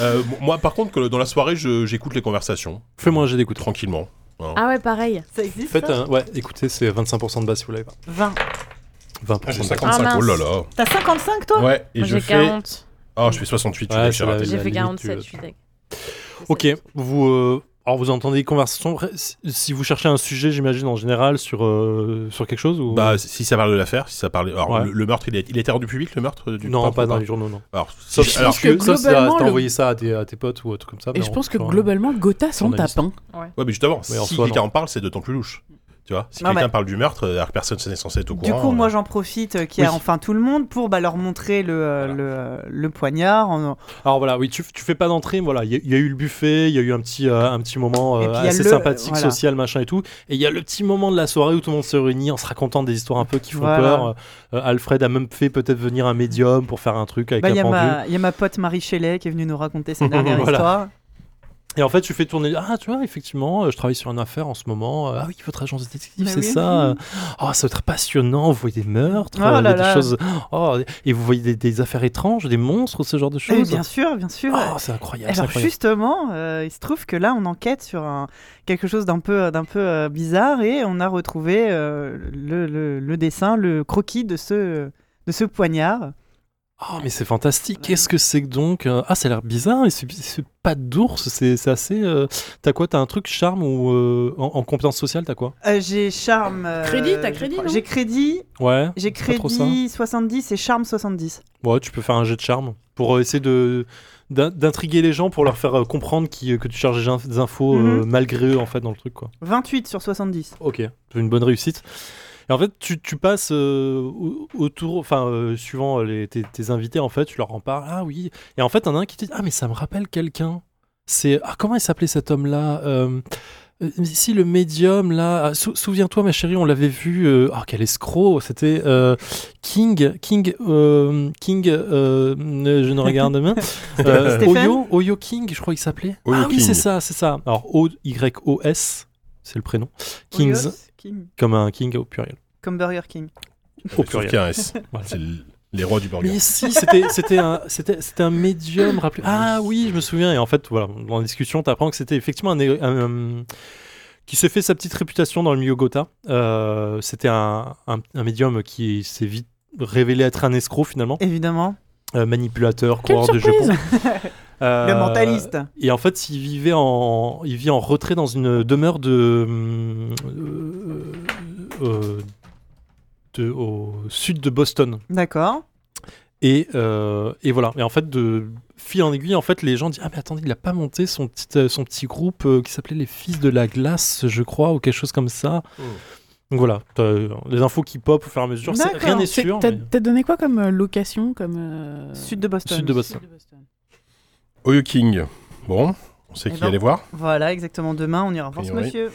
Speaker 4: Euh, m- moi, par contre, que dans la soirée, je- j'écoute les conversations
Speaker 3: Fais-moi un jet d'écoute.
Speaker 4: tranquillement.
Speaker 5: Ah ouais, pareil.
Speaker 1: Ça existe
Speaker 3: Faites
Speaker 1: ça
Speaker 3: un- ouais, écoutez, c'est 25% de basse si vous l'avez pas.
Speaker 1: 20.
Speaker 3: 20%. de basse.
Speaker 5: Ah, mince.
Speaker 4: oh là là.
Speaker 1: T'as 55 toi
Speaker 4: Ouais, et
Speaker 5: Moi,
Speaker 4: je
Speaker 5: j'ai
Speaker 4: fais.
Speaker 5: 40.
Speaker 4: Ah, je fais 68, tu
Speaker 3: Ouais,
Speaker 4: vois,
Speaker 3: c'est
Speaker 4: j'ai
Speaker 3: la-
Speaker 4: raté.
Speaker 5: J'ai fait
Speaker 3: limite,
Speaker 5: 47,
Speaker 3: tu-
Speaker 5: je suis deg.
Speaker 3: Ok, vous, euh, alors vous entendez des conversations. Après, si- Si vous cherchez un sujet, j'imagine, en général, sur, euh, sur quelque chose ou...
Speaker 4: Bah, si ça parle de l'affaire, si ça parle. Alors,
Speaker 3: Ouais.
Speaker 4: le, le meurtre, il, est, il était rendu public, le meurtre euh, du
Speaker 3: non, pas dans
Speaker 4: du
Speaker 3: les journaux, non.
Speaker 4: Alors,
Speaker 3: Sauf
Speaker 4: si-
Speaker 3: si
Speaker 4: alors,
Speaker 2: pense
Speaker 3: tu-
Speaker 2: que
Speaker 3: sauf si t'as-
Speaker 2: globalement,
Speaker 3: t'as
Speaker 2: le-
Speaker 3: envoyé ça à tes, à tes potes ou un truc comme ça.
Speaker 2: Et
Speaker 3: mais
Speaker 2: je
Speaker 3: on-
Speaker 2: pense que
Speaker 3: tu vois,
Speaker 2: globalement, Gotha s'en
Speaker 3: journaliste.
Speaker 2: tape. hein.
Speaker 4: ouais, mais justement,
Speaker 3: Mais en
Speaker 4: si
Speaker 3: soi,
Speaker 4: quelqu'un
Speaker 3: non.
Speaker 4: en parle, c'est d'autant plus louche. Tu vois, si
Speaker 1: Non,
Speaker 4: quelqu'un
Speaker 1: mais-
Speaker 4: parle du meurtre, alors que personne n'est censé être au
Speaker 1: Du
Speaker 4: courant.
Speaker 1: coup, moi
Speaker 4: euh,
Speaker 1: j'en profite euh, qu'il y a
Speaker 4: Oui.
Speaker 1: enfin tout le monde pour bah, leur montrer le, euh,
Speaker 4: Voilà.
Speaker 1: le, euh, le poignard. en-
Speaker 3: Alors voilà, oui, tu, tu fais pas d'entrée, voilà. Il y, a- il y a eu le buffet, il y a eu un petit, euh, un petit moment
Speaker 1: Et
Speaker 3: euh,
Speaker 1: puis il y a
Speaker 3: assez
Speaker 1: le-
Speaker 3: sympathique,
Speaker 1: voilà.
Speaker 3: social, machin et tout. Et il y a le petit moment de la soirée où tout le monde se réunit en se racontant des histoires un peu qui font
Speaker 1: Voilà.
Speaker 3: peur. Euh, Alfred a même fait peut-être venir un médium pour faire un truc avec
Speaker 1: Bah, Il
Speaker 3: la
Speaker 1: y, a
Speaker 3: pendule.
Speaker 1: ma- il y a ma pote Marie Chellet qui est venue nous raconter cette dernière
Speaker 3: Voilà.
Speaker 1: histoire.
Speaker 3: Et en fait, tu fais tourner. Ah, tu vois, effectivement, euh, je travaille sur une affaire en ce moment. Euh, Ah oui, votre agence de détective,
Speaker 1: Bah
Speaker 3: c'est
Speaker 1: oui.
Speaker 3: ça. Euh, Oh, ça va être passionnant. Vous voyez des meurtres,
Speaker 1: Oh
Speaker 3: euh,
Speaker 1: là
Speaker 3: des
Speaker 1: là.
Speaker 3: choses. Oh, et vous voyez des, des affaires étranges, des monstres, ce genre de
Speaker 1: Eh,
Speaker 3: choses.
Speaker 1: bien sûr, bien sûr.
Speaker 3: Oh, c'est incroyable. c'est
Speaker 1: Alors
Speaker 3: incroyable.
Speaker 1: justement, euh, il se trouve que là, on enquête sur un, quelque chose d'un peu, d'un peu euh, bizarre et on a retrouvé euh, le, le- le dessin, le croquis de ce, de ce poignard.
Speaker 3: Oh, mais c'est fantastique. Qu'est-ce que c'est que donc euh, Ah, ça a l'air bizarre. Et c'est c'est pas d'ours. C'est c'est assez. euh, T'as quoi T'as un truc charme ou euh, en, en compétence sociale T'as quoi
Speaker 1: Euh, j'ai charme. euh,
Speaker 2: Crédit, t'as
Speaker 1: je
Speaker 2: crédit,
Speaker 1: crois.
Speaker 2: non
Speaker 1: J'ai crédit,
Speaker 3: Ouais.
Speaker 1: j'ai
Speaker 3: Pas trop ça.
Speaker 1: crédit 70 et charme 70.
Speaker 3: Ouais, tu peux faire un jet de charme pour euh, essayer de d'in- d'intriguer les gens pour leur faire euh, comprendre qui- que tu cherches des in- des infos euh,
Speaker 1: Mhm.
Speaker 3: malgré eux en fait dans le truc quoi.
Speaker 1: 28 sur 70.
Speaker 3: Ok, c'est une bonne réussite. Et en fait, tu, tu passes euh, au- autour, enfin, euh, suivant les, tes, tes invités, en fait, tu leur en parles. Ah oui. Et en fait, t'en as un qui te dit Ah, mais ça me rappelle quelqu'un. C'est. Ah, comment il s'appelait cet homme-là Euh, euh, Si le médium, là. Ah, sou- Souviens-toi, ma chérie, on l'avait vu. euh, Ah, quel escroc C'était euh, King. King. euh, King. euh, euh, je ne regarde demain. Euh,
Speaker 1: Stéphane
Speaker 3: Oyo, Oyo King, je crois qu'il s'appelait.
Speaker 4: Oyo
Speaker 3: ah oui,
Speaker 4: King.
Speaker 3: c'est ça, c'est ça. Alors, O-Y-O-S, c'est le prénom. Kings,
Speaker 1: Oios, King.
Speaker 3: comme un king au pluriel.
Speaker 1: Comme Burger King.
Speaker 4: sauf
Speaker 3: au
Speaker 4: qu'il y
Speaker 3: pluriel.
Speaker 4: a un S.
Speaker 3: Voilà.
Speaker 4: C'est l- les rois du burger.
Speaker 3: Mais si, c'était c'était un, c'était- c'était un médium, rappelez Ah oui, je me souviens. Et en fait, voilà, dans la discussion, t'apprends que c'était effectivement un, é- un, euh, qui s'est fait sa petite réputation dans le milieu Gotha. Euh, c'était un, un- un médium qui s'est vite révélé être un escroc finalement,
Speaker 1: Évidemment.
Speaker 3: Euh, manipulateur,
Speaker 2: Quelle
Speaker 3: coureur de jeux.
Speaker 2: surprise
Speaker 3: Euh,
Speaker 1: Le mentaliste.
Speaker 3: Et en fait, il vivait en, il vit en retrait dans une demeure de, hum, euh, euh, de- au sud de Boston.
Speaker 1: D'accord.
Speaker 3: Et, euh, et voilà. Et en fait, de fil en aiguille, en fait, les gens disent Ah, mais attendez, il n'a pas monté son petit, euh, son petit groupe euh, qui s'appelait Les Fils de la Glace, je crois, ou quelque chose comme ça.
Speaker 4: Oh.
Speaker 3: Donc voilà, t'as, euh, les infos qui pop au fur et à mesure. c'est-
Speaker 1: D'accord.
Speaker 3: Rien n'est
Speaker 2: C'est-
Speaker 3: sûr.
Speaker 2: T'as
Speaker 3: mais-
Speaker 2: t'as donné quoi comme euh, location comme euh,
Speaker 1: Sud de Boston.
Speaker 3: Sud de Boston.
Speaker 4: Oyo King. Bon, on sait
Speaker 1: Eh
Speaker 4: qui
Speaker 1: ben.
Speaker 4: allait voir.
Speaker 1: Voilà, exactement. Demain, on ira voir ce
Speaker 4: Priori.
Speaker 1: monsieur.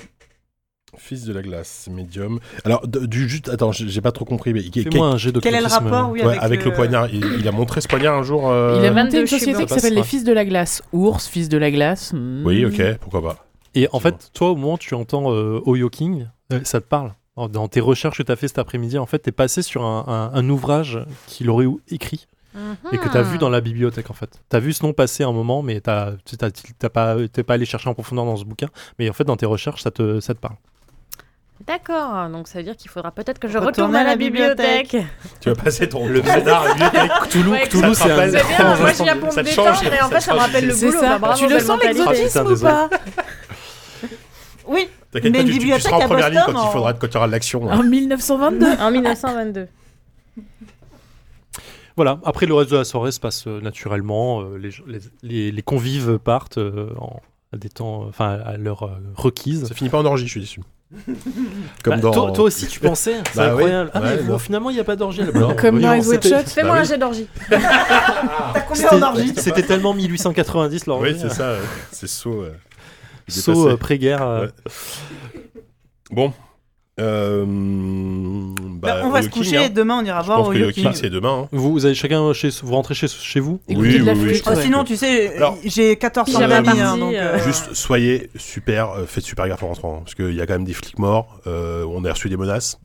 Speaker 4: Fils de la glace, médium. Alors, de- du juste. Attends, j'ai j'ai pas trop compris. Mais... quel-
Speaker 3: Fais-moi un jet de
Speaker 1: Quel est le
Speaker 3: cultisme.
Speaker 1: rapport oui,
Speaker 4: ouais, avec, le... poignard. Il, il a montré ce poignard un jour. euh,
Speaker 2: Il a
Speaker 5: Vingt-deux,
Speaker 2: monté une
Speaker 5: je suis
Speaker 2: société
Speaker 5: blanc.
Speaker 2: qui s'appelle
Speaker 3: Ça
Speaker 2: les
Speaker 3: passe,
Speaker 2: Fils de la Glace. Ours, Fils de la Glace. hmm.
Speaker 4: Oui, ok, pourquoi pas.
Speaker 3: Et en
Speaker 4: Excuse-moi.
Speaker 3: fait, toi, au moment où tu entends euh, Oyo King, euh, ça te parle. Dans tes recherches que tu as fait cet après-midi, en fait, tu es passé sur un, un- un ouvrage qu'il aurait ou- écrit et que tu
Speaker 2: Ah.
Speaker 3: as vu dans la bibliothèque en fait. Tu as vu ce nom passer un moment, mais t'as- tu t'as- t'as pas, t'es pas allé chercher en profondeur dans ce bouquin, mais en fait dans tes recherches ça te, ça te parle.
Speaker 5: Mhm. D'accord, donc ça veut dire qu'il faudra peut-être que je
Speaker 1: Retourner
Speaker 5: retourne à la bibliothèque.
Speaker 4: Tu vas passer ton
Speaker 3: Le
Speaker 4: scénar à la bibliothèque.
Speaker 3: Cthulhu,
Speaker 5: Ouais,
Speaker 3: Cthulhu
Speaker 4: ça te
Speaker 3: c'est un
Speaker 4: rappelle-
Speaker 5: C'est bien, moi je suis là pour
Speaker 4: Ça
Speaker 5: me
Speaker 4: te change,
Speaker 5: détendre, mais
Speaker 4: ça
Speaker 5: en fait
Speaker 4: te
Speaker 5: ça me
Speaker 4: change.
Speaker 5: rappelle le
Speaker 2: C'est
Speaker 5: boulot.
Speaker 2: ça.
Speaker 5: bah, bravo,
Speaker 2: tu le
Speaker 5: belle
Speaker 2: sens
Speaker 5: mentalité.
Speaker 2: l'exotisme
Speaker 3: Ah, putain,
Speaker 2: ou pas
Speaker 5: Oui,
Speaker 4: T'inquiète
Speaker 1: Mais
Speaker 4: pas,
Speaker 1: une
Speaker 4: tu, tu- tu
Speaker 1: bibliothèque
Speaker 4: seras en
Speaker 1: à
Speaker 4: première ligne
Speaker 1: Boston,
Speaker 4: quand il
Speaker 1: en-
Speaker 4: faudra, quand il y aura de l'action.
Speaker 2: En 1922
Speaker 5: en 1922.
Speaker 3: Voilà, après le reste de la soirée se passe euh, naturellement, euh, les, les, les- les convives partent euh, en- à des temps, enfin à l'heure euh, requise.
Speaker 4: Ça finit pas en orgie, je suis déçu. Comme
Speaker 3: Bah,
Speaker 4: dans.
Speaker 3: toi, toi aussi tu pensais, c'est
Speaker 4: Bah oui,
Speaker 3: incroyable. Ah mais
Speaker 4: ouais,
Speaker 3: bon,
Speaker 4: bah.
Speaker 3: finalement il n'y a pas d'orgie là-bas.
Speaker 4: Non,
Speaker 2: Comme dans
Speaker 4: voyons,
Speaker 2: les White
Speaker 4: c'était-
Speaker 2: Shots.
Speaker 5: Fais-moi
Speaker 4: Bah
Speaker 5: un
Speaker 4: oui.
Speaker 5: jet d'orgie.
Speaker 1: T'as combien en orgie
Speaker 3: C'était c'était tellement 1890 l'orgie.
Speaker 4: Oui, c'est ça. euh, C'est saut. euh,
Speaker 3: Saut
Speaker 4: dépassé.
Speaker 3: euh, pré-guerre. euh,
Speaker 4: Ouais. Bon. Euh, bah,
Speaker 1: Bah, On va
Speaker 4: au
Speaker 1: se
Speaker 4: Yoking,
Speaker 1: coucher
Speaker 4: hein.
Speaker 1: et demain on ira
Speaker 4: Je
Speaker 1: voir
Speaker 4: pense
Speaker 1: au
Speaker 4: que le King,
Speaker 1: Yoking.
Speaker 4: c'est demain. hein.
Speaker 3: Vous, vous allez chacun chez, vous rentrez chez, chez vous.
Speaker 2: Écoutez
Speaker 4: Oui,
Speaker 2: de la
Speaker 4: oui, oui,
Speaker 2: flûte.
Speaker 4: je
Speaker 1: Ah,
Speaker 2: ouais.
Speaker 1: sinon, tu sais,
Speaker 4: Alors,
Speaker 1: j'ai 14 ans
Speaker 5: pyjama
Speaker 1: d'amis. hein,
Speaker 5: party,
Speaker 1: donc,
Speaker 5: euh,
Speaker 4: Juste, soyez super, euh, faites super gaffe en rentrant, hein, parce qu'il y a quand même des flics morts, euh, on a reçu des menaces.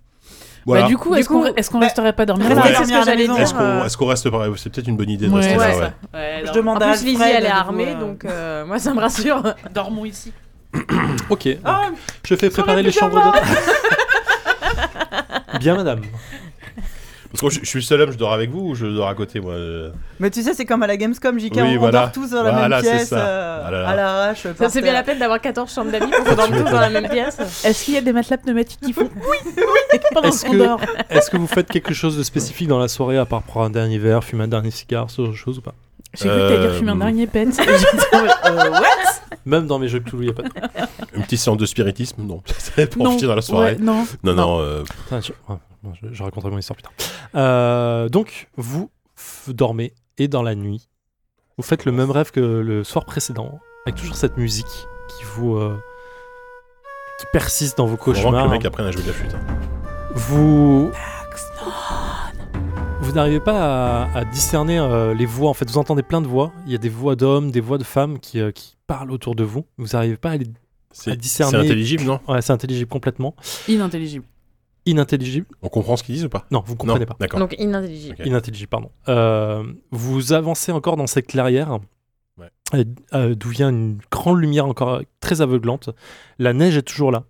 Speaker 4: Voilà.
Speaker 2: Bah, du coup,
Speaker 1: Du
Speaker 2: est-ce qu'on
Speaker 1: coup,
Speaker 2: est-ce qu'on
Speaker 1: bah,
Speaker 2: resterait pas dormir
Speaker 1: restez
Speaker 4: Ouais.
Speaker 1: dormir
Speaker 5: C'est ce que
Speaker 1: à la
Speaker 5: j'allais
Speaker 1: maison. hein.
Speaker 5: dire.
Speaker 4: Est-ce qu'on
Speaker 5: euh,
Speaker 4: est-ce qu'on reste pareil C'est peut-être une bonne idée de
Speaker 2: Ouais.
Speaker 4: rester
Speaker 5: Ouais,
Speaker 4: là,
Speaker 5: ça.
Speaker 4: ouais.
Speaker 1: Je demande
Speaker 5: En
Speaker 1: à
Speaker 5: plus, Lizzie,
Speaker 1: Alfred,
Speaker 5: elle est
Speaker 1: du coup,
Speaker 5: armée,
Speaker 1: euh,
Speaker 5: donc euh, moi ça me rassure.
Speaker 2: Dormons ici.
Speaker 3: Ok.
Speaker 1: Ah,
Speaker 3: Je fais préparer les chambres d'hôtes. Bien, madame.
Speaker 4: Parce que je, je suis le seul homme, je dors avec vous ou je dors à côté moi euh
Speaker 1: Mais tu sais, c'est comme à la Gamescom, JK,
Speaker 4: Oui,
Speaker 1: on, on
Speaker 4: voilà.
Speaker 1: dort tous dans la
Speaker 4: Voilà,
Speaker 1: même
Speaker 4: c'est
Speaker 1: pièce,
Speaker 4: ça.
Speaker 1: euh,
Speaker 4: Ah là là.
Speaker 1: à l'arrache.
Speaker 5: Ça
Speaker 1: par
Speaker 5: c'est bien la
Speaker 1: terre.
Speaker 5: peine d'avoir 14 chambres d'amis pour qu'on dorme tous dans la même pièce.
Speaker 2: Est-ce qu'il y a des matelas pneumatiques qui font oui, oui pendant
Speaker 3: Est-ce
Speaker 2: qu'on
Speaker 3: que-
Speaker 2: dort
Speaker 3: Est-ce que vous faites quelque chose de spécifique dans la soirée à part prendre un dernier verre, fumer un dernier cigare, ce genre de choses ou pas
Speaker 2: J'ai cru que t'allais dire fumer un
Speaker 4: Euh,
Speaker 2: dernier pet. Et j'étais en mode, euh, what
Speaker 3: Même dans mes jeux Cthulhu, il n'y a pas de.
Speaker 4: Une petite séance de spiritisme Non, pour profiter dans la soirée.
Speaker 2: ouais, non.
Speaker 4: Non, non, euh,
Speaker 3: Putain, je... ouais, bon, je- je raconterai mon histoire plus tard. Euh, donc, vous f- dormez et dans la nuit, vous faites le même rêve que le soir précédent, avec toujours cette musique qui vous. euh, qui persiste dans vos
Speaker 4: faut vraiment que
Speaker 3: cauchemars.
Speaker 4: le mec apprenne à jouer de la flûte. hein.
Speaker 3: Vous. Vous n'arrivez pas à, à discerner euh, les voix. En fait, vous entendez plein de voix. Il y a des voix d'hommes, des voix de femmes qui, euh, qui parlent autour de vous. Vous n'arrivez pas à les. À
Speaker 4: C'est c'est
Speaker 3: discerner.
Speaker 4: intelligible, non
Speaker 3: Ouais, c'est intelligible complètement.
Speaker 2: Inintelligible.
Speaker 3: Inintelligible.
Speaker 4: On comprend ce qu'ils disent ou pas
Speaker 3: Non, vous
Speaker 4: Non,
Speaker 3: comprenez pas.
Speaker 4: d'accord.
Speaker 5: Donc inintelligible.
Speaker 4: Ok.
Speaker 3: Inintelligible, pardon. Euh, vous avancez encore dans cette clairière.
Speaker 4: Ouais.
Speaker 3: euh, euh, D'où vient une grande lumière encore euh, très aveuglante. La neige est toujours là.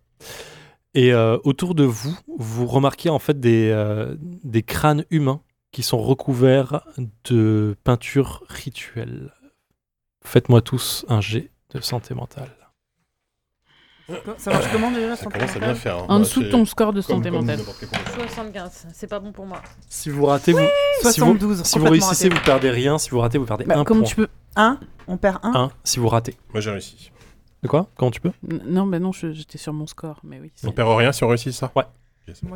Speaker 3: Et euh, autour de vous, vous remarquez en fait des, euh, des crânes humains qui sont recouverts de peintures rituelles. Faites-moi tous un jet de santé mentale.
Speaker 1: Ça marche comment déjà
Speaker 4: Ça
Speaker 1: sans
Speaker 4: commence à bien
Speaker 1: téléphone
Speaker 4: faire. hein.
Speaker 2: En
Speaker 4: Bah,
Speaker 2: dessous de
Speaker 4: c'est
Speaker 2: ton score de
Speaker 4: comme-
Speaker 2: santé
Speaker 4: comme
Speaker 2: mentale.
Speaker 4: n'importe quel concours.
Speaker 5: 75, c'est pas bon pour moi.
Speaker 3: Si vous ratez, vous, si vous,
Speaker 1: 72,
Speaker 3: si vous
Speaker 1: complètement
Speaker 3: réussissez,
Speaker 1: raté.
Speaker 3: vous perdez rien. Si vous ratez, vous perdez
Speaker 2: Bah,
Speaker 3: un
Speaker 2: comment
Speaker 3: point.
Speaker 2: tu peux.
Speaker 1: Un, on perd un.
Speaker 3: Un, si vous ratez.
Speaker 4: Moi j'ai réussi.
Speaker 3: De quoi Comment tu peux
Speaker 2: N- Non, bah non, je- j'étais sur mon score, mais oui. c'est-
Speaker 4: On perd rien si on réussit ça
Speaker 1: Moi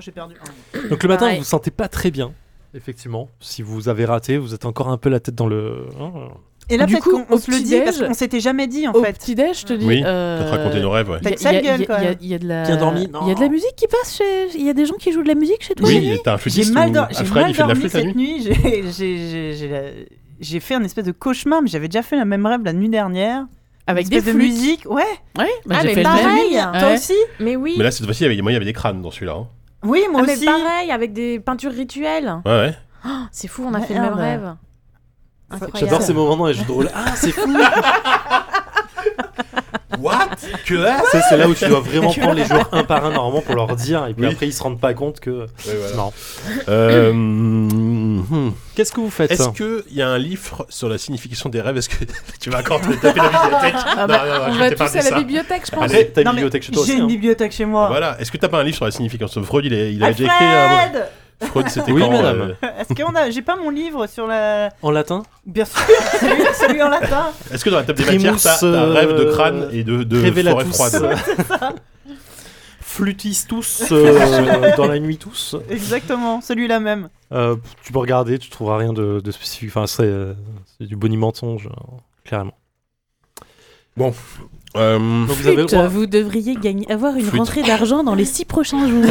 Speaker 1: j'ai perdu un.
Speaker 3: Donc le matin,
Speaker 5: Pareil.
Speaker 3: vous vous sentez pas très bien, effectivement. Si vous avez raté, vous êtes encore un peu la tête dans le. hein,
Speaker 1: Et là,
Speaker 2: Du
Speaker 1: peut-être
Speaker 2: coup,
Speaker 1: qu'on on
Speaker 2: au
Speaker 1: se le dit
Speaker 2: petit-déj-
Speaker 1: parce qu'on s'était jamais dit en
Speaker 2: Au
Speaker 1: fait.
Speaker 2: petit déj, je te dis.
Speaker 4: Oui,
Speaker 2: euh,
Speaker 4: T'as raconté nos rêves, ouais.
Speaker 2: il y a-
Speaker 1: T'as de sale
Speaker 2: il y a-
Speaker 1: gueule, quand
Speaker 2: il y a-
Speaker 1: même.
Speaker 2: Il y a de la.
Speaker 3: Bien dormi, non.
Speaker 2: Il y a de la musique qui passe chez. Il y a des gens qui jouent de la musique chez toi. Jérémy
Speaker 4: Oui, t'as un flûtiste
Speaker 1: J'ai
Speaker 4: ou
Speaker 1: mal, dor- j'ai
Speaker 4: Alfred,
Speaker 1: mal
Speaker 4: il fait de la
Speaker 1: dormi
Speaker 4: flûte la
Speaker 1: cette
Speaker 4: nuit
Speaker 1: nuit. J'ai- j'ai- j'ai- j'ai la- J'ai fait un espèce de cauchemar, mais j'avais déjà fait la même rêve la nuit dernière.
Speaker 2: Avec
Speaker 1: Une
Speaker 2: des
Speaker 1: espèce de
Speaker 2: flûtes.
Speaker 1: musique, ouais.
Speaker 2: Ouais, bah,
Speaker 5: Ah,
Speaker 2: j'ai
Speaker 5: mais
Speaker 2: fait le même.
Speaker 5: pareil.
Speaker 1: Toi
Speaker 2: Ouais.
Speaker 1: aussi
Speaker 5: Mais oui,
Speaker 4: Mais là, cette fois-ci, il y avait- moi, il y avait des crânes dans celui-là. hein.
Speaker 1: Oui, moi
Speaker 5: Ah, mais
Speaker 1: aussi.
Speaker 5: pareil, avec des peintures rituelles.
Speaker 4: Ouais, ouais.
Speaker 5: Oh, c'est fou, on a fait le
Speaker 1: Merde.
Speaker 5: même rêve. Incroyable.
Speaker 3: J'adore ces moments dans les jeux de rôle. Ah, c'est fou
Speaker 4: What Que
Speaker 3: Tu sais, C'est là où tu dois vraiment prendre les joueurs un par un normalement pour leur dire, et puis
Speaker 4: Oui.
Speaker 3: après ils se rendent pas compte que.
Speaker 4: voilà.
Speaker 3: Non.
Speaker 4: Euh, hmm.
Speaker 3: Qu'est-ce que vous faites
Speaker 4: Est-ce qu'il y a un livre sur la signification des rêves Est-ce que tu vas encore te taper la bibliothèque
Speaker 2: Ah bah, on va tous à la bibliothèque, je pense.
Speaker 4: Allez,
Speaker 3: Allez, t'as
Speaker 1: Non,
Speaker 3: une
Speaker 1: mais
Speaker 3: bibliothèque chez toi
Speaker 1: J'ai
Speaker 3: aussi.
Speaker 1: une
Speaker 3: hein.
Speaker 1: bibliothèque chez moi.
Speaker 4: Ah, Voilà. Est-ce que t'as pas un livre sur la signification Freud, il, est- il avait déjà écrit. euh,
Speaker 1: Alfred
Speaker 4: Freud, c'était
Speaker 3: Oui,
Speaker 4: quand
Speaker 3: madame.
Speaker 4: euh,
Speaker 1: Est-ce qu'on a J'ai pas mon livre sur la.
Speaker 3: En latin
Speaker 1: Bien sûr, celui, celui en latin.
Speaker 4: Est-ce que dans la table des
Speaker 3: Primus,
Speaker 4: matières, t'as t'as un
Speaker 3: euh,
Speaker 4: rêve de crâne et de, de forêt
Speaker 3: Révélatus.
Speaker 4: froide
Speaker 3: Flûtissent tous, euh, dans la nuit tous.
Speaker 1: Exactement, celui-là même.
Speaker 3: Euh, tu peux regarder, tu trouveras rien de, de spécifique. Enfin, c'est euh, c'est du bonimentonge, hein, clairement.
Speaker 4: Euh,
Speaker 3: Donc vous avez, le
Speaker 2: Flûte,
Speaker 3: droit,
Speaker 2: vous devriez gagner, avoir une
Speaker 4: Flûte.
Speaker 2: rentrée d'argent dans les six prochains jours.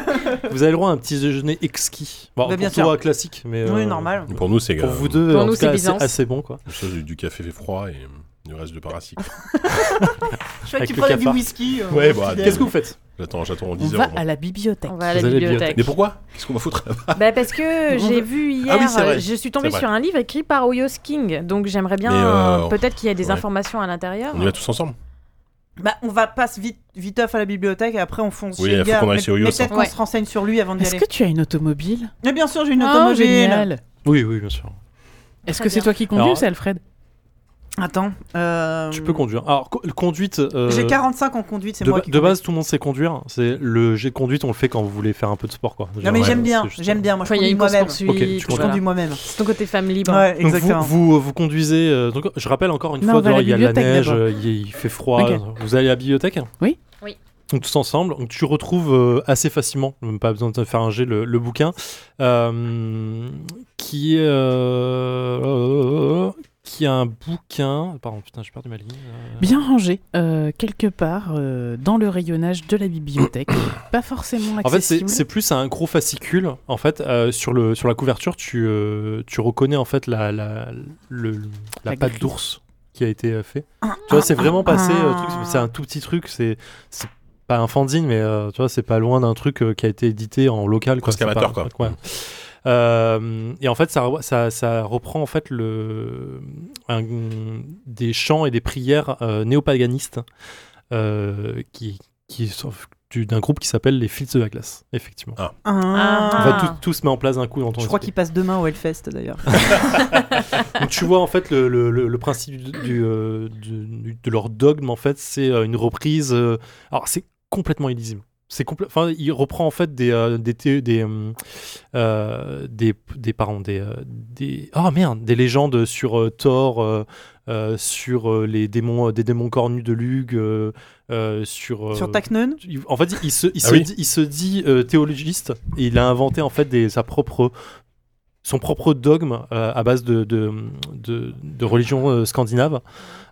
Speaker 3: vous avez le droit à un petit déjeuner exquis. Bon,
Speaker 1: Bah, bien
Speaker 3: pour toi,
Speaker 1: sûr.
Speaker 3: classique, mais.
Speaker 1: Oui,
Speaker 3: euh,
Speaker 1: normal.
Speaker 4: Pour nous, c'est
Speaker 3: Pour
Speaker 4: euh,
Speaker 3: vous deux,
Speaker 5: Pour
Speaker 3: en
Speaker 5: nous,
Speaker 3: tout cas,
Speaker 5: c'est
Speaker 3: assez,
Speaker 5: Byzance.
Speaker 3: assez bon quoi.
Speaker 4: chose du- du café fait froid et euh, du reste de parasite.
Speaker 1: Je crois
Speaker 3: Avec
Speaker 1: que tu
Speaker 3: le
Speaker 1: prenais du
Speaker 3: cafard.
Speaker 1: whisky. euh,
Speaker 4: Ouais,
Speaker 1: au
Speaker 4: bah,
Speaker 1: petit-déj.
Speaker 3: Qu'est-ce que vous faites
Speaker 4: J'attends, j'attends en
Speaker 2: On
Speaker 4: 10
Speaker 2: va
Speaker 4: heures.
Speaker 2: à la bibliothèque.
Speaker 5: On va à la
Speaker 3: Vous allez bien.
Speaker 5: bibliothèque.
Speaker 4: Mais pourquoi Qu'est-ce qu'on va foutre là-bas
Speaker 5: Bah parce que
Speaker 2: On
Speaker 5: j'ai
Speaker 2: veut-
Speaker 5: vu hier,
Speaker 4: Ah oui, c'est vrai.
Speaker 5: je suis tombée
Speaker 4: C'est vrai.
Speaker 5: sur un livre écrit par Hoyos King, donc j'aimerais bien,
Speaker 4: Mais, euh,
Speaker 5: euh, peut-être qu'il y a des
Speaker 4: ouais.
Speaker 5: informations à l'intérieur.
Speaker 4: On y va tous ensemble.
Speaker 1: Bah, on va passe vite, vite off à la bibliothèque et après on fonce chez
Speaker 4: Oui, il faut
Speaker 1: Edgar,
Speaker 4: qu'on aille
Speaker 1: mais,
Speaker 4: chez Hoyos,
Speaker 1: mais peut-être
Speaker 5: hein.
Speaker 1: qu'on
Speaker 5: Ouais.
Speaker 1: se renseigne sur lui avant d'y
Speaker 2: Est-ce
Speaker 1: aller.
Speaker 2: que tu as une automobile
Speaker 1: Mais bien sûr, j'ai une
Speaker 2: Oh,
Speaker 1: automobile.
Speaker 2: génial.
Speaker 3: Oui, oui, bien sûr.
Speaker 5: Hum.
Speaker 2: Est-ce
Speaker 5: Très
Speaker 2: que c'est
Speaker 5: bien.
Speaker 2: toi qui conduis
Speaker 3: Alors- euh,
Speaker 2: ou c'est Alfred
Speaker 1: Attends. euh,
Speaker 3: Tu peux conduire. Alors, co- conduite. euh,
Speaker 1: J'ai 45 en conduite, c'est
Speaker 3: de,
Speaker 1: moi
Speaker 3: ba-
Speaker 1: qui.
Speaker 3: de
Speaker 1: conduis.
Speaker 3: base, tout le monde sait conduire. C'est le jet de conduite, on le fait quand vous voulez faire un peu de sport, quoi. euh,
Speaker 1: Non, mais
Speaker 4: Ouais,
Speaker 1: j'aime bien, j'aime bien. Moi, je
Speaker 5: Enfin, il y a
Speaker 1: conduis
Speaker 5: une course
Speaker 1: moi-même.
Speaker 5: poursuite.
Speaker 3: Ok, tu
Speaker 1: Je
Speaker 3: voilà.
Speaker 1: conduis moi-même.
Speaker 5: C'est ton côté femme libre.
Speaker 1: Ouais,
Speaker 3: Donc vous,
Speaker 1: exactement.
Speaker 3: vous, vous conduisez. euh, donc, je rappelle encore une
Speaker 2: Non, on
Speaker 3: fois,
Speaker 2: va à la
Speaker 3: dehors, il y a la
Speaker 2: bibliothèque
Speaker 3: neige,
Speaker 2: d'abord.
Speaker 3: euh, il, il fait froid.
Speaker 2: Ok.
Speaker 3: Vous allez à la bibliothèque
Speaker 2: Oui.
Speaker 5: Oui.
Speaker 3: Donc tous ensemble, donc tu retrouves euh, assez facilement, même pas besoin de te faire un jet, le, le bouquin, euh, qui est euh, qui est un bouquin. Pardon, putain, j'ai perdu ma ligne. euh,
Speaker 2: Bien rangé, euh, quelque part euh, dans le rayonnage de la bibliothèque. pas forcément
Speaker 3: En fait, c'est
Speaker 2: accessible.
Speaker 3: c'est plus un gros fascicule. En fait, euh, sur, le, sur la couverture, tu, euh, tu reconnais en fait la, la, le- le- la
Speaker 2: La
Speaker 3: pâte
Speaker 2: grille. Ah,
Speaker 3: d'ours qui a été euh, fait. Tu vois, c'est vraiment passé. euh, truc, c'est- c'est un tout petit truc. C'est c'est pas un fanzine, mais euh, tu vois, c'est pas loin d'un truc euh, qui a été édité en local. Quoi.
Speaker 4: Presque
Speaker 3: C'est pas
Speaker 4: amateur,
Speaker 3: un
Speaker 4: quoi.
Speaker 3: truc, ouais. Euh, et en fait, ça, ça, ça reprend en fait le, un- des chants et des prières euh, néopaganistes euh, qui, qui sont du- d'un groupe qui s'appelle les Fils de la Glace, effectivement. En
Speaker 1: Ah.
Speaker 3: fait, tout, tout se met en place d'un coup dans ton
Speaker 1: Je crois
Speaker 3: esprit.
Speaker 1: qu'il passe demain au Hellfest d'ailleurs.
Speaker 3: Donc, tu vois en fait le, le- le- le principe du- du, euh, du- du- de leur dogme en fait c'est euh, une reprise euh, alors c'est complètement illisible c'est compl- enfin il reprend en fait des euh, des thé- des hum, euh, des des pardon, des euh, des oh merde des légendes sur euh, Thor euh, euh, sur euh, les démons euh, des démons cornus de Lug euh, euh, sur euh,
Speaker 1: Sur Taknon
Speaker 3: il- En fait, il se, il
Speaker 4: Ah
Speaker 3: se
Speaker 4: oui.
Speaker 3: dit, il se dit, euh, théologiste et il a inventé en fait des, sa propre, son propre dogme euh, à base de, de, de, de religion euh, scandinave.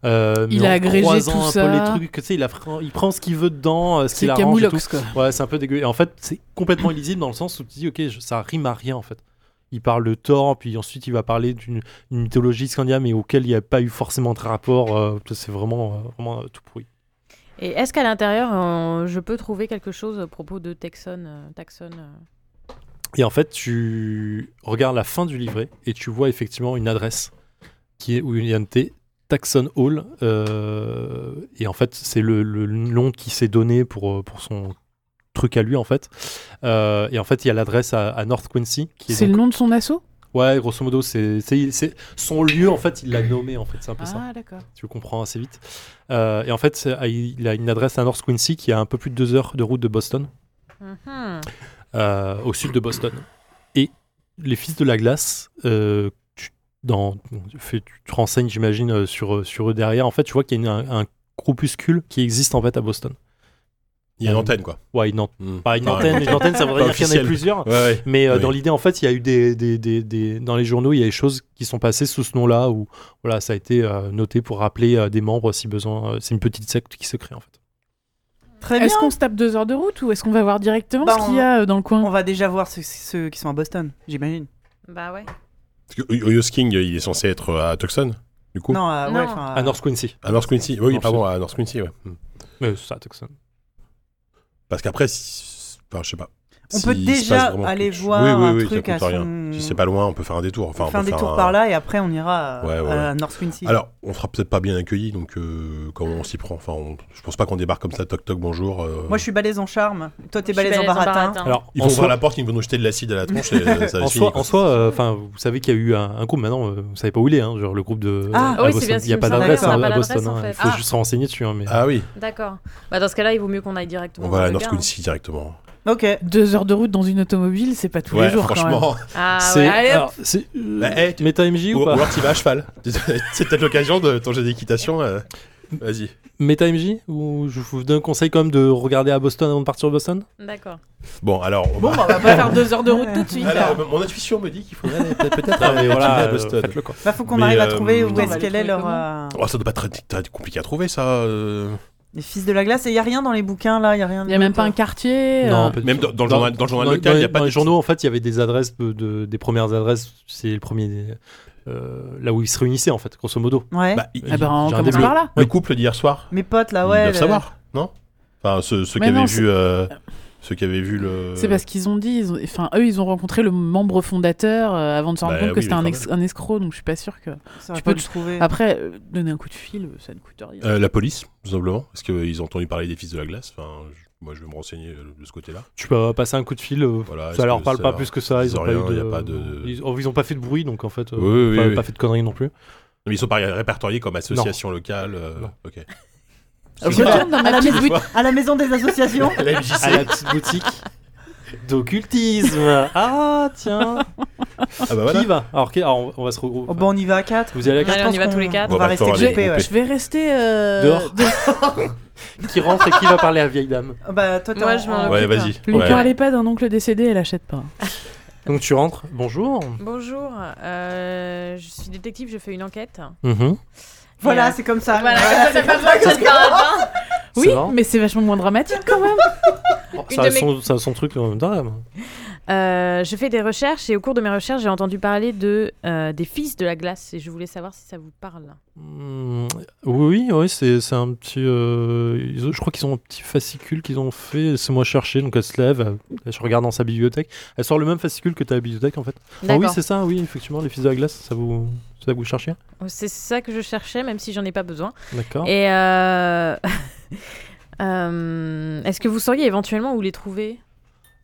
Speaker 3: Euh,
Speaker 2: Il
Speaker 3: mais
Speaker 2: a
Speaker 3: en
Speaker 2: agrégé
Speaker 3: croisant
Speaker 2: tout
Speaker 3: un peu
Speaker 2: ça.
Speaker 3: les trucs, tu sais, il, a fr- il prend ce qu'il veut dedans, euh, ce
Speaker 2: C'est
Speaker 3: qu'il arrange et tout.
Speaker 2: Camoulox, quoi.
Speaker 3: Ouais, c'est un peu dégueu. Et en fait, c'est complètement illisible dans le sens où tu dis, ok, je- ça rime à rien en fait. Il parle de Thor, puis ensuite il va parler d'une une mythologie scandinave, mais auquel il n'y a pas eu forcément de rapport. euh, c'est vraiment, euh, vraiment euh, tout pourri.
Speaker 5: Et est-ce qu'à l'intérieur, euh, je peux trouver quelque chose à propos de Texon, euh, Taxon euh,
Speaker 3: Et en fait, tu regardes la fin du livret et tu vois effectivement une adresse qui est où il y a noté Taxon Hall. euh, et en fait, c'est le, le nom qui s'est donné pour, euh, pour son truc à lui en fait. Euh, et en fait, il y a l'adresse à, à North Quincy qui est,
Speaker 2: C'est
Speaker 3: donc-
Speaker 2: le nom de son assaut
Speaker 3: ouais, grosso modo, c'est c'est- c'est- son lieu en fait, il l'a nommé en fait, c'est un peu ça
Speaker 2: Ah, d'accord.
Speaker 3: tu le comprends assez vite. Euh, et en fait, c'est- il a une adresse à North Quincy qui est à un peu plus de deux heures de route de Boston,
Speaker 5: mhm.
Speaker 3: euh, au sud de Boston. Et les Fils de la Glace, euh, tu, dans, tu fais- tu te renseignes, j'imagine, euh, sur, euh, sur eux derrière. En fait, tu vois qu'il y a une- un, un groupuscule qui existe en fait à Boston.
Speaker 4: Il y a une
Speaker 3: Euh,
Speaker 4: antenne, quoi.
Speaker 3: Ouais, une, an-
Speaker 4: Hmm.
Speaker 3: pas une
Speaker 4: Enfin,
Speaker 3: antenne, une antenne, ça voudrait
Speaker 4: Pas
Speaker 3: dire qu'il y en a
Speaker 4: officielle.
Speaker 3: plusieurs.
Speaker 4: Ouais, ouais.
Speaker 3: Mais euh,
Speaker 4: Oui.
Speaker 3: dans l'idée, en fait, il y a eu des, des, des- des- dans les journaux, il y a des choses qui sont passées sous ce nom-là où voilà, ça a été euh, noté pour rappeler euh, des membres si besoin. Euh, C'est une petite secte qui se crée en fait.
Speaker 1: Très bien.
Speaker 2: Est-ce qu'on se tape deux heures de route ou est-ce qu'on va voir directement
Speaker 1: Bah,
Speaker 2: ce qu'il y a euh, dans le coin
Speaker 1: On va déjà voir ceux, ceux qui sont à Boston, j'imagine.
Speaker 5: Bah ouais.
Speaker 4: Parce que Hoyos King, il est censé être euh, à Tucson, du coup.
Speaker 1: Non, à, ouais,
Speaker 5: Non.
Speaker 1: enfin, à-
Speaker 3: À North Quincy.
Speaker 4: À North Quincy. Oui, oui,
Speaker 3: North-
Speaker 4: pardon, à North Quincy, ouais. Hmm.
Speaker 3: Euh, ça, Tucson.
Speaker 4: Parce qu'après, si... enfin, je sais pas.
Speaker 1: on
Speaker 4: S'il
Speaker 1: peut
Speaker 4: se
Speaker 1: déjà
Speaker 4: passe vraiment
Speaker 1: aller
Speaker 4: quelque chose-
Speaker 1: voir
Speaker 4: Oui, oui,
Speaker 1: un
Speaker 4: oui, ça
Speaker 1: truc à
Speaker 4: coûte rien.
Speaker 1: son...
Speaker 4: Si c'est pas loin, on peut faire un détour. Enfin,
Speaker 1: on
Speaker 4: on
Speaker 1: fait un
Speaker 4: peut faire
Speaker 1: détour
Speaker 4: un-
Speaker 1: par là et après on ira à,
Speaker 4: Ouais, ouais,
Speaker 1: à North Quincy.
Speaker 4: Alors, on sera peut-être pas bien accueilli, donc euh, comment on s'y prend Enfin, on- je pense pas qu'on débarque comme ça, toc toc, bonjour. euh,
Speaker 1: Moi je suis balèze en charme, toi t'es
Speaker 5: Je suis
Speaker 1: balèze en baratin.
Speaker 5: hein.
Speaker 3: Alors,
Speaker 4: Ils
Speaker 3: en
Speaker 4: vont ouvrir
Speaker 3: soi,
Speaker 4: la porte, ils vont nous jeter de l'acide à la tronche et ça- ça va
Speaker 3: en
Speaker 4: être fini,
Speaker 3: soi,
Speaker 4: quoi.
Speaker 3: en soi, euh, enfin, vous savez qu'il y a eu un, un groupe. Maintenant, euh, vous savez pas où il est. hein, genre le groupe de.
Speaker 1: Ah,
Speaker 3: à
Speaker 5: oui, c'est
Speaker 3: Boston.
Speaker 5: bien
Speaker 3: Il
Speaker 5: ce
Speaker 3: n'y a
Speaker 5: qui
Speaker 3: pas
Speaker 5: me semblait,
Speaker 1: on
Speaker 3: d'adresse
Speaker 1: a
Speaker 3: hein,
Speaker 5: pas
Speaker 3: à
Speaker 5: l'adresse,
Speaker 3: Boston.
Speaker 5: en
Speaker 3: hein, Il
Speaker 5: fait.
Speaker 3: faut
Speaker 5: Ah.
Speaker 3: juste se renseigner dessus. hein, mais...
Speaker 4: Ah oui,
Speaker 5: D'accord. Bah dans ce cas-là, il vaut mieux qu'on aille directement.
Speaker 4: on va à
Speaker 5: dans le
Speaker 4: North
Speaker 5: gare.
Speaker 4: Quincy directement.
Speaker 1: Ok.
Speaker 2: Deux heures de route dans une automobile, c'est pas tous
Speaker 4: ouais,
Speaker 2: les jours quand même.
Speaker 4: franchement.
Speaker 5: Ah
Speaker 3: C'est-
Speaker 5: ouais. Allez, hop.
Speaker 3: alors, c'est. euh,
Speaker 4: Bah, hey, tu-
Speaker 3: mais t'as MJ
Speaker 4: ou,
Speaker 3: ou
Speaker 4: ou
Speaker 3: pas
Speaker 4: alors tu vas à cheval. C'est peut-être l'occasion de ton jeu d'équitation. euh, Vas-y.
Speaker 3: Meta MJ ou je vous donne un conseil quand même de regarder à Boston avant de partir à Boston
Speaker 5: D'accord.
Speaker 4: Bon, alors. on
Speaker 2: Bon,
Speaker 4: va-
Speaker 2: bah, on va pas faire deux heures de route tout de suite.
Speaker 4: Alors,
Speaker 2: là.
Speaker 4: mon intuition me dit qu'il faudrait aller peut-être
Speaker 3: Non, mais
Speaker 4: euh,
Speaker 3: voilà,
Speaker 4: à
Speaker 3: euh,
Speaker 4: Boston.
Speaker 3: faites-le, quoi.
Speaker 1: Bah faut qu'on
Speaker 4: Mais,
Speaker 1: arrive à
Speaker 4: euh,
Speaker 1: trouver où
Speaker 4: putain,
Speaker 1: est-ce
Speaker 2: on va
Speaker 1: qu'elle
Speaker 2: les
Speaker 1: est leur
Speaker 2: trouver
Speaker 1: euh,
Speaker 4: Oh, ça doit pas être très, très compliqué à trouver, ça. euh.
Speaker 1: les fils de la glace et y a rien dans les bouquins là, y a rien.
Speaker 2: Il y a même pas un quartier. euh,
Speaker 3: Non, pas du
Speaker 4: Même
Speaker 3: tout.
Speaker 4: dans, dans le journal, dans le journal local, il
Speaker 3: dans
Speaker 4: n'y
Speaker 3: les-
Speaker 4: a pas
Speaker 3: dans
Speaker 4: de
Speaker 3: les journaux. En fait, il y avait des adresses de, de- des premières adresses. C'est le premier euh, là où ils se réunissaient en fait, grosso modo.
Speaker 1: Ouais.
Speaker 4: Bah, il-
Speaker 2: Ah bah, on
Speaker 3: J'ai un
Speaker 2: commence
Speaker 3: début.
Speaker 2: par là.
Speaker 4: Le couple d'hier soir,
Speaker 1: Mes potes là,
Speaker 4: ils
Speaker 1: ouais.
Speaker 4: doivent
Speaker 1: le-
Speaker 4: savoir, non Enfin, ceux, ceux qui
Speaker 2: Mais
Speaker 4: avaient
Speaker 2: non,
Speaker 4: vu.
Speaker 2: c'est-
Speaker 4: euh, ceux qui avaient vu le.
Speaker 2: C'est parce qu'ils ont dit, ils ont- enfin eux, ils ont rencontré le membre fondateur euh, avant de se rendre
Speaker 4: Bah
Speaker 2: compte que
Speaker 4: oui,
Speaker 2: c'était
Speaker 4: mais
Speaker 2: un,
Speaker 4: quand
Speaker 2: ex- un escroc, donc je suis pas sûr que.
Speaker 1: Ça va
Speaker 2: Tu
Speaker 1: pas
Speaker 2: peux
Speaker 1: le
Speaker 2: te-
Speaker 1: trouver.
Speaker 2: Après, euh, donner un coup de fil, euh, ça ne coûte rien.
Speaker 4: Euh, la police, tout simplement. Parce qu'ils ont entendu parler des fils de la glace. Enfin, je- moi, je vais me renseigner euh, de ce côté-là.
Speaker 3: Tu peux passer un coup de fil. euh,
Speaker 4: Voilà, Ah, est-ce
Speaker 3: Ça leur
Speaker 4: que
Speaker 3: parle
Speaker 4: ça
Speaker 3: pas
Speaker 4: leur-
Speaker 3: plus que ça.
Speaker 4: ils
Speaker 3: Ils ont
Speaker 4: ont
Speaker 3: pas,
Speaker 4: rien,
Speaker 3: eu
Speaker 4: y a pas de-
Speaker 3: Ils, oh, ils ont pas fait de bruit, donc en fait, euh,
Speaker 4: Oui, oui,
Speaker 3: pas,
Speaker 4: oui.
Speaker 3: pas fait de conneries non plus.
Speaker 4: Mais ils sont pas ré- répertoriés comme association locale. euh,
Speaker 3: Non.
Speaker 4: Ok.
Speaker 2: Je
Speaker 1: C'est
Speaker 2: retourne dans ma
Speaker 4: Ah,
Speaker 2: petite boutique.
Speaker 1: À la maison des associations
Speaker 4: La MJC.
Speaker 3: À la petite boutique d'occultisme. Ah tiens,
Speaker 4: Ah bah voilà.
Speaker 3: qui va Alors, qui- alors, on- on va se regrouper.
Speaker 1: Oh, bah, on y va à 4.
Speaker 3: Vous y allez à
Speaker 5: Allez,
Speaker 3: quatre
Speaker 5: on y va tous les quatre.
Speaker 1: On va
Speaker 4: Bon, bah,
Speaker 1: rester
Speaker 4: faut aller
Speaker 1: groupés, ouais.
Speaker 4: couper.
Speaker 2: Je vais rester euh,
Speaker 3: Dehors.
Speaker 2: de-
Speaker 3: Oh, Qui rentre et qui va parler à la vieille dame
Speaker 1: Ah Bah, toi, t'es
Speaker 5: Moi,
Speaker 1: en-
Speaker 5: je m'en
Speaker 1: en-
Speaker 5: occupe.
Speaker 4: Ouais, vas-y.
Speaker 2: Lui
Speaker 4: Ouais.
Speaker 2: parlez pas d'un oncle décédé, elle achète pas.
Speaker 3: Donc tu rentres. Bonjour.
Speaker 5: Bonjour, euh, je suis détective, je fais une enquête.
Speaker 4: Mm-hmm.
Speaker 1: Voilà,
Speaker 5: Et, euh,
Speaker 1: c'est comme ça.
Speaker 5: voilà,
Speaker 1: Voilà,
Speaker 5: ça fait pas hein. fonctionner par hasard.
Speaker 3: C'est
Speaker 2: Oui,
Speaker 3: marrant.
Speaker 2: mais c'est vachement moins dramatique quand même.
Speaker 3: Oh,
Speaker 5: Une
Speaker 3: ça,
Speaker 5: de
Speaker 3: a
Speaker 5: mes-
Speaker 3: son, ça a son truc en même temps. là.
Speaker 5: Euh, je fais des recherches et au cours de mes recherches, j'ai entendu parler de euh, des fils de la glace et je voulais savoir si ça vous parle.
Speaker 3: Mm, oui, oui, c'est c'est un petit. euh, ils ont- je crois qu'ils ont un petit fascicule qu'ils ont fait. C'est moi chercher. Donc elle se lève. elle- elle- je regarde dans sa bibliothèque. Elle sort le même fascicule que ta bibliothèque en fait. Ah oui,
Speaker 5: D'accord.
Speaker 3: c'est ça. Oui, effectivement, les fils de la glace. Ça vous, ça vous cherchez.
Speaker 5: c'est ça que je cherchais, même si j'en ai pas besoin.
Speaker 3: D'accord.
Speaker 5: Et euh, euh, est-ce que vous sauriez éventuellement où les trouver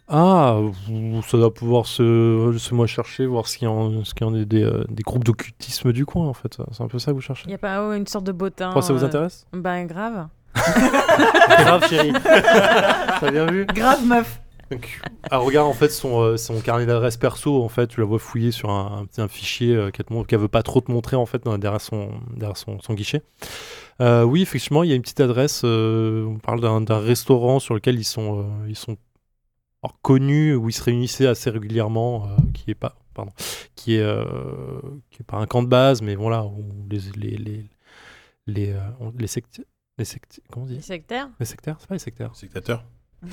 Speaker 3: Ah, vous- ça doit pouvoir se, se moi chercher, voir ce qu'il y en, ce qu'il y en est des, euh, des groupes d'occultisme du coin en fait. C'est un peu ça que vous cherchez.
Speaker 5: Il y a pas oh, une sorte de bottin
Speaker 3: Enfin, ça vous
Speaker 5: euh,
Speaker 3: intéresse
Speaker 5: Ben grave.
Speaker 3: Grave chérie. T'as bien vu
Speaker 1: Grave meuf.
Speaker 3: Donc, elle regarde en fait son, euh, son carnet d'adresse perso. En fait, tu la vois fouiller sur un, un petit un fichier euh, qu'elle te montre- qu'elle veut pas trop te montrer en fait dans- derrière son derrière son, son guichet. Euh, oui, effectivement, il y a une petite adresse. euh, on parle d'un d'un restaurant sur lequel ils sont euh, ils sont alors, connus où ils se réunissaient assez régulièrement, euh, qui est pas pardon, qui est euh, qui est pas un camp de base, mais voilà où les les les les, euh, on- les secti- les secti- comment on
Speaker 5: Les
Speaker 3: dit
Speaker 5: sectaires
Speaker 3: les sectaires, c'est pas les sectaires.
Speaker 4: Sectateurs.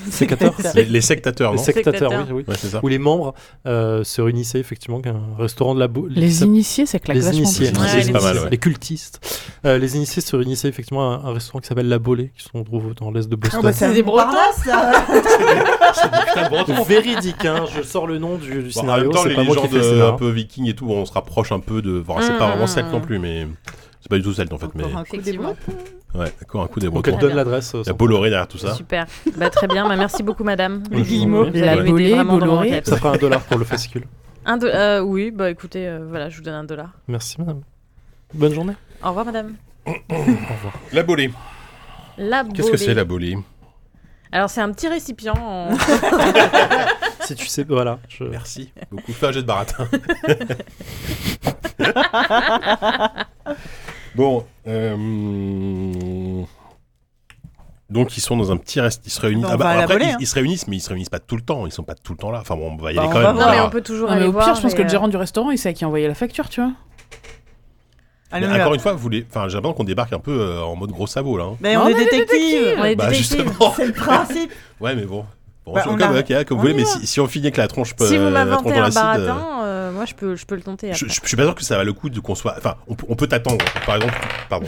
Speaker 3: C'est 14
Speaker 4: Les, les sectateurs,
Speaker 3: les
Speaker 4: non
Speaker 3: sectateurs,
Speaker 5: Sectateurs.
Speaker 3: oui, oui.
Speaker 4: Ouais, c'est ça.
Speaker 3: Où les membres euh, se réunissaient effectivement, qu'un restaurant de la beau- qui
Speaker 2: Les
Speaker 3: s'appelle-
Speaker 2: initiés, ça claque
Speaker 3: les
Speaker 2: vachement
Speaker 3: initiés,
Speaker 2: plus.
Speaker 5: Ouais,
Speaker 4: c'est pas mal, ouais.
Speaker 3: les cultistes. Euh, les initiés se réunissaient effectivement à un restaurant qui s'appelle La Bolée, qui se trouve dans l'est de Boston.
Speaker 1: Ah, bah,
Speaker 2: c'est des Bretons.
Speaker 1: Parnasse, ça.
Speaker 3: C'est véridique, hein, je sors le nom du, du
Speaker 4: Bon, en même
Speaker 3: scénario,
Speaker 4: temps,
Speaker 3: c'est
Speaker 4: les
Speaker 3: pas moi qui hein. ai
Speaker 4: légendes
Speaker 3: fait le
Speaker 4: euh,
Speaker 3: scénario.
Speaker 4: un peu vikings et tout, on se rapproche un peu de. Enfin, c'est
Speaker 5: Mm,
Speaker 4: pas
Speaker 5: mm,
Speaker 4: vraiment
Speaker 5: mm.
Speaker 4: celte non plus, mais. C'est pas du tout celte en fait, mais.
Speaker 1: Mmh, Encore un coup des
Speaker 5: Effectivement.
Speaker 1: bretons.
Speaker 4: Ouais, d'accord, un coup des
Speaker 3: Donc
Speaker 4: Bretons.
Speaker 3: elle donne l'adresse. euh,
Speaker 4: Il y a
Speaker 3: sans-
Speaker 4: Bolloré derrière tout ça.
Speaker 5: Super. Bah, très bien, bah, merci beaucoup madame.
Speaker 3: Oui.
Speaker 1: Guillemot.
Speaker 5: Vous avez
Speaker 2: Bollée,
Speaker 5: été vraiment dans
Speaker 2: Bolloré.
Speaker 5: l'enquête.
Speaker 3: Ça fera un dollar pour le fascicule.
Speaker 5: Un do- euh, oui, bah écoutez, euh, voilà, je vous donne un dollar.
Speaker 3: Merci madame. Bonne journée.
Speaker 5: Au revoir madame.
Speaker 4: La bolée.
Speaker 5: La
Speaker 4: Qu'est-ce que
Speaker 5: bolée.
Speaker 4: c'est la bolée
Speaker 5: Alors c'est un petit récipient en-
Speaker 3: Si tu sais, voilà. je-
Speaker 4: Merci beaucoup. Fais un jet de baratin. bon. euh, Donc ils sont dans un petit reste, ils se réunissent. Ah
Speaker 1: Bah, on va à la
Speaker 4: après
Speaker 1: bolée,
Speaker 4: ils,
Speaker 1: hein.
Speaker 4: ils se réunissent, mais ils se réunissent pas tout le temps. Ils sont pas tout le temps là. Enfin bon, on va y
Speaker 1: Bah,
Speaker 4: aller
Speaker 1: on
Speaker 4: quand
Speaker 1: va
Speaker 4: même.
Speaker 1: voir.
Speaker 5: Non mais
Speaker 4: verra.
Speaker 5: on peut toujours
Speaker 2: Non, mais
Speaker 5: aller
Speaker 2: au
Speaker 5: voir.
Speaker 2: pire, je pense
Speaker 5: et,
Speaker 2: que le
Speaker 5: euh,
Speaker 2: gérant du restaurant, il sait à qui envoyer la facture, tu vois.
Speaker 1: Allez,
Speaker 4: Mais
Speaker 1: on y va.
Speaker 4: encore une fois, vous voulez. Enfin, j'ai l'impression qu'on débarque un peu euh, en mode gros sabot là. hein.
Speaker 1: Mais
Speaker 2: Non,
Speaker 1: on est
Speaker 2: on est des
Speaker 1: détective.
Speaker 5: euh, On est
Speaker 4: Bah,
Speaker 5: détective.
Speaker 4: justement.
Speaker 1: C'est le principe.
Speaker 4: Ouais, mais bon. Bon,
Speaker 1: Bah,
Speaker 4: c'est
Speaker 1: on
Speaker 4: comme,
Speaker 1: a-
Speaker 4: ok, hein, comme
Speaker 1: on
Speaker 4: vous voulez,
Speaker 1: y
Speaker 4: mais
Speaker 1: va.
Speaker 4: si, si on finit avec la tronche,
Speaker 5: Si vous
Speaker 4: euh, la tronche
Speaker 5: m'inventez
Speaker 4: dans
Speaker 5: un
Speaker 4: l'acide, euh,
Speaker 5: baratin, euh, moi je peux, je peux le tenter.
Speaker 4: Je,
Speaker 5: après.
Speaker 4: je, je suis pas sûr que ça va le coup de qu'on soit. Enfin, on, peut- on peut t'attendre. Par exemple, pardon.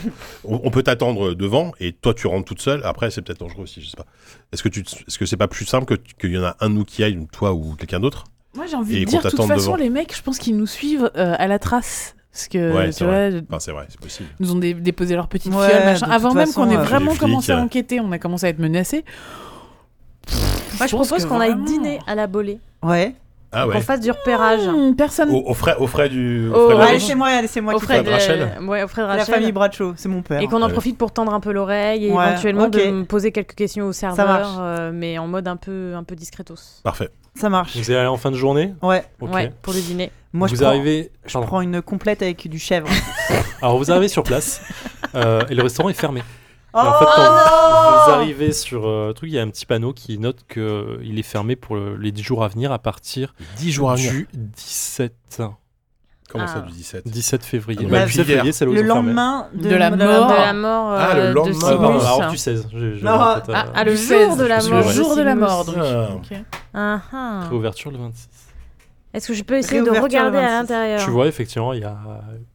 Speaker 4: On, on peut t'attendre devant et toi tu rentres toute seule. Après, c'est peut-être dangereux aussi, je sais pas. Est-ce que tu, te- est-ce que c'est pas plus simple que tu- qu'il y en a un de nous qui aille, donc toi ou quelqu'un d'autre
Speaker 2: Moi, j'ai envie
Speaker 4: Et
Speaker 2: de dire,
Speaker 4: qu'on
Speaker 2: de toute
Speaker 4: t'attende
Speaker 2: façon,
Speaker 4: devant.
Speaker 2: les mecs, je pense qu'ils nous suivent euh, à la trace. Parce que,
Speaker 4: Ouais,
Speaker 2: tu
Speaker 4: c'est
Speaker 2: vois,
Speaker 4: Enfin, c'est vrai, c'est possible.
Speaker 2: ils nous ont dé- déposé leurs petites
Speaker 1: Ouais,
Speaker 2: fioles, machin.
Speaker 1: de toute
Speaker 2: Avant même
Speaker 1: façon,
Speaker 2: qu'on ait
Speaker 1: euh,
Speaker 2: vraiment
Speaker 4: les flics,
Speaker 2: commencé
Speaker 3: hein.
Speaker 4: euh.
Speaker 2: à enquêter, on a commencé à être menacés.
Speaker 5: Moi, je propose
Speaker 2: que
Speaker 5: qu'on aille
Speaker 2: vraiment-
Speaker 5: dîner à la bolée,
Speaker 1: Ouais.
Speaker 4: Ah
Speaker 5: qu'on
Speaker 4: ouais.
Speaker 5: fasse du repérage.
Speaker 2: Hmm, personne.
Speaker 3: Oh.
Speaker 4: Au, au frais, au frais du.
Speaker 5: Oh,
Speaker 4: Au frais de la
Speaker 1: Allez,
Speaker 4: banque.
Speaker 1: c'est moi, allez, c'est moi
Speaker 5: Au
Speaker 1: qui
Speaker 5: frais
Speaker 4: frais
Speaker 5: de
Speaker 4: de Rachel
Speaker 5: Ouais, au frais de
Speaker 1: fais. La
Speaker 5: Rachel.
Speaker 1: famille Bradshaw, c'est mon père.
Speaker 5: Et qu'on en
Speaker 4: Ouais.
Speaker 5: profite pour tendre un peu l'oreille et
Speaker 1: Ouais,
Speaker 5: éventuellement
Speaker 1: ok.
Speaker 5: de me poser quelques questions au
Speaker 1: marche.
Speaker 5: serveur, euh, mais en mode un peu, un peu discretos.
Speaker 4: Parfait.
Speaker 1: Ça marche.
Speaker 3: Vous allez aller en fin de journée
Speaker 1: Ouais.
Speaker 3: Ok.
Speaker 5: Ouais, pour le dîner.
Speaker 1: Moi,
Speaker 3: vous
Speaker 1: je prends-
Speaker 3: arrivez. Pardon.
Speaker 1: je prends une complète avec du chèvre.
Speaker 3: Alors vous arrivez sur place euh, et le restaurant est fermé.
Speaker 1: Oh
Speaker 3: en fait, quand
Speaker 1: non
Speaker 3: Vous arrivez sur euh, le truc, il y a un petit panneau qui note que euh, il est fermé pour le- les 10 jours à venir à partir
Speaker 4: 10 jours à venir.
Speaker 3: du 17,
Speaker 4: Comment ça,
Speaker 5: Ah.
Speaker 4: du 17
Speaker 3: 17 février.
Speaker 4: Ah,
Speaker 3: Bah,
Speaker 1: la
Speaker 3: 17
Speaker 4: vie hier.
Speaker 3: février, c'est là où
Speaker 1: Le
Speaker 3: ils ont fermé.
Speaker 1: lendemain de,
Speaker 2: De la
Speaker 5: De
Speaker 2: mort.
Speaker 5: la mort euh,
Speaker 4: Ah, le
Speaker 5: de
Speaker 4: lendemain.
Speaker 5: Sinus.
Speaker 3: Ah, pardon, alors du
Speaker 5: ah,
Speaker 3: 16. j'ai- j'ai
Speaker 1: Non,
Speaker 3: en tête, euh,
Speaker 5: ah, le
Speaker 2: Du
Speaker 5: jour de la
Speaker 3: 16,
Speaker 5: mort.
Speaker 3: je me
Speaker 2: Le jour de la mort, donc.
Speaker 4: Ah.
Speaker 2: Ok.
Speaker 5: Ah, ah.
Speaker 3: Réouverture le 26.
Speaker 5: Est-ce que je peux essayer de
Speaker 1: Réouverture le
Speaker 5: regarder
Speaker 1: 26.
Speaker 5: à l'intérieur
Speaker 3: Tu vois, effectivement, il n'y a,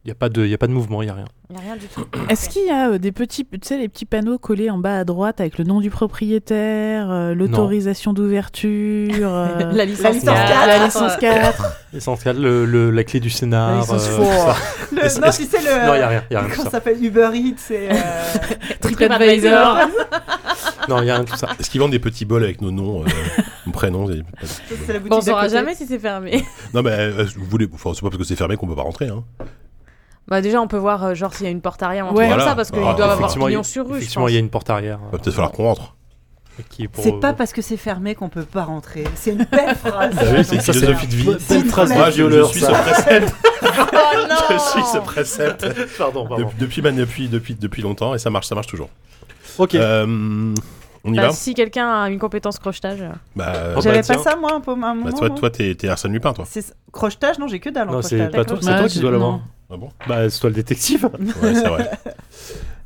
Speaker 3: il y a, pas de- il y a pas de mouvement, il n'y a rien.
Speaker 5: Il n'y a rien du tout.
Speaker 2: Est-ce
Speaker 5: Ok.
Speaker 2: qu'il y a euh, des petits, tu sais, les petits panneaux collés en bas à droite avec le nom du propriétaire, euh, l'autorisation d'ouverture, euh,
Speaker 5: La licence
Speaker 1: La licence
Speaker 5: quatre.
Speaker 2: la-
Speaker 1: 4.
Speaker 2: la licence 4
Speaker 3: Essentiel, le, le- la clé du
Speaker 2: La
Speaker 3: scénar.
Speaker 2: licence
Speaker 3: euh,
Speaker 2: four.
Speaker 3: tout ça. Est-ce-
Speaker 1: Le, non, tu sais, le.
Speaker 3: Non, il n'y a rien. il Y a rien
Speaker 1: Comment
Speaker 3: de tout
Speaker 1: ça
Speaker 3: ça.
Speaker 1: s'appelle Uber Eats c'est euh,
Speaker 5: TripAdvisor.
Speaker 3: Non, il n'y a rien de tout ça.
Speaker 4: Est-ce qu'ils vendent des petits bols avec nos noms, euh, nos prénoms et-
Speaker 1: c'est la boutique
Speaker 5: Bon, on
Speaker 1: d'à
Speaker 5: saura
Speaker 1: côté.
Speaker 5: jamais si c'est fermé.
Speaker 4: Non, mais euh, vous voulez, enfin, c'est pas parce que c'est fermé qu'on peut pas rentrer. Hein.
Speaker 5: Bah déjà, on peut voir euh, genre s'il y a une porte arrière, on
Speaker 2: Ouais.
Speaker 5: comme
Speaker 4: Voilà.
Speaker 5: ça parce qu'ils
Speaker 4: Ah,
Speaker 5: doivent avoir
Speaker 3: effectivement,
Speaker 5: pignon
Speaker 3: il-
Speaker 5: sur rue. je
Speaker 3: Effectivement, il y a une porte arrière.
Speaker 4: Va peut-être falloir qu'on rentre.
Speaker 3: euh, qui est pour-
Speaker 1: C'est pas parce que c'est fermé qu'on peut pas rentrer. C'est une belle phrase.
Speaker 4: Ah oui, c'est une
Speaker 3: Ça, Bah c'est-
Speaker 4: philosophie de vie.
Speaker 3: Belle
Speaker 1: C'est une
Speaker 3: phrase de
Speaker 1: collègue.
Speaker 4: Moi, je, je
Speaker 3: Ah, violeur,
Speaker 4: suis
Speaker 3: ça.
Speaker 4: ce précepte.
Speaker 5: pense. Oh non
Speaker 4: je suis ce précepte.
Speaker 3: Pardon, pardon.
Speaker 4: Depuis, depuis, ma- depuis, depuis, depuis longtemps et ça marche, ça marche toujours.
Speaker 3: Ok.
Speaker 4: Euh, on y
Speaker 5: Bah,
Speaker 4: va
Speaker 5: si quelqu'un a une compétence crochetage.
Speaker 4: Bah, euh,
Speaker 3: Oh, bah,
Speaker 1: J'avais pas
Speaker 3: tiens.
Speaker 1: ça moi un peu à un moment.
Speaker 4: bah, toi,
Speaker 1: moi.
Speaker 4: toi, t'es t'es Arsène Lupin, toi.
Speaker 1: C'est crochetage, non, j'ai que dalle en
Speaker 3: non, c'est
Speaker 1: crochetage.
Speaker 3: pas toi, c'est
Speaker 2: Bah,
Speaker 3: toi qui
Speaker 2: je-
Speaker 3: dois l'avoir.
Speaker 2: non.
Speaker 4: Ah bon
Speaker 3: Bah, c'est toi le détective.
Speaker 4: Ouais, c'est vrai.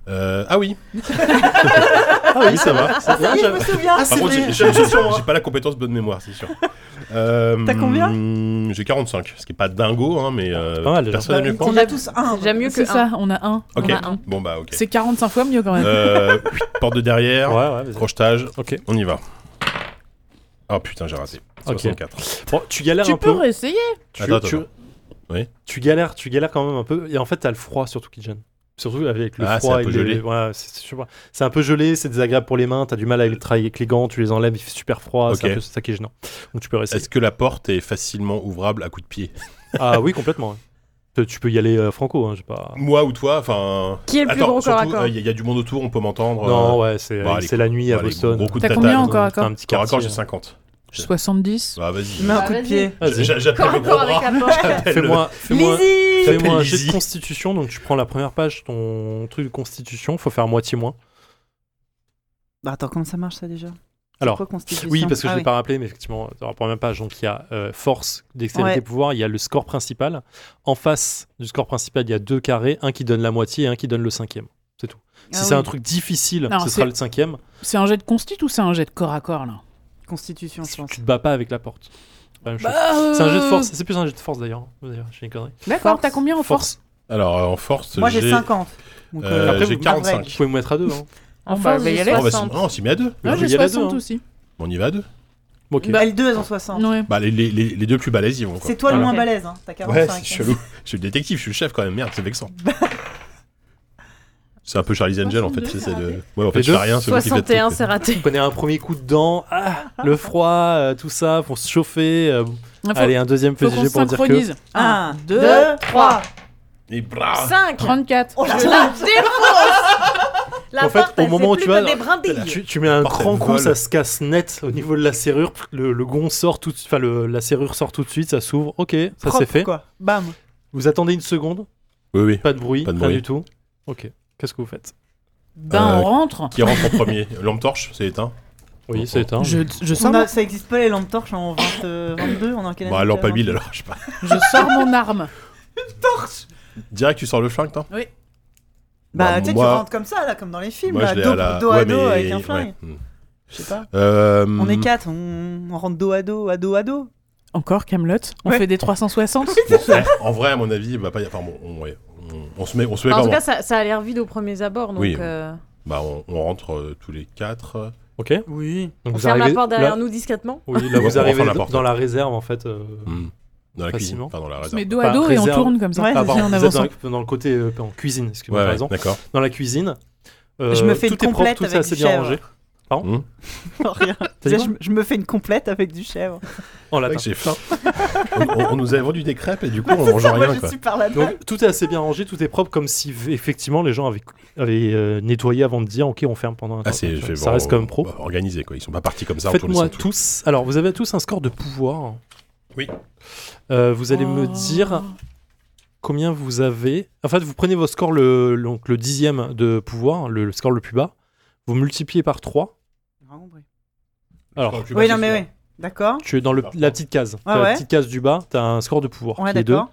Speaker 4: Euh, ah oui. ah oui, ça va.
Speaker 1: Ah, ça y est, je me souviens.
Speaker 4: Par contre, j'ai- j'ai j'ai pas la compétence bonne mémoire, c'est sûr. Euh,
Speaker 1: T'as combien
Speaker 4: hum, J'ai 45, ce qui est pas dingo, hein, mais euh,
Speaker 3: C'est pas mal, déjà.
Speaker 4: personne n'a mieux que moi.
Speaker 1: Bah, on a tous un.
Speaker 5: C'est déjà mieux que
Speaker 2: C'est
Speaker 5: un.
Speaker 2: ça, on a un.
Speaker 4: Ok,
Speaker 5: On a un.
Speaker 4: bon bah ok.
Speaker 2: C'est 45 fois mieux quand même.
Speaker 4: Euh, porte de derrière,
Speaker 3: Ouais, ouais, vas-y.
Speaker 4: crochetage,
Speaker 3: Ok.
Speaker 4: on y va. Ah putain, j'ai raté.
Speaker 3: Ok.
Speaker 4: 64.
Speaker 3: Bon, tu galères
Speaker 2: tu
Speaker 3: un
Speaker 2: peux
Speaker 3: peu.
Speaker 2: réessayer
Speaker 3: Tu,
Speaker 4: Attends,
Speaker 3: tu-
Speaker 4: attends. Oui.
Speaker 3: tu galères, tu galères quand même un peu. Et en fait, t'as le froid surtout qui te gêne. Surtout avec le
Speaker 4: Ah, c'est
Speaker 3: froid
Speaker 4: un
Speaker 3: et
Speaker 4: peu
Speaker 3: les-
Speaker 4: gelé.
Speaker 3: ouais, c'est c'est- je sais pas. C'est un peu gelé, c'est désagréable pour les mains. T'as du mal à le travailler avec les gants, tu les enlèves, il fait super froid. C'est
Speaker 4: Ok.
Speaker 3: un peu ça qui est gênant. Donc tu peux rester.
Speaker 4: Est-ce que la porte est facilement ouvrable à coups de pied
Speaker 3: Ah oui, complètement. hein. Tu- Tu peux y aller euh, franco, hein, j'ai pas.
Speaker 4: Moi ou toi Enfin.
Speaker 5: Qui est le plus
Speaker 4: Attends,
Speaker 5: gros corps à
Speaker 4: surtout,
Speaker 5: corps
Speaker 4: il y, a- y a du monde autour, on peut m'entendre.
Speaker 3: Non,
Speaker 4: euh,
Speaker 3: ouais, c'est
Speaker 4: bon, allez,
Speaker 3: c'est la nuit à
Speaker 4: bon, allez,
Speaker 3: Boston.
Speaker 4: gros coup de
Speaker 2: T'as
Speaker 4: tatane.
Speaker 2: combien
Speaker 3: Dans
Speaker 2: encore à corps
Speaker 3: Un petit
Speaker 4: Corps à corps,
Speaker 3: quartier.
Speaker 4: j'ai 50.
Speaker 2: 70
Speaker 4: Bah vas-y.
Speaker 1: Mets un
Speaker 5: Ah,
Speaker 1: coup de
Speaker 5: vas-y.
Speaker 1: pied.
Speaker 3: Vas-y.
Speaker 4: J'ai- J'appelle
Speaker 5: Corps à
Speaker 4: le
Speaker 5: corps
Speaker 4: gros
Speaker 5: avec
Speaker 4: bras.
Speaker 5: la porte.
Speaker 4: J'appelle le-
Speaker 3: Fais-moi fais-moi-
Speaker 1: Lizzie
Speaker 3: fais-moi un
Speaker 4: Lizzie.
Speaker 3: jet de constitution. Donc tu prends la première page, ton truc de constitution, faut faire moitié moins.
Speaker 1: Bah, Attends, comment ça marche ça déjà
Speaker 3: Alors,
Speaker 1: Pourquoi constitution
Speaker 3: Oui, parce que je
Speaker 1: Ah
Speaker 3: ne l'ai
Speaker 1: oui.
Speaker 3: pas rappelé, mais effectivement, dans la première page, donc il y a euh, force, dextérité,
Speaker 1: Ouais.
Speaker 3: pouvoir, il y a le score principal. En face du score principal, il y a deux carrés, un qui donne la moitié et un qui donne le cinquième. C'est tout.
Speaker 1: Ah
Speaker 3: si c'est
Speaker 1: oui.
Speaker 3: un truc difficile,
Speaker 2: Non,
Speaker 3: ce
Speaker 2: c'est-
Speaker 3: sera le cinquième.
Speaker 2: C'est un jet de constit ou c'est un jet de corps à corps là
Speaker 1: Constitution, je pense.
Speaker 3: Tu te bats pas avec la porte. C'est pas la même
Speaker 2: Bah,
Speaker 3: chose. C'est un jeu de force, c'est plus un jeu de force d'ailleurs. D'ailleurs, j'ai une connerie.
Speaker 2: D'accord,
Speaker 5: Force.
Speaker 2: t'as combien euh. en force,
Speaker 4: Alors euh, en force,
Speaker 1: Moi j'ai 50. Donc,
Speaker 4: Euh,
Speaker 1: euh,
Speaker 3: Après,
Speaker 4: j'ai
Speaker 3: vous-
Speaker 4: 45.
Speaker 3: Vous pouvez me mettre à deux. Hein.
Speaker 5: En
Speaker 2: Bah,
Speaker 5: force,
Speaker 2: bah, y
Speaker 5: j'ai
Speaker 2: aller.
Speaker 4: Oh, bah, si-
Speaker 5: 60.
Speaker 4: non, on s'y met à deux.
Speaker 2: Moi
Speaker 3: Vous
Speaker 2: j'ai
Speaker 3: y allez à deux,
Speaker 2: 60
Speaker 3: hein.
Speaker 2: aussi.
Speaker 4: On y va à deux.
Speaker 3: Bon, ok.
Speaker 2: Bah-
Speaker 1: L2 elles ont 60.
Speaker 2: Ouais.
Speaker 4: Bah les, les, les- les deux plus balèzes ils vont quoi.
Speaker 1: C'est toi le
Speaker 3: Voilà.
Speaker 1: moins balèze, hein. t'as
Speaker 4: Ouais,
Speaker 1: 45.
Speaker 4: c'est chelou. Je suis le détective, je suis le chef quand même, merde, c'est vexant. c'est un peu Charlie's Angel en fait. tu sais, C'est de... Ouais, en fait,
Speaker 3: Les
Speaker 4: je
Speaker 3: deux
Speaker 4: fais rien, c'est vous qui faites tout,
Speaker 5: 61,
Speaker 4: quoi.
Speaker 5: c'est raté.
Speaker 3: Vous prenez un premier coup dedans, ah, le froid, euh, tout ça, pour se chauffer. euh,
Speaker 2: Ah, faut-
Speaker 3: allez, un deuxième
Speaker 2: faut
Speaker 3: petit
Speaker 2: qu'on
Speaker 3: jet pour dire que.
Speaker 2: synchronise. Ah,
Speaker 1: 1, 2,
Speaker 5: deux,
Speaker 1: 3.
Speaker 4: Et bra
Speaker 5: 5
Speaker 2: 34.
Speaker 1: Oh là
Speaker 5: Je
Speaker 1: là
Speaker 5: la défonce La
Speaker 3: En fait,
Speaker 5: porte,
Speaker 3: au
Speaker 5: elle
Speaker 3: moment
Speaker 5: fait
Speaker 3: où tu
Speaker 5: plus
Speaker 3: vas-
Speaker 5: que des brindilles.
Speaker 3: Tu, tu mets un
Speaker 4: porte,
Speaker 3: grand
Speaker 4: elle
Speaker 3: coup,
Speaker 4: vole.
Speaker 3: ça se casse net au niveau de la serrure. Le, le gond sort tout de suite, enfin le- la serrure sort tout de suite, ça s'ouvre. Ok, ça
Speaker 1: Propre,
Speaker 3: c'est fait.
Speaker 1: Quoi. Bam.
Speaker 3: Vous attendez une seconde,
Speaker 4: Oui, oui.
Speaker 3: pas de bruit,
Speaker 4: Pas de
Speaker 3: rien
Speaker 4: bruit.
Speaker 3: du tout. Ok, qu'est-ce que vous faites
Speaker 2: Ben
Speaker 4: Euh,
Speaker 2: on rentre.
Speaker 4: Qui rentre en premier Lampe torche, c'est éteint.
Speaker 3: Oui, c'est éteint.
Speaker 2: Je, je sors,
Speaker 1: On a-
Speaker 2: mon,
Speaker 1: ça existe pas les lampes torches en 20, euh, 22, on est en quelle
Speaker 4: Bah,
Speaker 1: année,
Speaker 4: lampe à
Speaker 1: euh,
Speaker 4: huile alors, je sais pas.
Speaker 2: je sors mon arme.
Speaker 4: Direct, tu sors le flingue, toi
Speaker 1: Bah, tu sais, tu
Speaker 4: moi-
Speaker 1: rentres comme ça, là, comme dans les films,
Speaker 4: Moi,
Speaker 1: là,
Speaker 4: je l'ai
Speaker 1: dos,
Speaker 4: à la.
Speaker 1: dos
Speaker 4: ouais,
Speaker 1: à dos
Speaker 4: mais-
Speaker 1: avec un
Speaker 4: ouais.
Speaker 1: flingue.
Speaker 4: Hmm.
Speaker 1: Je sais pas.
Speaker 4: Euh,
Speaker 1: On est quatre, on, on rentre dos à dos, à dos à dos.
Speaker 2: Encore Camelot. On
Speaker 1: Ouais.
Speaker 2: fait des 360.
Speaker 4: eh, En vrai, à mon avis, bah, pas. Enfin, bon, on, ouais. on, on se met, on se met
Speaker 1: Bah,
Speaker 5: Enfin, en
Speaker 4: pas
Speaker 5: tout
Speaker 4: bon.
Speaker 5: cas, ça, ça a l'air vide aux premiers abords, donc
Speaker 4: Oui.
Speaker 5: euh,
Speaker 4: Bah, on, on rentre euh, tous les quatre.
Speaker 3: Ok.
Speaker 1: Oui.
Speaker 3: Donc
Speaker 5: on ferme la porte derrière
Speaker 3: là,
Speaker 5: nous discrètement.
Speaker 3: oui, là,
Speaker 4: On
Speaker 3: vous
Speaker 4: referme
Speaker 3: arrivez
Speaker 4: la
Speaker 3: dans-
Speaker 4: porte.
Speaker 3: dans la réserve en fait. euh,
Speaker 4: Hmm. Dans la cuisine.
Speaker 3: Facilement.
Speaker 4: Enfin, dans la
Speaker 2: On se
Speaker 4: réserve.
Speaker 2: met dos à
Speaker 3: Enfin,
Speaker 2: dos et on
Speaker 3: réserve.
Speaker 2: tourne comme ça.
Speaker 1: Ouais,
Speaker 3: ah,
Speaker 1: vas-y,
Speaker 3: pardon,
Speaker 2: en
Speaker 3: vous êtes
Speaker 2: avançant.
Speaker 3: dans, la- dans le côté euh, en cuisine, excusez-moi,
Speaker 4: Ouais,
Speaker 3: par
Speaker 4: ouais,
Speaker 3: exemple.
Speaker 4: d'accord.
Speaker 3: Dans la cuisine. euh,
Speaker 1: Je me fais une
Speaker 3: tout est propre,
Speaker 1: complète
Speaker 3: tout est
Speaker 1: avec
Speaker 3: assez
Speaker 1: du
Speaker 3: bien
Speaker 1: chèvre.
Speaker 3: rangé.
Speaker 4: Hmm.
Speaker 1: Rien.
Speaker 3: T'as dit
Speaker 1: Je,
Speaker 3: quoi
Speaker 1: je me fais une complète avec du chèvre.
Speaker 3: En
Speaker 4: C'est vrai
Speaker 3: latin.
Speaker 4: que j'ai faim. on, on- on nous avait vendu des crêpes et du coup, on
Speaker 1: Ah, C'est
Speaker 4: mange
Speaker 1: ça, moi,
Speaker 4: rien,
Speaker 1: je
Speaker 4: quoi.
Speaker 1: suis par là
Speaker 3: Donc tout est assez bien rangé, tout est propre, comme si v- effectivement les gens avaient, avaient euh, nettoyé avant de dire ok on ferme pendant un temps.
Speaker 4: Ah, c'est, je fais,
Speaker 3: ça
Speaker 4: bon,
Speaker 3: reste quand même pro.
Speaker 4: bah, Organisé, quoi. Ils sont pas partis comme ça. on tourne, ils
Speaker 3: Faites-moi
Speaker 4: sont tous-
Speaker 3: tous. Alors vous avez tous un score de pouvoir.
Speaker 4: Oui.
Speaker 3: Euh, vous allez me
Speaker 2: Oh.
Speaker 3: dire combien vous avez. En fait vous prenez vos scores le, donc, le dixième de pouvoir, le, le score le plus bas. Vous multipliez par 3. Alors
Speaker 4: Tu vas
Speaker 1: Oui, non,
Speaker 4: chez
Speaker 1: mais
Speaker 4: celui-là.
Speaker 1: oui. D'accord.
Speaker 3: tu es dans le-
Speaker 4: Par
Speaker 3: la petite case.
Speaker 1: Ah
Speaker 3: T'as
Speaker 1: ouais.
Speaker 3: La petite case du bas, tu as un score de pouvoir
Speaker 1: Ouais,
Speaker 3: qui est 2.
Speaker 1: d'accord.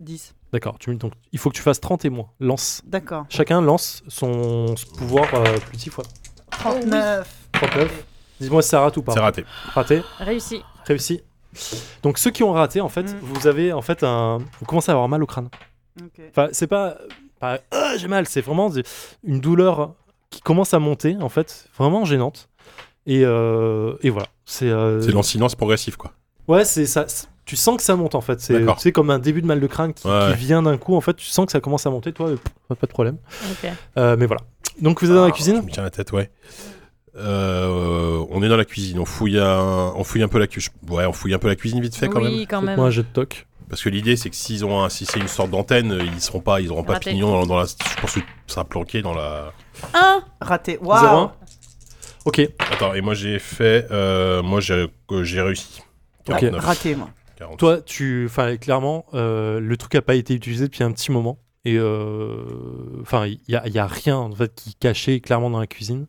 Speaker 1: 10.
Speaker 3: D'accord. Tu, donc, il faut que tu fasses 30 et moins. Lance.
Speaker 1: D'accord.
Speaker 3: Chacun lance son pouvoir euh, plus 10 fois.
Speaker 1: 39.
Speaker 3: 39. Dis-moi si ça rate ou pas.
Speaker 4: C'est raté.
Speaker 3: Raté.
Speaker 5: Réussi.
Speaker 3: Réussi. Donc ceux qui ont raté, en fait,
Speaker 1: Mm.
Speaker 3: vous avez en fait un, vous commencez à avoir mal au crâne.
Speaker 1: Ok.
Speaker 3: Enfin, c'est pas, pas, Ah, j'ai mal, c'est vraiment des- une douleur qui commence à monter en fait, vraiment gênante. Et, euh, et voilà, c'est euh,
Speaker 4: C'est dans le silence progressif, quoi.
Speaker 3: ouais, c'est ça. c'est- Tu sens que ça monte en fait. C'est
Speaker 4: D'accord.
Speaker 3: tu sais, comme un début de mal de crâne qui,
Speaker 4: Ouais.
Speaker 3: qui vient d'un coup. En fait, tu sens que ça commence à monter. Toi, euh, pff, pas de problème.
Speaker 5: Ok.
Speaker 3: Euh, mais voilà. Donc vous êtes dans la
Speaker 4: Ah,
Speaker 3: cuisine.
Speaker 4: Je me tiens la tête, ouais. Euh, on est dans la cuisine, on fouille un, on fouille un peu la cuisine. Ouais, on fouille un peu la cuisine vite fait quand même.
Speaker 5: oui, quand même.
Speaker 3: Moi, je te toque.
Speaker 4: Parce que l'idée, c'est que s'ils ont un, si c'est une sorte d'antenne, ils seront pas, ils auront pas
Speaker 5: Raté.
Speaker 4: pignon dans, dans la. Je pense que ça sera planqué dans la.
Speaker 5: Un
Speaker 1: Raté.
Speaker 3: 0-1.
Speaker 1: Waouh
Speaker 3: Ok.
Speaker 4: Attends, et moi j'ai fait, euh, moi j'ai, euh, j'ai réussi.
Speaker 3: Ok.
Speaker 4: 49,
Speaker 1: Raté, moi.
Speaker 4: 40.
Speaker 3: Toi, tu, enfin, clairement, euh, le truc a pas été utilisé depuis un petit moment. Et euh, enfin, il y a, il y a rien en fait qui cachait clairement dans la cuisine.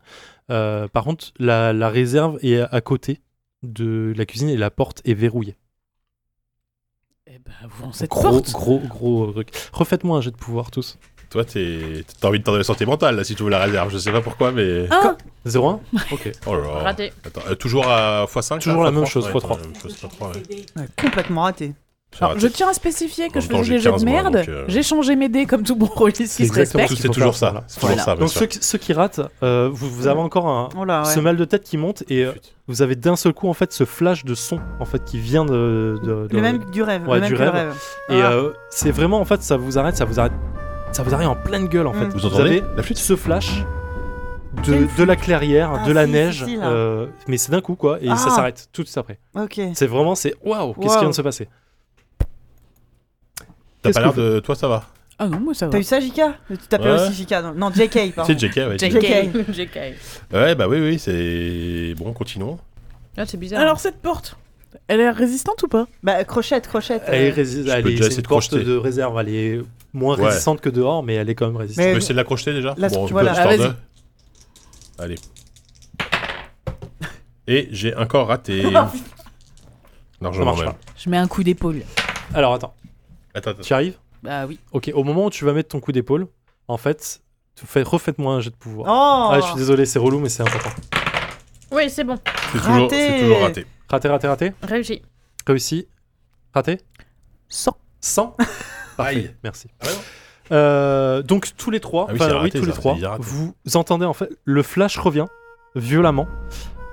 Speaker 3: Euh, par contre, la, la réserve est à côté de la cuisine et la porte est verrouillée.
Speaker 2: Eh ben, ouvrons cette
Speaker 3: gros,
Speaker 2: porte.
Speaker 3: gros, gros truc. Refaites-moi un jet de pouvoir tous.
Speaker 4: Toi, t'es, t'as envie de tenter la santé mentale là, si tu veux la réserve. Je sais pas pourquoi, mais.
Speaker 2: Ah.
Speaker 3: 0-1 Ok.
Speaker 4: Oh là là.
Speaker 5: raté.
Speaker 4: Attends, euh, toujours à x5
Speaker 3: Toujours la même chose, fois trois.
Speaker 1: Ouais, complètement raté.
Speaker 2: Alors, je tiens à spécifier
Speaker 4: En
Speaker 2: que je
Speaker 4: même temps,
Speaker 2: faisais
Speaker 4: j'ai
Speaker 2: des jeux de
Speaker 4: 15, moi,
Speaker 2: merde.
Speaker 4: donc, euh,
Speaker 2: J'ai changé mes dés comme tout bon rôliste qui se
Speaker 3: exactement
Speaker 2: respecte.
Speaker 3: ce
Speaker 4: C'est
Speaker 3: qu'il faut
Speaker 4: toujours
Speaker 3: faire,
Speaker 4: ça.
Speaker 3: voilà.
Speaker 4: C'est toujours
Speaker 1: Voilà.
Speaker 4: Ah, bah, ça, bien
Speaker 3: Donc
Speaker 4: sûr.
Speaker 3: ceux, qui- ceux qui ratent, euh, vous, vous avez encore un,
Speaker 1: Oh là, ouais.
Speaker 3: ce mal de tête qui monte et euh,
Speaker 4: Chut.
Speaker 3: vous avez d'un seul coup en fait ce flash de son en fait qui vient de, de- de-
Speaker 1: Le même que du rêve.
Speaker 3: Ouais,
Speaker 1: le même
Speaker 3: du
Speaker 1: que le
Speaker 3: rêve.
Speaker 1: rêve.
Speaker 3: Et
Speaker 1: Ah.
Speaker 3: euh, c'est vraiment en fait ça vous arrête, ça vous arrête, ça vous arrive en pleine gueule en fait.
Speaker 1: Mm.
Speaker 4: Vous entendez
Speaker 3: avez
Speaker 4: la flûte
Speaker 3: ce flash de,
Speaker 1: Quelle
Speaker 3: de la
Speaker 1: flûte
Speaker 3: clairière,
Speaker 1: Ah,
Speaker 3: de la
Speaker 1: si, si,
Speaker 3: neige,
Speaker 1: si, là.
Speaker 3: euh, mais c'est d'un coup quoi et ça
Speaker 1: Ah.
Speaker 3: s'arrête tout de suite après.
Speaker 1: Ok.
Speaker 3: C'est vraiment c'est waouh, qu'est-ce qui
Speaker 1: Waouh.
Speaker 3: vient de se passer
Speaker 4: T'as
Speaker 3: Qu'est-ce
Speaker 4: pas
Speaker 3: que
Speaker 4: l'air
Speaker 3: vous-
Speaker 4: de. Toi, ça va.
Speaker 2: Ah non, moi ça va.
Speaker 1: T'as eu ça, Jika Tu t'appelles
Speaker 4: Ouais.
Speaker 1: aussi Jika Non, non, JK, pardon.
Speaker 4: C'est JK, ouais.
Speaker 1: JK.
Speaker 5: JK. JK.
Speaker 4: Ouais, bah oui, oui, c'est. Bon, continuons.
Speaker 5: Ah, c'est bizarre.
Speaker 2: Alors cette porte, elle est résistante ou pas
Speaker 1: Bah, crochette, crochette.
Speaker 3: Elle est,
Speaker 1: euh.
Speaker 3: rési-
Speaker 4: peux
Speaker 3: elle
Speaker 4: déjà
Speaker 3: est-
Speaker 4: essayer
Speaker 3: c'est
Speaker 4: de
Speaker 3: une porte
Speaker 4: crocheter.
Speaker 3: de réserve, elle est moins
Speaker 4: Ouais.
Speaker 3: résistante que dehors, mais elle est quand même résistante.
Speaker 4: On
Speaker 1: Mais-
Speaker 4: peut essayer de l'accrocher déjà
Speaker 1: La-
Speaker 4: Bon, on peut,
Speaker 1: voilà.
Speaker 4: histoire
Speaker 2: Ah,
Speaker 4: de-
Speaker 2: vas-y.
Speaker 4: Allez. Et j'ai encore raté.
Speaker 2: Oh,
Speaker 3: Ça
Speaker 4: Largement
Speaker 3: marche
Speaker 4: même.
Speaker 3: pas.
Speaker 2: Je mets un coup d'épaule.
Speaker 3: Alors attends,
Speaker 4: Attends, attends.
Speaker 3: tu y arrives
Speaker 2: Bah oui.
Speaker 3: Ok, au moment où tu vas mettre ton coup d'épaule, en fait, tu fais- refaites-moi un jet de pouvoir.
Speaker 1: Oh
Speaker 3: Ah, je suis désolé, c'est relou, mais c'est important.
Speaker 5: Oui, c'est bon.
Speaker 4: C'est toujours,
Speaker 1: Raté.
Speaker 4: c'est toujours raté.
Speaker 3: Raté, raté, raté.
Speaker 5: Réussi.
Speaker 3: Réussi. Raté.
Speaker 2: 100.
Speaker 3: 100.
Speaker 4: Aïe.
Speaker 3: Merci.
Speaker 4: Ah ouais, non
Speaker 3: Euh, donc tous les trois,
Speaker 4: Ah oui,
Speaker 3: enfin,
Speaker 4: c'est
Speaker 3: oui,
Speaker 4: raté,
Speaker 3: tous les
Speaker 4: ça,
Speaker 3: trois,
Speaker 4: c'est raté.
Speaker 3: vous entendez en fait le flash revient violemment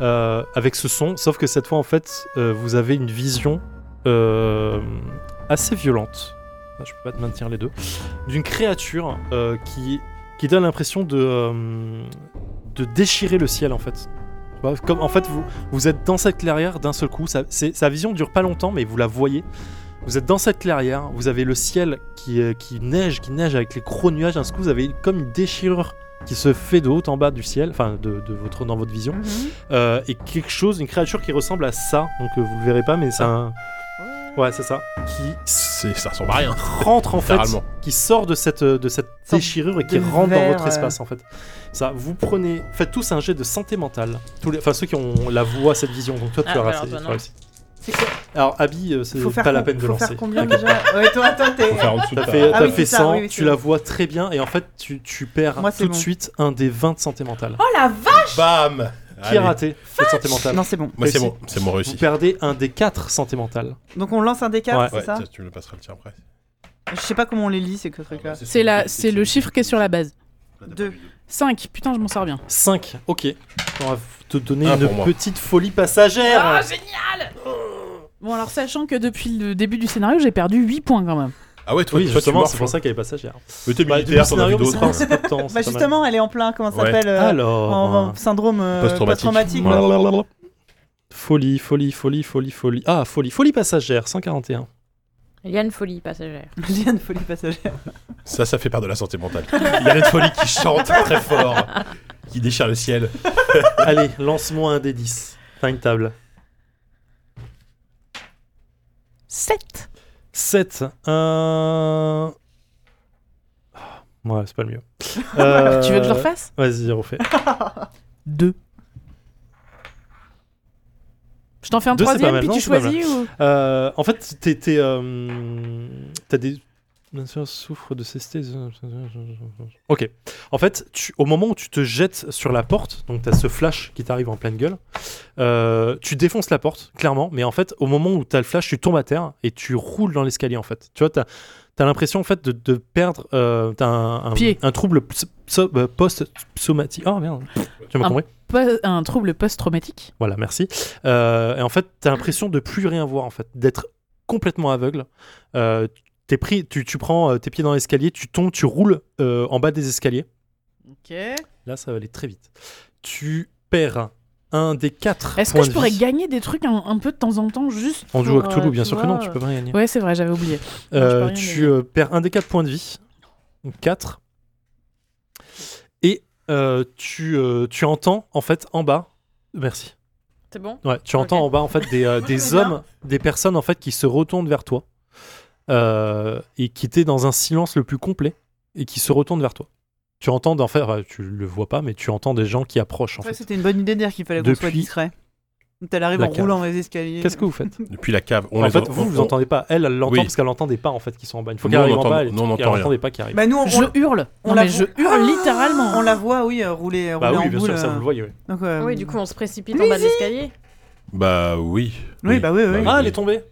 Speaker 3: euh, avec ce son, sauf que cette fois en fait euh, vous avez une vision euh, assez violente. Ah, Je peux pas te maintenir les deux. D'une créature euh, qui qui donne l'impression de euh, de déchirer le ciel en fait. Tu vois, Comme en fait vous vous êtes dans cette clairière d'un seul coup. Ça- c'est- sa vision dure pas longtemps, mais vous la voyez. Vous êtes dans cette clairière, vous avez le ciel qui, euh, qui neige, qui neige avec les gros nuages. D'un seul coup, vous avez comme une déchirure qui se fait de haut en bas du ciel, enfin de, de votre, dans votre vision.
Speaker 1: Mhm.
Speaker 3: Euh, et quelque chose, une créature qui ressemble à ça, donc euh, vous le verrez pas, mais c'est un. Ouais, c'est ça. Qui
Speaker 4: C'est, ça ressemble à rien.
Speaker 3: rentre en fait,
Speaker 4: Littéralement.
Speaker 3: qui sort de cette, euh, de cette
Speaker 1: Sorte
Speaker 3: déchirure et qui
Speaker 1: de
Speaker 3: rentre dans
Speaker 1: verre,
Speaker 3: votre
Speaker 1: euh.
Speaker 3: espace en fait. Ça, vous prenez, faites tous un jet de santé mentale. Tous les, enfin ceux qui ont la voix, cette vision. Donc toi, tu
Speaker 5: Ah,
Speaker 3: as
Speaker 5: alors,
Speaker 3: réussi.
Speaker 5: toi,
Speaker 3: tu as
Speaker 5: non.
Speaker 3: réussi.
Speaker 1: C'est quoi
Speaker 3: Alors Abby, euh, c'est
Speaker 1: Faut faire
Speaker 3: pas la
Speaker 1: com-
Speaker 3: peine de
Speaker 1: faut
Speaker 3: lancer.
Speaker 1: faire combien déjà Ouais, toi, toi, t'es.
Speaker 4: Faut faire en dessous de
Speaker 3: T'as
Speaker 4: ça.
Speaker 3: fait,
Speaker 1: Ah
Speaker 3: t'as
Speaker 1: oui,
Speaker 3: fait
Speaker 1: c'est ça,
Speaker 3: 100,
Speaker 1: oui, oui,
Speaker 3: tu
Speaker 1: c'est
Speaker 3: la
Speaker 1: bon.
Speaker 3: vois très bien et en fait tu, tu perds
Speaker 1: Moi, c'est
Speaker 3: tout de
Speaker 1: bon.
Speaker 3: suite un des 20 de santé mentale.
Speaker 1: Ah,
Speaker 5: Oh la vache
Speaker 4: Bam
Speaker 3: Qui
Speaker 4: Allez.
Speaker 3: a raté cette santé mentale
Speaker 1: Non, c'est bon.
Speaker 4: Moi,
Speaker 3: Réussi.
Speaker 4: c'est bon, c'est bon
Speaker 3: Vous
Speaker 4: réussi.
Speaker 3: perdez un des 4 santé mentale.
Speaker 1: Donc on lance un d
Speaker 3: Ouais.
Speaker 1: c'est
Speaker 4: Ouais,
Speaker 1: ça
Speaker 4: tiens, tu me passeras le tien après.
Speaker 1: Je sais pas comment on les lit, c'est que truc là.
Speaker 2: C'est la, c'est le chiffre qui est sur la base.
Speaker 1: Deux.
Speaker 2: 5. Putain, je m'en sors bien.
Speaker 3: 5, ok. On va te donner
Speaker 4: Un
Speaker 3: une
Speaker 4: pour moi.
Speaker 3: petite folie passagère.
Speaker 1: Ah,
Speaker 2: Bon alors sachant que depuis le début du scénario, j'ai perdu 8 points quand même.
Speaker 4: Ah ouais, toi,
Speaker 3: oui,
Speaker 4: toi tu
Speaker 3: justement,
Speaker 4: morfles.
Speaker 3: c'est pour ça qu'elle est passagère.
Speaker 4: Mais t'es
Speaker 3: Bah,
Speaker 4: militaire,
Speaker 3: du
Speaker 4: t'en as
Speaker 3: scénario,
Speaker 4: vu
Speaker 3: c'est pas-
Speaker 4: d'autres.
Speaker 3: c'est pas tant, c'est
Speaker 1: Bah
Speaker 3: pas mal.
Speaker 1: justement, elle est en plein, comment ça
Speaker 4: Ouais.
Speaker 1: s'appelle euh, en,
Speaker 3: Alors,
Speaker 1: en syndrome euh,
Speaker 4: Post-traumatique.
Speaker 1: post-traumatique. là.
Speaker 4: Blablabla.
Speaker 3: folie, folie, folie, folie, folie. Ah, folie, folie passagère, 141.
Speaker 5: Il y a une folie passagère.
Speaker 1: Liane folie passagère.
Speaker 4: Ça, ça fait part de la santé mentale. Il y a une folie qui chante très fort, qui déchire le ciel.
Speaker 3: Allez, lance-moi un des 10. Timetable.
Speaker 2: 7.
Speaker 3: 7, 1. Ah, Ouais, c'est pas le mieux. Euh,
Speaker 2: Tu veux que je le refasse
Speaker 3: Vas-y, refais.
Speaker 2: 2. Je t'en fais un
Speaker 3: Deux, c'est pas
Speaker 2: troisième
Speaker 3: mal,
Speaker 2: puis
Speaker 3: non,
Speaker 2: tu
Speaker 3: c'est pas mal.
Speaker 2: choisis ou
Speaker 3: Euh, en fait, t'es, t'es, euh, t'as des, Bien sûr, souffre de cesté. Ok. En fait, tu- au moment où tu te jettes sur la porte, donc tu as ce flash qui t'arrive en pleine gueule, euh, tu défonces la porte, clairement, mais en fait, au moment où tu as le flash, tu tombes à terre et tu roules dans l'escalier, en fait. Tu vois, tu as, l'impression, en fait, de, de perdre. euh, t'as un, un-
Speaker 2: Pied.
Speaker 3: un trouble ps- pso- euh, post-psomatique. Oh merde, tu m'as
Speaker 2: Un-
Speaker 3: compris.
Speaker 2: Pas- euh, un trouble post-traumatique.
Speaker 3: Voilà, merci. Euh, et en fait, t'as l'impression de plus rien voir, en fait, d'être complètement aveugle. Euh, t'es pris, tu, tu prends euh, tes pieds dans l'escalier, tu tombes, tu roules euh, en bas des escaliers.
Speaker 2: Ok.
Speaker 3: Là, ça va aller très vite. Tu perds un des quatre.
Speaker 2: Est-ce que
Speaker 3: points
Speaker 2: je
Speaker 3: de
Speaker 2: pourrais
Speaker 3: vie.
Speaker 2: gagner des trucs un, un peu de temps en temps juste
Speaker 3: On joue
Speaker 2: pour,
Speaker 3: à Cthulhu,
Speaker 2: euh,
Speaker 3: bien
Speaker 2: tu
Speaker 3: sûr que non,
Speaker 2: vois,
Speaker 3: tu peux pas gagner.
Speaker 2: Ouais, c'est vrai, j'avais oublié. non,
Speaker 3: Euh,
Speaker 2: je peux rien
Speaker 3: tu
Speaker 2: gagner.
Speaker 3: euh, perds un des quatre points de vie. 4. Et euh, tu, euh, tu entends, en fait, en bas. Merci.
Speaker 5: C'est bon
Speaker 3: Ouais, tu entends
Speaker 5: Ok.
Speaker 3: en bas en fait des, euh, des
Speaker 1: j'aimais bien.
Speaker 3: hommes, des personnes en fait qui se retournent vers toi euh, et qui étaient dans un silence le plus complet et qui se retournent vers toi. Tu entends d'en faire, euh, tu le vois pas, mais tu entends des gens qui approchent en
Speaker 1: Ouais,
Speaker 3: fait.
Speaker 1: C'était une bonne idée de dire qu'il fallait qu'on soit
Speaker 3: Depuis-
Speaker 1: discret. Donc, Elle arrive
Speaker 3: La
Speaker 1: en
Speaker 3: cave.
Speaker 1: roulant dans les escaliers.
Speaker 3: Qu'est-ce que vous faites
Speaker 4: Depuis la cave. On
Speaker 3: En
Speaker 4: les
Speaker 3: fait,
Speaker 4: en-
Speaker 3: vous
Speaker 4: on-
Speaker 3: vous entendez pas. Elle, elle l'entend
Speaker 4: Oui.
Speaker 3: parce qu'elle entend des pas en fait qui sont en bas. Une fois
Speaker 4: Nous,
Speaker 3: qu'elle
Speaker 4: on
Speaker 3: arrive en
Speaker 4: entend-
Speaker 3: bas, elle,
Speaker 4: nous, on
Speaker 3: elle
Speaker 4: entend rien.
Speaker 3: entendait pas qui arrive.
Speaker 1: Bah nous, on,
Speaker 2: Je hurle.
Speaker 1: on
Speaker 2: non,
Speaker 1: la
Speaker 2: mais je
Speaker 1: voit-
Speaker 3: Ah,
Speaker 2: hurle littéralement.
Speaker 1: on la voit, oui, euh, rouler,
Speaker 3: bah
Speaker 1: rouler
Speaker 3: oui,
Speaker 1: en
Speaker 3: bien
Speaker 1: boule.
Speaker 3: sûr, ça
Speaker 1: euh.
Speaker 3: vous le voyez. oui.
Speaker 1: Donc, euh,
Speaker 5: Oui, du coup, on se précipite en bas de l'escalier.
Speaker 4: Bah oui.
Speaker 1: Oui, bah oui, oui.
Speaker 3: Ah, elle est tombée.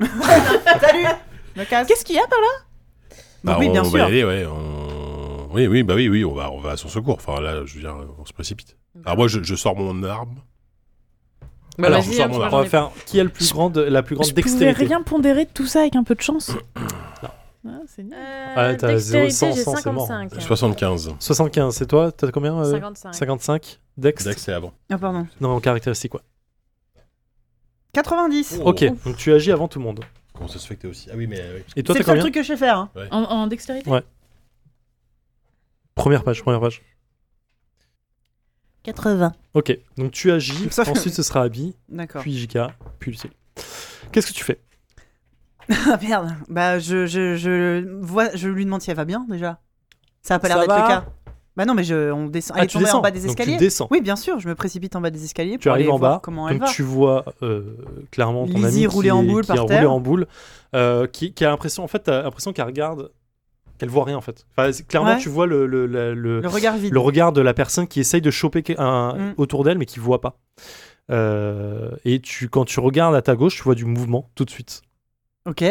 Speaker 1: Salut Me casse.
Speaker 2: Qu'est-ce qu'il y a par là
Speaker 4: Bah,
Speaker 1: Oui,
Speaker 4: on,
Speaker 1: bien
Speaker 4: on
Speaker 1: sûr.
Speaker 4: va y aller, ouais. on- Oui, oui, bah oui, oui, on va, on va à son secours. Enfin, là, je veux dire, on se précipite. Alors, moi, je, je sors mon arme.
Speaker 5: Bah,
Speaker 4: Alors,
Speaker 5: vas-y,
Speaker 4: je sors
Speaker 5: hein,
Speaker 4: mon
Speaker 5: parce
Speaker 4: arme.
Speaker 5: que j'en
Speaker 3: On
Speaker 5: ai
Speaker 3: va faire qui a le plus
Speaker 2: Je-
Speaker 3: grande, la plus grande
Speaker 2: Je pouvais
Speaker 3: dextérité.
Speaker 2: rien pondérer de tout ça avec un peu de chance. c'est nul.
Speaker 5: Euh,
Speaker 3: Ah, t'as
Speaker 5: dextérité,
Speaker 3: 0,
Speaker 5: j'ai
Speaker 3: 100, c'est mort.
Speaker 5: 55.
Speaker 4: 75.
Speaker 3: 75, c'est toi T'as combien euh,
Speaker 5: 55.
Speaker 3: 55 Dex
Speaker 4: Dax, c'est avant.
Speaker 1: Ah, pardon.
Speaker 3: Non, en caractéristique quoi.
Speaker 1: 90
Speaker 4: Oh.
Speaker 3: Ok, donc tu agis avant tout le monde.
Speaker 4: Comment ça se fait que t'es aussi Ah oui, mais. euh, oui.
Speaker 3: Et
Speaker 1: C'est
Speaker 3: toi, t'as
Speaker 1: le seul
Speaker 3: combien
Speaker 1: truc que je sais faire. hein.
Speaker 2: En, en dextérité
Speaker 3: Première page, première page.
Speaker 2: 80.
Speaker 3: Ok, donc tu agis,
Speaker 1: Ça fait-
Speaker 3: ensuite ce sera Abby,
Speaker 1: D'accord.
Speaker 3: puis JK, puis Lucille. Qu'est-ce que tu fais
Speaker 1: Ah merde. Bah je je je vois, je lui demande si elle va bien déjà. Ça a pas l'air
Speaker 3: Ça
Speaker 1: d'être le
Speaker 3: va Ah,
Speaker 1: cas. Bah non mais je on descend. Elle est
Speaker 3: tu
Speaker 1: tombée
Speaker 3: descends.
Speaker 1: en bas des
Speaker 3: Donc
Speaker 1: escaliers.
Speaker 3: tu descends.
Speaker 1: Oui bien sûr, je me précipite en bas des escaliers.
Speaker 3: Tu
Speaker 1: pour
Speaker 3: arrives
Speaker 1: aller
Speaker 3: en
Speaker 1: voir
Speaker 3: bas,
Speaker 1: Comment elle
Speaker 3: donc
Speaker 1: va
Speaker 3: tu vois euh, clairement ton
Speaker 1: Lizzie
Speaker 3: ami
Speaker 1: roulée
Speaker 3: qui,
Speaker 1: en
Speaker 3: est-
Speaker 1: boule
Speaker 3: qui
Speaker 1: par
Speaker 3: a roulé
Speaker 1: terre.
Speaker 3: en boule, euh, qui, qui a l'impression, en fait, t'as l'impression qu'elle regarde, qu'elle voit rien en fait. Enfin, c'est- clairement,
Speaker 1: Ouais.
Speaker 3: tu vois le, le, la- le-
Speaker 1: Le regard vide.
Speaker 3: euh, le regard de la personne qui essaye de choper que- un,
Speaker 1: Mm.
Speaker 3: autour d'elle mais qui voit pas. Euh, et tu, quand tu regardes à ta gauche, tu vois du mouvement tout de suite.
Speaker 1: Ok.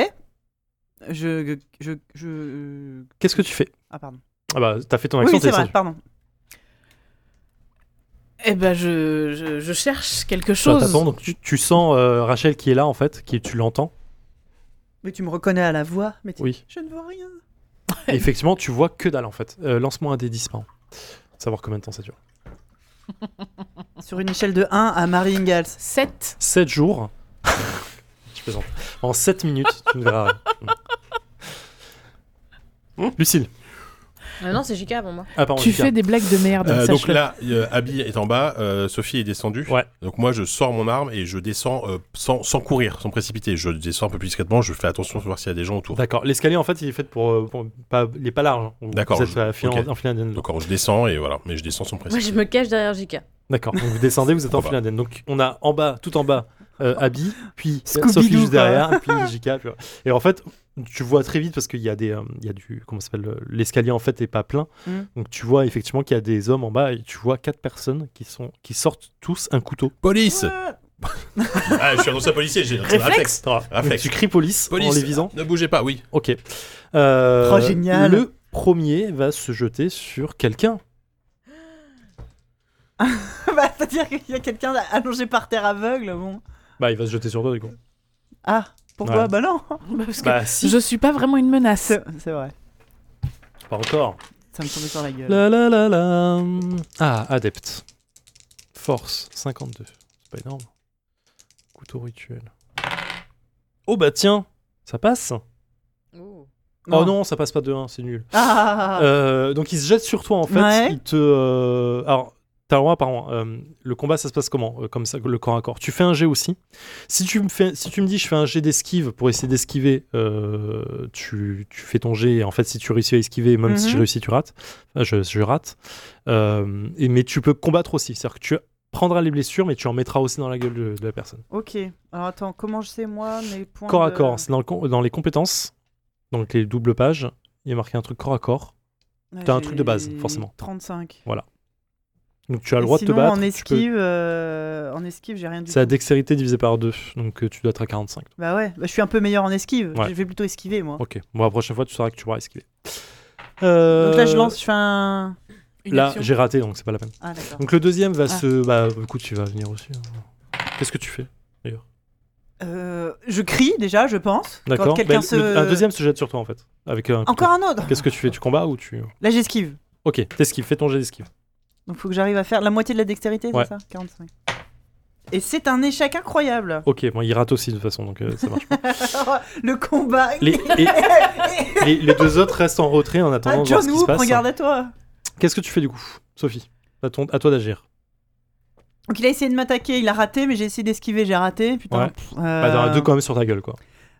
Speaker 1: Je je je.
Speaker 3: Qu'est-ce que tu fais
Speaker 1: Ah pardon.
Speaker 3: Ah bah, t'as fait ton
Speaker 1: oui
Speaker 3: action,
Speaker 1: oui, c'est
Speaker 3: t'es
Speaker 1: vrai.
Speaker 3: descendu.
Speaker 1: Pardon.
Speaker 2: Eh ben, je, je, je cherche quelque
Speaker 3: Tu vas
Speaker 2: chose.
Speaker 3: t'attendre, Bah, donc tu, tu sens euh, Rachel qui est là en fait, qui tu l'entends.
Speaker 1: Mais tu me reconnais à la voix. Mais tu-
Speaker 3: Oui.
Speaker 1: Je ne vois rien.
Speaker 3: Et effectivement, tu vois que dalle en fait. Euh, Lance-moi un des 10 par an. Savoir combien de temps ça dure.
Speaker 1: Sur une échelle de 1 à Marie Ingalls.
Speaker 2: 7.
Speaker 3: 7 jours. je plaisante. En 7 minutes, tu ne verras rien.
Speaker 4: Hmm.
Speaker 3: Mm. Lucille.
Speaker 5: Ah non, c'est JK avant moi.
Speaker 3: Ah, pardon,
Speaker 2: Tu
Speaker 3: Lucas.
Speaker 2: fais des blagues de
Speaker 3: Ah bah,
Speaker 2: merde.
Speaker 4: Euh, donc
Speaker 2: sache-le.
Speaker 4: là, euh, Abby est en bas, euh, Sophie est descendue.
Speaker 3: Ouais.
Speaker 4: Donc moi, je sors mon arme et je descends euh, sans, sans courir, sans précipiter. Je descends un peu plus discrètement, je fais attention pour voir s'il y a des gens autour.
Speaker 3: D'accord. L'escalier en fait, il est fait pour. euh, pour- pas, il est pas large. hein. Vous
Speaker 4: D'accord,
Speaker 3: êtes
Speaker 4: je-
Speaker 3: à fil-
Speaker 4: ok.
Speaker 3: en file indienne.
Speaker 4: Donc alors, je descends et voilà, mais je descends sans
Speaker 5: Moi, je
Speaker 4: précipiter.
Speaker 5: me cache derrière JK.
Speaker 3: D'accord. Donc vous descendez, vous êtes en
Speaker 4: Faut pas.
Speaker 3: file indienne. Donc on a en bas, tout en bas, euh, Abby, puis
Speaker 1: Scooby-Doo,
Speaker 3: Sophie juste
Speaker 1: quoi.
Speaker 3: derrière, puis Jika. puis voilà. Et en fait, tu vois très vite parce qu'il y a des, euh, il y a du, comment ça s'appelle, euh, l'escalier en fait est pas plein.
Speaker 1: Mm.
Speaker 3: Donc tu vois effectivement qu'il y a des hommes en bas et tu vois quatre personnes qui sont, qui sortent tous un couteau.
Speaker 4: Police
Speaker 1: Ah,
Speaker 4: Ah, je suis annoncé policier, j'ai c'est un réflexe.
Speaker 3: Donc,
Speaker 4: Réflexe.
Speaker 3: tu cries police, en
Speaker 4: Police,
Speaker 3: les visant.
Speaker 4: ne bougez pas, oui.
Speaker 3: Ok. Euh,
Speaker 1: Oh, génial.
Speaker 3: Le premier va se jeter sur quelqu'un.
Speaker 1: bah, C'est-à-dire qu'il y a quelqu'un allongé par terre aveugle. Bon.
Speaker 3: Bah il va se jeter sur toi du coup.
Speaker 1: Ah. Pourquoi
Speaker 3: Ouais.
Speaker 1: Bah non.
Speaker 2: Bah, parce que
Speaker 3: Bah si.
Speaker 2: je suis pas vraiment une menace.
Speaker 1: C'est c'est vrai.
Speaker 3: Pas encore.
Speaker 1: Ça me tombait sur la gueule.
Speaker 3: La la la la. Ah, adepte. Force 52. C'est pas énorme. Couteau rituel. Oh bah tiens, ça passe. Oh non, ça passe pas de 1, c'est nul.
Speaker 1: Ah.
Speaker 3: Euh, donc il se jette sur toi en fait.
Speaker 1: Ouais.
Speaker 3: Il te. euh, Alors, t'as le droit, pardon. euh, le combat, ça se passe comment Euh, Comme ça, le corps à corps. Tu fais un jet aussi. Si tu me fais, si tu me dis, je fais un jet d'esquive pour essayer d'esquiver, euh, tu, tu fais ton jet. Et en fait, si tu réussis à esquiver, même si
Speaker 1: Mhm.
Speaker 3: je réussis, tu rates. Enfin, je, je rate. Euh, et, mais tu peux combattre aussi. C'est-à-dire que tu prendras les blessures, mais tu en mettras aussi dans la gueule de, de la personne.
Speaker 1: Ok. Alors attends, comment je sais moi mes points
Speaker 3: corps à
Speaker 1: de-
Speaker 3: corps, c'est dans, le com- dans les compétences. donc les doubles pages, il y a marqué un truc corps à corps.
Speaker 1: Ouais,
Speaker 3: T'as un truc de
Speaker 1: j'ai
Speaker 3: base, forcément.
Speaker 1: 35.
Speaker 3: Donc tu as le droit
Speaker 1: Sinon,
Speaker 3: de te battre.
Speaker 1: En
Speaker 3: tu
Speaker 1: esquive, euh, en esquive, j'ai rien
Speaker 3: peux-
Speaker 1: du
Speaker 3: C'est la
Speaker 1: tout.
Speaker 3: dextérité divisée par 2, donc euh, tu dois être à 45.
Speaker 1: Bah ouais, bah, je suis un peu meilleur en esquive.
Speaker 3: Ouais.
Speaker 1: Je vais plutôt esquiver moi.
Speaker 3: Ok, bon, la prochaine fois, tu sauras que tu pourras esquiver. Euh,
Speaker 1: Donc là, je lance, je fais un.
Speaker 2: Une
Speaker 3: Là,
Speaker 2: action.
Speaker 3: j'ai raté, donc c'est pas la peine.
Speaker 1: Ah d'accord.
Speaker 3: Donc le deuxième va
Speaker 1: Ah.
Speaker 3: se. Bah écoute, tu vas venir aussi. hein. Qu'est-ce que tu fais
Speaker 1: Euh, je crie déjà, je pense. Quand
Speaker 3: D'accord
Speaker 1: quelqu'un
Speaker 3: Ben,
Speaker 1: se.
Speaker 3: le- Un deuxième se jette sur toi en fait. Avec un
Speaker 1: Encore un autre.
Speaker 3: Qu'est-ce que tu fais Tu combats ou tu.
Speaker 1: Là, j'esquive.
Speaker 3: Ok, t'esquives, fais ton jet d'esquive.
Speaker 1: Donc faut que j'arrive à faire la moitié de la dextérité,
Speaker 3: Ouais.
Speaker 1: c'est ça 45. Et c'est un échec incroyable.
Speaker 3: Ok, bon, il rate aussi de toute façon, donc euh, ça marche pas.
Speaker 1: le combat.
Speaker 3: Les, et- les- les deux autres restent en retrait en
Speaker 1: Ah,
Speaker 3: attendant de voir ce
Speaker 1: John
Speaker 3: qui se
Speaker 1: Whoop,
Speaker 3: passe.
Speaker 1: regarde à toi.
Speaker 3: Qu'est-ce que tu fais du coup, Sophie à, ton- à toi d'agir.
Speaker 1: Donc il a essayé de m'attaquer, il a raté, mais j'ai essayé d'esquiver, j'ai raté. Putain.
Speaker 3: Ouais.
Speaker 1: Pff,
Speaker 3: Bah, t'en as
Speaker 1: euh,
Speaker 3: deux quand même sur ta gueule, quoi.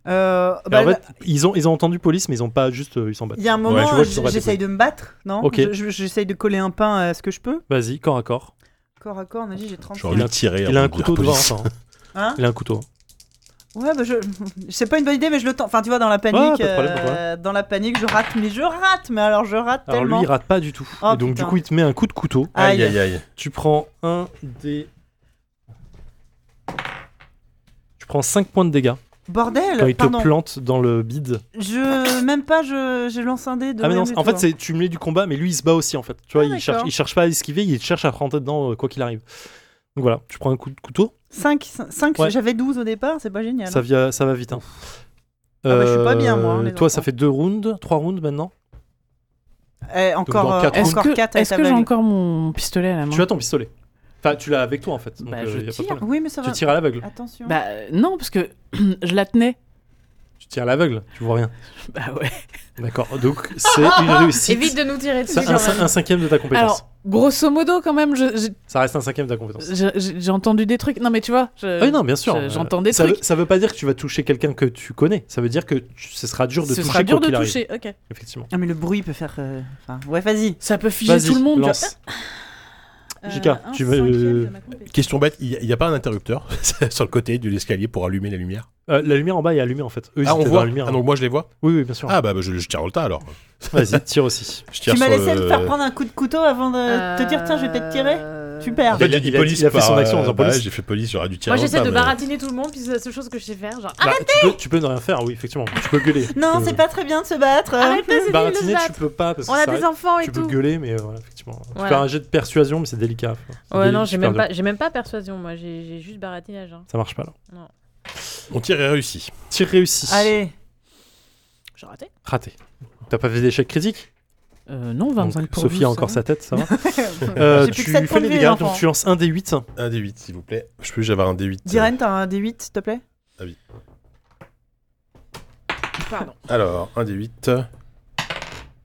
Speaker 1: euh,
Speaker 3: Et
Speaker 1: bah,
Speaker 3: en fait, ils ont, ils ont entendu police, mais ils ont pas juste. euh, ils s'en battent.
Speaker 1: Il y a un
Speaker 4: Ouais,
Speaker 1: moment,
Speaker 3: tu vois, je
Speaker 1: j-
Speaker 3: saurais
Speaker 1: j'essaye de me battre, non
Speaker 3: Ok.
Speaker 1: Je- je- J'essaye de coller un pain à ce que je peux.
Speaker 3: Vas-y, corps à corps.
Speaker 1: Corps à corps, on a dit j'ai 30
Speaker 4: J'ai envie
Speaker 3: a-
Speaker 4: de tirer.
Speaker 3: Il a
Speaker 4: avant
Speaker 3: un
Speaker 4: de dire
Speaker 3: couteau devant.
Speaker 4: police.
Speaker 3: enfin, hein.
Speaker 1: Hein
Speaker 3: Il a un couteau.
Speaker 1: Ouais, bah je. C'est pas une bonne idée, mais je le tente. Enfin, tu vois, dans la panique.
Speaker 3: pas de problème, pas de
Speaker 1: euh, dans la panique, je rate, mais je rate, mais alors je rate
Speaker 3: Alors lui,
Speaker 1: tellement.
Speaker 3: il rate pas du tout.
Speaker 1: Oh,
Speaker 3: Et donc
Speaker 1: putain.
Speaker 3: du coup, il te met un coup de couteau.
Speaker 1: Aïe.
Speaker 4: Aïe, aïe, aïe.
Speaker 3: Tu prends un des. Tu prends 5 points de dégâts quand
Speaker 1: Bordel,
Speaker 3: il
Speaker 1: Euh, pardon.
Speaker 3: te plante dans le bide.
Speaker 1: Je. Même pas, je, je lance un dé de.
Speaker 3: Ah mais non,
Speaker 1: même et
Speaker 3: en
Speaker 1: tout,
Speaker 3: fait
Speaker 1: hein.
Speaker 3: c'est tu mets du combat mais lui il se bat aussi en fait. Tu vois,
Speaker 1: Ah,
Speaker 3: il
Speaker 1: d'accord.
Speaker 3: cherche il cherche pas à esquiver, il cherche à rentrer dedans euh, quoi qu'il arrive. Donc voilà, tu prends un coup de couteau,
Speaker 1: Cinq- cin- cinq,
Speaker 3: Ouais.
Speaker 1: j'avais 12 au départ, c'est pas génial.
Speaker 3: ça via- ça va vite hein. Euh,
Speaker 1: bah, je suis pas bien, moi, hein, les
Speaker 3: toi, ça
Speaker 1: enfants.
Speaker 3: fait deux rounds, trois rounds maintenant.
Speaker 1: Eh, encore
Speaker 4: dans
Speaker 1: euh,
Speaker 4: quatre
Speaker 2: Est-ce
Speaker 1: encore
Speaker 2: que,
Speaker 1: quatre avec
Speaker 2: est-ce
Speaker 1: la
Speaker 2: que j'ai
Speaker 1: blague.
Speaker 2: encore mon pistolet à la main
Speaker 3: Tu as ton pistolet. Enfin, tu l'as avec toi en fait. Donc,
Speaker 2: Bah,
Speaker 3: euh,
Speaker 2: je
Speaker 3: y a pas de
Speaker 2: tire.
Speaker 3: problème.
Speaker 1: Oui, mais ça va.
Speaker 3: Tu tires à l'aveugle.
Speaker 1: Attention.
Speaker 2: Bah euh, non, parce que je la tenais.
Speaker 3: Tu tires à l'aveugle. Tu vois rien.
Speaker 2: Bah ouais.
Speaker 3: D'accord. Donc c'est une réussite.
Speaker 5: Évite de nous tirer dessus.
Speaker 3: C'est un,
Speaker 5: quand même.
Speaker 3: un cinquième de ta compétence.
Speaker 2: Alors, grosso modo, quand même, je- je-
Speaker 3: Ça reste un cinquième de ta compétence.
Speaker 2: je- je- j'ai entendu des trucs. Non, mais tu vois. je-
Speaker 3: Ah oui, non, bien sûr.
Speaker 2: je-
Speaker 3: Euh,
Speaker 2: J'entends des
Speaker 3: ça
Speaker 2: trucs.
Speaker 3: Veut, ça veut pas dire que tu vas toucher quelqu'un que tu connais. Ça veut dire que tu- ce sera dur de
Speaker 2: Ce
Speaker 3: toucher.
Speaker 2: sera dur de
Speaker 3: quoi qu'il arrive.
Speaker 2: toucher. Ok.
Speaker 3: Effectivement.
Speaker 1: Ah, mais le bruit peut faire. euh, enfin, ouais, vas-y.
Speaker 2: Ça peut figer
Speaker 3: Vas-y,
Speaker 2: tout le monde. tu vois.
Speaker 3: lance.
Speaker 1: Euh,
Speaker 3: JK, tu veux-
Speaker 4: Question bête, il n'y a, pas un interrupteur sur le côté de l'escalier pour allumer la lumière
Speaker 3: Euh, la lumière en bas est allumée en fait. Eux, ils
Speaker 4: Ah, on
Speaker 3: étaient dans
Speaker 4: voit
Speaker 3: La lumière,
Speaker 4: Ah, donc moi je les vois
Speaker 3: Oui, oui, bien sûr.
Speaker 4: Ah, bah, bah, je, je tire le tas alors.
Speaker 3: Vas-y, tire aussi.
Speaker 4: Je tire
Speaker 1: Tu m'as
Speaker 4: sur
Speaker 1: laissé
Speaker 4: le-
Speaker 1: me faire prendre un coup de couteau avant de te dire tiens, je vais peut-être tirer Super.
Speaker 4: En fait,
Speaker 3: Il a-
Speaker 4: dit
Speaker 3: il a-
Speaker 4: police
Speaker 3: il a fait
Speaker 4: par,
Speaker 3: son action en
Speaker 4: euh,
Speaker 3: disant
Speaker 4: bah,
Speaker 3: police.
Speaker 4: J'ai fait police, j'aurais dû tirer
Speaker 5: Moi
Speaker 4: le
Speaker 5: j'essaie
Speaker 4: tas,
Speaker 5: de
Speaker 4: mais-
Speaker 5: baratiner tout le monde, puis c'est la seule chose que je sais faire. Genre,
Speaker 3: Bah, tu, peux, tu peux ne rien faire, oui, effectivement. Tu peux gueuler.
Speaker 1: Non,
Speaker 3: Euh,
Speaker 1: c'est pas très bien de se battre.
Speaker 5: arrêtez, c'est nul de se
Speaker 3: bah, Baratiner, tu
Speaker 5: battre.
Speaker 3: peux pas parce que
Speaker 5: On
Speaker 3: ça
Speaker 5: a des
Speaker 3: reste-
Speaker 5: enfants et
Speaker 3: tu peux
Speaker 5: tout.
Speaker 3: gueuler, mais euh, voilà, effectivement. Tu peux
Speaker 5: Voilà.
Speaker 3: faire un jet de persuasion, mais c'est délicat. Enfin, c'est
Speaker 5: Ouais,
Speaker 3: dé-
Speaker 5: non, j'ai
Speaker 3: super
Speaker 5: même,
Speaker 3: dur.
Speaker 5: pas, j'ai même pas persuasion, moi, j'ai j'ai juste baratinage. hein.
Speaker 3: Ça marche pas là.
Speaker 4: Mon tir est réussi.
Speaker 3: Tir réussi.
Speaker 1: Allez.
Speaker 5: J'ai raté.
Speaker 3: Raté. T'as pas fait d'échec critique
Speaker 2: Euh, non, 25
Speaker 3: Donc,
Speaker 2: pour
Speaker 3: Sophie
Speaker 2: vous,
Speaker 3: a
Speaker 2: ça
Speaker 3: encore
Speaker 2: va.
Speaker 3: sa tête, ça va
Speaker 1: J'ai
Speaker 3: Euh,
Speaker 1: plus
Speaker 3: Tu
Speaker 1: que sept points de
Speaker 3: fais les
Speaker 1: vie, les
Speaker 3: dégâts,
Speaker 1: enfants.
Speaker 3: donc tu lances un des 8.
Speaker 4: Un D8, s'il vous plaît. Je peux j'avais un D8.
Speaker 1: Diren, t'as un D8, s'il te plaît
Speaker 4: Alors, un D8.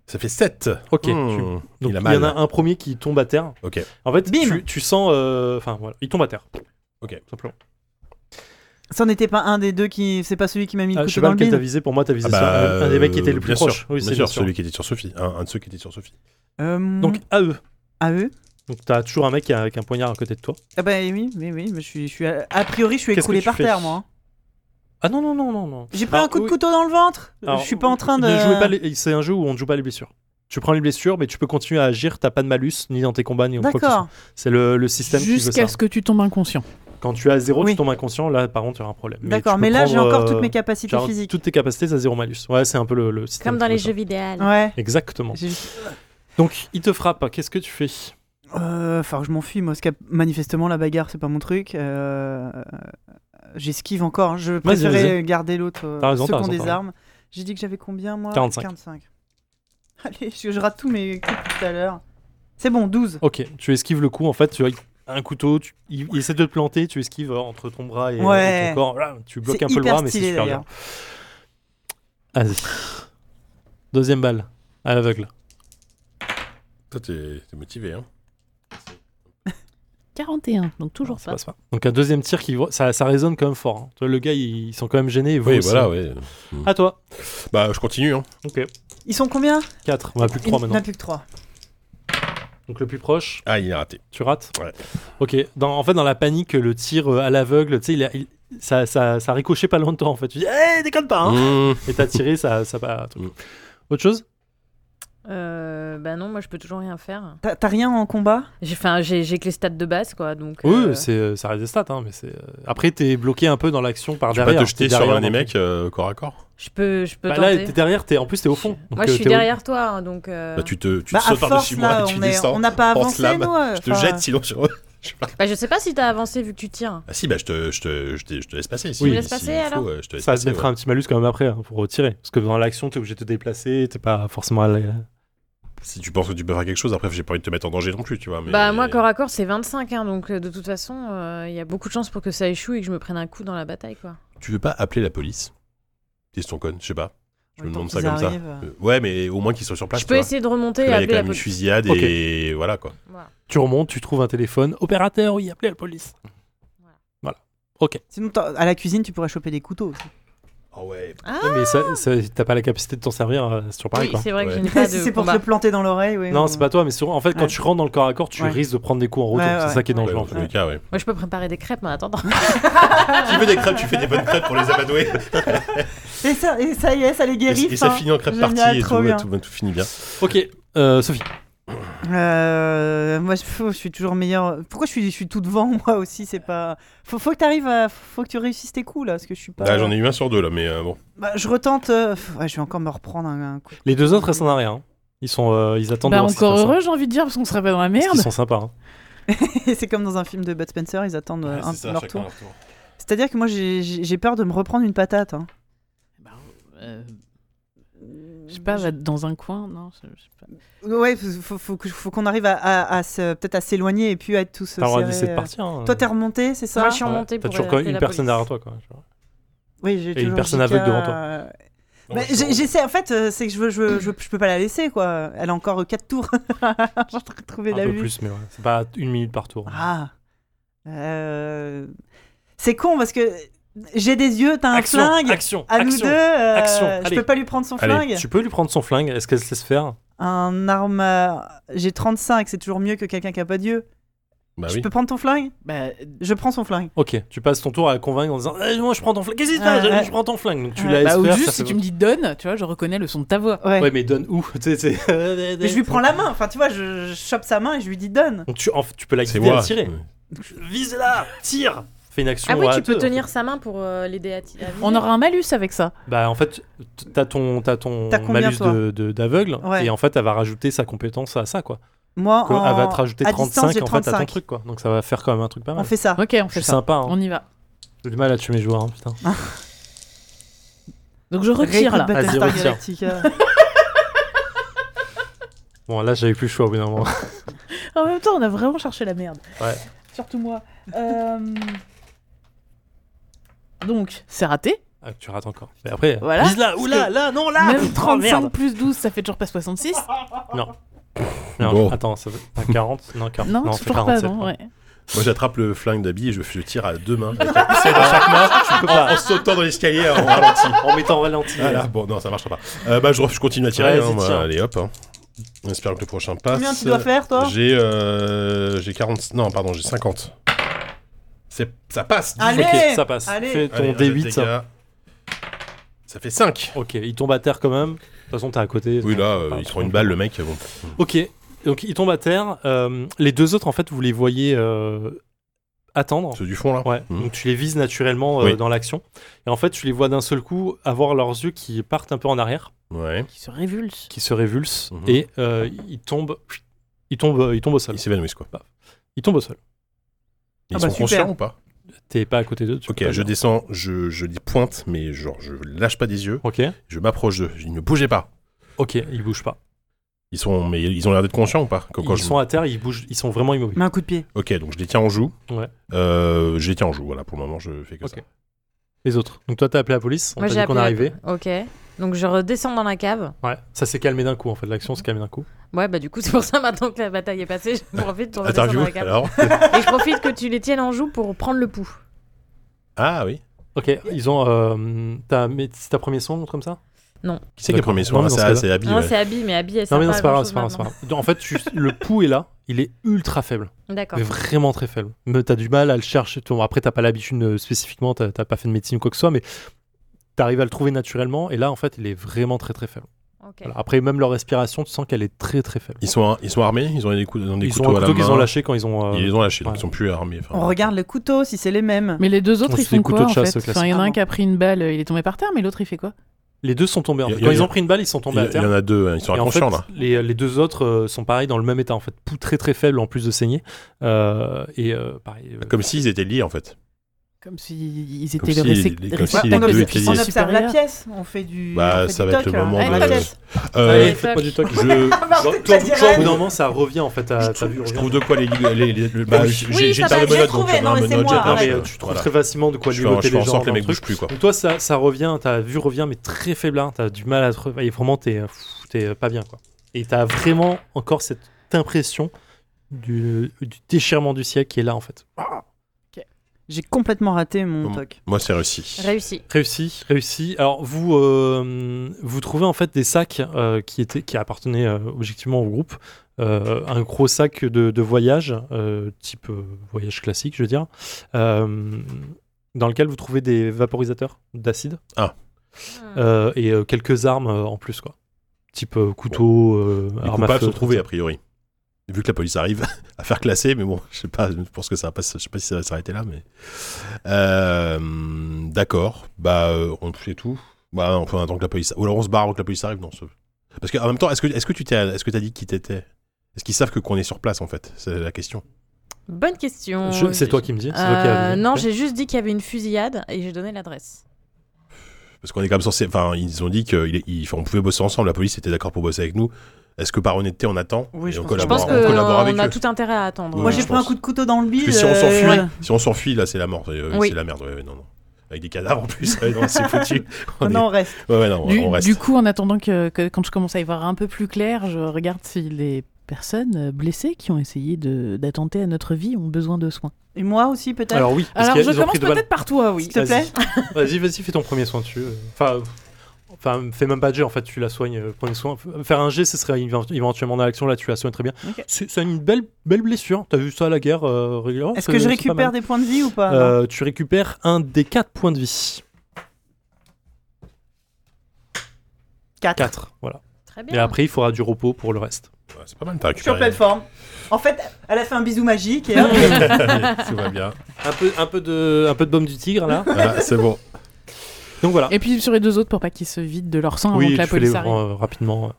Speaker 4: Ça fait 7.
Speaker 3: Ok, tu
Speaker 4: Hmm,
Speaker 3: Donc,
Speaker 4: il a
Speaker 3: il y en
Speaker 4: mal.
Speaker 3: a un premier qui tombe à terre.
Speaker 4: Ok.
Speaker 3: En fait,
Speaker 1: Bim.
Speaker 3: tu, tu sens. euh, Enfin, voilà, il tombe à terre.
Speaker 4: Ok.
Speaker 3: Tout simplement.
Speaker 1: C'en était pas un des deux qui. C'est pas celui qui m'a mis le
Speaker 3: Ah, je
Speaker 1: couteau
Speaker 3: sais
Speaker 1: dans
Speaker 3: pas
Speaker 1: le
Speaker 3: lequel t'as
Speaker 1: bide
Speaker 3: visé. Pour moi, t'as visé
Speaker 4: Ah bah,
Speaker 3: sur un, un des mecs qui était le
Speaker 4: euh,
Speaker 3: plus
Speaker 4: bien
Speaker 3: proche.
Speaker 4: sûr,
Speaker 3: oui,
Speaker 4: bien
Speaker 3: c'est
Speaker 4: sûr, celui qui était sur Sophie. Un, un de ceux qui était sur Sophie.
Speaker 1: Euh,
Speaker 3: Donc, à eux.
Speaker 1: À eux
Speaker 3: Donc, t'as toujours un mec qui a- avec un poignard à côté de toi.
Speaker 1: Ah bah oui, oui, oui. mais je suis, je suis, a priori, je suis
Speaker 3: Qu'est-ce que
Speaker 1: écroulé
Speaker 3: tu
Speaker 1: par
Speaker 3: fais
Speaker 1: terre, moi. hein.
Speaker 3: Ah non, non, non, non. non.
Speaker 1: J'ai pris
Speaker 3: Alors,
Speaker 1: un coup de
Speaker 3: oui.
Speaker 1: couteau dans le ventre.
Speaker 3: Alors,
Speaker 1: je suis pas en train de.
Speaker 3: Ne jouez pas les- C'est un jeu où on ne joue pas les blessures. Tu prends les blessures, mais tu peux continuer à agir. T'as pas de malus, ni dans tes combats, ni en quoi que ce soit.
Speaker 1: D'accord.
Speaker 3: C'est le, le système qui veut ça.
Speaker 2: Jusqu'à ce que tu tombes inconscient.
Speaker 3: Quand tu es à zéro,
Speaker 1: Oui.
Speaker 3: tu tombes inconscient. Là, par contre, tu as un problème. tu
Speaker 1: D'accord,
Speaker 3: peux
Speaker 1: mais là, j'ai
Speaker 3: prendre,
Speaker 1: encore
Speaker 3: euh,
Speaker 1: toutes mes
Speaker 3: tu
Speaker 1: capacités
Speaker 3: as
Speaker 1: physiques.
Speaker 3: Toutes tes capacités, c'est à zéro malus. Ouais, c'est un peu le, le système.
Speaker 5: Comme
Speaker 3: qui
Speaker 5: dans
Speaker 3: veut
Speaker 5: les
Speaker 3: ça. Ah,
Speaker 5: jeux vidéo. hein,
Speaker 1: Ouais.
Speaker 3: Exactement.
Speaker 1: J'ai-
Speaker 3: Donc, il te frappe. Qu'est-ce que tu fais
Speaker 1: Euh, Enfin, je m'en fuis, moi, parce que manifestement, la bagarre, c'est pas mon truc. Euh, euh, J'esquive encore. hein. Je préférais garder l'autre, euh,
Speaker 3: T'as raison,
Speaker 1: ceux
Speaker 3: t'as
Speaker 1: qui ont
Speaker 3: raison,
Speaker 1: des
Speaker 3: t'as
Speaker 1: armes. J'ai dit que j'avais combien, moi
Speaker 3: 45.
Speaker 1: Allez, je, je rate tous mes coups depuis tout à l'heure. C'est bon, 12.
Speaker 3: Ok, tu esquives le coup. En fait, tu as un couteau, tu- il, il essaie de te planter, tu esquives euh, entre ton bras et,
Speaker 1: Ouais.
Speaker 3: et ton corps. Voilà, tu bloques
Speaker 1: C'est
Speaker 3: un peu le
Speaker 1: hyper
Speaker 3: bras, mais c'est
Speaker 1: stylé,
Speaker 3: super bien.
Speaker 1: d'ailleurs.
Speaker 3: Vas-y. Deuxième balle, à l'aveugle.
Speaker 4: Toi, t'es t'es motivé. Hein.
Speaker 2: 41, donc toujours
Speaker 3: Non, ça
Speaker 2: pas.
Speaker 3: passe pas. Donc un deuxième tir qui voit- ça, ça résonne quand même fort. hein. Tu vois, Le gars, ils, ils sont quand même gênés. et vous
Speaker 4: Oui,
Speaker 3: aussi.
Speaker 4: voilà, ouais.
Speaker 3: À toi.
Speaker 4: Bah, je continue. Hein.
Speaker 3: Ok.
Speaker 1: Ils sont combien
Speaker 3: 4. On a plus que 3
Speaker 1: Il n'y en
Speaker 3: maintenant.
Speaker 1: a plus que 3.
Speaker 3: Donc le plus proche,
Speaker 4: Ah, il a raté.
Speaker 3: tu rates.
Speaker 4: Ouais.
Speaker 3: Ok. Dans- en fait, dans la panique, le tir euh, à l'aveugle, tu sais, il a- il- ça, ça, ça ricochait pas longtemps en fait. Tu dis, Eh, déconne pas, hein
Speaker 4: Mmh.
Speaker 3: Et t'as tiré, ça, ça va. un truc.
Speaker 4: Mm.
Speaker 3: Autre chose
Speaker 5: Euh, bah non, moi je peux toujours rien faire.
Speaker 1: T'as t'as rien en combat
Speaker 5: J'ai enfin, j'ai j'ai que les stats de base quoi, donc.
Speaker 3: Oui,
Speaker 5: euh,
Speaker 3: c'est, euh, ça reste des stats, hein, mais c'est. euh, Après, t'es bloqué un peu dans l'action par
Speaker 4: Tu peux
Speaker 3: derrière.
Speaker 4: pas te jeter
Speaker 3: T'es
Speaker 4: sur
Speaker 3: derrière
Speaker 4: un des
Speaker 3: dans ton-
Speaker 4: mecs euh, corps à corps.
Speaker 5: Je peux, je peux
Speaker 3: Bah là,
Speaker 5: tenter.
Speaker 3: t'es derrière, t'es... en plus, t'es au fond. Donc,
Speaker 5: Moi je
Speaker 3: euh,
Speaker 5: suis
Speaker 3: t'es au-
Speaker 5: derrière toi, hein, donc. euh,
Speaker 4: Bah, tu te, tu
Speaker 1: Bah,
Speaker 4: te
Speaker 1: à
Speaker 4: sautes
Speaker 1: force,
Speaker 4: par-dessus moi
Speaker 1: là,
Speaker 4: et tu
Speaker 1: on est-
Speaker 4: descends.
Speaker 1: on n'a pas
Speaker 4: pense là,
Speaker 1: avancé, nous. euh,
Speaker 4: Je te
Speaker 1: enfin,
Speaker 4: jette sinon sur eux.
Speaker 5: bah, je sais pas si t'as avancé vu que tu tires.
Speaker 4: Ah si, bah, je te, je te, je te, je te laisse passer. Si,
Speaker 3: Oui. Tu me
Speaker 5: laisses
Speaker 4: si
Speaker 5: passer,
Speaker 4: il faut,
Speaker 5: alors
Speaker 4: euh, je te laisse
Speaker 3: Ça te
Speaker 4: passer,
Speaker 3: mettra
Speaker 4: ouais.
Speaker 3: un petit malus quand même après hein, pour retirer. Parce que dans l'action, t'es obligé de te déplacer, t'es pas forcément à la-
Speaker 4: Si tu penses que tu peux faire quelque chose, après, j'ai pas envie de te mettre en danger non plus, tu vois. Mais...
Speaker 5: Bah moi corps à corps c'est 25, hein, donc euh, de toute façon il y a beaucoup de chances pour que ça échoue et que je me prenne un coup dans la bataille quoi.
Speaker 4: Tu veux pas appeler la police Question conne, je sais pas. Je me
Speaker 1: autant
Speaker 4: demande
Speaker 1: qu'ils
Speaker 4: ça comme ça.
Speaker 1: arrivent.
Speaker 4: Euh, ouais, mais au moins qu'ils soient sur place.
Speaker 5: je
Speaker 4: tu
Speaker 5: peux
Speaker 4: vois.
Speaker 5: essayer de remonter
Speaker 4: Parce
Speaker 5: et
Speaker 4: que là, il y a quand
Speaker 5: appeler la
Speaker 4: même une
Speaker 5: police.
Speaker 4: fusillade
Speaker 3: Ok.
Speaker 4: et voilà quoi.
Speaker 5: Voilà.
Speaker 3: Tu remontes, tu trouves un téléphone. Opérateur, oui, appelez la police.
Speaker 1: Sinon, t'as- à la cuisine, tu pourrais choper des couteaux. aussi.
Speaker 4: Ah ouais.
Speaker 3: Oui, mais ça, ça- t'as pas la capacité de t'en servir, euh, c'est toujours pareil.
Speaker 5: Oui
Speaker 3: quoi.
Speaker 5: c'est vrai que
Speaker 4: Ouais.
Speaker 5: je n'ai pas
Speaker 1: si
Speaker 5: de
Speaker 1: c'est pour te
Speaker 5: combat.
Speaker 1: le planter dans l'oreille, oui.
Speaker 3: Non,
Speaker 1: on-
Speaker 3: c'est pas toi, mais sur- en fait, quand
Speaker 1: Ouais.
Speaker 3: tu rentres dans le corps à corps, tu
Speaker 1: Ouais.
Speaker 3: risques de prendre des coups en retour.
Speaker 1: Ouais,
Speaker 3: C'est
Speaker 1: ouais,
Speaker 3: ça qui est
Speaker 5: ouais.
Speaker 4: Ouais, dans
Speaker 3: dangereux.
Speaker 4: tous les cas, ouais.
Speaker 5: Moi je peux préparer des crêpes en attendant.
Speaker 4: tu veux des crêpes, tu fais des bonnes crêpes pour les amadouer.
Speaker 1: Et ça, et ça y est, ça les
Speaker 4: Et,
Speaker 1: guérit.
Speaker 4: et ça
Speaker 1: fin.
Speaker 4: finit en crêpes
Speaker 1: Génial,
Speaker 4: partie et tout,
Speaker 1: trop bien.
Speaker 4: tout, tout, finit bien.
Speaker 3: Ok, euh, Sophie.
Speaker 1: Euh, moi, je, pff, je suis toujours meilleur. Pourquoi je suis, je suis tout devant moi aussi C'est pas. Faut, faut que t'arrives à, faut que tu réussisses tes coups là, parce que je suis pas.
Speaker 4: Là, Bah, j'en ai eu un sur deux là, mais euh, bon.
Speaker 1: Bah, je retente. euh, pff, ouais, je vais encore me reprendre un, un coup.
Speaker 3: Les deux autres restent en arrière. hein. Ils, sont, euh, ils attendent
Speaker 2: Bah,
Speaker 3: de voir ce qui se
Speaker 2: encore
Speaker 3: passe, hein.
Speaker 2: heureux, j'ai envie de dire, parce qu'on serait pas dans la
Speaker 3: Parce qu'ils
Speaker 2: merde.
Speaker 3: sont sympas. hein.
Speaker 1: Et c'est comme dans un film de Bud Spencer, ils attendent euh, un, leur tour. C'est-à-dire que moi, j'ai- j'ai j'ai peur de me reprendre une patate. hein.
Speaker 2: Euh, je sais pas, va dans un coin, non je- je sais pas.
Speaker 1: Ouais, faut, faut- faut que- faut qu'on arrive à, à- à se- peut-être à s'éloigner et puis à être tous.
Speaker 3: T'as le droit
Speaker 1: serrés,
Speaker 3: d'essayer de
Speaker 1: euh.
Speaker 3: partir. hein.
Speaker 1: Toi, t'es remonté, c'est ça
Speaker 5: Moi je suis
Speaker 3: Ouais,
Speaker 5: remontée
Speaker 3: T'as
Speaker 5: pour.
Speaker 3: toujours
Speaker 5: euh,
Speaker 3: quand même
Speaker 5: appeler
Speaker 3: une
Speaker 5: la
Speaker 3: personne derrière
Speaker 5: police.
Speaker 3: toi. Quoi, tu vois.
Speaker 1: Oui, j'ai
Speaker 3: une
Speaker 1: toujours
Speaker 3: personne
Speaker 1: Jika,
Speaker 3: aveugle devant toi.
Speaker 1: euh, Bah, j'ai- J'essaie, en fait, euh, c'est que je, veux, je, veux- je, je peux pas la laisser, quoi. Elle a encore 4 tours. Je vais retrouver
Speaker 3: Un
Speaker 1: la
Speaker 3: peu
Speaker 1: vue.
Speaker 3: plus, mais ouais. C'est pas une minute par tour.
Speaker 1: Ah. Euh, C'est con parce que j'ai des yeux, t'as un
Speaker 3: action,
Speaker 1: flingue.
Speaker 3: action,
Speaker 1: à nous
Speaker 3: action.
Speaker 1: deux, euh,
Speaker 3: action,
Speaker 1: je
Speaker 3: allez.
Speaker 1: peux pas lui prendre son
Speaker 3: Allez,
Speaker 1: flingue.
Speaker 3: tu peux lui prendre son flingue. Est-ce qu'elle se laisse faire
Speaker 1: Un arme. à- J'ai 35, c'est toujours mieux que quelqu'un qui a pas d'yeux.
Speaker 4: Bah
Speaker 1: je
Speaker 4: oui.
Speaker 1: peux prendre ton flingue
Speaker 2: Bah,
Speaker 1: Je prends son flingue.
Speaker 3: Ok, tu passes ton tour à la convaincre en disant Eh, Moi je prends ton flingue. Qu'est-ce qui se
Speaker 1: Ouais,
Speaker 3: passe
Speaker 1: ouais.
Speaker 3: Je prends ton flingue. Donc tu
Speaker 1: Ouais.
Speaker 3: la laisses
Speaker 2: bah, ou
Speaker 3: faire.
Speaker 2: juste
Speaker 3: ça
Speaker 2: si
Speaker 3: fait-
Speaker 2: tu me dis donne, tu vois, je reconnais le son de ta voix.
Speaker 1: Ouais.
Speaker 3: Ouais, mais donne où Tu sais, c'est-
Speaker 1: Mais je lui prends la main, enfin tu vois, je, je chope sa main et je lui dis donne.
Speaker 3: Donc tu, en- tu peux la
Speaker 4: C'est
Speaker 3: guider à
Speaker 4: moi.
Speaker 3: tirer. Vise là Tire Fais une action.
Speaker 5: Ah oui
Speaker 3: à
Speaker 5: tu peux
Speaker 3: deux.
Speaker 5: tenir sa main pour euh, l'aider à. ti- à
Speaker 2: On
Speaker 5: viser.
Speaker 2: aura un malus avec ça.
Speaker 3: Bah en fait, t- t'as ton, t'as ton
Speaker 1: T'as combien,
Speaker 3: malus
Speaker 1: toi
Speaker 3: de- de- d'aveugle
Speaker 1: Ouais.
Speaker 3: et en fait elle va rajouter sa compétence à ça quoi.
Speaker 1: Moi,
Speaker 3: Que-
Speaker 4: ah,
Speaker 1: en-
Speaker 3: Elle va te rajouter
Speaker 1: à
Speaker 3: 35
Speaker 1: distance, j'ai
Speaker 3: en fait à ton
Speaker 1: 35.
Speaker 3: truc quoi. Donc ça va faire quand même un truc pas
Speaker 1: on
Speaker 3: mal.
Speaker 1: fait ça.
Speaker 2: Ok, on
Speaker 3: Je suis
Speaker 2: fait ça.
Speaker 3: sympa. hein.
Speaker 2: On y va.
Speaker 3: J'ai du mal à tuer mes joueurs hein, putain.
Speaker 2: Donc je retire
Speaker 1: Réécoute
Speaker 2: là.
Speaker 1: Battlestar
Speaker 3: Vas-y, retire.
Speaker 1: Galactica.
Speaker 3: Bon là j'avais plus le choix au bout d'un moment.
Speaker 2: En même temps, on a vraiment cherché la merde.
Speaker 3: Ouais.
Speaker 2: Surtout moi. Euh, Donc, c'est raté.
Speaker 3: Ah, tu rates encore. Mais après,
Speaker 2: Voilà.
Speaker 3: vise là, ou
Speaker 2: Parce
Speaker 3: là,
Speaker 2: que
Speaker 3: là, non là
Speaker 2: Même
Speaker 3: Oh,
Speaker 2: 35
Speaker 3: merde.
Speaker 2: plus 12, ça fait toujours pas 66.
Speaker 3: Non,
Speaker 4: Bon.
Speaker 3: attends, ça fait un 40 Non, 40.
Speaker 2: Non,
Speaker 3: c'est
Speaker 2: toujours pas,
Speaker 3: 47,
Speaker 2: non, ouais.
Speaker 4: Moi, j'attrape le flingue d'habit et je, je tire à deux mains. Avec la poussée de chaque main, en, en sautant dans l'escalier hein, en ralenti.
Speaker 3: En mettant en ralenti.
Speaker 4: Ah là, bon, non, ça marchera pas. Euh, bah, je, je continue à tirer.
Speaker 3: Vas-y,
Speaker 4: hein, moi.
Speaker 3: tire.
Speaker 4: Allez, hop. hein. On espère que le prochain passe.
Speaker 1: Combien tu dois faire toi
Speaker 4: J'ai euh, j'ai 40. Non, pardon, j'ai 50. C'est- Ça passe. dix-
Speaker 1: Allez
Speaker 3: ok, ça passe.
Speaker 1: Allez.
Speaker 3: Fais ton
Speaker 4: Allez, rajoute
Speaker 3: D8. ça.
Speaker 4: dégâts. Ça fait 5.
Speaker 3: Ok, il tombe à terre quand même. De toute façon, t'es à côté.
Speaker 4: Oui, là, euh,
Speaker 3: Pas
Speaker 4: il se
Speaker 3: trop
Speaker 4: prend une
Speaker 3: longtemps.
Speaker 4: balle, le mec. Bon.
Speaker 3: Ok, donc il tombe à terre. Euh, les deux autres, en fait, vous les voyez euh, attendre.
Speaker 4: Ceux du fond, là.
Speaker 3: Ouais,
Speaker 4: Mhm.
Speaker 3: donc tu les vises naturellement euh,
Speaker 4: Oui.
Speaker 3: dans l'action. Et en fait, tu les vois d'un seul coup avoir leurs yeux qui partent un peu en arrière,
Speaker 4: Ouais.
Speaker 2: Qui se révulse.
Speaker 3: qui se révulsent,
Speaker 4: Mhm.
Speaker 3: et euh, ils tombent. Ils tombent, ils tombent au sol.
Speaker 4: Ils s'évanouissent, quoi.
Speaker 3: Ils tombent au sol.
Speaker 4: Ils
Speaker 1: Ah bah,
Speaker 4: sont
Speaker 1: super.
Speaker 4: conscients ou pas
Speaker 3: T'es pas à côté d'eux. tu peux
Speaker 4: Ok,
Speaker 3: pas
Speaker 4: je
Speaker 3: dire.
Speaker 4: descends, je, je dis pointe, mais genre, je lâche pas des yeux,
Speaker 3: Ok,
Speaker 4: je m'approche d'eux, je dis ne bougez pas.
Speaker 3: ok, ils bougent pas.
Speaker 4: Ils sont, mais ils ont l'air d'être conscients ou pas Quand- quand
Speaker 3: ils
Speaker 4: je-
Speaker 3: sont à terre, ils bougent, ils sont vraiment immobiles.
Speaker 1: Mets un coup de pied.
Speaker 4: Ok, donc je les tiens en joue.
Speaker 3: Ouais.
Speaker 4: Euh, je les tiens en joue, voilà, pour le moment, je fais que
Speaker 3: Ok.
Speaker 4: ça.
Speaker 3: Les autres. Donc toi, t'as appelé la police. On
Speaker 5: Moi
Speaker 3: t'a
Speaker 5: j'ai
Speaker 3: dit qu'on
Speaker 5: appelé.
Speaker 3: arrivait.
Speaker 5: Ok. Donc je redescends dans la cave.
Speaker 3: Ouais. Ça s'est calmé d'un coup. En fait, l'action s'est calmée d'un coup.
Speaker 5: Ouais bah du coup c'est pour ça maintenant que la bataille est passée, je profite pour redescendre
Speaker 4: Interview,
Speaker 5: dans la cave.
Speaker 4: alors
Speaker 5: Et je profite que tu les tiennes en joue pour prendre le pouls.
Speaker 4: Ah oui.
Speaker 3: Ok, ils ont. Euh, t'as mis- c'est ta premier son, un truc comme ça
Speaker 4: Qui c'est qui a le
Speaker 3: D'accord.
Speaker 4: premier
Speaker 3: Non,
Speaker 4: soin
Speaker 3: mais
Speaker 4: Ah,
Speaker 3: dans ce
Speaker 4: C'est
Speaker 3: cas-là-
Speaker 4: c'est Abby,
Speaker 5: Non
Speaker 4: ouais.
Speaker 5: c'est Abby mais Abby elle sert
Speaker 3: Non mais non, c'est
Speaker 5: à
Speaker 3: pas grave,
Speaker 5: grand-chose
Speaker 3: c'est pas grave, c'est
Speaker 5: maintenant.
Speaker 3: pas grave. En fait, tu- le pouls est là il est ultra faible.
Speaker 5: D'accord.
Speaker 3: Mais vraiment très faible. Mais T'as du mal à le chercher. Bon, après, t'as pas l'habitude euh, spécifiquement, t'as t'as pas fait de médecine ou quoi que ce soit, mais t'arrives à le trouver naturellement. Et là, en fait, il est vraiment très très faible.
Speaker 5: Ok.
Speaker 3: Voilà. Après, même leur respiration, tu sens qu'elle est très très faible.
Speaker 4: Ils sont, ils sont armés, ils ont des, coups, ils ont des
Speaker 3: Ils ont
Speaker 4: couteaux
Speaker 3: un
Speaker 4: à la
Speaker 3: couteau qu'ils
Speaker 4: main.
Speaker 3: ont lâché quand ils ont. euh,
Speaker 4: Ils les ont lâchés, donc
Speaker 3: Ouais.
Speaker 4: ils sont plus armés. enfin.
Speaker 1: On regarde le couteau si c'est les mêmes.
Speaker 2: Mais les deux autres,
Speaker 3: On
Speaker 2: ils
Speaker 3: se fait
Speaker 2: font
Speaker 3: couteau
Speaker 2: quoi
Speaker 3: de
Speaker 2: en
Speaker 3: chasse
Speaker 2: fait
Speaker 3: classique.
Speaker 2: Enfin, Il y en a un qui a pris une balle, il est tombé par terre, mais l'autre, il fait quoi
Speaker 3: Les deux sont tombés. en
Speaker 4: Il y
Speaker 3: fait.
Speaker 4: a-
Speaker 3: Quand
Speaker 4: il y
Speaker 3: ils
Speaker 4: a-
Speaker 3: ont pris une balle, ils sont
Speaker 4: Il
Speaker 3: tombés à
Speaker 4: il y
Speaker 3: terre.
Speaker 4: en a deux, hein, ils sont
Speaker 3: bah, Et en fait,
Speaker 4: inconscients là.
Speaker 3: les, les deux autres euh, sont pareils dans le même état en fait, pou- très très faibles en plus de saigner. Euh, et euh, pareil. euh,
Speaker 4: Comme s'ils étaient liés en fait.
Speaker 2: Comme s'ils
Speaker 4: Comme
Speaker 2: étaient
Speaker 4: si
Speaker 2: le
Speaker 4: les-
Speaker 2: récé-
Speaker 4: les- comme
Speaker 1: Ouais,
Speaker 4: si
Speaker 2: réceptacle
Speaker 4: les
Speaker 1: on,
Speaker 2: de
Speaker 4: deux
Speaker 2: la
Speaker 1: observe,
Speaker 4: étaient
Speaker 2: puissance
Speaker 1: on
Speaker 4: liés.
Speaker 1: observe la
Speaker 2: supérieure.
Speaker 1: pièce, on fait du.
Speaker 4: Bah,
Speaker 1: on fait
Speaker 4: ça
Speaker 1: du
Speaker 4: va être
Speaker 1: toc,
Speaker 4: le moment
Speaker 1: avec
Speaker 4: de-
Speaker 1: la pièce.
Speaker 3: ouais,
Speaker 4: Euh,
Speaker 3: faites pas du toc.
Speaker 1: Martin,
Speaker 3: Je- Toi, toi,
Speaker 1: Bah, t'as
Speaker 3: toi, au bout
Speaker 1: dit
Speaker 3: d'un moment, ça revient en fait.
Speaker 4: je
Speaker 3: à- T'as
Speaker 4: trouve-
Speaker 3: vu
Speaker 4: je
Speaker 3: revenir.
Speaker 4: trouve de quoi les. les, les- le- bah,
Speaker 3: Oui,
Speaker 4: j'ai-
Speaker 1: ça
Speaker 4: j'ai
Speaker 1: va,
Speaker 4: terminé
Speaker 1: je l'ai
Speaker 4: menottes, donc
Speaker 1: trouvé,
Speaker 4: j'en ai
Speaker 1: non,
Speaker 4: un
Speaker 1: mais c'est
Speaker 4: menottes,
Speaker 1: moi,
Speaker 4: j'en ai un
Speaker 3: Non, mais
Speaker 1: arrête.
Speaker 3: euh,
Speaker 4: menottes,
Speaker 3: tu trouves
Speaker 4: voilà.
Speaker 3: très facilement de quoi
Speaker 4: Je fais en-
Speaker 3: développer
Speaker 4: je fais
Speaker 3: les
Speaker 4: en
Speaker 3: gens.
Speaker 4: sorte que
Speaker 3: dans
Speaker 4: les
Speaker 3: le
Speaker 4: mecs
Speaker 3: truc.
Speaker 4: bougent plus, quoi.
Speaker 3: Donc toi, ça, ça revient, t'as vu revient, mais très faiblard. T'as du mal à te réveiller. Vraiment, t'es, euh, pff, t'es euh, pas bien quoi. Et t'as vraiment encore cette impression du, du déchirement du ciel qui est là en fait.
Speaker 1: J'ai complètement raté mon
Speaker 4: Hum.
Speaker 1: toc.
Speaker 4: Moi c'est réussi.
Speaker 5: Réussi.
Speaker 3: Réussi, réussi. Alors vous, euh, vous trouvez en fait des sacs euh, qui étaient, qui appartenaient euh, objectivement au groupe. Euh, un gros sac de, de voyage, euh, type euh, voyage classique, je veux dire, euh, dans lequel vous trouvez des vaporisateurs d'acide
Speaker 5: Ah
Speaker 3: euh, et euh, quelques armes euh, en plus, quoi. Type euh, couteau, euh,
Speaker 4: Les
Speaker 3: arme à
Speaker 4: coupables
Speaker 3: feu.
Speaker 4: sont trouvés a priori. Vu que la police arrive à faire classer, mais bon, je sais pas, je pense que ça va pas, je sais pas si ça va s'arrêter là, mais Euh, d'accord. Bah, euh, on fait tout. Bah, on peut attendre que la police. Ou alors on se barre avant que la police arrive, non. ce- Parce que en même temps, est-ce que, est-ce que tu t'es, est-ce que t'as dit qui t'étais Est-ce qu'ils savent que qu'on est sur place en fait C'est la question.
Speaker 5: Bonne question.
Speaker 3: Je- C'est toi qui me dis. c'est toi qui as
Speaker 5: Ah Euh,
Speaker 3: vu,
Speaker 5: non,
Speaker 3: ok.
Speaker 5: j'ai juste dit qu'il y avait une fusillade et j'ai donné l'adresse.
Speaker 4: Parce qu'on est quand même censé. Enfin, ils ont dit qu'on pouvait bosser ensemble. La police était d'accord pour bosser avec nous. Est-ce que par honnêteté, on attend
Speaker 1: Oui, je
Speaker 4: et on
Speaker 1: pense- je
Speaker 5: Je
Speaker 3: Ah
Speaker 1: D'abord,
Speaker 4: collabore,
Speaker 5: pense
Speaker 4: on
Speaker 5: qu'on
Speaker 4: collabore avec
Speaker 5: a
Speaker 4: eux
Speaker 5: tout intérêt à attendre.
Speaker 4: Ouais,
Speaker 1: Moi,
Speaker 5: Euh,
Speaker 1: j'ai
Speaker 4: je
Speaker 1: pris un
Speaker 4: pense.
Speaker 1: coup de couteau dans le bide.
Speaker 4: Parce que si on s'enfuit,
Speaker 1: euh,
Speaker 4: si on s'enfuit, là, c'est la mort. euh,
Speaker 5: Oui.
Speaker 4: C'est la merde. Ouais, ouais, non, non. Avec des cadavres en plus. ouais, non, c'est foutu.
Speaker 1: Non, Oh
Speaker 4: On est-
Speaker 1: non, on reste.
Speaker 4: Ouais, ouais, non,
Speaker 2: Du,
Speaker 4: on reste.
Speaker 2: du coup, en attendant que, que- quand je commence à y voir un peu plus clair, je regarde si les personnes euh, blessées qui ont essayé de- d'attenter à notre vie ont besoin de soins.
Speaker 1: Et moi aussi, peut-être.
Speaker 3: Alors oui. parce
Speaker 2: Alors,
Speaker 3: qu'ils
Speaker 2: je
Speaker 3: ont pris
Speaker 2: commence
Speaker 3: deux balles.
Speaker 2: peut-être par toi, oui.
Speaker 1: S'il te plaît.
Speaker 3: Vas-y, vas-y, fais ton premier soin dessus. euh. Enfin, euh, enfin, fais même pas de jet en fait, tu la soignes. euh, Premier soin. F- Faire un jet, ce serait éve- éventuellement dans l'action. Là, tu la soignes très bien.
Speaker 1: Ok.
Speaker 3: C'est c'est une belle, belle blessure. T'as vu ça à la guerre euh, régulièrement
Speaker 1: Est-ce que je récupère
Speaker 3: des...
Speaker 1: des points de vie ou pas
Speaker 4: Euh,
Speaker 3: Euh, Tu récupères un des 4 points de vie.
Speaker 1: Quatre.
Speaker 3: 4, voilà.
Speaker 5: Très
Speaker 3: Et
Speaker 5: bien.
Speaker 3: après, il faudra du repos pour le reste.
Speaker 4: Ouais, c'est pas mal, t'as
Speaker 1: Je suis en
Speaker 4: récupéré.
Speaker 1: pleine forme. En fait, elle a fait un bisou magique et hop,
Speaker 4: hein. Tout va bien.
Speaker 3: Un peu, un peu, de, un peu de baume du tigre, là.
Speaker 4: Voilà, c'est bon.
Speaker 3: Donc voilà.
Speaker 2: Et puis sur les deux autres pour pas qu'ils se vident de leur sang avant
Speaker 3: oui,
Speaker 2: que la
Speaker 3: tu fais les
Speaker 2: police arrive.
Speaker 3: euh, rapidement.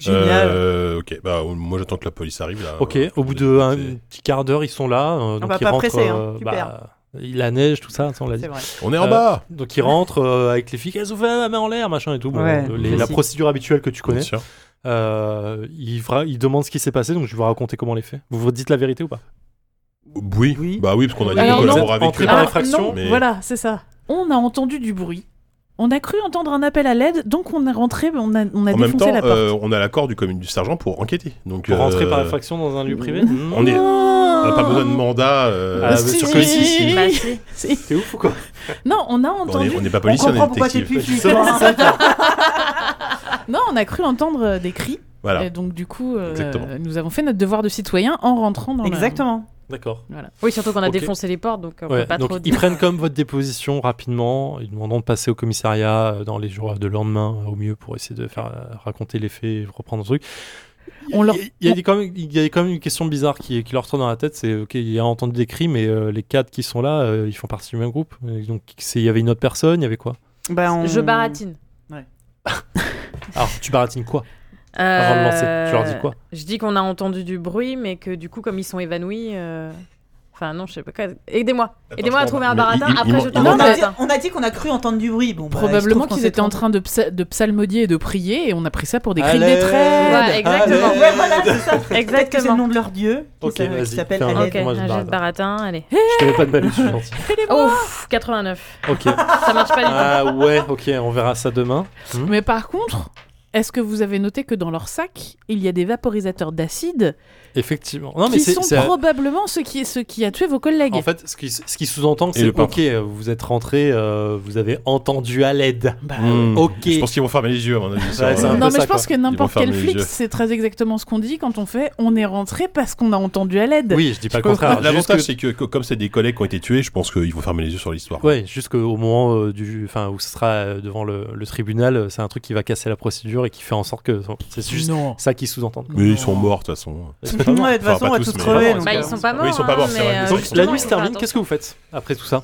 Speaker 1: génial.
Speaker 4: Euh, ok, bah, euh, moi j'attends que la police arrive là.
Speaker 3: Ok,
Speaker 4: Euh,
Speaker 3: au bout
Speaker 4: c'est-
Speaker 3: de un
Speaker 4: c'est-
Speaker 3: petit quart d'heure, ils sont là. euh, donc
Speaker 1: va
Speaker 3: ils
Speaker 1: pas
Speaker 3: rentrent,
Speaker 1: presser, hein,
Speaker 3: euh,
Speaker 1: super.
Speaker 3: bah, la neige, tout ça, ça, on l'a dit.
Speaker 1: C'est vrai.
Speaker 4: On est en
Speaker 3: Euh,
Speaker 4: bas
Speaker 3: Donc ils rentrent euh, avec les filles, elles ont fait la main en l'air, machin et tout. Bon,
Speaker 1: Ouais,
Speaker 3: euh, les- la
Speaker 1: classique.
Speaker 3: procédure habituelle que tu
Speaker 4: Bien
Speaker 3: connais.
Speaker 4: sûr.
Speaker 3: Euh, ils, vra- ils demandent ce qui s'est passé, donc je vais vous raconter comment on les fait. Vous vous dites la vérité ou pas
Speaker 4: Oui.
Speaker 1: Oui.
Speaker 4: bah oui, parce qu'on a dit
Speaker 2: Alors,
Speaker 4: qu'on
Speaker 2: non.
Speaker 4: collaborait avec
Speaker 3: Entrez
Speaker 4: eux.
Speaker 3: par
Speaker 2: Alors,
Speaker 3: effraction,
Speaker 2: Ah, non,
Speaker 4: mais-
Speaker 2: Voilà, c'est ça. On a entendu du bruit. On a cru entendre un appel à l'aide, donc on est rentré, mais on a, on a
Speaker 4: En
Speaker 2: défoncé
Speaker 4: même temps,
Speaker 2: la porte.
Speaker 4: euh, on a l'accord du, commun- du sergent pour enquêter. Donc,
Speaker 3: Pour rentrer par
Speaker 4: euh,
Speaker 3: infraction dans un lieu privé
Speaker 4: Mm.
Speaker 3: Mm.
Speaker 4: On est. euh, On n'a
Speaker 2: Ah.
Speaker 4: pas besoin de mandat euh,
Speaker 3: Ah,
Speaker 4: sur
Speaker 3: mais
Speaker 4: sur
Speaker 3: si.
Speaker 4: police.
Speaker 5: Bah, si.
Speaker 2: Si.
Speaker 3: T'es ouf ou quoi
Speaker 2: Non, on a
Speaker 4: On est-
Speaker 2: entendu.
Speaker 4: on n'est pas
Speaker 1: On
Speaker 4: policier, on,
Speaker 1: comprend
Speaker 4: est
Speaker 1: pourquoi t'es
Speaker 4: détective.
Speaker 1: plus flic.
Speaker 2: C'est
Speaker 1: hein.
Speaker 2: Non, on a cru entendre euh, des cris.
Speaker 4: Voilà.
Speaker 2: Et donc du coup, euh,
Speaker 4: Ah. Exactement.
Speaker 2: nous avons fait notre devoir de citoyen en rentrant dans la-
Speaker 1: Exactement.
Speaker 3: D'accord.
Speaker 5: Oui, surtout qu'on a
Speaker 3: Ok.
Speaker 5: défoncé les portes, donc on
Speaker 3: Ouais,
Speaker 5: peut pas
Speaker 3: donc
Speaker 5: trop.
Speaker 3: ils prennent comme votre déposition rapidement, ils demandent de passer au commissariat euh, dans les jours de lendemain euh, au mieux pour essayer de faire euh, raconter les faits, et reprendre le truc.
Speaker 2: On leur-
Speaker 3: Il y, a des- quand même, il y a quand même une question bizarre qui, qui leur tourne dans la tête, c'est ok, il y a entendu des cris, mais euh, les quatre qui sont là, euh, ils font partie du même groupe. Et Donc c'est- il y avait une autre personne, il y avait quoi
Speaker 1: Bah, on-
Speaker 5: Je baratine.
Speaker 3: Alors tu baratines quoi avant de lancer
Speaker 5: Euh,
Speaker 3: Tu leur dis quoi
Speaker 5: Je dis qu'on a entendu du bruit, mais que du coup, comme ils sont évanouis. euh, Enfin, non, je sais pas quoi. Aidez-moi. Aidez-moi à
Speaker 4: Attends,
Speaker 5: trouver un
Speaker 4: mais
Speaker 5: baratin.
Speaker 4: il- il-
Speaker 5: Après,
Speaker 4: il-
Speaker 5: je
Speaker 4: il-
Speaker 5: trouve un
Speaker 1: On a,
Speaker 5: baratin.
Speaker 1: dit, on a dit qu'on a cru entendre du bruit. Bon, bah,
Speaker 2: Probablement
Speaker 1: il se trouve qu'on
Speaker 2: qu'ils
Speaker 1: s'est
Speaker 2: étaient en
Speaker 1: trompé.
Speaker 2: train de, psa- de psalmodier et de prier, et on a pris ça pour des cris de
Speaker 3: Allez.
Speaker 2: détresse.
Speaker 5: Ouais, exactement.
Speaker 3: Allez.
Speaker 1: Ouais, voilà, c'est ça. Peut-être que c'est le
Speaker 5: Exactement.
Speaker 1: nom de leur dieu qui
Speaker 3: Ok,
Speaker 1: s'a- qui
Speaker 3: vas-y,
Speaker 1: s'appelle
Speaker 3: fais un
Speaker 5: Ok,
Speaker 1: Aled.
Speaker 3: Moi,
Speaker 5: un
Speaker 3: je
Speaker 5: jet
Speaker 3: barate.
Speaker 5: de baratin, allez.
Speaker 3: Je t'avais pas de mal, je suis gentil.
Speaker 5: Ouf, 89.
Speaker 3: Ok.
Speaker 5: Ça marche pas du tout.
Speaker 3: Ah ouais, ok, on verra ça demain. Hmm.
Speaker 2: Mais par contre, est-ce que vous avez noté que dans leur sac, il y a des vaporisateurs d'acide
Speaker 3: Effectivement. Non, mais
Speaker 2: qui
Speaker 3: c'est.
Speaker 2: sont
Speaker 3: c'est-
Speaker 2: probablement ceux qui, ceux qui a tué vos collègues.
Speaker 3: En fait, ce qui, ce qui sous-entend,
Speaker 4: Et
Speaker 3: c'est
Speaker 4: le peintre.
Speaker 3: ok, vous êtes rentré, euh, vous avez entendu à l'aide.
Speaker 2: Bah,
Speaker 4: Hmm.
Speaker 3: ok.
Speaker 4: Je pense qu'ils vont fermer les yeux, à mon avis. sur,
Speaker 3: Ouais, c'est un
Speaker 4: euh,
Speaker 3: peu
Speaker 2: non, mais
Speaker 3: ça,
Speaker 2: je pense que n'importe
Speaker 4: fermer
Speaker 2: quel
Speaker 4: les
Speaker 2: flic,
Speaker 4: yeux.
Speaker 2: c'est très exactement ce qu'on dit quand on fait on est rentré parce qu'on a entendu à l'aide.
Speaker 3: Oui, je dis pas le
Speaker 2: Je
Speaker 3: contraire. Juste
Speaker 4: L'avantage,
Speaker 3: que-
Speaker 4: c'est que co- comme c'est des collègues qui ont été tués, je pense qu'ils vont fermer les yeux sur l'histoire.
Speaker 3: Ouais, jusqu'au moment euh, du, enfin, où ce sera euh, devant le, le tribunal, euh, c'est un truc qui va casser la procédure et qui fait en sorte que c'est juste
Speaker 2: Non.
Speaker 3: ça qui sous-entend.
Speaker 4: Mais ils sont morts, de toute façon.
Speaker 1: Ouais, de toute
Speaker 4: Enfin,
Speaker 1: façon, on
Speaker 4: pas
Speaker 1: va
Speaker 4: tous,
Speaker 1: tous
Speaker 4: mais-
Speaker 1: crever.
Speaker 3: Bah,
Speaker 1: donc,
Speaker 5: Bah,
Speaker 1: euh,
Speaker 5: ils sont pas morts.
Speaker 4: Oui, ils sont pas morts,
Speaker 5: hein,
Speaker 4: c'est
Speaker 5: mais,
Speaker 4: vrai.
Speaker 1: Ah,
Speaker 5: euh,
Speaker 4: Donc,
Speaker 3: La
Speaker 5: justement,
Speaker 3: nuit
Speaker 5: il
Speaker 3: se
Speaker 5: faut
Speaker 3: termine.
Speaker 5: faire
Speaker 3: Qu'est-ce que vous faites après tout ça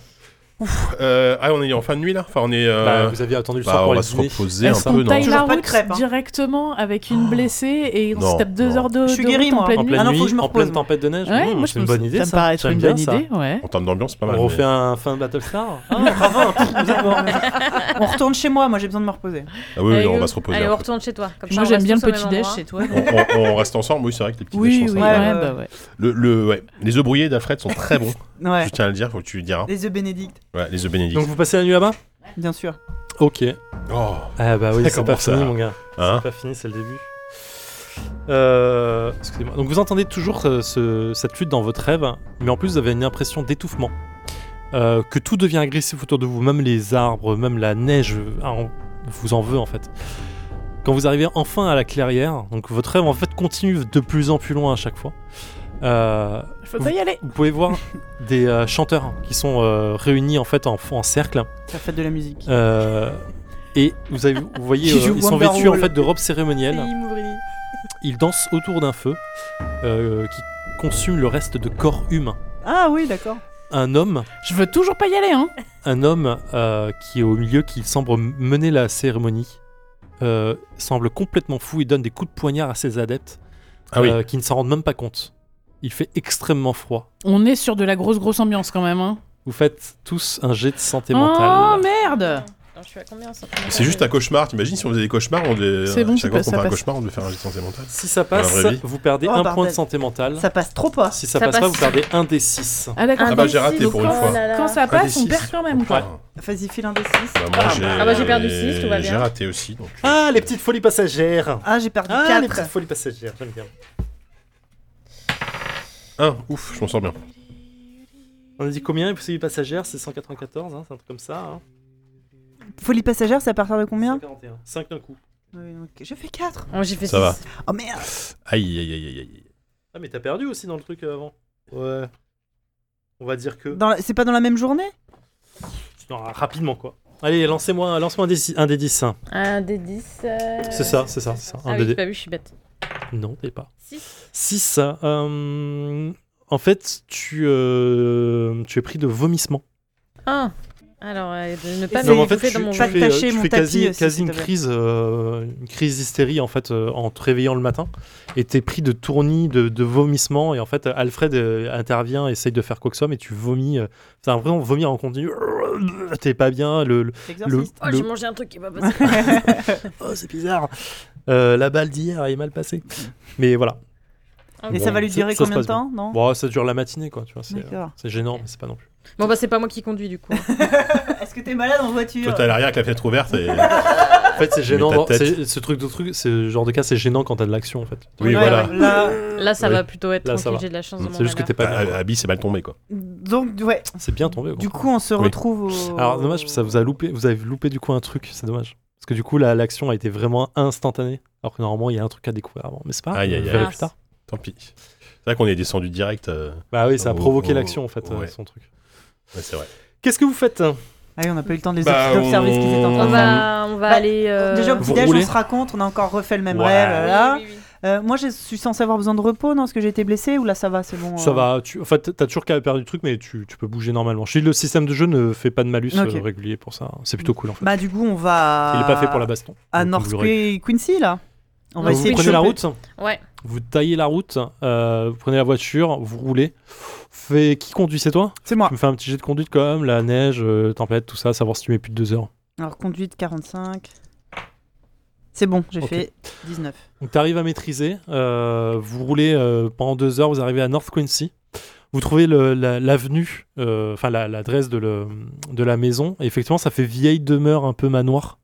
Speaker 4: Euh, ah, on est en fin de nuit là Enfin, on est. euh,
Speaker 3: Bah, Vous avez attendu le
Speaker 4: bah,
Speaker 3: soir pour
Speaker 4: on
Speaker 3: aller
Speaker 4: va se
Speaker 3: dîner.
Speaker 4: reposer un
Speaker 2: Est-ce qu'on
Speaker 4: peu, non
Speaker 2: taille
Speaker 1: Toujours
Speaker 2: la
Speaker 1: pas de
Speaker 2: route
Speaker 1: crêpes, hein.
Speaker 2: directement avec
Speaker 3: Oh.
Speaker 2: une blessée et on
Speaker 4: Non,
Speaker 2: se tape deux
Speaker 4: non.
Speaker 2: heures de,
Speaker 1: Je suis
Speaker 2: de
Speaker 1: guéri,
Speaker 2: route en
Speaker 1: moi.
Speaker 2: pleine
Speaker 3: En
Speaker 2: nuit
Speaker 3: pleine
Speaker 1: Ah non, faut que
Speaker 3: nuit,
Speaker 1: je me
Speaker 3: en pleine
Speaker 1: repose.
Speaker 3: tempête de neige.
Speaker 2: Ouais,
Speaker 3: Mmh,
Speaker 2: moi, je
Speaker 3: c'est une
Speaker 2: pense-
Speaker 3: bonne idée.
Speaker 2: Ça, me paraît être
Speaker 3: J'aime
Speaker 2: une
Speaker 3: bien
Speaker 2: bonne
Speaker 3: ça.
Speaker 2: idée, ouais.
Speaker 4: En termes d'ambiance, c'est pas mal.
Speaker 3: On
Speaker 4: mais-
Speaker 3: refait un fin de Battlestar. Ah, bravo, un truc, vous êtes mort.
Speaker 1: On retourne chez moi, moi j'ai besoin de me reposer.
Speaker 4: Ah oui, oui,
Speaker 5: Allez,
Speaker 4: on
Speaker 5: go.
Speaker 4: va se reposer.
Speaker 5: Allez, on
Speaker 4: après.
Speaker 5: retourne chez toi. Comme ça,
Speaker 2: Moi
Speaker 5: on
Speaker 2: j'aime
Speaker 5: reste
Speaker 2: bien le
Speaker 5: tous au
Speaker 2: petit
Speaker 5: même
Speaker 2: déj
Speaker 5: endroit.
Speaker 2: chez toi.
Speaker 4: On, on- on reste ensemble, oui, c'est vrai que les petits
Speaker 2: Oui,
Speaker 4: déj
Speaker 2: oui,
Speaker 4: sont
Speaker 2: ouais,
Speaker 4: sympas.
Speaker 1: sympas.
Speaker 2: bah ouais.
Speaker 4: Le, le- ouais. Les œufs brouillés d'Alfred sont très bons.
Speaker 1: Ouais.
Speaker 4: Je tiens à le dire, faut que tu le diras.
Speaker 1: Les œufs bénédicts,
Speaker 4: Ouais, les œufs bénédicts.
Speaker 3: Donc vous passez la nuit là-bas
Speaker 1: bien sûr.
Speaker 3: Ok.
Speaker 4: Oh,
Speaker 3: Ah bah oui,
Speaker 4: Ça
Speaker 3: c'est pas
Speaker 4: commence
Speaker 3: fini
Speaker 4: à-
Speaker 3: mon gars.
Speaker 4: hein
Speaker 3: C'est pas fini, c'est le début. Euh, Excusez-moi. Donc vous entendez toujours euh, ce- cette lutte dans votre rêve, mais en plus vous avez une impression d'étouffement. Euh, que tout devient agressif autour de vous, même les arbres, même la neige euh, ah, on vous en veut en fait. Quand vous arrivez enfin à la clairière, donc votre rêve en fait continue de plus en plus loin à chaque fois. Euh,
Speaker 2: Il faut pas y aller.
Speaker 3: vous pouvez voir des euh, chanteurs qui sont euh, réunis en fait en, en cercle
Speaker 1: C'est la fête de la musique.
Speaker 3: euh, et vous, avez, vous voyez,
Speaker 1: Qui
Speaker 3: euh,
Speaker 1: joue
Speaker 3: ils sont
Speaker 1: Wonderwall.
Speaker 3: vêtus en fait de robes cérémonielles.
Speaker 5: Mouvrini.
Speaker 3: Ils dansent autour d'un feu euh, qui consume le reste de corps humain.
Speaker 1: Ah oui, d'accord.
Speaker 3: Un homme,
Speaker 2: Je veux toujours pas y aller, hein.
Speaker 3: un homme euh, qui est au milieu, qui semble mener la cérémonie, euh, semble complètement fou. Il donne des coups de poignard à ses adeptes
Speaker 4: Ah oui.
Speaker 3: euh, qui ne s'en rendent même pas compte. Il fait extrêmement froid.
Speaker 2: On est sur de la grosse grosse ambiance quand même, hein.
Speaker 3: Vous faites tous un jet de santé
Speaker 2: Oh
Speaker 3: mentale.
Speaker 2: merde
Speaker 5: Attends, je suis à combien ça
Speaker 4: C'est juste un cauchemar. T'imagines si on faisait des cauchemars, on devait...
Speaker 2: C'est bon,
Speaker 4: chaque fois
Speaker 2: ça
Speaker 4: qu'on fait un
Speaker 2: passe.
Speaker 4: cauchemar, on devait faire un gestion mentale.
Speaker 3: Si ça
Speaker 4: Dans la
Speaker 3: passe,
Speaker 4: vraie vie.
Speaker 3: vous perdez
Speaker 1: Oh,
Speaker 3: un point de
Speaker 1: bordel.
Speaker 3: santé mentale.
Speaker 1: Ça passe trop pas.
Speaker 3: Si ça,
Speaker 5: Ça
Speaker 3: passe, pas,
Speaker 5: passe.
Speaker 3: vous perdez un des six.
Speaker 2: Ah d'accord.
Speaker 4: Ah bah, j'ai raté pour une
Speaker 5: oh
Speaker 2: quand,
Speaker 4: fois.
Speaker 2: quand ça passe, on perd quand même, Ah, quoi.
Speaker 1: Vas-y, file un des six.
Speaker 5: Ah bah, j'ai perdu six, tout va
Speaker 4: J'ai
Speaker 5: bien.
Speaker 4: raté aussi. donc, euh,
Speaker 3: Ah, les petites folies passagères
Speaker 1: Ah, j'ai perdu
Speaker 3: Ah, les petites
Speaker 1: 4.
Speaker 3: folies passagères, j'aime bien.
Speaker 4: Un, ouf, je m'en sors bien.
Speaker 3: On a dit combien les folies passagères C'est 194, hein, c'est un truc comme ça. Hein.
Speaker 1: Folie passagère, c'est à partir de combien
Speaker 3: 141. 5 d'un coup.
Speaker 1: Oui, ok. Je fais 4.
Speaker 5: Oh, j'ai fait
Speaker 4: Ça va.
Speaker 5: six.
Speaker 1: Oh merde.
Speaker 4: Aïe, aïe, aïe, aïe, aïe.
Speaker 3: Ah, mais t'as perdu aussi dans le truc euh, avant. Ouais. On va dire que.
Speaker 1: Dans la- C'est pas dans la même journée
Speaker 3: Non, rapidement quoi. Allez, lancez-moi lance-moi un des six- un des 10.
Speaker 5: Un des 10. euh,
Speaker 3: C'est ça, c'est ça, c'est ça. Un
Speaker 5: Ah
Speaker 3: des
Speaker 5: oui, j'ai
Speaker 3: dix.
Speaker 5: pas vu, je suis bête.
Speaker 3: Non, t'es pas.
Speaker 5: 6.
Speaker 3: 6. en fait, tu, euh, tu es pris de vomissements.
Speaker 5: 1. Hein. Alors, euh, de ne pas
Speaker 1: Et
Speaker 5: me
Speaker 1: c'est-
Speaker 3: en fait,
Speaker 5: bouffer
Speaker 3: tu,
Speaker 5: dans mon
Speaker 3: tu
Speaker 1: Pas
Speaker 5: ventre.
Speaker 3: fais, euh,
Speaker 1: tacher
Speaker 3: tu
Speaker 1: mon
Speaker 3: fais
Speaker 1: tapis
Speaker 3: quasi,
Speaker 1: aussi,
Speaker 3: quasi
Speaker 1: s'il
Speaker 3: une
Speaker 1: te plaît.
Speaker 3: crise, euh, une crise d'hystérie en fait euh, en te réveillant le matin. Et t'es pris de tournis, de, de vomissements. Et en fait, Alfred euh, intervient, essaye de faire quoi que ce soit, mais tu vomis. euh, C'est un vrai vomir en continu. T'es pas bien. Le, le-
Speaker 1: Exorciste.
Speaker 5: Oh,
Speaker 3: le-
Speaker 5: j'ai mangé un truc qui va passer.
Speaker 3: Oh, c'est bizarre. Euh, la balle d'hier est mal passée. Mais voilà.
Speaker 1: Et
Speaker 3: Bon,
Speaker 1: ça va lui
Speaker 3: ça-
Speaker 1: durer
Speaker 3: ça se
Speaker 1: combien de
Speaker 3: passe
Speaker 1: temps Non
Speaker 3: Bon, ça dure la matinée quoi. Tu vois, c'est, euh,
Speaker 1: D'accord.
Speaker 3: c'est gênant, mais c'est pas non plus.
Speaker 5: Bon, bah, c'est pas moi qui conduis du coup.
Speaker 1: Est-ce que t'es malade en voiture
Speaker 4: Toi, t'es à l'arrière avec la fenêtre ouverte et.
Speaker 3: En fait, c'est gênant.
Speaker 4: ta
Speaker 3: dans-
Speaker 4: tête.
Speaker 3: c'est- ce truc de truc, ce genre de cas, c'est gênant quand t'as de l'action en fait.
Speaker 4: Oui,
Speaker 1: Ouais,
Speaker 4: voilà.
Speaker 1: ouais, là,
Speaker 5: Là, ça
Speaker 3: Oui.
Speaker 5: va plutôt être
Speaker 3: Là, ça
Speaker 5: tranquille,
Speaker 3: va.
Speaker 5: j'ai de la chance. de
Speaker 4: Mm.
Speaker 5: mon
Speaker 3: C'est juste que
Speaker 5: malheur.
Speaker 3: t'es pas bien.
Speaker 4: Ah, Abby, c'est mal tombé, quoi.
Speaker 1: donc ouais.
Speaker 3: C'est bien tombé. gros.
Speaker 1: Du coup, euh, on se
Speaker 4: Oui.
Speaker 1: retrouve au...
Speaker 3: Alors dommage, ça vous a loupé, vous avez loupé du coup un truc, c'est dommage. Parce que du coup la- l'action a été vraiment instantanée, alors que normalement il y a un truc à découvrir avant. Mais c'est pas, grave,
Speaker 4: Aïe,
Speaker 3: on
Speaker 4: aïe, Ah.
Speaker 3: verra
Speaker 5: aïe.
Speaker 3: plus tard.
Speaker 4: Tant pis. C'est vrai qu'on est descendu direct. euh,
Speaker 3: Bah oui, ça a
Speaker 4: Oh,
Speaker 3: provoqué
Speaker 4: oh,
Speaker 3: l'action en fait, euh,
Speaker 4: ouais.
Speaker 3: son truc.
Speaker 4: Ouais, c'est vrai.
Speaker 3: Qu'est-ce que vous faites hein
Speaker 1: Ah oui, on n'a pas eu le temps de les
Speaker 4: Bah,
Speaker 1: d'observer ce qu'ils étaient en train
Speaker 5: On
Speaker 1: de faire.
Speaker 5: va, on va
Speaker 1: Bah,
Speaker 5: aller. euh,
Speaker 1: Déjà au
Speaker 3: Vous
Speaker 1: petit déj,
Speaker 3: roulez
Speaker 1: on se raconte, on a encore refait le même
Speaker 4: Ouais.
Speaker 1: rêve.
Speaker 5: oui,
Speaker 1: Là.
Speaker 5: oui, oui, oui.
Speaker 1: Euh, moi, je suis censé avoir besoin de repos, non Parce que j'ai été blessé ou là ça va, c'est bon.
Speaker 3: Ça
Speaker 1: euh,
Speaker 3: va, tu, en fait t'as toujours qu'à perdre du truc, mais tu, tu peux bouger normalement. Je dis, le système de jeu ne fait pas de malus
Speaker 1: Ok.
Speaker 3: euh, régulier pour ça, c'est plutôt cool en fait.
Speaker 1: Bah du coup, on va.
Speaker 3: il est pas fait pour la baston.
Speaker 1: À
Speaker 3: donc
Speaker 1: North
Speaker 3: vous l'aurez.
Speaker 1: Quay- Quincy là. On va
Speaker 5: Donc,
Speaker 3: Vous
Speaker 1: essayer de
Speaker 3: prenez la
Speaker 1: choper.
Speaker 3: route
Speaker 5: Ouais.
Speaker 3: vous taillez la route, euh, vous prenez la voiture, vous roulez. Fais... Qui conduit C'est toi
Speaker 1: C'est moi.
Speaker 3: Tu me fais un petit jet de conduite quand même, la neige, euh, tempête, tout ça, savoir si tu mets plus de deux heures.
Speaker 1: Alors conduite 45. C'est bon, j'ai
Speaker 3: Ok.
Speaker 1: fait 19.
Speaker 3: Donc t'arrives à maîtriser, euh, vous roulez euh, pendant deux heures, vous arrivez à North Quincy, vous trouvez le- la- l'avenue, euh, enfin la- l'adresse de, le- de la maison, et effectivement ça fait vieille demeure un peu manoir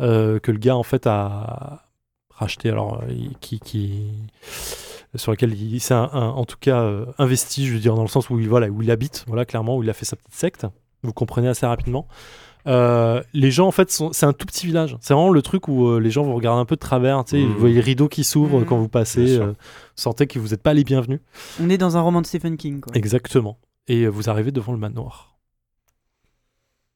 Speaker 3: euh, que le gars en fait a racheté, alors euh, il- qui, qui, sur lequel il s'est un- un- en tout cas euh, investi, je veux dire, dans le sens où il, voilà, où il habite, voilà, clairement, où il a fait sa petite secte. Vous comprenez assez rapidement. Euh, les gens, en fait, sont- c'est un tout petit village. C'est vraiment le truc où euh, les gens vous regardent un peu de travers. Tu sais,
Speaker 4: Mhm.
Speaker 3: Vous voyez les rideaux qui s'ouvrent
Speaker 1: Mhm.
Speaker 3: quand vous
Speaker 4: Mmh. Bien
Speaker 3: passez.
Speaker 4: sûr.
Speaker 3: euh, vous sentez que vous n'êtes pas les bienvenus.
Speaker 1: On est dans un roman de Stephen King. Quoi.
Speaker 3: Exactement. Et euh, vous arrivez devant le manoir.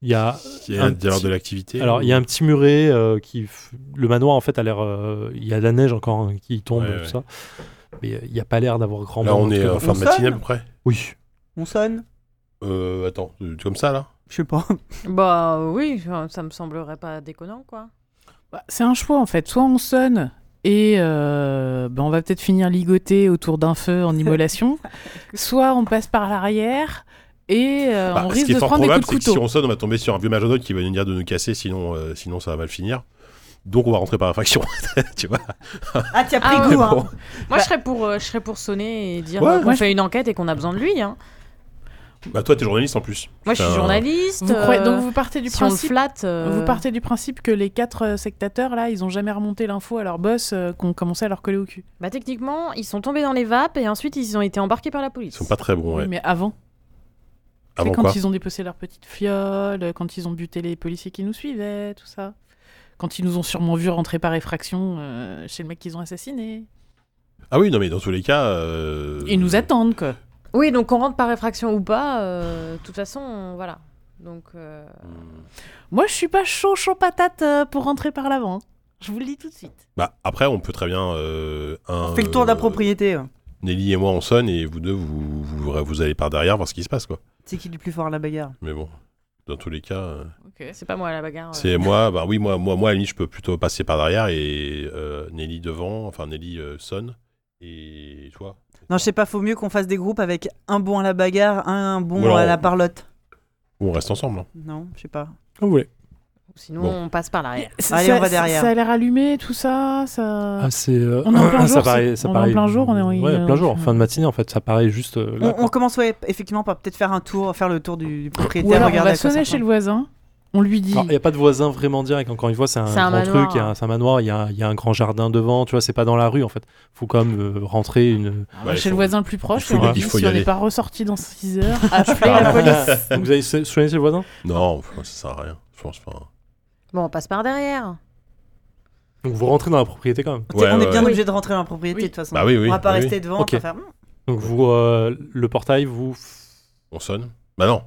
Speaker 3: Il y a
Speaker 4: Il y a
Speaker 3: Un
Speaker 4: un dealer
Speaker 3: petit-
Speaker 4: de l'activité.
Speaker 3: alors, il y a un petit muret euh, qui. f- Le manoir, en fait, a l'air. euh, Il y a de la neige encore hein, qui tombe,
Speaker 4: Ouais,
Speaker 3: tout
Speaker 4: ouais.
Speaker 3: ça. Mais euh, il n'y a pas l'air d'avoir grand
Speaker 4: Là,
Speaker 3: monde,
Speaker 4: on
Speaker 3: en tout
Speaker 4: est euh,
Speaker 3: cas.
Speaker 4: en fin de
Speaker 1: sonne
Speaker 4: matinée à peu près.
Speaker 3: Oui.
Speaker 1: On sonne
Speaker 4: Euh, attends, euh, comme ça là
Speaker 1: Je sais pas.
Speaker 5: Bah oui, ça me semblerait pas déconnant, quoi.
Speaker 2: Bah, C'est un choix en fait. Soit on sonne et euh, ben, on va peut-être finir ligoté autour d'un feu en immolation, soit on passe par l'arrière et euh,
Speaker 4: Bah,
Speaker 2: on
Speaker 4: Ce
Speaker 2: risque
Speaker 4: qui
Speaker 2: de
Speaker 4: est fort
Speaker 2: prendre des
Speaker 4: probable,
Speaker 2: coups de
Speaker 4: c'est que si
Speaker 2: couteau.
Speaker 4: on sonne, on va tomber sur un vieux majordome qui va nous dire de nous casser, sinon, euh, sinon ça va mal finir. Donc on va rentrer par infraction, tu vois.
Speaker 1: Ah, t'as pris
Speaker 5: Ah,
Speaker 1: goût, hein.
Speaker 4: Bon.
Speaker 5: Moi,
Speaker 2: Bah-
Speaker 5: je, serais pour, euh, je serais pour sonner et dire
Speaker 4: Ouais,
Speaker 5: euh, qu'on
Speaker 2: moi, je-
Speaker 5: fait une enquête et qu'on a besoin de lui. hein.
Speaker 4: Bah toi, t'es journaliste en plus.
Speaker 5: Moi, je suis
Speaker 4: Putain.
Speaker 5: journaliste.
Speaker 2: Vous croyez-
Speaker 5: euh,
Speaker 2: donc vous partez du
Speaker 5: si on le
Speaker 2: principe.
Speaker 5: flatte. euh,
Speaker 2: Vous partez du principe que les quatre euh, sectateurs là, ils ont jamais remonté l'info à leur boss euh, qu'on commençait à leur coller au cul.
Speaker 5: Bah, techniquement, ils sont tombés dans les vapes et ensuite ils ont été embarqués par la
Speaker 4: Ils
Speaker 5: police.
Speaker 4: sont pas très bons,
Speaker 2: Oui,
Speaker 4: ouais.
Speaker 2: mais avant, Tu sais,
Speaker 4: Avant
Speaker 2: quand
Speaker 4: quoi
Speaker 2: ils ont dépecé leur petite fiole, euh, quand ils ont buté les policiers qui nous suivaient, tout ça. Quand ils nous ont sûrement vu rentrer par effraction euh, chez le mec qu'ils ont assassiné.
Speaker 4: Ah oui, non, mais dans tous les cas. euh,
Speaker 2: Ils nous attendent quoi.
Speaker 5: Oui, donc on rentre par réfraction ou pas, euh, de toute façon, on- voilà. Donc, euh,
Speaker 4: hmm.
Speaker 2: Moi, je suis pas chaud, chaud patate euh, pour rentrer par l'avant. hein. Je vous le dis tout de suite.
Speaker 4: Bah après, on peut très bien. euh, un,
Speaker 1: Fais le tour de la
Speaker 4: euh,
Speaker 1: propriété.
Speaker 4: Nelly et moi, on sonne et vous deux, vous, vous, vous allez par derrière voir ce qui se passe, quoi.
Speaker 1: C'est qui le plus fort à la bagarre
Speaker 4: Mais bon, dans tous les cas, euh,
Speaker 5: c'est pas moi la bagarre. euh.
Speaker 4: c'est moi. Bah oui, moi, moi, moi, à la limite, je peux plutôt passer par derrière et euh, Nelly devant. Enfin, Nelly euh, sonne et toi.
Speaker 1: Non, je sais pas, faut mieux qu'on fasse des groupes avec un bon à la bagarre, un bon
Speaker 4: Ou alors-
Speaker 1: à la parlotte.
Speaker 4: Ou on reste ensemble. hein.
Speaker 1: Non, je sais pas.
Speaker 3: Comme vous voulez.
Speaker 5: euh, Sinon,
Speaker 4: Bon.
Speaker 5: on passe par l'arrière.
Speaker 1: Allez, on va derrière.
Speaker 2: Ça a l'air allumé, tout ça. ça...
Speaker 3: Ah, c'est, euh,
Speaker 2: On est en plein
Speaker 3: ça
Speaker 2: jour,
Speaker 3: paraît-
Speaker 2: c'est-
Speaker 3: ça
Speaker 2: on est en
Speaker 3: paraît-
Speaker 2: plein jour, on est en-
Speaker 3: Ouais, plein jour,
Speaker 2: euh,
Speaker 3: fin de matinée en fait. Ça paraît juste euh, là,
Speaker 1: On, on
Speaker 3: quoi.
Speaker 1: commence, ouais, effectivement, par peut-être faire un tour, faire le tour du, du propriétaire,
Speaker 2: Ou alors, on
Speaker 1: regarder
Speaker 2: va sonner chez le voisin. On lui dit.
Speaker 3: Alors, Il n'y a pas de voisin vraiment direct. Encore une fois, c'est un,
Speaker 5: C'est un
Speaker 3: grand
Speaker 5: manoir.
Speaker 3: truc. il y a un- C'est un manoir. Il y, a un- il y a un grand jardin devant. Tu vois, c'est pas dans la rue en fait. Faut quand même euh, rentrer une.
Speaker 2: On va
Speaker 4: Ouais,
Speaker 2: Ah, chez
Speaker 4: il
Speaker 2: le
Speaker 4: faut-
Speaker 2: voisin le plus proche.
Speaker 4: il faut-
Speaker 2: et on lui
Speaker 4: il
Speaker 2: dit,
Speaker 4: faut
Speaker 2: si
Speaker 4: y
Speaker 2: on n'est
Speaker 4: aller.
Speaker 2: pas ressorti dans 6 heures, appeler la police.
Speaker 3: Donc vous allez se- soigner chez le voisin
Speaker 4: Non, enfin, ça sert à rien. Je pense pas.
Speaker 5: Bon, on passe par derrière.
Speaker 3: Donc vous rentrez dans la propriété quand même.
Speaker 1: T'sais, on est bien
Speaker 5: ouais.
Speaker 1: obligé de rentrer dans la propriété de toute façon.
Speaker 4: Bah oui, oui.
Speaker 1: on va pas
Speaker 4: oui,
Speaker 1: rester
Speaker 4: oui.
Speaker 1: devant,
Speaker 3: Ok.
Speaker 1: on va faire, hmm,
Speaker 3: Donc vous, euh, le portail, vous.
Speaker 4: On sonne. Bah non.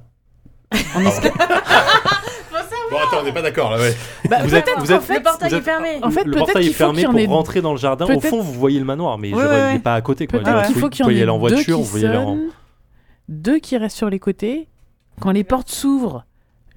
Speaker 1: On
Speaker 4: Pardon. Bon, attends, on n'est pas d'accord là, ouais.
Speaker 2: Bah,
Speaker 3: Euh, Vous êtes-
Speaker 2: peut-être
Speaker 3: vous
Speaker 2: qu'en
Speaker 3: êtes-
Speaker 2: fait,
Speaker 5: le portail
Speaker 3: vous
Speaker 5: est
Speaker 3: êtes-
Speaker 5: fermé.
Speaker 2: En fait,
Speaker 3: le
Speaker 2: peut-être
Speaker 3: portail
Speaker 2: qu'il
Speaker 3: est
Speaker 2: faut
Speaker 3: fermé
Speaker 2: qu'il y en
Speaker 3: pour
Speaker 2: ait-
Speaker 3: rentrer dans le jardin. Au
Speaker 2: peut-être-
Speaker 3: fond, vous voyez le manoir, mais je
Speaker 1: Ouais,
Speaker 3: vois,
Speaker 1: ouais,
Speaker 3: il
Speaker 1: ouais.
Speaker 3: n'est pas à côté. Quoi.
Speaker 2: Peut-être
Speaker 1: Ouais,
Speaker 2: qu'il
Speaker 3: Vous
Speaker 2: faut qu'il y en
Speaker 3: pouvez y
Speaker 2: ait
Speaker 3: aller en
Speaker 2: deux
Speaker 3: voiture,
Speaker 2: qui
Speaker 3: vous pouvez y aller en-
Speaker 2: sonnent, deux qui restent sur les côtés. Quand les portes s'ouvrent,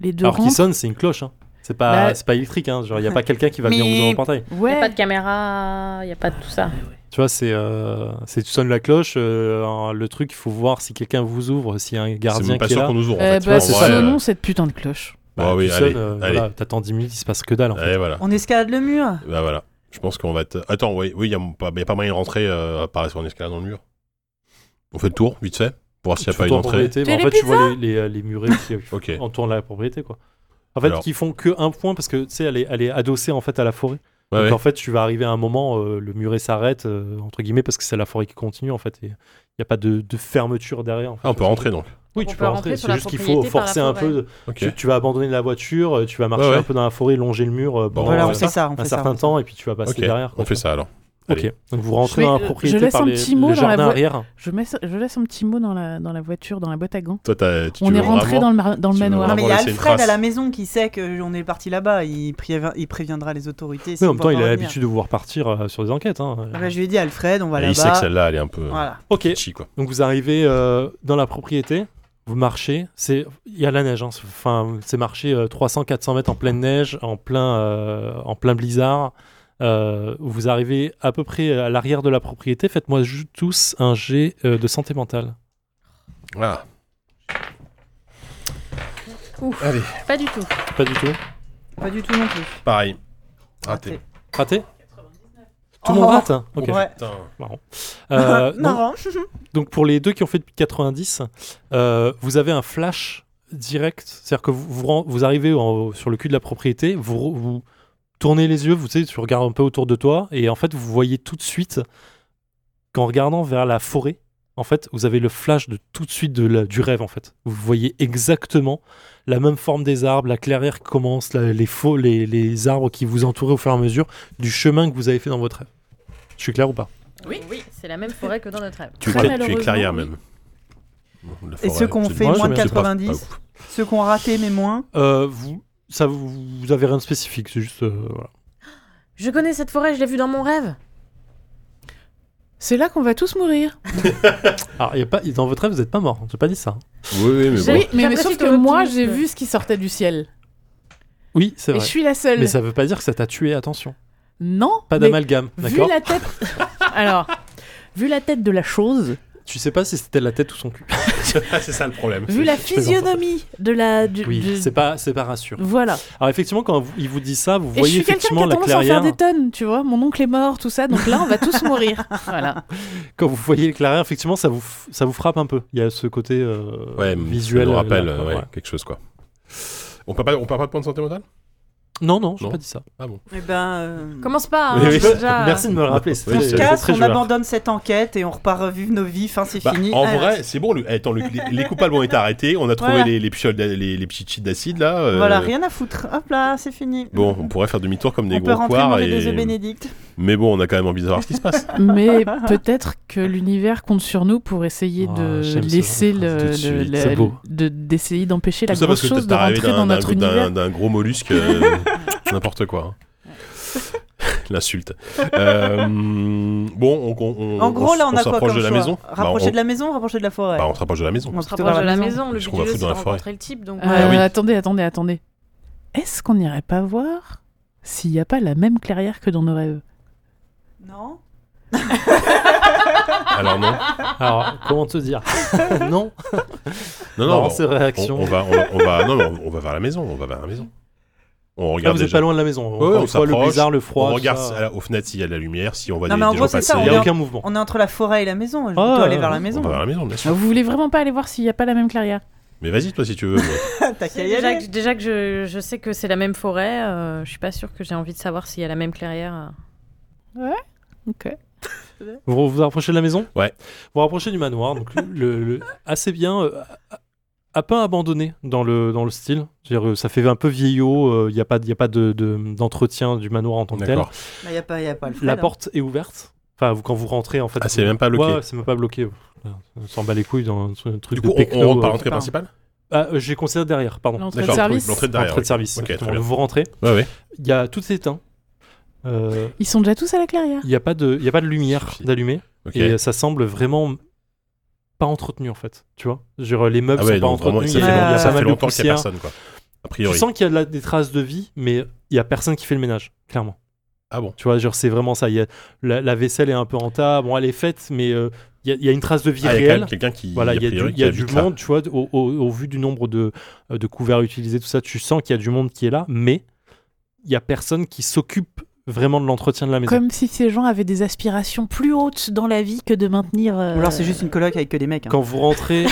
Speaker 2: les deux
Speaker 3: Alors qui
Speaker 2: rentrent.
Speaker 3: sonne, c'est une cloche. hein. C'est pas,
Speaker 2: Bah-
Speaker 3: c'est pas électrique. hein. Genre, il n'y a pas quelqu'un qui va venir vous ouvrir le portail.
Speaker 5: Y a
Speaker 2: Ouais.
Speaker 5: pas de caméra, il y a pas de tout ça.
Speaker 3: Tu vois, c'est, euh, c'est tu sonnes la cloche. euh, en- le truc, il faut voir si quelqu'un vous ouvre, s'il y a un
Speaker 4: C'est
Speaker 3: gardien
Speaker 4: même pas
Speaker 3: qui est
Speaker 4: sûr
Speaker 3: là.
Speaker 4: qu'on nous ouvre. en
Speaker 2: Eh
Speaker 4: fait.
Speaker 2: bah,
Speaker 4: En
Speaker 3: c'est
Speaker 4: vrai,
Speaker 3: ça,
Speaker 4: euh,
Speaker 2: sonnons cette putain de cloche.
Speaker 3: Bah,
Speaker 4: Ah oui,
Speaker 3: tu
Speaker 4: allez,
Speaker 3: sonnes, euh,
Speaker 4: allez.
Speaker 3: voilà, t'attends 10 minutes, il se passe que dalle. en fait.
Speaker 4: allez, voilà.
Speaker 1: on escalade le mur.
Speaker 4: Bah voilà. Je pense qu'on va être. Attends, oui, oui, il n'y a, pas- y a pas moyen de rentrer euh, à part sur une escalade dans le mur. On fait le tour, vite fait, pour voir s'il n'y a
Speaker 3: Tu
Speaker 4: pas une
Speaker 3: tournes
Speaker 4: entrée.
Speaker 3: propriété, bah, en
Speaker 2: T'es
Speaker 3: fait,
Speaker 2: les
Speaker 3: tu vois les, les, euh, les murets qui qui
Speaker 4: Ok.
Speaker 3: entourent la propriété, quoi. En fait,
Speaker 4: Alors.
Speaker 3: qui font que un point parce que tu sais, elle est, elle est adossée en fait à la forêt.
Speaker 4: Ouais,
Speaker 3: Donc
Speaker 4: ouais.
Speaker 3: en fait, tu vas arriver à un moment, euh, le muret s'arrête euh, entre guillemets parce que c'est la forêt qui continue en fait. Il n'y a pas de, de fermeture derrière. en fait.
Speaker 4: Ah, on peut rentrer donc.
Speaker 3: Oui,
Speaker 5: On
Speaker 3: tu peux
Speaker 5: peut rentrer
Speaker 3: rentrer.
Speaker 5: sur
Speaker 3: C'est
Speaker 5: la
Speaker 3: juste qu'il faut
Speaker 5: propriété par la
Speaker 3: forcer un peu.
Speaker 5: forêt.
Speaker 3: de-
Speaker 4: Ok.
Speaker 3: Tu, tu vas abandonner la voiture, euh, tu vas marcher
Speaker 4: Ouais, ouais.
Speaker 3: un peu dans la forêt, longer le mur. euh, pendant,
Speaker 1: voilà,
Speaker 3: euh,
Speaker 1: on fait ça, on
Speaker 3: un
Speaker 1: fait ça.
Speaker 3: certain temps et puis tu vas passer
Speaker 4: Ok,
Speaker 3: derrière. quoi,
Speaker 4: on fait
Speaker 3: tu
Speaker 4: ça alors.
Speaker 3: vois.
Speaker 4: Allez.
Speaker 3: Ok. Donc vous rentrez dans
Speaker 2: Je-
Speaker 3: la
Speaker 2: je
Speaker 3: propriété
Speaker 2: laisse
Speaker 3: par
Speaker 2: un
Speaker 3: les,
Speaker 2: petit mot
Speaker 3: le
Speaker 2: dans la
Speaker 3: jardin
Speaker 2: voie-
Speaker 3: arrière.
Speaker 2: Je, mets, je laisse un petit mot dans la, dans la voiture, dans la boîtte à gants.
Speaker 4: Toi, t'as- tu,
Speaker 2: On
Speaker 4: tu
Speaker 2: est
Speaker 4: veux
Speaker 2: rentré
Speaker 4: vraiment-
Speaker 2: dans le, mar- dans le
Speaker 4: tu veux
Speaker 2: manoir.
Speaker 1: Non,
Speaker 4: vraiment
Speaker 1: mais il y a
Speaker 4: laisser une
Speaker 1: Alfred à
Speaker 4: trace.
Speaker 1: la maison qui sait qu'on est parti là-bas. Il, prévi- il préviendra les autorités.
Speaker 3: Mais
Speaker 1: s'il
Speaker 3: en même
Speaker 1: voit pas
Speaker 3: temps, il a
Speaker 1: revenir.
Speaker 3: l'habitude de vous voir partir euh, sur des enquêtes. hein.
Speaker 1: Ah bah, je lui ai dit, Alfred, on va
Speaker 4: Et Il sait que
Speaker 1: là-bas.
Speaker 4: celle-là, elle est un peu
Speaker 1: Voilà.
Speaker 3: Ok.
Speaker 4: chi, quoi.
Speaker 3: Donc vous arrivez euh, dans la propriété, vous marchez, c'est il y a la neige, hein, c'est- enfin c'est euh, marcher 300-400 mètres en pleine neige, en plein euh, en plein blizzard. Euh, vous arrivez à peu près à l'arrière de la propriété. Faites-moi ju- tous un jet euh, de santé mentale.
Speaker 4: Voilà.
Speaker 5: Ouf.
Speaker 4: Allez,
Speaker 5: Pas du tout.
Speaker 3: Pas du tout.
Speaker 1: Pas du tout non plus.
Speaker 4: pareil. Ah, Raté.
Speaker 1: Raté.
Speaker 3: Raté. Tout le monde
Speaker 1: Oh.
Speaker 3: rate. hein Ok.
Speaker 1: Ouais.
Speaker 4: Putain.
Speaker 3: Euh, donc-
Speaker 1: Marrant.
Speaker 3: Donc pour les deux qui ont fait depuis 90, euh, vous avez un flash direct, c'est-à-dire que vous, vous, ren- vous arrivez en- sur le cul de la propriété, vous, re- vous tournez les yeux, vous tu sais, tu regardes un peu autour de toi, et en fait vous voyez tout de suite qu'en regardant vers la forêt, en fait, vous avez le flash de tout de suite de la- du rêve, en fait. Vous voyez exactement la même forme des arbres, la clairière qui commence, la- les, faux, les, les arbres qui vous entourent au fur et à mesure du chemin que vous avez fait dans votre rêve. Je suis clair ou pas
Speaker 5: Oui, oui c'est la même forêt que dans notre rêve.
Speaker 4: Tu, es
Speaker 2: Très
Speaker 4: cla- tu es
Speaker 2: malheureusement,
Speaker 4: clairière
Speaker 2: oui.
Speaker 4: même. Bon, la
Speaker 1: Et
Speaker 4: forêt,
Speaker 1: ceux qu'on
Speaker 4: c'est-
Speaker 1: fait
Speaker 3: moi,
Speaker 4: c'est
Speaker 1: moins de
Speaker 3: j'aime bien,
Speaker 4: pas- c'est pas
Speaker 1: 90,
Speaker 4: ouf.
Speaker 1: ceux qu'on raté mais moins.
Speaker 3: Euh, vous, ça, vous, vous avez rien de spécifique, c'est juste. euh, voilà.
Speaker 5: Je connais cette forêt, je l'ai vue dans mon rêve.
Speaker 2: C'est là qu'on va tous mourir.
Speaker 3: Alors, y a pas, dans votre rêve, vous n'êtes pas mort, hein, j'ai pas dit ça.
Speaker 4: Oui, oui, mais bon.
Speaker 5: J'ai-
Speaker 2: Oui, mais, mais
Speaker 5: J'apprécie
Speaker 2: sauf
Speaker 5: ton
Speaker 2: que moi, j'ai
Speaker 5: optimisme.
Speaker 2: vu ce qui sortait du ciel.
Speaker 3: Oui, c'est
Speaker 2: Et
Speaker 3: vrai.
Speaker 2: je suis la seule.
Speaker 3: Mais ça veut pas dire que ça t'a tué, attention.
Speaker 2: Non.
Speaker 3: Pas
Speaker 2: mais
Speaker 3: d'amalgame,
Speaker 2: Vu
Speaker 3: d'accord
Speaker 2: la tête. Alors, vu la tête de la chose,
Speaker 3: Tu sais pas si c'était la tête ou son cul.
Speaker 4: Ah, c'est ça le problème.
Speaker 2: vu la physionomie de la. du-
Speaker 3: Oui,
Speaker 2: du-
Speaker 3: c'est pas, c'est pas rassurant.
Speaker 2: Voilà.
Speaker 3: Alors effectivement, quand vous- il vous dit ça, vous
Speaker 2: Et je
Speaker 3: voyez
Speaker 2: suis quelqu'un qui
Speaker 3: effectivement
Speaker 2: a
Speaker 3: la
Speaker 2: tendance à en faire
Speaker 3: clairière.
Speaker 2: des tonnes, tu vois. Mon oncle est mort, tout ça. Donc là, on va tous mourir. Voilà.
Speaker 3: Quand vous voyez la clairière, effectivement, ça vous, f- ça vous frappe un peu. Il y a ce côté euh,
Speaker 4: Ouais,
Speaker 3: visuel.
Speaker 4: visuel.
Speaker 3: euh,
Speaker 4: nous rappelle
Speaker 3: là,
Speaker 4: euh, ouais,
Speaker 3: ouais.
Speaker 4: quelque chose, quoi. On parle pas, on parle pas de points de santé mentale
Speaker 3: Non, non, j'ai
Speaker 4: Non.
Speaker 3: pas dit ça.
Speaker 1: Eh ben, euh,
Speaker 5: Commence pas, hein,
Speaker 4: Oui, oui.
Speaker 5: c'est déjà-
Speaker 3: Merci de me le rappeler.
Speaker 4: Oui,
Speaker 1: on
Speaker 3: très-
Speaker 1: se
Speaker 4: c'est-
Speaker 1: casse,
Speaker 3: très
Speaker 1: on
Speaker 3: joueur.
Speaker 1: abandonne cette enquête et on repart vivre nos vies. Fin, c'est
Speaker 4: Bah,
Speaker 1: fini.
Speaker 4: en
Speaker 1: Ah,
Speaker 4: vrai, c'est bon. le- eh, attends, le- les, les coupables ont été arrêtés. On a trouvé
Speaker 1: Voilà.
Speaker 4: les, les pioles d'a- les, les petites cheats d'acide là. euh,
Speaker 1: Voilà, rien à foutre. Hop là, c'est fini.
Speaker 4: Bon, on pourrait faire demi-tour comme des
Speaker 1: on peut
Speaker 4: gros
Speaker 1: rentrer
Speaker 4: poires.
Speaker 1: manger des œufs
Speaker 4: Et...
Speaker 1: bénédictes.
Speaker 4: Mais bon, on a quand même envie de savoir ce qui se passe.
Speaker 2: Mais peut-être que l'univers compte sur nous pour essayer
Speaker 3: Ah,
Speaker 2: de
Speaker 3: j'aime ce
Speaker 2: laisser
Speaker 3: genre de
Speaker 2: le, le-
Speaker 3: phrase.
Speaker 4: Tout de suite,
Speaker 2: le-
Speaker 3: c'est beau.
Speaker 2: de- d'essayer d'empêcher la
Speaker 4: Tout ça parce
Speaker 2: grosse
Speaker 4: que
Speaker 2: chose
Speaker 4: t'es
Speaker 2: de
Speaker 4: arrivé
Speaker 2: rentrer
Speaker 4: d'un-
Speaker 2: dans
Speaker 4: d'un-
Speaker 2: notre
Speaker 4: d'un
Speaker 2: univers.
Speaker 4: d'un gros mollusque. euh, N'importe quoi. hein. L'insulte. Euh, bon, on, on- on-
Speaker 1: En gros,
Speaker 4: on-
Speaker 1: là, on, a quoi
Speaker 4: s'approche
Speaker 1: comme
Speaker 4: de la
Speaker 1: choix
Speaker 4: maison.
Speaker 1: Rapprocher
Speaker 4: Bah, on-
Speaker 1: de la maison, rapprocher de la forêt.
Speaker 4: bah, on se rapproche de la maison.
Speaker 1: On
Speaker 5: On se
Speaker 1: se rapproche
Speaker 5: rapproche de la maison, le
Speaker 4: Qu'est-ce
Speaker 5: but
Speaker 4: qu'on
Speaker 5: du
Speaker 4: va
Speaker 5: jeu,
Speaker 4: foutre
Speaker 5: c'est de
Speaker 4: dans la forêt
Speaker 5: rencontrer le type. Donc,
Speaker 2: Euh,
Speaker 4: Ah oui.
Speaker 2: Attendez, attendez, attendez. Est-ce qu'on n'irait pas voir s'il n'y a pas la même clairière que dans nos rêves
Speaker 1: Non
Speaker 4: Alors non.
Speaker 3: Alors, comment te dire Non,
Speaker 4: Non, non,
Speaker 3: non,
Speaker 4: on-
Speaker 3: ces réactions.
Speaker 4: on, on va, on, va- on va, non, mais on, on va vers la maison. On va vers la maison. On
Speaker 3: Là,
Speaker 4: regarde
Speaker 3: Ah, vous n'êtes
Speaker 4: déjà.
Speaker 3: pas loin de la maison.
Speaker 4: Ouais,
Speaker 3: Encore
Speaker 4: on
Speaker 3: une fois, le
Speaker 4: s'approche,
Speaker 3: bizarre, le froid.
Speaker 4: on
Speaker 3: tout
Speaker 4: regarde
Speaker 3: ça.
Speaker 4: à la- aux fenêtres s'il y a de la lumière, si on voit
Speaker 1: Non,
Speaker 4: des,
Speaker 1: mais en
Speaker 4: des
Speaker 1: gros,
Speaker 4: gens
Speaker 1: c'est
Speaker 4: passer.
Speaker 1: ça,
Speaker 3: Il n'y a aucun mouvement.
Speaker 1: On est entre la forêt et la maison. Je vais
Speaker 3: Ah,
Speaker 1: plutôt aller vers la
Speaker 4: On
Speaker 1: maison.
Speaker 4: va vers la maison, bien sûr.
Speaker 2: Vous voulez vraiment pas aller voir s'il n'y a pas la même clairière
Speaker 4: Mais vas-y, toi, si tu veux. mais-
Speaker 1: T'as qu'à y
Speaker 5: Déjà
Speaker 1: aller.
Speaker 5: que, déjà que je, je sais que c'est la même forêt, euh, je suis pas sûre que j'ai envie de savoir s'il y a la même clairière. euh.
Speaker 2: Ok.
Speaker 3: Vous vous rapprochez de la maison
Speaker 4: Ouais.
Speaker 3: Vous vous rapprochez du manoir, donc le, le- assez bien, euh, à- à peine abandonné dans le, dans le style. C'est-à-dire, euh, ça fait un peu vieillot, euh, il n'y a pas, de- y a pas de- de- d'entretien du manoir en tant que tel.
Speaker 4: D'accord.
Speaker 1: Il n'y a pas, Bah, y a pas le frais,
Speaker 3: La
Speaker 1: là.
Speaker 3: porte est ouverte. Enfin, vous- quand vous rentrez, en fait.
Speaker 4: Ah, c'est
Speaker 3: vous-
Speaker 4: même pas bloqué.
Speaker 3: Ouais, c'est même pas bloqué. On s'en bat les couilles dans un truc
Speaker 4: Du
Speaker 3: de
Speaker 4: coup, on- on,
Speaker 3: techno,
Speaker 4: rentre par
Speaker 3: euh.
Speaker 4: l'entrée
Speaker 1: pas.
Speaker 4: principale
Speaker 3: Ah, euh, je les considère derrière, pardon.
Speaker 2: L'entrée de
Speaker 4: D'accord,
Speaker 2: service.
Speaker 4: l'entrée de derrière.
Speaker 3: Entrée de
Speaker 4: ok.
Speaker 3: service.
Speaker 4: Ok, très
Speaker 3: exactement.
Speaker 4: bien.
Speaker 3: vous rentrez,
Speaker 4: Ouais, ouais.
Speaker 3: il y a, tout est éteint. Euh,
Speaker 2: Ils sont déjà tous à la clairière.
Speaker 3: Il n'y a, pas de- il y a pas de lumière
Speaker 4: Suffit.
Speaker 3: d'allumée.
Speaker 4: Ok.
Speaker 3: Et euh, ça semble vraiment pas entretenu en fait, tu vois. Genre les meubles
Speaker 4: Ah ouais,
Speaker 3: sont pas
Speaker 4: donc vraiment,
Speaker 3: entretenus,
Speaker 4: ça
Speaker 3: il y a,
Speaker 1: fait
Speaker 3: il y a
Speaker 1: longtemps-
Speaker 3: pas
Speaker 4: ça fait
Speaker 3: mal de
Speaker 4: longtemps qu'il y a
Speaker 3: poussière.
Speaker 4: personne, quoi. A
Speaker 3: Tu
Speaker 4: priori.
Speaker 3: sens qu'il y a de la- des traces de vie, mais il y a personne qui fait le ménage, clairement.
Speaker 4: Ah bon
Speaker 3: Tu vois, genre c'est vraiment ça. Il y a- la, la vaisselle est un peu en tas, bon elle est faite, mais euh, il y, a- il y a une trace de vie
Speaker 4: Ah, il y a quand
Speaker 3: réelle.
Speaker 4: même quelqu'un qui.
Speaker 3: Voilà,
Speaker 4: a
Speaker 3: il y a
Speaker 4: priori,
Speaker 3: du, il
Speaker 4: qui
Speaker 3: y a du
Speaker 4: habite là.
Speaker 3: monde, tu vois, au, au- au vu du nombre de, euh, de couverts utilisés, tout ça, tu sens qu'il y a du monde qui est là, mais il y a personne qui s'occupe vraiment de l'entretien de la maison.
Speaker 2: Comme si ces gens avaient des aspirations plus hautes dans la vie que de maintenir. euh,
Speaker 1: Ou alors c'est juste une coloc avec que des mecs. hein.
Speaker 3: Quand vous rentrez.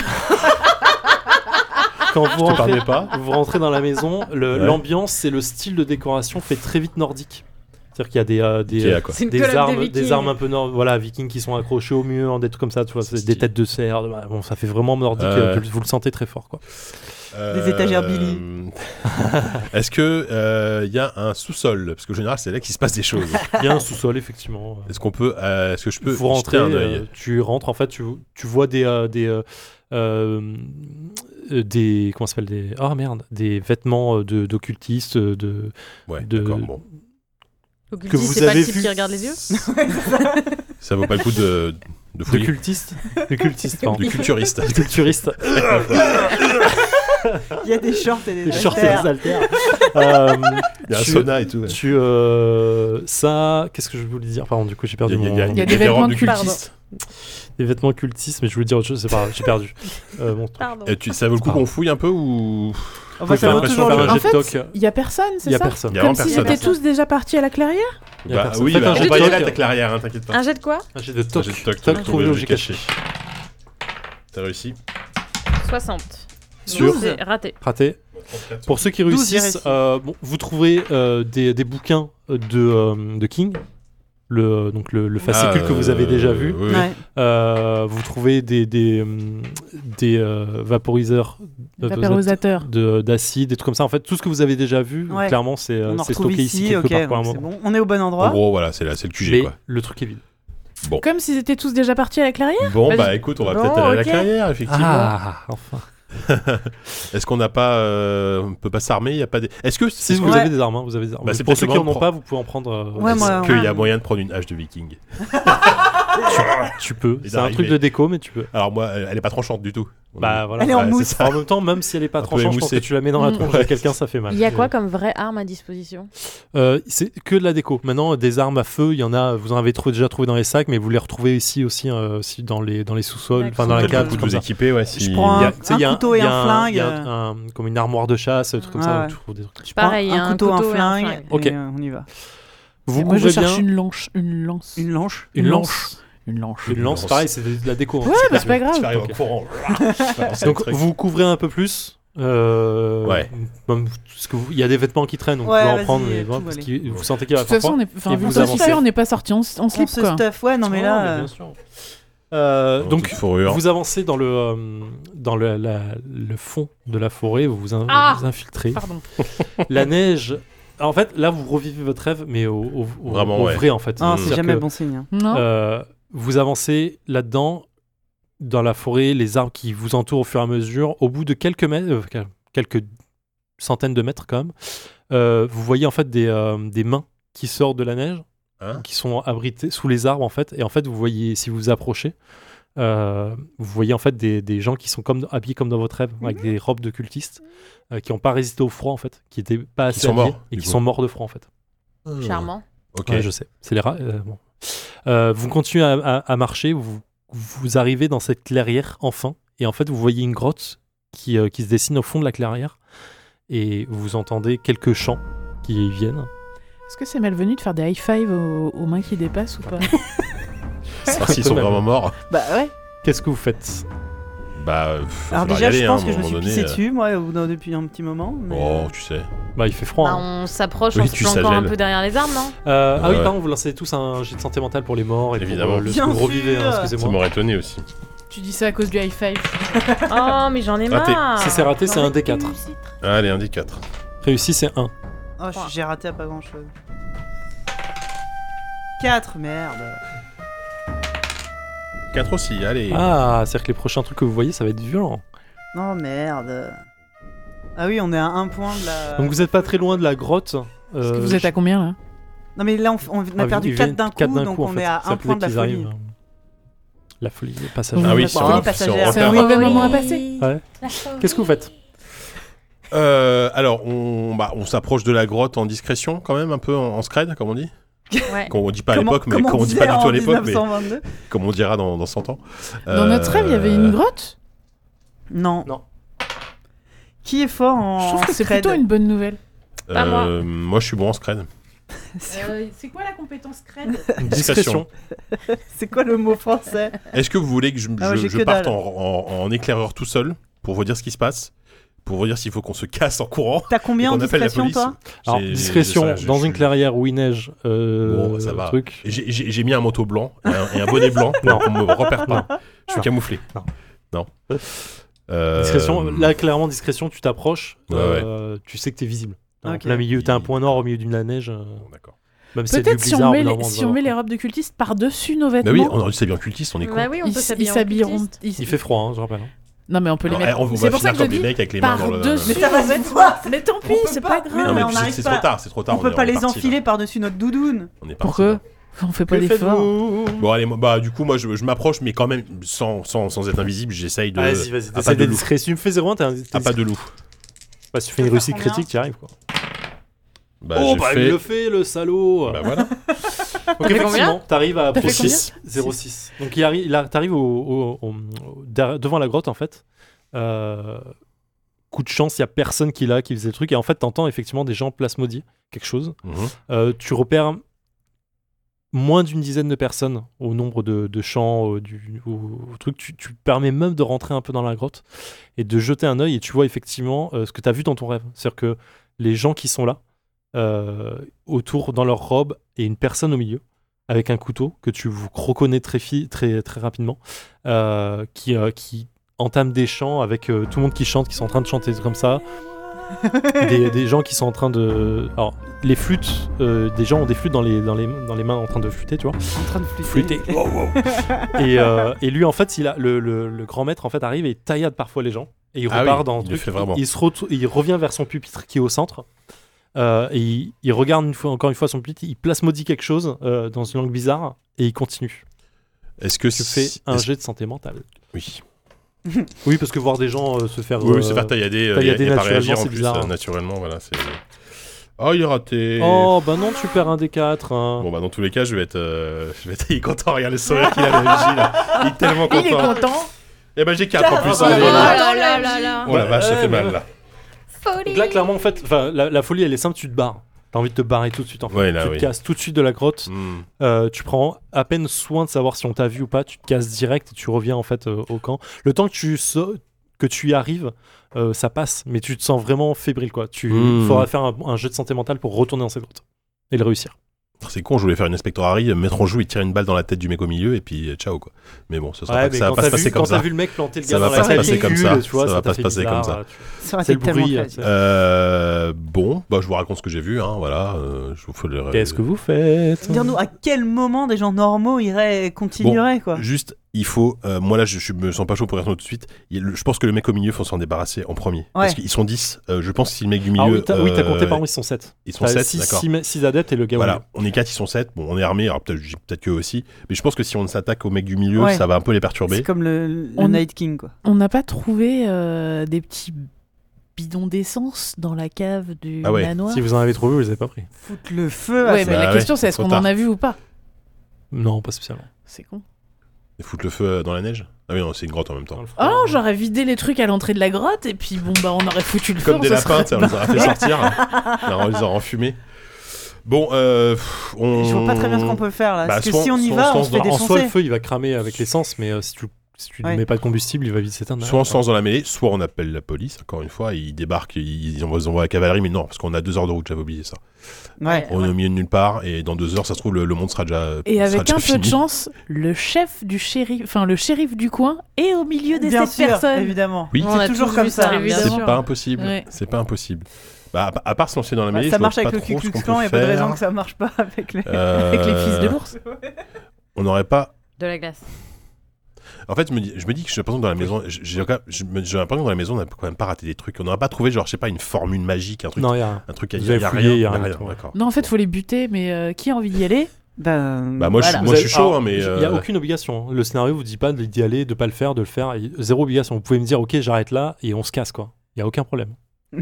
Speaker 3: Quand vous rentrez, pas. vous rentrez dans la maison, le-
Speaker 4: Ouais.
Speaker 3: l'ambiance et le style de décoration fait très vite nordique. C'est-à-dire qu'il y a des, euh, des,
Speaker 4: Ikea, quoi.
Speaker 5: C'est une
Speaker 3: des
Speaker 5: colonne
Speaker 3: armes,
Speaker 5: de
Speaker 3: des armes un peu nord, voilà, vikings qui sont accrochées au mur, des trucs comme ça, tu vois, c'est des
Speaker 4: Style.
Speaker 3: têtes de cerf, de- bon, ça fait vraiment nordique,
Speaker 4: Ouais.
Speaker 3: euh, tu- vous le sentez très fort, quoi.
Speaker 4: Euh,
Speaker 1: étagères Billy.
Speaker 4: Est-ce que euh, il y a un sous-sol Parce que en général, c'est là qu'il se passe des choses.
Speaker 3: Il y a un sous-sol, effectivement.
Speaker 4: Est-ce qu'on peut. euh, Est-ce que je peux.
Speaker 3: Vous rentrez,
Speaker 4: jeter un
Speaker 3: euh,
Speaker 4: œil
Speaker 3: tu rentres, en fait, tu, tu vois des, euh, des, euh, euh, euh, des, comment ça s'appelle, des, ah merde, des vêtements euh, de- d'occultistes, euh, de,
Speaker 4: Ouais,
Speaker 3: de-
Speaker 4: d'accord. Bon.
Speaker 5: Que
Speaker 3: que vous
Speaker 5: c'est pas
Speaker 3: avez
Speaker 5: le type
Speaker 3: vu.
Speaker 5: qui regarde les yeux
Speaker 4: Ça vaut pas le coup de, de
Speaker 3: De
Speaker 4: fouiller.
Speaker 3: cultistes De cultistes, pardon.
Speaker 4: De culturiste.
Speaker 3: De culturistes.
Speaker 1: Il y a des shorts et des,
Speaker 3: Les shorts et les
Speaker 1: haltères.
Speaker 3: haltères. Euh,
Speaker 4: Il y a un
Speaker 3: Tu-
Speaker 4: sauna et tout. ouais.
Speaker 3: tu. euh, ça. Qu'est-ce que je voulais dire Pardon, du coup, j'ai perdu mon.
Speaker 2: y a des vêtements
Speaker 4: robes de
Speaker 2: de culture.
Speaker 4: cultiste.
Speaker 3: Des vêtements cultistes, mais je voulais dire autre chose, c'est pas grave, j'ai perdu. Euh, mon truc.
Speaker 5: Pardon.
Speaker 4: Et tu- ça vaut le coup qu'on fouille un peu ou.
Speaker 1: Enfin,
Speaker 4: J'ai
Speaker 1: ça vaut
Speaker 4: l'impression
Speaker 1: toujours
Speaker 4: de
Speaker 1: le
Speaker 4: faire
Speaker 2: En
Speaker 3: Jet
Speaker 2: fait,
Speaker 3: toc.
Speaker 2: il y a personne,
Speaker 3: Il y
Speaker 2: c'est
Speaker 3: a
Speaker 2: ça
Speaker 3: personne.
Speaker 4: Il y a
Speaker 2: Comme
Speaker 4: vraiment
Speaker 2: s'ils
Speaker 4: personne.
Speaker 2: étaient tous déjà partis à la clairière
Speaker 3: y a
Speaker 4: Bah,
Speaker 3: personne.
Speaker 4: oui,
Speaker 3: Faites
Speaker 4: bah,
Speaker 3: un
Speaker 4: on
Speaker 3: jet
Speaker 4: va y
Speaker 3: de
Speaker 4: aller
Speaker 3: toc.
Speaker 4: avec la clairière, hein, t'inquiète pas.
Speaker 5: Un jet de quoi
Speaker 3: Un jet de
Speaker 4: Un
Speaker 3: toc.
Speaker 4: jet de toc,
Speaker 3: Toc, trouver l'objet caché. Ah,
Speaker 4: T'as réussi
Speaker 5: 60.
Speaker 3: Sur.
Speaker 5: Donc, C'est raté.
Speaker 3: Raté. Pour ceux qui
Speaker 1: 12, j'ai
Speaker 3: réussissent,
Speaker 1: réussi.
Speaker 3: euh, bon, vous trouverez euh, des, des bouquins de, euh, de King, le, donc le, le fascicule que vous avez déjà vu.
Speaker 4: Ah, oui, oui.
Speaker 1: Ouais.
Speaker 3: Euh, vous trouvez des, des, hum, des euh, vaporiseurs
Speaker 2: Vaporisateur.
Speaker 3: de- d'acide, des trucs comme ça. En fait, tout ce que vous avez déjà vu,
Speaker 1: Ouais.
Speaker 3: clairement, c'est euh,
Speaker 1: On en
Speaker 3: c'est
Speaker 1: retrouve
Speaker 3: stocké ici,
Speaker 1: ici,
Speaker 3: quelque
Speaker 1: ok,
Speaker 3: part pour un
Speaker 1: donc c'est
Speaker 3: moment.
Speaker 1: bon. On est au bon
Speaker 4: En
Speaker 1: endroit.
Speaker 4: gros, voilà, c'est la- c'est le QG,
Speaker 3: Mais
Speaker 4: quoi.
Speaker 3: le truc est vide.
Speaker 2: Comme s'ils étaient tous déjà partis à la clairière
Speaker 4: Bon,
Speaker 2: Vas-y.
Speaker 4: bah écoute, on va
Speaker 5: Bon,
Speaker 4: peut-être aller à la
Speaker 5: ok.
Speaker 4: carrière, effectivement.
Speaker 3: Ah.
Speaker 1: Ah,
Speaker 3: enfin.
Speaker 4: Est-ce qu'on n'a pas. euh, on peut pas s'armer y a pas des... Est-ce que.
Speaker 3: Si
Speaker 4: est-ce
Speaker 3: vous
Speaker 4: que-
Speaker 1: Ouais.
Speaker 3: avez des armes, hein, vous avez des armes.
Speaker 4: Bah, c'est
Speaker 3: pour
Speaker 4: peut-être
Speaker 3: ceux
Speaker 4: le
Speaker 3: qui en
Speaker 4: moment
Speaker 3: ont
Speaker 4: de
Speaker 3: pas, vous pouvez en prendre. euh,
Speaker 1: Ouais,
Speaker 4: est-ce
Speaker 1: moi,
Speaker 4: qu'il
Speaker 1: ouais.
Speaker 4: y a moyen de prendre une hache de viking
Speaker 3: Tu peux.
Speaker 4: Et
Speaker 3: C'est un truc
Speaker 4: d'arriver.
Speaker 3: de déco, mais tu peux.
Speaker 4: Alors, moi, elle elle est pas tranchante du tout.
Speaker 3: Bah voilà.
Speaker 1: Elle est en
Speaker 3: Ouais,
Speaker 1: mousse.
Speaker 3: c'est ça. En même temps, même si elle est pas
Speaker 4: Un peu
Speaker 3: tranchante, je pense que
Speaker 4: émoussée.
Speaker 3: tu la mets dans la
Speaker 2: Mm.
Speaker 3: tronche de
Speaker 4: Ouais.
Speaker 3: quelqu'un, ça fait mal.
Speaker 5: Il y a quoi comme vraie arme à disposition
Speaker 3: Euh, C'est que de la déco. Maintenant, des armes à feu, il y en a. Vous en avez trou- déjà trouvé dans les sacs, mais vous les retrouvez ici aussi, euh, aussi dans les dans les sous-sols, enfin dans la
Speaker 4: Quelqu'un
Speaker 3: cave.
Speaker 4: peut
Speaker 3: comme
Speaker 4: nous
Speaker 3: ça.
Speaker 4: équiper, ouais. Si...
Speaker 1: Je prends
Speaker 3: Il y a-
Speaker 1: un-
Speaker 3: tu sais, il y a
Speaker 1: couteau et
Speaker 3: il y a
Speaker 1: un
Speaker 3: il y a
Speaker 1: flingue, euh.
Speaker 3: un- comme une armoire de chasse, des trucs comme
Speaker 1: Ah
Speaker 3: ça.
Speaker 1: ouais.
Speaker 3: où tu trouves des trucs.
Speaker 1: Je prends
Speaker 5: Pareil,
Speaker 1: un, couteau, un
Speaker 5: et un
Speaker 1: flingue,
Speaker 5: flingue.
Speaker 1: et,
Speaker 3: Ok.
Speaker 1: euh, on y va.
Speaker 3: Vous
Speaker 2: Et Moi, je
Speaker 3: couvrez
Speaker 2: cherche
Speaker 3: bien
Speaker 2: une lance. Une lance.
Speaker 1: Une lanche
Speaker 3: une
Speaker 2: lance. Une lance.
Speaker 3: une lance.
Speaker 4: lance.
Speaker 3: Pareil, c'est de de la déco. hein.
Speaker 2: Ouais, bah c'est pas
Speaker 4: Tu
Speaker 2: grave.
Speaker 4: vas arriver
Speaker 3: Ok.
Speaker 4: en courant. Balancer le
Speaker 3: Donc
Speaker 4: truc.
Speaker 3: vous couvrez un peu plus. euh,
Speaker 4: Ouais.
Speaker 3: même ce que vous- il y a des vêtements qui traînent, donc
Speaker 1: Ouais,
Speaker 3: vous pouvez en
Speaker 1: vas-y,
Speaker 3: prendre. mais
Speaker 1: tout
Speaker 3: voilà, parce
Speaker 1: aller.
Speaker 3: qu'il- vous sentez qu'il
Speaker 2: De
Speaker 3: va
Speaker 2: toute
Speaker 3: faire
Speaker 2: façon, on est, enfin,
Speaker 3: Et
Speaker 2: vu
Speaker 3: vous
Speaker 2: que ça se
Speaker 1: avancez.
Speaker 2: fait, on n'est pas sorti, on, s- on
Speaker 1: On
Speaker 2: slip
Speaker 1: se
Speaker 2: quoi.
Speaker 1: stuff, ouais, non mais là. euh,
Speaker 3: froid. Euh,
Speaker 4: En
Speaker 3: donc
Speaker 4: toute fourrure.
Speaker 3: vous avancez dans le euh, dans le, la- le fond de la forêt, vous vous, in-
Speaker 2: Ah
Speaker 3: vous infiltrez.
Speaker 2: Pardon.
Speaker 3: La neige. En fait, là vous revivez votre rêve, mais au, au- au-
Speaker 4: Vraiment,
Speaker 3: au
Speaker 4: ouais.
Speaker 3: vrai en fait.
Speaker 1: Non, Ah, c'est
Speaker 3: C'est-à-dire
Speaker 1: jamais
Speaker 3: que,
Speaker 1: bon signe. hein.
Speaker 2: Non.
Speaker 3: euh, vous avancez là-dedans dans la forêt, les arbres qui vous entourent au fur et à mesure. Au bout de quelques mètres, euh, quel- quelques centaines de mètres quand même, euh, vous voyez en fait des, euh, des mains qui sortent de la neige
Speaker 4: Hein
Speaker 3: qui sont abrités sous les arbres en fait. Et en fait, vous voyez, si vous vous approchez, euh, vous voyez en fait des, des gens qui sont comme, habillés comme dans votre rêve, avec des robes de cultistes, euh, qui n'ont pas résisté au froid en fait, qui étaient pas assez
Speaker 4: sont
Speaker 3: habillés
Speaker 4: morts,
Speaker 3: et
Speaker 4: du
Speaker 3: qui
Speaker 4: coup.
Speaker 3: sont morts de froid en fait.
Speaker 4: Oh.
Speaker 5: Charmant.
Speaker 4: Ok.
Speaker 3: Ouais, je sais, c'est les rats. euh, bon. Euh, vous continuez à, à- à marcher, vous, vous arrivez dans cette clairière enfin, et en fait, vous voyez une grotte qui, euh, qui se dessine au fond de la clairière, et vous entendez quelques chants qui viennent.
Speaker 2: Est-ce que c'est malvenu de faire des high five aux, aux mains qui dépassent ou pas
Speaker 4: Ah, S'ils sont vraiment morts,
Speaker 2: Bah ouais.
Speaker 3: Qu'est-ce que vous faites
Speaker 4: bah. euh, faut
Speaker 1: Alors
Speaker 4: falloir y
Speaker 1: déjà,
Speaker 4: aller,
Speaker 1: je
Speaker 4: hein,
Speaker 1: pense
Speaker 4: à un
Speaker 1: que je me
Speaker 4: moment
Speaker 1: suis
Speaker 4: donné,
Speaker 1: pissé
Speaker 4: euh,
Speaker 1: dessus, moi, au bout d'un- depuis un petit moment. mais,
Speaker 4: Oh,
Speaker 1: euh,
Speaker 4: tu sais.
Speaker 3: Bah, il fait froid.
Speaker 5: Bah,
Speaker 3: hein.
Speaker 5: on s'approche
Speaker 4: Oui,
Speaker 5: en
Speaker 4: tu
Speaker 5: se planquant un
Speaker 4: sagelles.
Speaker 5: peu derrière les arbres, non
Speaker 3: Euh, Ah oui,
Speaker 4: Ouais.
Speaker 3: pardon, vous lancez tous un jet de santé mentale pour les morts et pour,
Speaker 4: Évidemment.
Speaker 3: euh, le
Speaker 1: Bien
Speaker 3: ce que vous revivez, hein,
Speaker 1: sûr.
Speaker 4: Ça
Speaker 3: excusez-moi.
Speaker 4: m'aurait étonné aussi.
Speaker 2: Tu dis ça à cause du high five.
Speaker 5: Oh, mais j'en ai
Speaker 4: Raté.
Speaker 5: marre
Speaker 3: Si c'est raté, c'est
Speaker 5: J'en
Speaker 3: un
Speaker 5: ai
Speaker 3: D4.
Speaker 5: plus, c'est
Speaker 4: Allez, un des quatre.
Speaker 3: Réussi, c'est 1.
Speaker 1: Oh, je- j'ai raté à pas grand chose. 4, merde.
Speaker 4: Quatre aussi, allez.
Speaker 3: Ah, c'est-à-dire que les prochains trucs que vous voyez, ça va être violent.
Speaker 1: Non, merde. Ah oui, on est à un point de la.
Speaker 3: Donc vous n'êtes pas très loin de la grotte.
Speaker 2: Parce que
Speaker 3: euh,
Speaker 2: vous êtes à combien là
Speaker 1: Non, mais là, on, f- on
Speaker 3: ah,
Speaker 1: a
Speaker 3: ils
Speaker 1: perdu
Speaker 3: viennent
Speaker 1: 4 d'un coup,
Speaker 3: quatre
Speaker 1: donc
Speaker 3: en
Speaker 1: on
Speaker 3: fait.
Speaker 1: est à
Speaker 3: Ça
Speaker 1: un point
Speaker 3: peut-être
Speaker 1: de la
Speaker 3: qu'ils
Speaker 1: folie.
Speaker 3: arrivent, euh, La folie, le passage.
Speaker 4: Ah oui,
Speaker 1: Bon,
Speaker 4: si on
Speaker 1: bon,
Speaker 4: va-
Speaker 1: passagère.
Speaker 4: si on va
Speaker 2: C'est un
Speaker 4: faire-
Speaker 2: mauvais moment à passer.
Speaker 3: Ouais. Qu'est-ce que vous faites
Speaker 4: Euh, alors, on, bah, on s'approche de la grotte en discrétion, quand même, un peu en, en scred, comme on dit.
Speaker 5: Ouais.
Speaker 4: Qu'on dit pas à
Speaker 1: Comment-
Speaker 4: l'époque, mais
Speaker 1: comment
Speaker 4: qu'on dit
Speaker 1: disait
Speaker 4: pas du tout
Speaker 1: en
Speaker 4: à l'époque, mais
Speaker 1: 1922
Speaker 4: comme on dira dans, dans 100 ans. Euh,
Speaker 2: Dans notre rêve, il y avait une grotte
Speaker 1: Non.
Speaker 3: Non.
Speaker 1: Qui est fort en.
Speaker 2: Je trouve que c'est
Speaker 1: scred
Speaker 2: plutôt une bonne nouvelle.
Speaker 4: Euh,
Speaker 5: Pas moi.
Speaker 4: moi, je suis bon en scred.
Speaker 1: C'est-
Speaker 5: Euh,
Speaker 2: c'est quoi la compétence crête
Speaker 3: Discrétion.
Speaker 1: C'est quoi le mot français
Speaker 4: Est-ce que vous voulez que je,
Speaker 1: Ah ouais,
Speaker 4: je-
Speaker 1: j'ai
Speaker 4: je
Speaker 1: que
Speaker 4: parte
Speaker 1: dalle.
Speaker 4: en, en- en éclaireur tout seul pour vous dire ce qui se passe Pour vous dire s'il faut qu'on se casse en courant
Speaker 1: T'as combien
Speaker 4: et
Speaker 1: en
Speaker 4: qu'on appelle la
Speaker 1: discrétion,
Speaker 4: police
Speaker 1: toi
Speaker 3: Alors,
Speaker 4: J'ai-
Speaker 3: discrétion,
Speaker 4: je- je-
Speaker 3: dans
Speaker 4: je-
Speaker 3: une clairière où il neige, euh,
Speaker 4: Bon, bah, ça va.
Speaker 3: truc.
Speaker 4: J'ai- J'ai j'ai mis un manteau blanc et un, et un bonnet blanc
Speaker 3: Non.
Speaker 4: pour qu'on me repère pas. Je suis
Speaker 3: Non.
Speaker 4: camouflé.
Speaker 3: Non.
Speaker 4: Non. Euh,
Speaker 3: Discrétion, là clairement discrétion, tu t'approches,
Speaker 4: Ouais,
Speaker 3: euh, tu sais que t'es visible. En
Speaker 1: Ok.
Speaker 3: plein milieu, t'as un point noir au milieu de la neige, euh,
Speaker 4: Bon, D'accord.
Speaker 3: même si c'est du
Speaker 2: Peut-être si
Speaker 3: blizzard.
Speaker 2: on
Speaker 3: au
Speaker 2: met
Speaker 3: bout d'un
Speaker 2: les,
Speaker 3: moment,
Speaker 2: si
Speaker 3: ça
Speaker 2: on
Speaker 3: va.
Speaker 2: met les robes de cultiste par-dessus nos
Speaker 4: Bah oui,
Speaker 2: vêtements,
Speaker 4: on s'ait bien cultiste, on est con.
Speaker 5: Bah oui, on
Speaker 2: ils
Speaker 5: peut
Speaker 2: s-
Speaker 5: s'habiller
Speaker 2: ils
Speaker 5: en
Speaker 2: s'habilleront.
Speaker 5: cultiste.
Speaker 2: ils-
Speaker 3: Il fait froid, hein, je rappelle.
Speaker 2: Non mais on peut les
Speaker 4: Alors,
Speaker 2: mettre.
Speaker 4: eh, on
Speaker 2: C'est
Speaker 4: va
Speaker 2: pour ça
Speaker 4: finir
Speaker 2: que je
Speaker 4: comme des
Speaker 2: dis
Speaker 4: mecs avec les mains dans le.
Speaker 2: par-dessus.
Speaker 1: Mais ça va se voir
Speaker 2: Mais tant pis,
Speaker 1: On peut
Speaker 2: c'est
Speaker 1: pas.
Speaker 2: pas
Speaker 4: Non,
Speaker 1: mais
Speaker 4: mais
Speaker 2: grave.
Speaker 1: on
Speaker 4: tu sais,
Speaker 1: arrive
Speaker 4: c'est
Speaker 1: pas.
Speaker 4: trop tard, c'est trop tard.
Speaker 1: On peut
Speaker 4: est-
Speaker 1: pas
Speaker 4: est
Speaker 1: les
Speaker 4: parti, là.
Speaker 1: enfiler par-dessus notre doudoune.
Speaker 4: On est parti,
Speaker 2: Pourquoi
Speaker 4: là.
Speaker 2: On fait pas d'efforts.
Speaker 4: Bon, allez, moi- bah, du coup, moi, je, je m'approche, mais quand même, sans, sans, sans être invisible, j'essaye de.
Speaker 3: Vas-y, vas-y,
Speaker 4: euh, à pas
Speaker 3: t'essaies
Speaker 4: de
Speaker 3: d'être
Speaker 4: loup.
Speaker 3: discret. Si tu me fais 0 t'es un t'es
Speaker 4: Ah, pas
Speaker 3: discret.
Speaker 4: de loup.
Speaker 3: Bah, si tu fais une
Speaker 1: Ça
Speaker 3: réussite
Speaker 1: fait combien
Speaker 3: critique, tu arrives quoi.
Speaker 4: Bah,
Speaker 3: oh,
Speaker 4: j'ai
Speaker 3: bah
Speaker 4: fait.
Speaker 3: il le fait, le salaud
Speaker 4: Bah, voilà.
Speaker 3: Donc
Speaker 5: fait
Speaker 3: effectivement, t'arrives à
Speaker 2: T'as fait combien
Speaker 3: 06. 06. Donc il arrive, il a- t'arrives au- au- au- au- derrière- devant la grotte en fait. Euh, coup de chance, il y a personne qui l'a, qui faisait le truc. Et en fait, t'entends effectivement des gens plasmodier quelque chose.
Speaker 4: Mhm.
Speaker 3: Euh, tu repères moins d'une dizaine de personnes au nombre de, de champs, euh, du, au, au truc. Tu, tu permets même de rentrer un peu dans la grotte et de jeter un œil et tu vois effectivement euh, ce que tu as vu dans ton rêve. C'est-à-dire que les gens qui sont là, euh, autour dans leurs robes et une personne au milieu, avec un couteau que tu vous reconnais très, fi- très, très rapidement, euh, qui, euh, qui entame des chants avec euh, tout le monde qui chante, qui sont en train de chanter comme ça. des, des gens qui sont en train de. Alors, les flûtes, euh, des gens ont des flûtes dans les, dans, les, dans les mains en train de flûter, tu vois.
Speaker 1: en train de flûter.
Speaker 3: Flûter. Wow, wow. et, euh, et lui, en fait, il a, le, le- le grand maître en fait arrive et taillade parfois les gens. Et il
Speaker 4: Ah
Speaker 3: repart
Speaker 4: oui,
Speaker 3: dans
Speaker 4: il
Speaker 3: le
Speaker 4: le
Speaker 3: truc.
Speaker 4: fait vraiment.
Speaker 3: Il, se retou- il revient vers son pupitre qui est au centre. Euh, et il, il regarde une fois, encore une fois son pupitre. Il plasmodie quelque chose euh, dans une langue bizarre et il continue.
Speaker 4: Est-ce que
Speaker 3: Tu fais
Speaker 4: c'est-
Speaker 3: un
Speaker 4: est-ce-
Speaker 3: jet de santé mentale.
Speaker 4: Oui.
Speaker 3: Oui, parce que voir des gens euh, se faire.
Speaker 4: Oui,
Speaker 3: euh,
Speaker 4: oui, c'est pas taillader, euh,
Speaker 3: taillader
Speaker 4: y a- y a pas
Speaker 3: naturellement,
Speaker 4: réagir en
Speaker 3: c'est
Speaker 4: plus,
Speaker 3: bizarre. hein.
Speaker 4: euh, naturellement, voilà. c'est- Oh, il est raté.
Speaker 3: Oh, bah non, tu perds un des quatre. hein.
Speaker 4: Bon, bah, dans tous les cas, je vais être, euh, je vais être content. Regarde les sourires qu'il a, le MJ, là. Il est tellement
Speaker 2: Il est
Speaker 4: content.
Speaker 2: content.
Speaker 4: Et ben, j'ai 4 en plus.
Speaker 3: Ah,
Speaker 5: Oh
Speaker 4: hein,
Speaker 3: bah,
Speaker 4: les-
Speaker 5: là
Speaker 3: voilà.
Speaker 5: là là là là.
Speaker 4: Oh la vache, ça
Speaker 3: Ah. Ouais,
Speaker 4: fait
Speaker 3: mais-
Speaker 4: mal, là.
Speaker 3: Donc là, clairement, en fait, enfin, la, la folie, elle est simple, tu te barres. T'as envie de te barrer tout de suite, en fait.
Speaker 4: Ouais, là,
Speaker 3: tu te
Speaker 4: Ah oui.
Speaker 3: casses tout de suite de la grotte.
Speaker 4: Hmm.
Speaker 3: Euh, tu prends à peine soin de savoir si on t'a vu ou pas. Tu te casses direct et tu reviens, en fait, euh, au camp. Le temps que tu, sa- que tu y arrives, euh, ça passe. Mais tu te sens vraiment fébrile, quoi. Tu
Speaker 4: Mmh.
Speaker 3: faudra faire un, un jeu de santé mentale pour retourner dans cette grotte. Et le réussir.
Speaker 4: C'est con, je voulais faire une inspector Harry, mettre en joue, il tire une balle dans la tête du mec au milieu et puis euh, ciao quoi. Mais bon, ça, sera
Speaker 3: Ouais,
Speaker 4: pas,
Speaker 3: mais
Speaker 4: ça va
Speaker 3: quand
Speaker 4: pas
Speaker 3: t'as
Speaker 4: se passer
Speaker 3: vu-
Speaker 4: comme
Speaker 3: quand t'as
Speaker 4: ça.
Speaker 3: vu le mec planter le
Speaker 4: Ça
Speaker 3: gars
Speaker 4: va
Speaker 3: dans
Speaker 1: pas
Speaker 3: la
Speaker 1: se
Speaker 3: tête,
Speaker 1: passer
Speaker 3: il
Speaker 1: comme
Speaker 3: cul,
Speaker 4: ça.
Speaker 3: tu vois,
Speaker 4: Ça va
Speaker 3: t'a
Speaker 4: pas se
Speaker 3: fait
Speaker 4: passer comme
Speaker 3: bizarre,
Speaker 4: ça.
Speaker 3: tu vois.
Speaker 1: Ça aurait
Speaker 3: C'est
Speaker 1: été
Speaker 3: le
Speaker 1: Ah, tellement
Speaker 3: bruit.
Speaker 1: fun.
Speaker 3: euh,
Speaker 4: Euh, bon, bah je vous raconte ce que j'ai vu, hein, voilà. euh, je vous fais le...
Speaker 3: Qu'est-ce que vous faites
Speaker 1: Dire-nous à quel moment des gens normaux iraient, continueraient, quoi.
Speaker 4: Juste, il faut. euh, moi là, je, je me sens pas chaud pour répondre tout de suite. Il- le- je pense que le mec au milieu faut s'en débarrasser en premier. Parce qu'ils sont 10. euh, je pense que si le mec du milieu.
Speaker 3: Ah oui, t'as oui, t'as compté,
Speaker 4: euh,
Speaker 3: pardon, ils sont 7.
Speaker 4: Ils sont 7, d'accord.
Speaker 3: 6 adeptes et le gars au
Speaker 4: Voilà, on est 4, ils sont 7. Bon, on est armés, alors peut-être peut que aussi. Mais je pense que si on s'attaque au mec du milieu,
Speaker 1: Ouais.
Speaker 4: ça va un peu les
Speaker 1: C'est
Speaker 4: perturber.
Speaker 1: comme le, le
Speaker 2: On-
Speaker 1: Night King, quoi.
Speaker 2: On n'a pas trouvé euh, des petits bidons d'essence dans la cave du
Speaker 4: Ah ouais,
Speaker 2: manoir.
Speaker 3: Si vous en avez trouvé, vous les avez pas pris.
Speaker 1: Foutre le feu à
Speaker 2: Ouais,
Speaker 1: ça.
Speaker 2: mais
Speaker 4: Bah
Speaker 2: la
Speaker 4: ouais,
Speaker 2: question c'est est-ce
Speaker 4: trop
Speaker 2: qu'on en a vu ou pas
Speaker 3: Non, pas spécialement.
Speaker 2: C'est con.
Speaker 4: Foutre le feu dans la neige Ah oui, non, c'est une grotte en même temps.
Speaker 2: Oh, j'aurais vidé les trucs à l'entrée de la grotte et puis bon bah on aurait foutu le feu.
Speaker 4: Comme des
Speaker 2: ça
Speaker 4: lapins,
Speaker 2: serait-
Speaker 4: ça, on les aura fait sortir. on les aura enfumés. Bon, euh, pff, on.
Speaker 1: Je vois pas très bien ce qu'on peut faire là.
Speaker 4: Bah,
Speaker 1: Parce que
Speaker 4: soit-
Speaker 1: si on y
Speaker 4: soit-
Speaker 1: va,
Speaker 4: soit
Speaker 1: on se fait
Speaker 3: en
Speaker 1: défoncer.
Speaker 3: soi, le feu, il va cramer avec l'essence, mais euh, si tu, si tu
Speaker 1: Ouais.
Speaker 3: ne mets pas de combustible, il va vite s'éteindre.
Speaker 4: Soit on se lance dans la mêlée, soit on appelle la police, encore une fois, ils débarquent, ils ils envoient, ils envoient la cavalerie, mais non, parce qu'on a deux heures de route, j'avais oublié ça.
Speaker 1: Ouais.
Speaker 4: On est au milieu de nulle part, et dans deux heures, ça se trouve, le, le monde sera déjà.
Speaker 2: Et
Speaker 4: sera
Speaker 2: avec
Speaker 4: déjà
Speaker 2: un peu de
Speaker 4: fini.
Speaker 2: chance, le chef du shérif, enfin le shérif du coin, est au milieu des
Speaker 1: Bien
Speaker 2: sept
Speaker 1: sûr,
Speaker 2: personnes.
Speaker 1: évidemment.
Speaker 4: Oui.
Speaker 5: On a
Speaker 1: c'est toujours
Speaker 5: tous
Speaker 1: comme
Speaker 5: vu
Speaker 1: ça.
Speaker 5: ça,
Speaker 1: bien
Speaker 2: évidemment.
Speaker 1: sûr.
Speaker 4: C'est pas impossible.
Speaker 2: Ouais.
Speaker 4: C'est pas impossible. Bah, à, à part se lancer dans la
Speaker 1: Bah,
Speaker 4: mêlée,
Speaker 1: ça
Speaker 4: je
Speaker 1: marche
Speaker 4: vois
Speaker 1: avec
Speaker 4: pas
Speaker 1: le
Speaker 4: trop
Speaker 1: Ku Klux
Speaker 4: ce qu'on peut
Speaker 1: Klan, il n'y a pas de
Speaker 4: faire.
Speaker 1: raison que ça marche pas avec les.
Speaker 4: Euh,
Speaker 2: Avec les fils de l'ours.
Speaker 4: On n'aurait pas.
Speaker 5: De la glace.
Speaker 4: En fait, je me dis, je me dis que j'ai l'impression que dans la maison, j'ai j'ai quand même- je me- j'ai l'impression que dans la maison, on a quand même pas raté des trucs. On n'aurait pas trouvé, genre, je sais pas, une formule magique, un truc
Speaker 3: Non, il y a
Speaker 4: Un truc à
Speaker 3: Vous
Speaker 4: dire,
Speaker 3: avez
Speaker 4: y a
Speaker 3: fouillé, y
Speaker 4: rien,
Speaker 3: a
Speaker 4: y a
Speaker 3: rien,
Speaker 4: rien,
Speaker 3: ouais.
Speaker 4: d'accord.
Speaker 2: Non, en fait, faut les buter, mais euh, qui a envie d'y aller
Speaker 1: Ben,
Speaker 4: Bah, moi, je-
Speaker 2: Voilà.
Speaker 4: moi, je suis chaud, hein, mais.
Speaker 3: ah, Il n'y
Speaker 4: euh,
Speaker 3: a aucune obligation. Le scénario vous dit pas d'y aller, de pas le faire, de le faire. Il- Zéro obligation. Vous pouvez me dire, ok, j'arrête là et on se casse, quoi. Il n'y a aucun problème.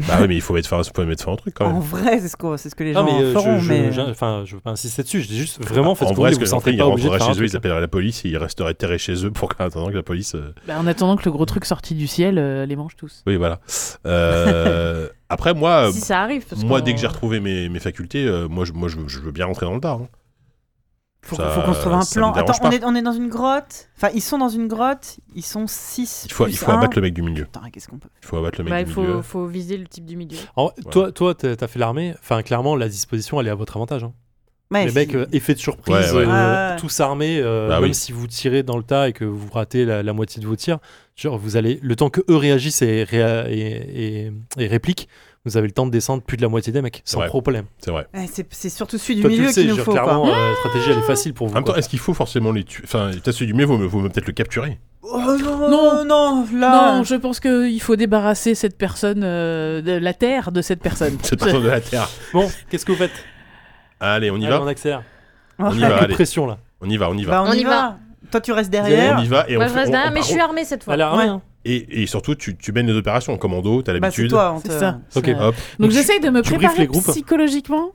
Speaker 4: Bah oui, mais il faut mettre fin, faut mettre fin au truc quand
Speaker 1: en
Speaker 4: même.
Speaker 1: vrai, c'est ce, qu'on- c'est ce que les
Speaker 3: Non,
Speaker 1: gens
Speaker 3: mais euh,
Speaker 1: feront.
Speaker 3: je, je-
Speaker 1: mais...
Speaker 3: j'ai- enfin, je veux pas insister dessus. Je dis juste vraiment, faites
Speaker 4: Ah, en
Speaker 3: ce que vous
Speaker 4: vrai, ce
Speaker 3: voulez,
Speaker 4: que
Speaker 3: vous
Speaker 4: j'en fais,
Speaker 3: sentez
Speaker 4: ils
Speaker 3: pas obligé de
Speaker 4: rentreraient
Speaker 3: faire un
Speaker 4: chez eux,
Speaker 3: truc.
Speaker 4: ils appelleraient la police et ils resteraient terrés chez eux pour qu'en attendant que la police. euh,
Speaker 2: Bah, En attendant que le gros truc sorti du ciel euh, les mange tous.
Speaker 4: Oui, voilà. Euh, Après, moi, euh,
Speaker 5: Si ça arrive. Parce
Speaker 4: moi
Speaker 5: qu'on-
Speaker 4: dès que j'ai retrouvé mes, mes facultés, euh, moi, je, moi je, je veux bien rentrer dans le tas. hein.
Speaker 1: Faut,
Speaker 4: Ça-
Speaker 1: faut qu'on se trouve un
Speaker 4: euh, ça me
Speaker 1: plan.
Speaker 4: dérange
Speaker 1: Attends, on
Speaker 4: pas.
Speaker 1: est, on est dans une grotte. Enfin, ils sont dans une grotte. Ils sont 6.
Speaker 4: Il faut, il faut abattre le mec du milieu.
Speaker 1: Putain, qu'est-ce qu'on peut.
Speaker 4: Il faut abattre le mec
Speaker 5: Bah, il
Speaker 4: du
Speaker 5: faut,
Speaker 4: milieu.
Speaker 5: faut viser le type du milieu.
Speaker 3: En vrai, Toi, toi, t'as t'as fait l'armée. Enfin, clairement, la disposition, elle est à votre avantage. hein.
Speaker 1: Ouais,
Speaker 3: Les
Speaker 1: si-
Speaker 3: mecs, euh, effet de surprise,
Speaker 4: Ouais, ouais.
Speaker 3: euh,
Speaker 1: Ouais, ouais.
Speaker 3: tous armés, euh,
Speaker 4: Bah
Speaker 3: même
Speaker 4: oui.
Speaker 3: si vous tirez dans le tas et que vous ratez la, la moitié de vos tirs, genre vous allez, le temps que eux réagissent et, réa- et, et- et répliquent, vous avez le temps de descendre plus de la moitié des mecs, sans
Speaker 4: Ouais.
Speaker 3: problème.
Speaker 4: C'est vrai.
Speaker 1: ouais, c'est c'est surtout celui du
Speaker 3: Toi, tu
Speaker 1: milieu
Speaker 3: le sais,
Speaker 1: qu'il
Speaker 3: je
Speaker 1: nous
Speaker 3: veux
Speaker 1: faut.
Speaker 3: dire,
Speaker 1: quoi.
Speaker 3: clairement, euh, la stratégie elle est facile pour
Speaker 4: En
Speaker 3: vous.
Speaker 4: même temps,
Speaker 3: quoi.
Speaker 4: est-ce qu'il faut forcément les tuer Enfin, peut-être celui du mieux, vaut mieux- vaut mieux peut-être le capturer.
Speaker 1: Oh non,
Speaker 2: Non.
Speaker 1: non, là.
Speaker 2: Non, je pense qu'il faut débarrasser cette personne, euh, de la terre de cette personne.
Speaker 4: Cette personne de la terre.
Speaker 3: Bon, qu'est-ce que vous faites
Speaker 4: Allez, on y
Speaker 3: Allez,
Speaker 4: va.
Speaker 3: On accélère.
Speaker 4: On y
Speaker 3: Avec
Speaker 4: va,
Speaker 3: la
Speaker 4: allez.
Speaker 3: pression là.
Speaker 4: On y va, on y va.
Speaker 1: Bah, on, y va. Toi, tu restes derrière.
Speaker 4: On y va et
Speaker 5: Moi
Speaker 4: on
Speaker 5: je
Speaker 4: fait-
Speaker 5: reste
Speaker 4: on-
Speaker 5: derrière,
Speaker 4: on
Speaker 5: Bah, mais
Speaker 4: part-
Speaker 5: je suis armée cette fois.
Speaker 3: Allez,
Speaker 1: Ouais.
Speaker 3: hein.
Speaker 4: Et, et suropération tu, tu mènes les opérations. Commando, t'as
Speaker 1: Bah, c'est
Speaker 4: l'habitude.
Speaker 1: toi, on te-
Speaker 2: C'est ça.
Speaker 3: Ok.
Speaker 2: Ça-
Speaker 4: Hop.
Speaker 2: Donc
Speaker 3: tu-
Speaker 2: j'essaye de me
Speaker 3: tu briefes
Speaker 2: préparer
Speaker 3: les groupes
Speaker 2: psychologiquement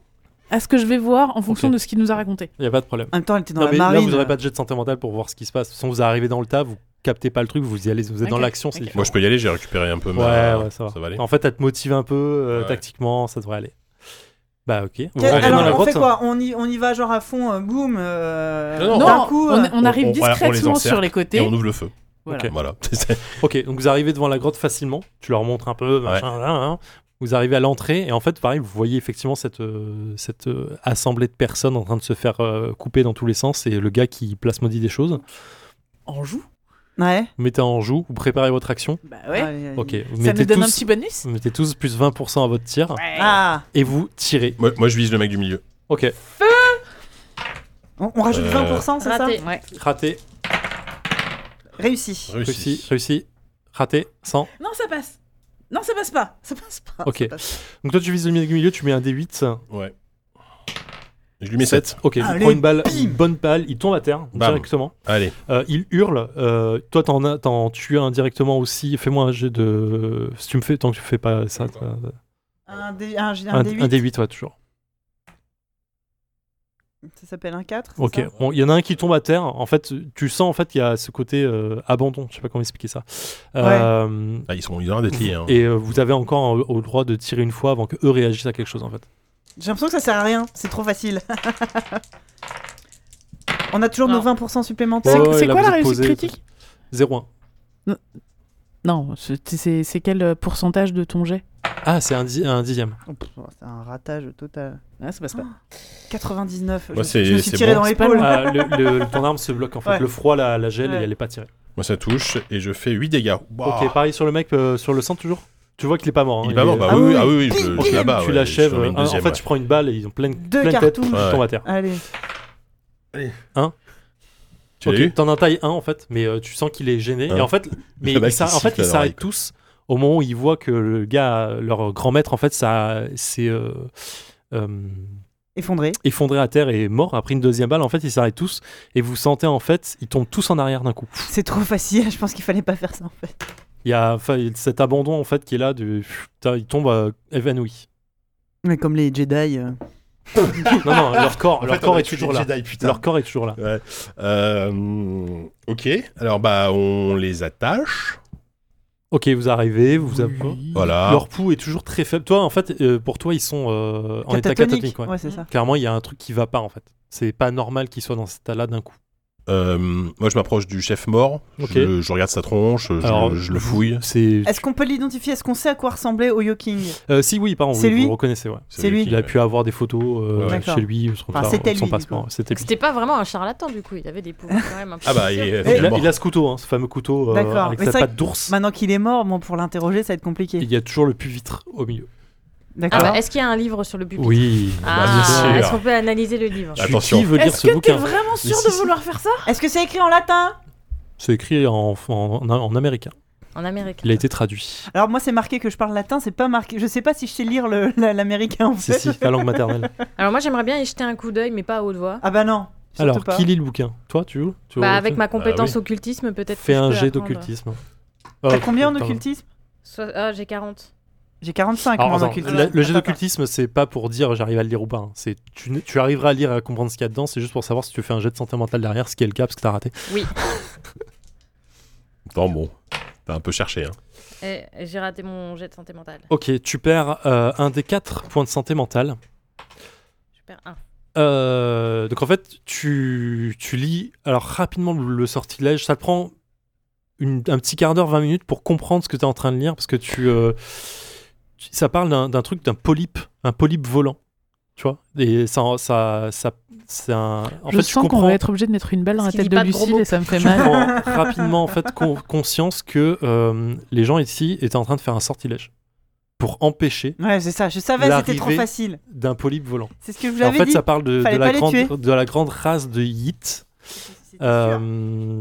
Speaker 2: à ce que je vais voir en fonction de ce qu'il nous a raconté.
Speaker 3: Il n'y a pas de problème.
Speaker 1: En même temps, elle était dans
Speaker 3: Non,
Speaker 1: la
Speaker 3: mais là,
Speaker 1: marine. euh,
Speaker 3: vous n'aurez pas de jet de santé mentale pour voir ce qui se passe. De toute façon, vous arrivez dans le tas, vous captez pas le truc, vous y allez, vous êtes dans
Speaker 2: Ok,
Speaker 3: l'action, c'est
Speaker 2: ok.
Speaker 3: différent.
Speaker 4: Moi, je peux y aller, j'ai récupéré un peu
Speaker 3: Ouais,
Speaker 4: ma.
Speaker 3: ouais, ça va.
Speaker 4: aller.
Speaker 3: En fait, à te motiver un peu euh,
Speaker 4: Ouais.
Speaker 3: tactiquement, ça devrait aller. Bah, ok. Vous
Speaker 1: Quel-
Speaker 4: Ouais,
Speaker 3: rentrez dans la
Speaker 1: Alors, on fait
Speaker 3: grotte.
Speaker 1: quoi on y, on y va genre à fond, euh, boum. euh,
Speaker 4: hein. Non, non,
Speaker 1: d'un
Speaker 2: Non,
Speaker 1: coup,
Speaker 2: on,
Speaker 1: euh,
Speaker 2: on arrive
Speaker 4: on- voilà, on les
Speaker 2: discrètement
Speaker 4: encercle
Speaker 2: sur les côtés.
Speaker 4: Et on ouvre le feu.
Speaker 2: Voilà.
Speaker 3: Ok.
Speaker 4: Voilà.
Speaker 3: Ok, donc vous arrivez devant la grotte facilement. Tu leur montres un peu, machin, là, hein. Vous arrivez à l'entrée et en fait, pareil, vous voyez effectivement cette, euh, cette euh, assemblée de personnes en train de se faire euh, couper dans tous les sens et le gars qui plasmodie des choses.
Speaker 2: En joue
Speaker 1: euh, Ouais.
Speaker 3: Vous mettez en joue, vous préparez votre action.
Speaker 2: Bah ouais.
Speaker 1: Ouais, ouais.
Speaker 3: Ok, vous
Speaker 2: Ça
Speaker 3: mettez,
Speaker 2: nous donne un
Speaker 3: tous,
Speaker 2: petit bonus
Speaker 3: vous mettez tous plus 20% à votre tir
Speaker 1: Ah,
Speaker 3: et vous tirez.
Speaker 4: Moi, moi, je vise le mec du milieu.
Speaker 3: Ok,
Speaker 1: on, on rajoute
Speaker 4: Euh,
Speaker 1: 20%, c'est ça
Speaker 5: Raté.
Speaker 2: Ouais.
Speaker 3: raté,
Speaker 1: Réussi.
Speaker 3: réussi, réussi, raté, 100.
Speaker 2: Non, ça passe. Non, ça passe pas. Ça passe pas.
Speaker 3: Ok. Donc toi, tu vises le milieu, milieu, tu mets un D8.
Speaker 4: Ouais. Je lui mets 7.
Speaker 3: Ok, il
Speaker 1: Allez,
Speaker 3: prend une balle,
Speaker 1: bim
Speaker 3: une bonne balle, il tombe à terre
Speaker 4: Bam.
Speaker 3: directement.
Speaker 4: Allez.
Speaker 3: Euh, il hurle. euh, toi, t'en as, t'en tues un directement aussi. Fais-moi un jet de. Si tu me fais, tant que tu fais pas ça. t'as-
Speaker 1: Un, D, un, un
Speaker 3: Un,
Speaker 1: D8,
Speaker 3: un D8, ouais, toujours.
Speaker 1: ça s'appelle un 4. c'est
Speaker 3: Ok.
Speaker 1: ça
Speaker 3: Bon, il y en a un qui tombe à terre. En fait, tu sens en fait qu'il y a ce côté euh, abandon. Je sais pas comment expliquer ça. Euh,
Speaker 4: Ah, ils sont ils ont l'air d'être liés. hein.
Speaker 3: Et euh, vous avez encore euh, au droit de tirer une fois avant que eux réagissent à quelque chose en fait.
Speaker 1: J'ai l'impression que ça sert à rien, c'est trop facile. on a toujours
Speaker 5: Non.
Speaker 1: nos 20% supplémentaires.
Speaker 2: C'est
Speaker 3: Ouais, ouais,
Speaker 2: c'est
Speaker 3: là,
Speaker 2: quoi
Speaker 3: vous
Speaker 2: la
Speaker 3: êtes
Speaker 2: réussite
Speaker 3: posé,
Speaker 2: critique
Speaker 3: 0-1.
Speaker 2: Non, c'est- c'est c'est quel euh, pourcentage de ton jet
Speaker 3: Ah, c'est un, di- un dixième.
Speaker 1: Oh, pff, C'est un ratage total.
Speaker 2: Ah, ça passe
Speaker 1: pas. 99. je,
Speaker 4: Moi, c'est-
Speaker 1: je me suis
Speaker 4: c'est
Speaker 1: tiré
Speaker 4: bon,
Speaker 1: dans
Speaker 2: c'est pas
Speaker 1: l'épaule.
Speaker 2: loin.
Speaker 3: Ah, le, le- ton arme se bloque en fait.
Speaker 1: Oh Ouais.
Speaker 3: Le froid la, la gèle et
Speaker 1: Ouais.
Speaker 3: elle est pas tirée.
Speaker 4: Moi, ça touche et je fais 8 dégâts. Ouah.
Speaker 3: Ok, pareil sur le mec, euh, sur le sang toujours. Tu vois qu'il est pas mort. hein,
Speaker 4: Bah. Il est pas mort. Bah
Speaker 1: Ah
Speaker 4: oui,
Speaker 1: oui,
Speaker 4: ah oui, oui, je,
Speaker 1: bim,
Speaker 4: je
Speaker 1: bim.
Speaker 4: l'abats,
Speaker 3: tu
Speaker 4: ouais,
Speaker 3: l'achèves.
Speaker 4: j'en mets
Speaker 3: hein,
Speaker 4: une
Speaker 3: en
Speaker 4: deuxième,
Speaker 3: fait,
Speaker 4: ouais.
Speaker 3: tu prends une balle et ils ont plein,
Speaker 1: Deux
Speaker 3: plein de têtes
Speaker 1: cartouches.
Speaker 3: qui tombent à terre.
Speaker 1: Allez.
Speaker 4: Tu l'as
Speaker 3: Ok,
Speaker 4: eu
Speaker 3: t'en as taille un en fait, mais euh, tu sens qu'il est gêné.
Speaker 4: Hein
Speaker 3: et en fait, mais
Speaker 4: Le mec
Speaker 3: il s'a-
Speaker 4: qui
Speaker 3: en fait, ils
Speaker 4: siffle à l'oreille,
Speaker 3: s'arrêtent tous au moment où ils voient que le gars, euh, leur grand maître, en fait, ça s'est euh, euh,
Speaker 1: Effondré.
Speaker 3: effondré à terre et mort. Après une deuxième balle, en fait, ils s'arrêtent tous et vous sentez en fait, ils tombent tous en arrière d'un coup.
Speaker 1: C'est trop facile, je pense qu'il fallait pas faire ça en fait.
Speaker 3: Il y a enfin, il- cet abandon en fait qui est là, de, pff, putain, ils tombent euh, évanouis.
Speaker 1: Mais comme les Jedi. euh.
Speaker 3: non, non, leur corps,
Speaker 4: En
Speaker 3: leur
Speaker 4: fait, on
Speaker 3: corps
Speaker 4: a
Speaker 3: est
Speaker 4: tué
Speaker 3: toujours
Speaker 4: les
Speaker 3: là.
Speaker 4: Jedi, putain.
Speaker 3: Leur corps est toujours là.
Speaker 4: Ouais. Euh, ok. Alors, bah, on les attache.
Speaker 3: Ok, vous arrivez, vous avez.
Speaker 4: Voilà.
Speaker 3: Leur pouls est toujours très faible. Toi, en fait, euh, pour toi, ils sont euh, en état
Speaker 1: Catatonique.
Speaker 3: catatonique. ouais.
Speaker 1: Ouais, c'est ça.
Speaker 3: Clairement, il y a un truc qui va pas en fait. C'est pas normal qu'il soit dans cet état-là d'un coup.
Speaker 4: Euh, moi, je m'approche du chef mort.
Speaker 3: Ok.
Speaker 4: Je, je regarde sa tronche. Je,
Speaker 3: Alors,
Speaker 4: je le fouille.
Speaker 3: C'est
Speaker 1: Est-ce qu'on peut l'identifier Est-ce qu'on sait à quoi ressemblait Oyoking
Speaker 3: Euh, si oui, pardon, vous,
Speaker 1: C'est
Speaker 3: vous
Speaker 1: lui
Speaker 3: le reconnaissez. Ouais.
Speaker 1: C'est lui.
Speaker 4: qui-
Speaker 3: Il a pu avoir des photos euh,
Speaker 4: Ouais.
Speaker 1: D'accord.
Speaker 3: chez lui, je trouve
Speaker 1: Enfin,
Speaker 3: ça,
Speaker 1: c'était
Speaker 3: son
Speaker 1: lui,
Speaker 3: passeport.
Speaker 1: du
Speaker 3: C'était
Speaker 5: Donc
Speaker 3: lui.
Speaker 5: c'était pas vraiment un charlatan du coup, il avait des pouvoirs quand même un peu
Speaker 4: Ah bah,
Speaker 5: spéciaux.
Speaker 4: et-
Speaker 3: Il a,
Speaker 4: Mort.
Speaker 3: il a ce couteau, hein, ce fameux couteau euh,
Speaker 1: D'accord.
Speaker 3: avec
Speaker 1: Mais
Speaker 3: sa
Speaker 1: c'est vrai
Speaker 3: patte d'ours.
Speaker 1: Maintenant qu'il est mort, bon, pour l'interroger, ça va être
Speaker 3: Et
Speaker 1: compliqué.
Speaker 3: Il y a toujours le pupitre au milieu.
Speaker 5: Ah
Speaker 1: D'accord.
Speaker 5: bah, est-ce qu'il y a un livre sur le pupitre
Speaker 3: Oui. Bah,
Speaker 5: Ah,
Speaker 4: bien sûr.
Speaker 5: Est-ce qu'on peut analyser le livre
Speaker 4: Ah, Attention.
Speaker 3: Qui veut lire
Speaker 2: Est-ce
Speaker 3: ce
Speaker 2: que t'es
Speaker 3: bouquin
Speaker 2: vraiment sûr
Speaker 3: Mais
Speaker 2: de
Speaker 3: si, si.
Speaker 2: vouloir faire ça
Speaker 1: Est-ce que c'est écrit en latin
Speaker 3: C'est écrit en, en, en- en américain.
Speaker 5: en américain
Speaker 3: Il a été traduit.
Speaker 1: Alors moi, c'est marqué que je parle latin, c'est pas marqué. Je sais pas si je sais lire le- la- l'américain en
Speaker 3: Si,
Speaker 1: fait.
Speaker 3: si, la langue maternelle.
Speaker 5: Alors moi j'aimerais bien y jeter un coup d'œil mais pas à haute voix.
Speaker 1: Ah bah non. surtout
Speaker 3: Alors,
Speaker 1: pas.
Speaker 3: qui lit le bouquin Toi, tu veux tu
Speaker 5: Bah
Speaker 3: veux-
Speaker 5: avec ma compétence
Speaker 4: oui.
Speaker 5: occultisme peut-être.
Speaker 3: Fais
Speaker 5: que je
Speaker 3: un
Speaker 5: peux
Speaker 3: jet
Speaker 5: apprendre.
Speaker 3: d'occultisme.
Speaker 1: T'as
Speaker 3: Oh,
Speaker 1: combien en
Speaker 3: pardon.
Speaker 1: occultisme
Speaker 5: Soit- Ah j'ai 40.
Speaker 1: J'ai 45 moi,
Speaker 3: Alors,
Speaker 1: en
Speaker 3: Ah, attends,
Speaker 1: occultisme.
Speaker 3: la- le jeu
Speaker 1: Attends, attends.
Speaker 3: d'occultisme, c'est pas pour dire j'arrive à le lire ou pas. hein. C'est tu, ne- tu arriveras à lire et à comprendre ce qu'il y a dedans. C'est juste pour savoir si tu fais un jet de santé mentale derrière, ce qui est le cas parce que t'as raté.
Speaker 4: Attends, bon. T'as un peu cherché. Hein.
Speaker 5: Et Eh, j'ai raté mon jet de santé mentale.
Speaker 3: Ok, tu perds euh, un des quatre points de santé mentale.
Speaker 5: Je perds un.
Speaker 3: Euh, donc en fait, tu, tu lis alors rapidement le, le sortilège. Ça te prend une- un petit quart d'heure, 20 minutes pour comprendre ce que tu es en train de lire parce que tu, euh, tu- ça parle d'un d'un truc, d'un polype, un polype volant. Tu vois Et ça, ça, ça c'est un. En
Speaker 2: Je
Speaker 3: fait, tu
Speaker 2: sens qu'on
Speaker 3: comprends-
Speaker 2: va être obligé de mettre une balle dans la
Speaker 5: Parce
Speaker 2: tête
Speaker 5: qu'il dit
Speaker 2: de
Speaker 5: pas de gros
Speaker 2: Lucille
Speaker 5: mots.
Speaker 2: et ça me fait
Speaker 3: tu
Speaker 2: mal.
Speaker 3: prends rapidement en fait con- conscience que euh, les gens ici étaient en train de faire un sortilège pour empêcher
Speaker 1: Ouais, c'est ça. Je savais, c'était trop
Speaker 3: L'arrivée.
Speaker 1: facile.
Speaker 3: d'un polype volant.
Speaker 1: C'est ce que je vous
Speaker 3: Et En
Speaker 1: avais
Speaker 3: fait,
Speaker 1: dit.
Speaker 3: ça parle de, de
Speaker 1: Fallait pas
Speaker 3: la
Speaker 1: les tuer.
Speaker 3: grande, de la grande race de Yit
Speaker 1: C'était sûr.
Speaker 3: euh,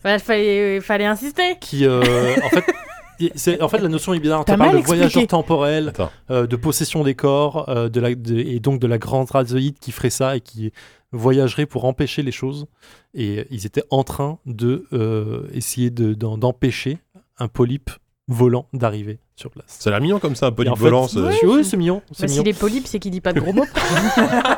Speaker 5: Voilà, fallait, fallait insister.
Speaker 3: qui, euh, en fait, y- c'est- en fait, la notion est bizarre.
Speaker 2: T'as
Speaker 3: Ça parle
Speaker 2: mal
Speaker 3: de voyageur
Speaker 2: expliqué.
Speaker 3: temporel,
Speaker 4: Attends.
Speaker 3: euh, de possession des corps, euh, de la, de- et donc de la grande race de Yit qui ferait ça et qui voyagerait pour empêcher les choses. Et ils étaient en train de euh, essayer de- d'en- d'empêcher un polype volant d'arriver sur place.
Speaker 4: Ça a l'air mignon comme ça, un peu
Speaker 3: Et en fait,
Speaker 4: volance. euh,
Speaker 3: tu- oui, c'est mignon. c'est
Speaker 5: Bah,
Speaker 3: mignon.
Speaker 5: S'il est polype, c'est qu'il dit pas de gros mots.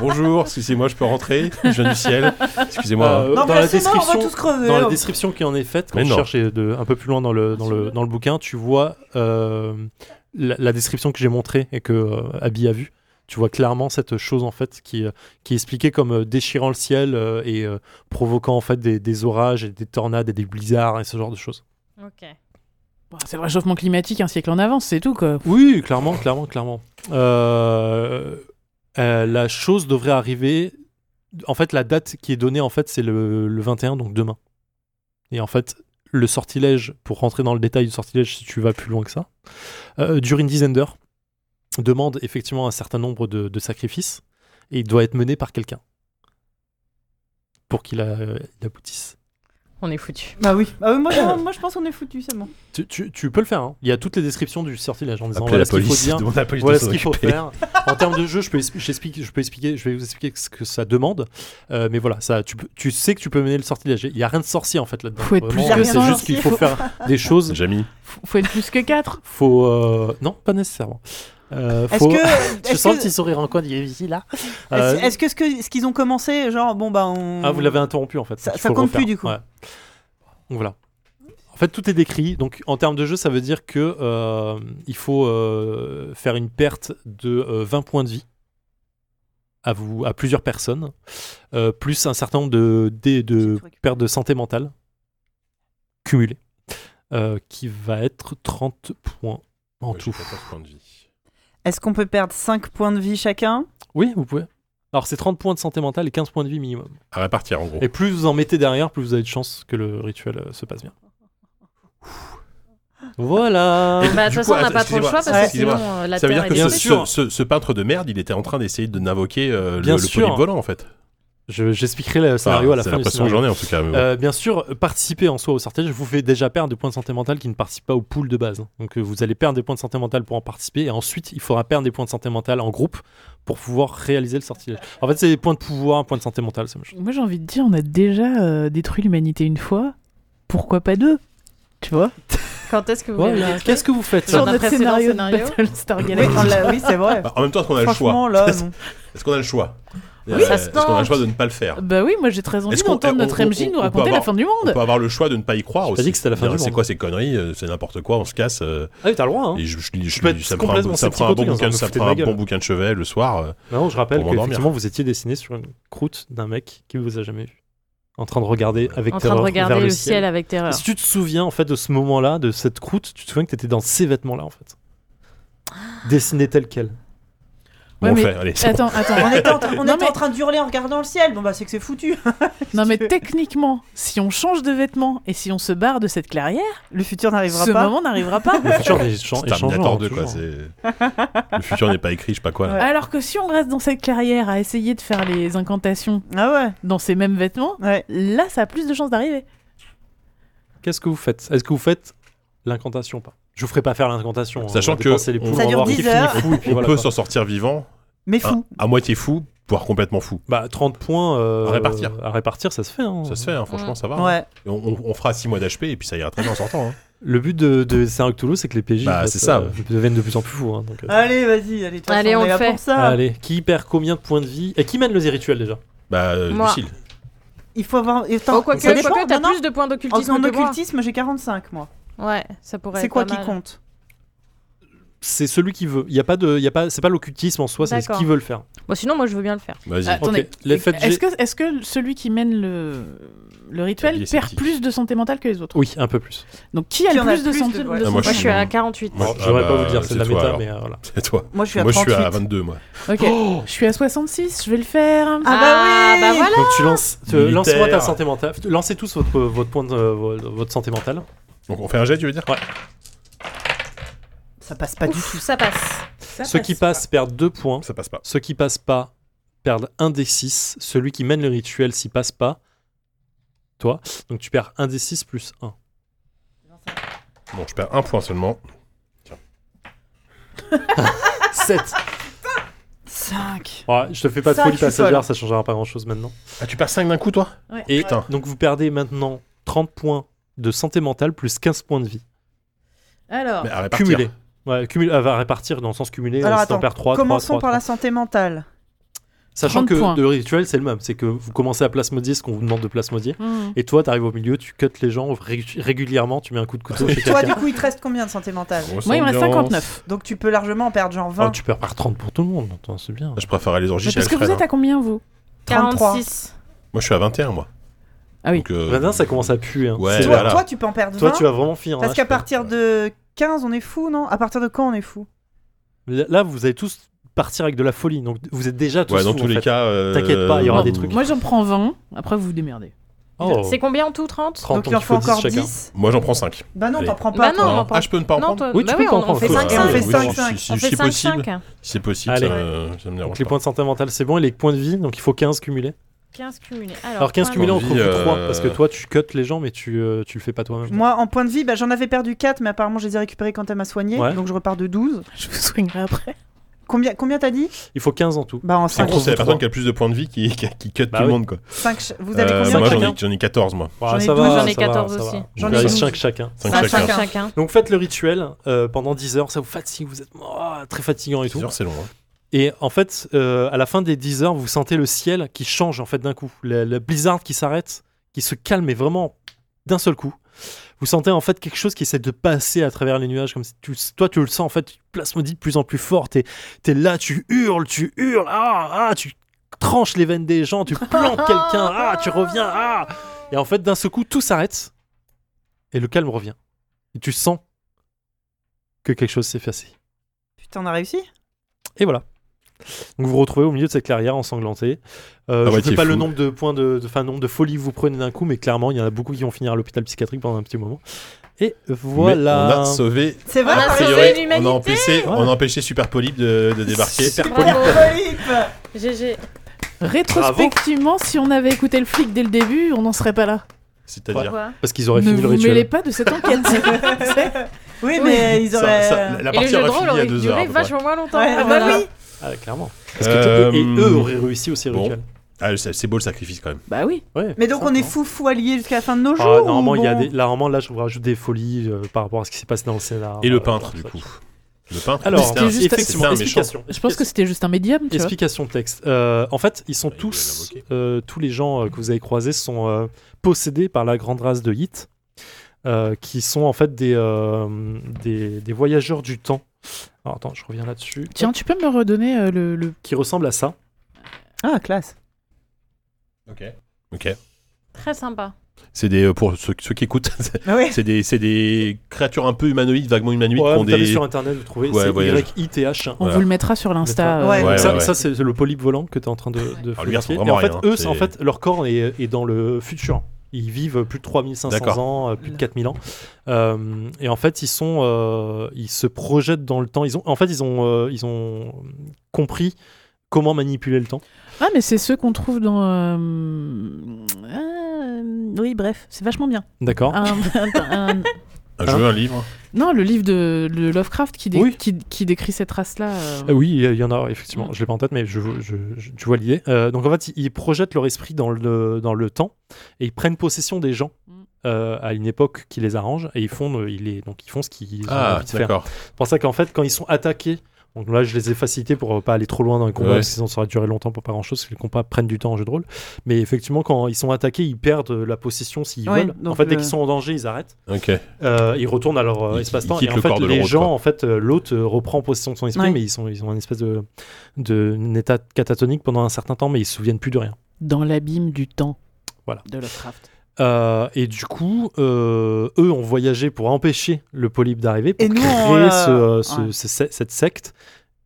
Speaker 4: Bonjour, excusez-moi, je peux rentrer Je viens du ciel. Excusez-moi. hein.
Speaker 3: Euh,
Speaker 1: Non, mais
Speaker 3: dans la
Speaker 1: c'est mort, on va
Speaker 3: description,
Speaker 1: tous crever.
Speaker 3: dans la
Speaker 1: Oh.
Speaker 3: description qui en est faite, quand
Speaker 4: Mais
Speaker 3: je
Speaker 4: non.
Speaker 3: cherche et de- un peu plus loin dans le, dans le, dans le bouquin, tu vois euh, la, la description que j'ai montrée et que euh, Abby a vue. Tu vois clairement cette chose en fait qui, euh, qui est expliquée comme euh, déchirant le ciel euh, et euh, provoquant en fait des, des orages et des tornades et des blizzards et ce genre de choses.
Speaker 5: ok.
Speaker 2: Bon, C'est le réchauffement climatique hein, un siècle en avance, c'est tout quoi.
Speaker 3: Oui, clairement, clairement, clairement. Euh, euh, la chose devrait arriver. En fait, la date qui est donnée, en fait, c'est le, le 21, donc demain. Et en fait, le sortilège, pour rentrer dans le détail du sortilège, si tu vas plus loin que ça, euh, dure une dizaine d'heures, demande effectivement un certain nombre de, de sacrifices, et il doit être mené par quelqu'un pour qu'il a- euh, il aboutisse.
Speaker 5: On est foutu.
Speaker 1: Bah oui. Ah oui, moi, je- moi, je pense qu'on est foutu, c'est bon.
Speaker 3: Tu, tu- tu peux le faire, hein. il y a toutes les descriptions du sortilège en disant
Speaker 4: Appelez
Speaker 3: voilà
Speaker 4: la
Speaker 3: ce qu'il faut
Speaker 4: police,
Speaker 3: dire,
Speaker 4: demandez à la police de
Speaker 3: Voilà
Speaker 4: s'en
Speaker 3: ce qu'il faut
Speaker 4: occuper.
Speaker 3: faire. En termes de jeu, je peux, expli- j'explique- je peux expliquer, je vais vous expliquer ce que ça demande. Euh, mais voilà, ça, tu, peux- tu sais que tu peux mener le sortilège. Il y a rien de sorcier en fait là-dedans.
Speaker 2: Faut être plus
Speaker 3: Vraiment, euh,
Speaker 1: que
Speaker 3: C'est
Speaker 1: ça.
Speaker 3: juste qu'il faut faire des choses.
Speaker 4: Jamy,
Speaker 2: F- faut être plus que 4.
Speaker 3: Faut euh, non, pas nécessairement. Euh,
Speaker 1: Est-ce
Speaker 3: faut-
Speaker 1: que.
Speaker 3: Je
Speaker 1: est-ce
Speaker 3: sens
Speaker 1: que-
Speaker 3: petit sourire en coin de Yevisi, là.
Speaker 1: Est-ce
Speaker 3: Euh,
Speaker 1: est-ce que ce que- ce qu'ils ont commencé, genre, bon bah on.
Speaker 3: Ah, vous l'avez interrompu en fait.
Speaker 1: Ça-
Speaker 3: donc il
Speaker 1: ça
Speaker 3: faut le
Speaker 1: compte plus,
Speaker 3: refaire.
Speaker 1: du coup.
Speaker 3: Ouais. Donc voilà. En fait, tout est décrit. Donc en termes de jeu, ça veut dire que euh, il faut euh, faire une perte de euh, 20 points de vie à, vous, à plusieurs personnes, euh, plus un certain nombre de, dés de pertes de santé mentale cumulées, euh, qui va être 30 points en
Speaker 4: Ouais, j'ai
Speaker 3: tout.
Speaker 4: 14 points de vie.
Speaker 1: Est-ce qu'on peut perdre 5 points de vie chacun
Speaker 3: Oui, vous pouvez. Alors c'est 30 points de santé mentale et 15 points de vie minimum.
Speaker 4: À répartir en gros.
Speaker 3: Et plus vous en mettez derrière, plus vous avez de chance que le rituel euh, se passe bien. Voilà.
Speaker 4: Et-
Speaker 5: Bah, de
Speaker 4: Du
Speaker 5: toute
Speaker 4: coup,
Speaker 5: façon, on n'a
Speaker 4: attends,
Speaker 5: pas trop le
Speaker 4: excusez-moi,
Speaker 5: choix parce que
Speaker 4: excusez-moi.
Speaker 5: sinon euh, la
Speaker 4: Ça veut
Speaker 5: Terre
Speaker 4: dire
Speaker 5: est
Speaker 4: que
Speaker 3: Bien
Speaker 4: ce,
Speaker 5: détruite.
Speaker 3: sûr.
Speaker 4: ce- ce- ce peintre de merde, il était en train d'essayer de n'invoquer euh, le,
Speaker 3: Bien
Speaker 4: le
Speaker 3: sûr.
Speaker 4: polype volant en fait.
Speaker 3: Je- J'expliquerai le scénario
Speaker 4: Enfin,
Speaker 3: à la
Speaker 4: c'est
Speaker 3: fin. du
Speaker 4: l'impression que
Speaker 3: scénario.
Speaker 4: j'en ai en tout cas. mais bon.
Speaker 3: Euh, bien sûr, participer en soi au sortilège vous fait déjà perdre des points de santé mentale qui ne participent pas au pool de base. Donc euh, vous allez perdre des points de santé mentale pour en participer et ensuite il faudra perdre des points de santé mentale en groupe pour pouvoir réaliser le sortilège. En fait, c'est des points de pouvoir, points de santé mentale, c'est la même chose.
Speaker 2: Moi j'ai envie de dire, on a déjà euh, détruit l'humanité une fois, pourquoi pas deux Tu vois
Speaker 5: Quand est-ce que vous voulez
Speaker 3: Voilà. Qu'est-ce que vous faites
Speaker 2: Sur
Speaker 5: Sur notre
Speaker 2: notre
Speaker 5: précédent
Speaker 2: scénario,
Speaker 5: scénario.
Speaker 2: de Battlestar
Speaker 1: Oui,
Speaker 2: Galactica.
Speaker 1: on l'a- oui, c'est vrai.
Speaker 4: Alors, Bah, en même temps, est-ce qu'on a Ah, le
Speaker 1: Franchement,
Speaker 4: choix
Speaker 1: là,
Speaker 4: Est-ce-
Speaker 1: non.
Speaker 4: Est-ce qu'on a le choix
Speaker 5: Oui,
Speaker 4: Euh,
Speaker 5: ça se
Speaker 4: Est-ce qu'on a le
Speaker 5: tente.
Speaker 4: choix de ne pas le faire
Speaker 2: Bah oui, moi j'ai très envie
Speaker 4: Est-ce qu'on-
Speaker 2: d'entendre
Speaker 4: on-
Speaker 2: notre
Speaker 4: on-
Speaker 2: MJ
Speaker 4: on
Speaker 2: nous
Speaker 4: peut
Speaker 2: raconter
Speaker 4: avoir-
Speaker 2: la fin du
Speaker 4: On
Speaker 2: monde.
Speaker 4: peut avoir le choix de ne pas y croire
Speaker 3: J'ai pas
Speaker 4: aussi.
Speaker 3: dit que c'était la fin
Speaker 4: Dire,
Speaker 3: du
Speaker 4: C'est
Speaker 3: monde.
Speaker 4: quoi ces conneries euh, C'est n'importe quoi, on se casse. euh,
Speaker 3: Ah oui, t'as le droit. hein.
Speaker 4: Et je, je- je-
Speaker 3: peux être
Speaker 4: ça me prend un,
Speaker 3: complètement
Speaker 4: bon- ça me prend un
Speaker 3: sceptique
Speaker 4: bon
Speaker 3: au truc, hein,
Speaker 4: bouquin,
Speaker 3: vous
Speaker 4: ça me
Speaker 3: foutez
Speaker 4: prend
Speaker 3: de ma
Speaker 4: un bon
Speaker 3: gueule.
Speaker 4: bouquin de chevet le soir. euh,
Speaker 3: Non, je rappelle
Speaker 4: Pour m'endormir.
Speaker 3: qu'effectivement, vous étiez dessiné sur une croûte d'un mec qui vous a jamais vu, en train de regarder avec
Speaker 5: En train de
Speaker 3: terreur
Speaker 5: regarder
Speaker 3: vers
Speaker 5: le
Speaker 3: le
Speaker 5: ciel avec
Speaker 3: Et
Speaker 5: terreur.
Speaker 3: Si tu te souviens en fait de ce moment-là, de cette croûte, tu te souviens que t'étais dans ces vêtements-là en fait, dessiné tel quel.
Speaker 4: Bon,
Speaker 2: Ouais,
Speaker 4: on
Speaker 2: mais-
Speaker 4: fait, allez, c'est
Speaker 2: Attends,
Speaker 1: On
Speaker 2: attends.
Speaker 1: était, en, train- on
Speaker 2: Non,
Speaker 1: était
Speaker 2: mais-
Speaker 1: en train d'hurler en regardant le ciel. Bon bah c'est que c'est foutu.
Speaker 2: non mais
Speaker 1: tu veux.
Speaker 2: techniquement, si on change de vêtements et si on se barre de cette clairière,
Speaker 1: Le futur n'arrivera
Speaker 2: ce
Speaker 1: pas.
Speaker 2: moment n'arrivera pas.
Speaker 3: Le futur est chan-
Speaker 4: c'est
Speaker 3: est changeant, hein,
Speaker 4: Terminator 2
Speaker 3: toujours.
Speaker 4: quoi. c'est- Le futur n'est pas écrit, je sais pas quoi. là.
Speaker 2: Alors que si on reste dans cette clairière à essayer de faire les incantations
Speaker 1: Ah ouais.
Speaker 2: dans ces mêmes vêtements,
Speaker 1: Ouais.
Speaker 2: là ça a plus de chances d'arriver.
Speaker 3: Qu'est-ce que vous faites Est-ce que vous faites l'incantation ou pas Je vous ferai pas faire l'incantation. hein,
Speaker 4: Sachant
Speaker 3: on va
Speaker 4: que
Speaker 3: dépenser les
Speaker 4: on-
Speaker 1: Ça
Speaker 3: poules, on va
Speaker 1: dure
Speaker 3: voir qui
Speaker 1: 10
Speaker 3: finit
Speaker 1: heures.
Speaker 3: fou, et puis
Speaker 4: On
Speaker 3: voilà,
Speaker 4: peut
Speaker 3: quoi.
Speaker 4: s'en sortir vivant,
Speaker 1: Mais
Speaker 4: à,
Speaker 1: fou.
Speaker 4: à moitié fou, voire complètement fou.
Speaker 3: Bah 30 points euh,
Speaker 4: À répartir.
Speaker 3: À répartir, ça se fait. hein.
Speaker 4: Ça se fait, hein, franchement, ça va. hein.
Speaker 1: Ouais.
Speaker 4: Et On, on- on fera 6 mois d'HP et puis ça ira très bien en sortant. hein.
Speaker 3: Le but de, de Cthulhu, c'est que les PJ
Speaker 4: Bah,
Speaker 3: en fait,
Speaker 4: c'est ça.
Speaker 3: euh, deviennent de plus en plus fous. hein, donc, euh,
Speaker 5: Ah,
Speaker 1: Allez, vas-y, allez, de toute
Speaker 5: Allez,
Speaker 1: façon, est
Speaker 5: on le
Speaker 1: là
Speaker 5: fait.
Speaker 1: pour ça.
Speaker 3: Allez, qui perd combien de points de vie Et qui mène le rituel déjà
Speaker 4: Bah, euh,
Speaker 5: Moi.
Speaker 4: Lucille.
Speaker 1: Il faut avoir. et attends,
Speaker 5: Oh, quoique,
Speaker 1: ça dépend,
Speaker 5: quoique, t'as
Speaker 1: non, non.
Speaker 5: plus de points
Speaker 1: En,
Speaker 5: d'occultisme
Speaker 1: en
Speaker 5: que moi.
Speaker 1: occultisme, j'ai 45 moi.
Speaker 5: Ouais, ça pourrait
Speaker 1: C'est
Speaker 5: être
Speaker 1: quoi
Speaker 5: pas
Speaker 1: qui
Speaker 5: mal.
Speaker 1: compte
Speaker 3: C'est celui qui veut. Il y a pas de, il y a pas, c'est pas l'occultisme en soi, c'est ce
Speaker 5: D'accord.
Speaker 3: qui veut le faire.
Speaker 5: Bon, sinon, moi, je veux bien le faire.
Speaker 4: Vas-y.
Speaker 2: Ah, Attendez,
Speaker 3: Ok, les fêtes
Speaker 2: Est-ce
Speaker 3: G-
Speaker 2: que, est-ce que celui qui mène le, le
Speaker 4: Tablier
Speaker 2: rituel perd
Speaker 4: sceptique.
Speaker 2: plus de santé mentale que les autres
Speaker 3: Oui, un peu plus.
Speaker 2: Donc qui a
Speaker 1: Qui
Speaker 2: le
Speaker 1: en a
Speaker 2: plus de
Speaker 1: plus
Speaker 2: santé
Speaker 1: de-
Speaker 2: de
Speaker 1: ouais.
Speaker 3: Ah,
Speaker 2: santé
Speaker 4: moi,
Speaker 5: Moi, je suis à
Speaker 4: Moi,
Speaker 5: 48.
Speaker 4: Moi,
Speaker 3: Je voudrais
Speaker 4: ah
Speaker 3: pas
Speaker 4: bah,
Speaker 3: vous dire, c'est de la
Speaker 4: c'est toi,
Speaker 3: méta,
Speaker 4: alors.
Speaker 3: mais euh, voilà.
Speaker 4: C'est toi.
Speaker 1: Moi je suis à
Speaker 4: moi, je
Speaker 1: 38.
Speaker 4: suis à 22, moi.
Speaker 2: Ok. je suis à 66, je vais le faire.
Speaker 1: Ah bah oui
Speaker 5: bah voilà
Speaker 3: Donc tu lances, tu- euh, lance-moi ta
Speaker 4: Militaire.
Speaker 3: santé mentale. Lancez tous votre, votre point de euh, votre santé mentale.
Speaker 4: Donc, on fait un jet, tu veux dire
Speaker 1: Ça passe pas du
Speaker 5: Ouf,
Speaker 1: tout.
Speaker 5: ça passe.
Speaker 3: Ceux qui passent perdent 2 points.
Speaker 4: Ça passe pas.
Speaker 3: Ceux qui passent pas perdent 1 des 6. Celui qui mène le rituel s'y passe pas. Toi, donc tu perds 1 des 6 plus 1.
Speaker 4: Bon, je perds un point seulement.
Speaker 3: 7.
Speaker 1: 5.
Speaker 3: je te fais pas de
Speaker 1: Ça,
Speaker 3: folie
Speaker 1: je suis folle.
Speaker 3: passagère, ça changera pas grand chose maintenant.
Speaker 4: Ah, tu perds 5 d'un coup, toi
Speaker 3: Et
Speaker 4: Putain.
Speaker 3: donc vous perdez maintenant 30 points de santé mentale plus 15 points de vie.
Speaker 5: Ah.
Speaker 2: Alors,
Speaker 4: Mais à répartir.
Speaker 3: Cumulé. Ouais, cumulé, elle va répartir dans le sens cumulé.
Speaker 1: Alors
Speaker 3: euh, si t'en
Speaker 1: attends,
Speaker 3: perds 3,
Speaker 1: Commençons par la santé mentale.
Speaker 3: Sachant
Speaker 2: 30
Speaker 3: que
Speaker 2: points.
Speaker 3: le rituel, c'est le même. C'est que vous commencez à plasmodier ce qu'on vous demande de plasmodier.
Speaker 2: Hmm.
Speaker 3: Et toi, t'arrives au milieu, tu cuts les gens ré- régulièrement, tu mets un coup de couteau chez
Speaker 1: Toi, du
Speaker 3: quelqu'un.
Speaker 1: coup, il te reste combien de santé mentale
Speaker 4: Grosse
Speaker 2: moi il me reste
Speaker 4: ambiance.
Speaker 2: 59.
Speaker 1: Donc tu peux largement en perdre genre 20.
Speaker 3: Oh, tu perds par 30 pour tout le monde, attends, c'est bien.
Speaker 4: Je préférais les orgies
Speaker 3: hein.
Speaker 2: Mais
Speaker 4: chez hein.
Speaker 2: parce que vous
Speaker 4: Alfred.
Speaker 2: êtes
Speaker 4: hein.
Speaker 2: à combien vous
Speaker 1: 33.
Speaker 5: 46.
Speaker 4: Moi, je suis à 21, moi.
Speaker 2: Ah oui.
Speaker 4: Donc, euh,
Speaker 3: 21, ça commence à puer. hein.
Speaker 4: Ouais,
Speaker 3: C'est-
Speaker 1: toi,
Speaker 4: voilà.
Speaker 1: toi, tu peux en perdre 20.
Speaker 3: Toi, tu vas vraiment finir.
Speaker 1: parce
Speaker 3: hein,
Speaker 1: qu'à
Speaker 3: je crois.
Speaker 1: partir de 15, on est fou, non À partir de quand on est fou
Speaker 3: Là, là, vous allez tous partir avec de la folie. Donc, vous êtes déjà tous.
Speaker 4: ouais, dans
Speaker 3: fous,
Speaker 4: tous
Speaker 3: en
Speaker 4: les
Speaker 3: fait.
Speaker 4: cas. euh,
Speaker 3: T'inquiète pas, Ah, il y aura
Speaker 2: Bon,
Speaker 3: des trucs.
Speaker 2: Moi, j'en prends 20. Après, vous vous démerdez.
Speaker 3: Oh.
Speaker 5: C'est combien en tout 30
Speaker 3: 30,
Speaker 1: Donc il
Speaker 3: donc
Speaker 1: en faut encore
Speaker 3: chacun.
Speaker 1: 10.
Speaker 4: Moi, j'en prends 5.
Speaker 1: Bah non,
Speaker 4: Allez.
Speaker 1: t'en prends pas.
Speaker 5: Bah
Speaker 1: toi.
Speaker 5: non. on en prend-
Speaker 4: ah, je peux ne pas en
Speaker 5: Non,
Speaker 4: prendre
Speaker 5: toi-
Speaker 3: Oui, tu
Speaker 5: bah
Speaker 3: peux
Speaker 5: oui,
Speaker 3: pas en
Speaker 5: on, on
Speaker 3: prendre,
Speaker 5: fait
Speaker 3: faut-
Speaker 4: Ouais,
Speaker 5: 5
Speaker 1: on fait
Speaker 4: oui,
Speaker 1: 5,
Speaker 4: si-
Speaker 1: 5.
Speaker 4: si-
Speaker 5: On
Speaker 4: Si
Speaker 5: fait
Speaker 4: c'est
Speaker 5: 5
Speaker 4: possible,
Speaker 5: 5
Speaker 4: si c'est possible,
Speaker 3: Allez.
Speaker 4: ça me- ça me dérange
Speaker 3: Donc, les
Speaker 4: pas.
Speaker 3: points de santé mentale, c'est bon. Et les points de vie, donc il faut 15 cumulés.
Speaker 5: 15 cumulés.
Speaker 3: Alors, 15
Speaker 5: point
Speaker 3: cumulés,
Speaker 5: de-
Speaker 3: on
Speaker 4: Envie,
Speaker 3: trouve 3.
Speaker 4: euh,
Speaker 3: Parce que toi, tu cuts les gens, mais tu, euh, tu le fais pas toi-même.
Speaker 1: Moi, en point de vie, bah, j'en avais perdu 4, mais apparemment, je les ai récupérés quand elle m'a soigné.
Speaker 3: Ouais.
Speaker 1: Donc je repars de 12.
Speaker 2: Je vous soignerai après.
Speaker 1: Combien, combien t'as dit
Speaker 3: Il faut 15 en tout.
Speaker 1: Bah en
Speaker 4: En
Speaker 1: 5.
Speaker 4: gros, c'est la
Speaker 3: Trois.
Speaker 4: personne qui a le plus de points de vie qui, qui, qui cut
Speaker 3: Bah
Speaker 4: tout
Speaker 3: oui.
Speaker 4: le monde. Quoi.
Speaker 1: Cinq, vous avez
Speaker 4: Euh,
Speaker 1: combien
Speaker 4: moi, j'en
Speaker 1: chacun
Speaker 4: ai, j'en ai 14, moi.
Speaker 3: Ouais,
Speaker 1: J'en ai
Speaker 3: ça
Speaker 1: 12,
Speaker 3: va,
Speaker 1: j'en ai
Speaker 3: ça va,
Speaker 5: 14
Speaker 3: ça va.
Speaker 5: aussi.
Speaker 1: J'en ai
Speaker 3: Donc,
Speaker 1: 12.
Speaker 3: 5 chacun.
Speaker 4: 5
Speaker 5: Ah, cinq
Speaker 4: chacun.
Speaker 5: chacun.
Speaker 3: Donc faites le rituel euh, pendant 10 heures, ça vous fatigue, vous êtes ah, très fatigant et tout.
Speaker 4: D'ailleurs, C'est long. hein.
Speaker 3: Et en fait, euh, à la fin des 10 heures, vous sentez le ciel qui change en fait d'un coup, le, le blizzard qui s'arrête, qui se calme mais vraiment d'un seul coup. Vous sentez en fait quelque chose qui essaie de passer à travers les nuages, comme si tu- toi tu le sens en fait, tu te plasmodies de plus en plus fort, t'es es là, tu hurles, tu hurles, ah, ah, tu tranches les veines des gens, tu plantes quelqu'un, ah, tu reviens, ah. Et en fait, d'un seul coup, tout s'arrête et le calme revient. Et tu sens que quelque chose s'est passé.
Speaker 1: Putain, on a réussi
Speaker 3: Et voilà. Donc vous vous retrouvez au milieu de cette clairière ensanglantée. Euh, je
Speaker 4: Ah ouais,
Speaker 3: ne
Speaker 4: t'es
Speaker 3: sais pas
Speaker 4: fou.
Speaker 3: le nombre de points de, de, enfin, nombre de folies que vous prenez d'un coup, mais clairement, il y en a beaucoup qui vont finir à l'hôpital psychiatrique pendant un petit moment. Et
Speaker 4: Mais on
Speaker 3: voilà.
Speaker 4: a sauvé.
Speaker 1: C'est vrai
Speaker 5: On a
Speaker 1: par
Speaker 5: sauvé
Speaker 1: exemple
Speaker 4: priori, on
Speaker 5: l'humanité.
Speaker 4: a, empêché,
Speaker 3: Voilà.
Speaker 4: on a empêché Super Polype de, de débarquer.
Speaker 3: Super
Speaker 5: Bravo.
Speaker 1: Polype
Speaker 5: GG.
Speaker 2: Rétrospectivement, si on avait écouté le flic dès le début, on n'en serait pas là.
Speaker 4: C'est-à-dire.
Speaker 5: Quoi
Speaker 3: Parce qu'ils auraient
Speaker 2: ne
Speaker 3: fini le
Speaker 2: vous mêlez
Speaker 3: rituel.
Speaker 2: pas de cette enquête.
Speaker 1: Oui, mais ils
Speaker 4: Ça-
Speaker 1: auraient.
Speaker 4: ça- la- la
Speaker 5: Et le
Speaker 4: partie
Speaker 5: jeu de
Speaker 4: aurait
Speaker 5: rôle
Speaker 4: fini à
Speaker 5: aurait
Speaker 4: 2 heures. à
Speaker 5: duré
Speaker 4: peu près.
Speaker 5: vachement moins longtemps.
Speaker 1: Ouais,
Speaker 5: Ah,
Speaker 1: voilà.
Speaker 5: voilà.
Speaker 3: Ah, clairement. Parce que
Speaker 4: Euh,
Speaker 3: et eux auraient réussi aussi le
Speaker 4: bon.
Speaker 3: rituel.
Speaker 4: Ah, c'est c'est beau le sacrifice quand même.
Speaker 2: bah oui.
Speaker 3: Ouais,
Speaker 1: Mais donc on est
Speaker 3: simplement.
Speaker 1: fou fou alliés jusqu'à la fin de nos jours.
Speaker 3: Ah,
Speaker 1: ou
Speaker 3: normalement, il y a
Speaker 1: bon
Speaker 3: des, là, normalement, là, je vous rajoute des folies euh, par rapport à ce qui s'est passé dans le scénar.
Speaker 4: Et le
Speaker 3: Euh,
Speaker 4: peintre,
Speaker 3: voilà,
Speaker 4: du
Speaker 3: ça.
Speaker 4: coup. Le peintre,
Speaker 3: Alors,
Speaker 4: c'était un-
Speaker 2: C'était juste-
Speaker 4: c'était
Speaker 3: effectivement,
Speaker 4: un méchant.
Speaker 3: explication.
Speaker 2: Je pense que c'était juste un médium, tu vois.
Speaker 3: Explication de texte. Euh, en fait, ils sont
Speaker 4: Bah, il
Speaker 3: tous,
Speaker 4: voulait
Speaker 3: euh, tous les gens euh, que vous avez croisés sont euh, possédés par la grande race de Hit, euh, qui sont en fait des, euh, des, des voyageurs du temps. Alors, attends, je reviens là-dessus.
Speaker 2: Tiens, tu peux me redonner euh, le, le-
Speaker 3: Qui ressemblent à ça.
Speaker 1: Ah classe.
Speaker 4: Ok. Ok.
Speaker 5: Très sympa.
Speaker 4: C'est des euh, pour ceux, ceux qui écoutent.
Speaker 1: Ah ouais.
Speaker 4: c'est des c'est des créatures un peu humanoïdes, vaguement humanoïdes, qui
Speaker 3: Ouais,
Speaker 4: ont
Speaker 3: vous
Speaker 4: des.
Speaker 3: tapez sur internet, vous trouvez.
Speaker 4: Ouais,
Speaker 3: c'est
Speaker 4: voyage.
Speaker 3: Y-I-T-H.
Speaker 2: On
Speaker 4: Voilà.
Speaker 2: vous le mettra sur l'Insta. euh,
Speaker 1: Ouais.
Speaker 4: Ouais,
Speaker 3: ça,
Speaker 4: ouais,
Speaker 3: ça, c'est le polype volant que tu es en train de, de
Speaker 4: Ah, lui, ils
Speaker 3: fabriquer.
Speaker 4: sont
Speaker 3: Et
Speaker 4: vraiment
Speaker 3: en fait,
Speaker 4: rien, hein,
Speaker 3: eux, c'est- en
Speaker 4: c'est-
Speaker 3: fait, leur corps est, est dans le futur. Ils vivent plus de 3500
Speaker 4: D'accord.
Speaker 3: ans, euh, plus de 4000 ans. Euh, et en fait, ils sont, euh, ils se projettent dans le temps. Ils ont, en fait, ils ont, euh, ils ont compris comment manipuler le temps.
Speaker 2: Ah, mais c'est ceux qu'on trouve dans. euh, ah, oui, bref, c'est vachement bien.
Speaker 3: D'accord.
Speaker 2: Un- un- un-
Speaker 4: Un jeu, un livre.
Speaker 2: Non, le livre de, de Lovecraft qui, dé-
Speaker 3: Oui.
Speaker 2: qui, qui décrit cette race-là. euh,
Speaker 3: Euh, oui, il y en a, effectivement.
Speaker 2: Mm.
Speaker 3: Je l'ai pas en tête, mais je, je- je- tu vois l'idée. Euh, donc, en fait, ils, ils projettent leur esprit dans le, dans le temps et ils prennent possession des gens
Speaker 2: Mm.
Speaker 3: euh, à une époque qui les arrange et ils font, euh, ils les- donc, ils font ce qu'ils ont
Speaker 4: Ah,
Speaker 3: envie de faire.
Speaker 4: d'accord.
Speaker 3: C'est pour ça qu'en fait, quand ils sont attaqués, donc là, je les ai facilités pour euh, pas aller trop loin dans les combats,
Speaker 4: Ouais.
Speaker 3: parce que sinon, ça aurait duré longtemps pour pas grand chose, parce que les combats prennent du temps en jeu de rôle. Mais effectivement, quand ils sont attaqués, ils perdent euh, la possession s'ils
Speaker 1: Ouais,
Speaker 3: veulent. En
Speaker 1: donc
Speaker 3: fait, dès
Speaker 1: le-
Speaker 3: qu'ils sont en danger, ils arrêtent.
Speaker 4: Ok.
Speaker 3: Euh, ils retournent à leur euh,
Speaker 4: Ils-
Speaker 3: espace-temps.
Speaker 4: ils quittent
Speaker 3: Et en
Speaker 4: le
Speaker 3: fait,
Speaker 4: corps de
Speaker 3: les
Speaker 4: leur hôte,
Speaker 3: gens,
Speaker 4: quoi.
Speaker 3: en fait, euh, l'hôte euh, reprend possession de son esprit,
Speaker 1: Ouais.
Speaker 3: mais ils, sont, ils ont une espèce de, de un état catatonique pendant un certain temps, mais ils se souviennent plus de rien.
Speaker 2: Dans l'abîme du temps.
Speaker 3: Voilà.
Speaker 2: De Lovecraft.
Speaker 3: Euh, et du coup, euh, eux ont voyagé pour empêcher le polype d'arriver, pour
Speaker 1: Et nous,
Speaker 3: créer
Speaker 1: on l'a-
Speaker 3: ce, euh, ce-
Speaker 1: ouais.
Speaker 3: ce- ce- cette secte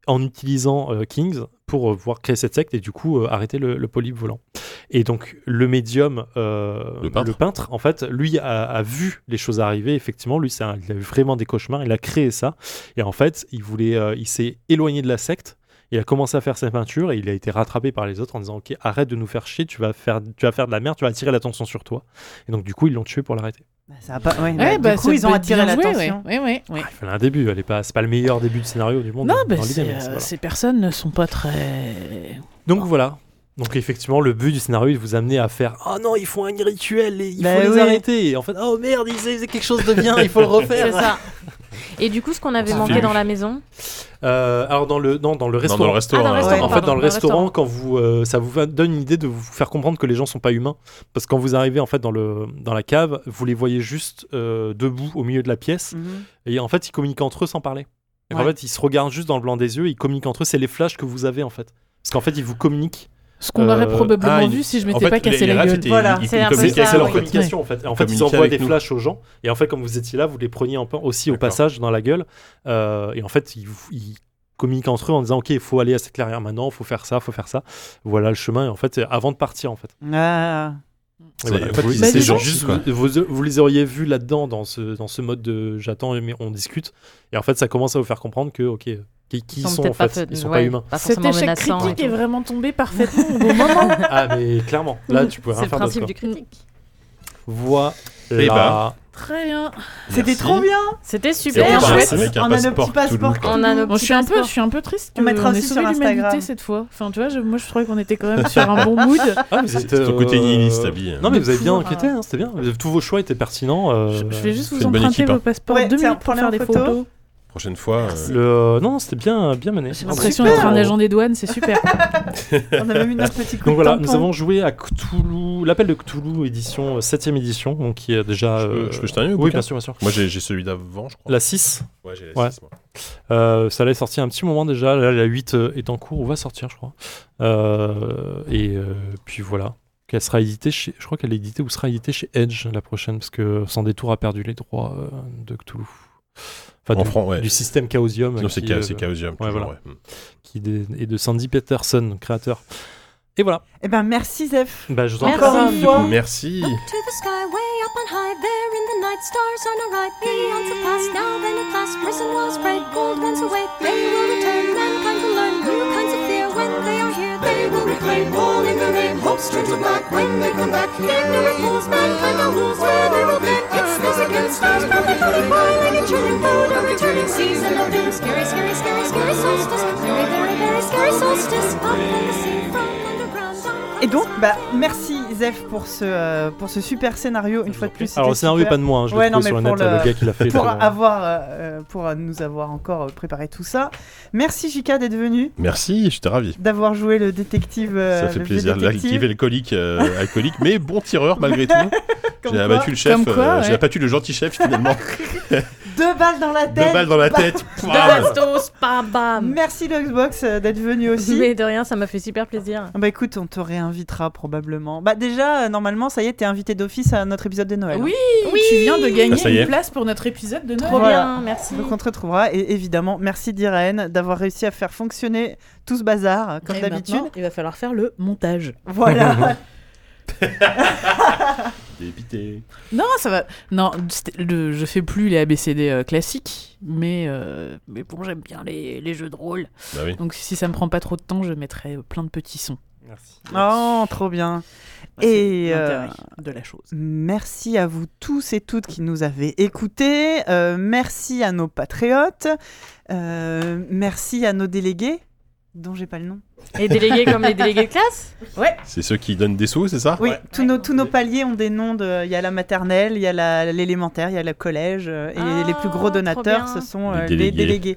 Speaker 3: en utilisant euh, Kings pour euh, pouvoir créer cette secte et du coup euh, arrêter le, le polype volant. Et donc le médium, euh,
Speaker 4: Le peintre.
Speaker 3: en fait, lui a, a vu les choses arriver. Effectivement, lui, c'est un- il a eu vraiment des cauchemars. Il a créé ça. Et en fait, il voulait, euh, il s'est éloigné de la secte. Il a commencé à faire ses peintures et il a été rattrapé par les autres en disant Ok, arrête de nous faire chier, tu vas faire, tu vas faire de la merde, tu vas attirer l'attention sur toi. Et donc, du coup, ils l'ont tué pour l'arrêter.
Speaker 1: Bah, Ça a pas. Ouais.
Speaker 2: Ouais,
Speaker 1: bah,
Speaker 2: bah,
Speaker 1: du coup
Speaker 2: ça
Speaker 1: ils ont
Speaker 2: peut
Speaker 1: attiré
Speaker 2: bien joué,
Speaker 1: l'attention.
Speaker 2: ouais, ouais, ouais, ouais.
Speaker 3: Ah, il fallait un début, elle est pas, c'est pas le meilleur début de scénario du monde.
Speaker 2: Non,
Speaker 3: dans
Speaker 2: bah,
Speaker 3: l'idée,
Speaker 2: c'est,
Speaker 3: mais
Speaker 2: euh,
Speaker 3: c'est- voilà.
Speaker 2: ces personnes ne sont pas très.
Speaker 3: Donc voilà. Donc effectivement, le but du scénario est de vous amener à faire Ah non, ils font un rituel, et il
Speaker 1: Bah
Speaker 3: faut les
Speaker 1: oui.
Speaker 3: arrêter. Et en fait, oh merde, ils faisaient quelque chose de bien, il faut le
Speaker 5: C'est
Speaker 3: refaire.
Speaker 5: ça. Et du coup, ce qu'on avait
Speaker 3: Ça
Speaker 5: manqué
Speaker 4: fait-
Speaker 5: dans la maison,
Speaker 3: Euh, alors dans le, non, dans le
Speaker 4: Non,
Speaker 3: restaurant.
Speaker 4: dans le restaurant.
Speaker 5: Ah, dans le
Speaker 4: là.
Speaker 5: restaurant,
Speaker 3: En fait,
Speaker 5: pardon,
Speaker 3: dans le
Speaker 5: dans le
Speaker 3: restaurant,
Speaker 5: restaurant.
Speaker 3: quand vous, euh, ça vous donne une idée de vous faire comprendre que les gens sont pas humains, parce que quand vous arrivez en fait dans le dans la cave, vous les voyez juste euh, debout au milieu de la pièce,
Speaker 1: Mhm.
Speaker 3: et en fait ils communiquent entre eux sans parler. Donc, En
Speaker 2: Ouais.
Speaker 3: fait, ils se regardent juste dans le blanc des yeux, ils communiquent entre eux. C'est les flashs que vous avez en fait, parce qu'en fait ils vous communiquent
Speaker 2: Ce qu'on aurait
Speaker 3: Euh,
Speaker 2: probablement
Speaker 4: ah,
Speaker 2: vu
Speaker 4: il-
Speaker 2: si je
Speaker 4: en
Speaker 2: m'étais
Speaker 4: fait,
Speaker 2: pas
Speaker 4: les-
Speaker 2: cassé
Speaker 4: les
Speaker 2: la
Speaker 4: rats
Speaker 2: gueule.
Speaker 4: étaient-
Speaker 5: Voilà,
Speaker 4: ils-
Speaker 5: c'est
Speaker 4: ils
Speaker 5: un peu
Speaker 4: communiquaient-
Speaker 5: ça,
Speaker 4: c'est leur
Speaker 5: ouais.
Speaker 4: communication.
Speaker 3: communication en fait. Et en fait, ils
Speaker 4: Communiquer
Speaker 3: envoient
Speaker 4: avec
Speaker 3: des
Speaker 4: nous.
Speaker 3: flashs aux gens. Et en fait, comme vous étiez là, vous les preniez un peu aussi au
Speaker 4: D'accord.
Speaker 3: passage dans la gueule. Euh, et en fait, ils, vous- ils communiquent entre eux en disant OK, il faut aller à cette clairière maintenant, faut faire ça, faut faire ça. Voilà le chemin. Et en fait, c'est avant de partir, en fait.
Speaker 1: Ah.
Speaker 3: Et
Speaker 4: C'est-
Speaker 3: voilà. En fait,
Speaker 4: vous-
Speaker 3: ils-
Speaker 2: Bah,
Speaker 3: c'est
Speaker 2: disons-
Speaker 3: juste, vous, vous- vous les auriez vus là-dedans dans ce, dans ce mode de j'attends mais on discute. Et en fait, ça commence à vous faire comprendre que ok, qui, qui ils sont, en
Speaker 5: peut-être
Speaker 3: fait,
Speaker 5: fa-
Speaker 3: ils sont
Speaker 5: ouais,
Speaker 3: pas humains.
Speaker 5: Pas
Speaker 2: Cet
Speaker 5: forcément
Speaker 2: échec
Speaker 5: menaçants.
Speaker 2: critique
Speaker 5: et
Speaker 2: est
Speaker 5: tout.
Speaker 2: vraiment tombé parfaitement au bon moment.
Speaker 3: Ah mais clairement, là tu pouvais
Speaker 5: C'est
Speaker 3: rien
Speaker 5: le
Speaker 3: faire d'autre.
Speaker 5: principe
Speaker 3: quoi.
Speaker 5: du critique.
Speaker 3: Voilà.
Speaker 4: Eh ben.
Speaker 2: Très bien.
Speaker 1: C'était
Speaker 4: Merci.
Speaker 1: trop bien.
Speaker 5: C'était
Speaker 4: Et on
Speaker 5: super.
Speaker 1: Super
Speaker 4: part
Speaker 1: chouette.
Speaker 4: avec
Speaker 1: On
Speaker 4: un
Speaker 1: a nos petits
Speaker 4: passeport
Speaker 1: passeports.
Speaker 4: Toulouse, quoi.
Speaker 5: On a nos
Speaker 2: Bon, je,
Speaker 5: petits
Speaker 2: suis un peu,
Speaker 5: passeports.
Speaker 2: je suis un peu triste
Speaker 1: On
Speaker 2: qu'on
Speaker 1: mettra
Speaker 2: ait
Speaker 1: aussi
Speaker 2: sauvé
Speaker 1: sur Instagram.
Speaker 2: l'humanité cette fois. Enfin, tu vois, je- moi je trouvais qu'on était quand même sur un bon mood.
Speaker 3: Ah, vous
Speaker 4: C'est
Speaker 3: êtes
Speaker 4: ton
Speaker 3: euh,
Speaker 4: côté nihiliste, Abby.
Speaker 3: Non mais vous avez bien
Speaker 2: Toujours,
Speaker 3: enquêté, hein, c'était bien. Tous vos choix étaient pertinents. euh,
Speaker 2: euh, Je, je vais juste
Speaker 4: c'est
Speaker 2: vous
Speaker 4: une bonne
Speaker 2: emprunter
Speaker 4: équipe,
Speaker 2: vos
Speaker 4: hein.
Speaker 2: passeports
Speaker 1: Ouais,
Speaker 2: deux
Speaker 1: tiens,
Speaker 2: minutes pour
Speaker 1: prends-la
Speaker 2: faire
Speaker 1: en
Speaker 2: des
Speaker 1: photo. Ah,
Speaker 2: photos.
Speaker 4: Prochaine fois. euh,
Speaker 3: le... Non, non, c'était bien, bien mené.
Speaker 2: J'ai
Speaker 3: Ah,
Speaker 2: l'impression
Speaker 1: super.
Speaker 2: d'être un agent des douanes, c'est super.
Speaker 1: On a même eu notre petit coup
Speaker 3: Donc
Speaker 1: de
Speaker 3: voilà,
Speaker 1: tampon.
Speaker 3: nous avons joué à Cthulhu, l'appel de Cthulhu édition 7 e édition, donc qui est déjà.
Speaker 4: Je peux-
Speaker 3: euh,
Speaker 4: je peux jeter un œil
Speaker 3: Oui,
Speaker 4: au bouquin
Speaker 3: bien sûr, bien sûr.
Speaker 4: Moi, j'ai j'ai celui d'avant, je crois.
Speaker 3: La 6,
Speaker 4: Ouais, j'ai
Speaker 3: Ouais.
Speaker 4: la 6, moi.
Speaker 3: Euh, ça allait sortir un petit moment déjà. Là, la 8 euh, est en cours, ou va sortir, je crois. Euh, et euh, puis voilà. Qu'elle sera éditée chez, je crois qu'elle est éditée ou sera éditée chez Edge la prochaine, parce que Sans Détour a perdu les droits euh, de Cthulhu. Enfin,
Speaker 4: En
Speaker 3: du,
Speaker 4: France, ouais.
Speaker 3: du système Chaosium
Speaker 4: Non,
Speaker 3: euh,
Speaker 4: c'est
Speaker 3: qui,
Speaker 4: Cha-
Speaker 3: euh,
Speaker 4: c'est Chaosium. toujours,
Speaker 3: voilà.
Speaker 4: ouais. Mm.
Speaker 3: qui dé- et de Sandy Peterson, créateur. Et voilà.
Speaker 1: Eh ben merci Zef.
Speaker 3: Bah, je vous en
Speaker 5: Merci.
Speaker 1: Encore
Speaker 3: prie.
Speaker 1: une fois.
Speaker 4: Hmm. Merci.
Speaker 6: Look to the sky, way up on high, there in the night, stars on a right, beyond the past. Now then, at last, prison walls break, gold ones awake. They will return, mankind will learn new kinds of fear when they are here. They will reclaim all in their name, hopes turn to black when they come back. Ignorant fools, mankind will lose where they will live. It's this against stars, perfect body, boiling and churning, food a returning season of doom. Scary, scary, scary, scary solstice, very, very, very scary solstice. Up in the sea, from underground, down from
Speaker 1: Et
Speaker 6: the
Speaker 1: donc
Speaker 6: sky.
Speaker 1: bah merci Zef pour ce euh, pour ce super scénario une fois de plus. c'était
Speaker 3: Alors, le scénario est
Speaker 1: super.
Speaker 3: pas de moi, hein, je l'ai
Speaker 1: Ouais,
Speaker 3: trouvé
Speaker 1: non, mais
Speaker 3: sur le net,
Speaker 1: pour
Speaker 3: le...
Speaker 1: le-
Speaker 3: gars qui l'a fait.
Speaker 1: pour
Speaker 3: vraiment.
Speaker 1: avoir euh, euh, pour nous avoir encore euh, préparé tout ça. Merci Jika d'être venu,
Speaker 4: Merci, j'étais ravi.
Speaker 1: d'avoir joué le détective. euh,
Speaker 4: Ça fait
Speaker 1: le vieux
Speaker 4: plaisir. L'actif
Speaker 1: détective.
Speaker 4: alcoolique, euh, alcoolique, mais bon tireur malgré tout.
Speaker 1: Comme
Speaker 4: J'ai
Speaker 1: quoi,
Speaker 4: abattu le chef,
Speaker 2: Comme quoi,
Speaker 4: euh, j'ai
Speaker 2: ouais.
Speaker 4: abattu le gentil chef finalement.
Speaker 1: Deux balles dans la tête.
Speaker 4: Deux balles dans la
Speaker 1: Bah,
Speaker 4: tête.
Speaker 5: De
Speaker 4: Bam.
Speaker 5: bastos, pam bam.
Speaker 1: Merci le Xbox euh, d'être venu aussi.
Speaker 5: Mais de rien, ça m'a fait super plaisir.
Speaker 1: Ah Bah écoute, on te réinvitera probablement. Bah déjà, euh, normalement, ça y est, t'es invité d'office à notre épisode de Noël.
Speaker 2: Oui,
Speaker 5: Oui.
Speaker 2: tu viens de
Speaker 4: Ah, ça y
Speaker 2: gagner
Speaker 4: est.
Speaker 2: une place pour notre épisode de
Speaker 5: Trop
Speaker 2: Noël.
Speaker 1: Voilà.
Speaker 5: bien, merci.
Speaker 1: Donc on te retrouvera et évidemment merci d'Irène d'avoir réussi à faire fonctionner tout ce bazar comme
Speaker 2: Et
Speaker 1: d'habitude.
Speaker 2: maintenant, Il va falloir faire le montage.
Speaker 1: Voilà.
Speaker 4: Dépité.
Speaker 2: Non, ça va. Non, c'était- le- je fais plus les ABCD euh, classiques, mais, euh, mais bon, j'aime bien les, les jeux de rôle.
Speaker 4: Bah oui.
Speaker 2: Donc si ça me prend pas trop de temps, je mettrai plein de petits sons.
Speaker 3: Merci.
Speaker 1: oh, trop bien.
Speaker 2: Voilà,
Speaker 1: Et,
Speaker 2: c'est
Speaker 1: euh,
Speaker 2: l'intérêt de la chose.
Speaker 1: Merci à vous tous et toutes qui nous avez écoutés. Euh, merci à nos patriotes. Euh, merci à nos délégués dont j'ai pas le nom.
Speaker 5: Et délégués comme les délégués de classe
Speaker 4: C'est ceux qui donnent des sous, c'est ça
Speaker 1: Oui, tous, nos, tous nos paliers ont des noms. de- Il y a la maternelle, il y a la- l'élémentaire, il y a le collège. euh, Et
Speaker 5: Ah,
Speaker 1: les plus gros donateurs,
Speaker 5: trop
Speaker 1: ce
Speaker 5: bien.
Speaker 1: sont
Speaker 4: Les
Speaker 1: euh, les délégués.
Speaker 4: délégués.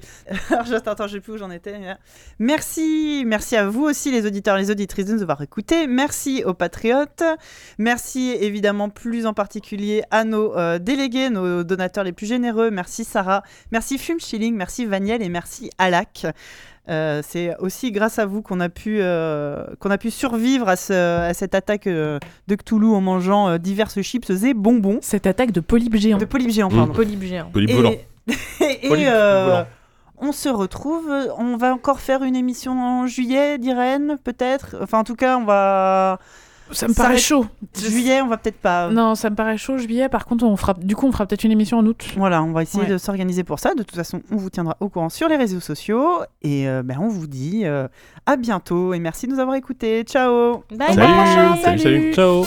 Speaker 1: Alors, juste, attends, je sais plus où j'en étais. mais, euh, Merci, merci à vous aussi, les auditeurs et les auditrices, de nous avoir écoutés. Merci aux patriotes. Merci, évidemment, plus en particulier à nos euh, délégués, nos donateurs les plus généreux. Merci, Sarah. Merci, Fume Chilling. Merci, Vaniel. Et merci, Alak. Euh, c'est aussi grâce à vous qu'on a pu euh, qu'on a pu survivre à, ce- à cette attaque euh, de Cthulhu en mangeant euh, diverses chips et bonbons
Speaker 2: Cette attaque de polype géant.
Speaker 1: de polype géant
Speaker 4: Mm.
Speaker 1: pardon.
Speaker 5: Polybe géant.
Speaker 4: Polype
Speaker 1: Et,
Speaker 4: volant.
Speaker 1: et,
Speaker 3: Polype
Speaker 1: euh,
Speaker 3: volant.
Speaker 1: on se retrouve, on va encore faire une émission en juillet d'Irène peut-être. Enfin en tout cas, on va
Speaker 2: Ça me
Speaker 1: Ça
Speaker 2: paraît
Speaker 1: reste-
Speaker 2: chaud.
Speaker 1: juillet, on va peut-être pas
Speaker 2: Non, ça me paraît chaud juillet. Par contre, on fera. Du coup, on fera peut-être une émission en août.
Speaker 1: Voilà, on va essayer
Speaker 2: Ouais.
Speaker 1: de s'organiser pour ça. De toute façon, on vous tiendra au courant sur les réseaux sociaux. Et euh, ben, on vous dit euh, à bientôt. Et merci de nous avoir écoutés. Ciao
Speaker 5: Bye
Speaker 4: Salut. Salut,
Speaker 5: bye.
Speaker 4: salut.
Speaker 3: Ciao.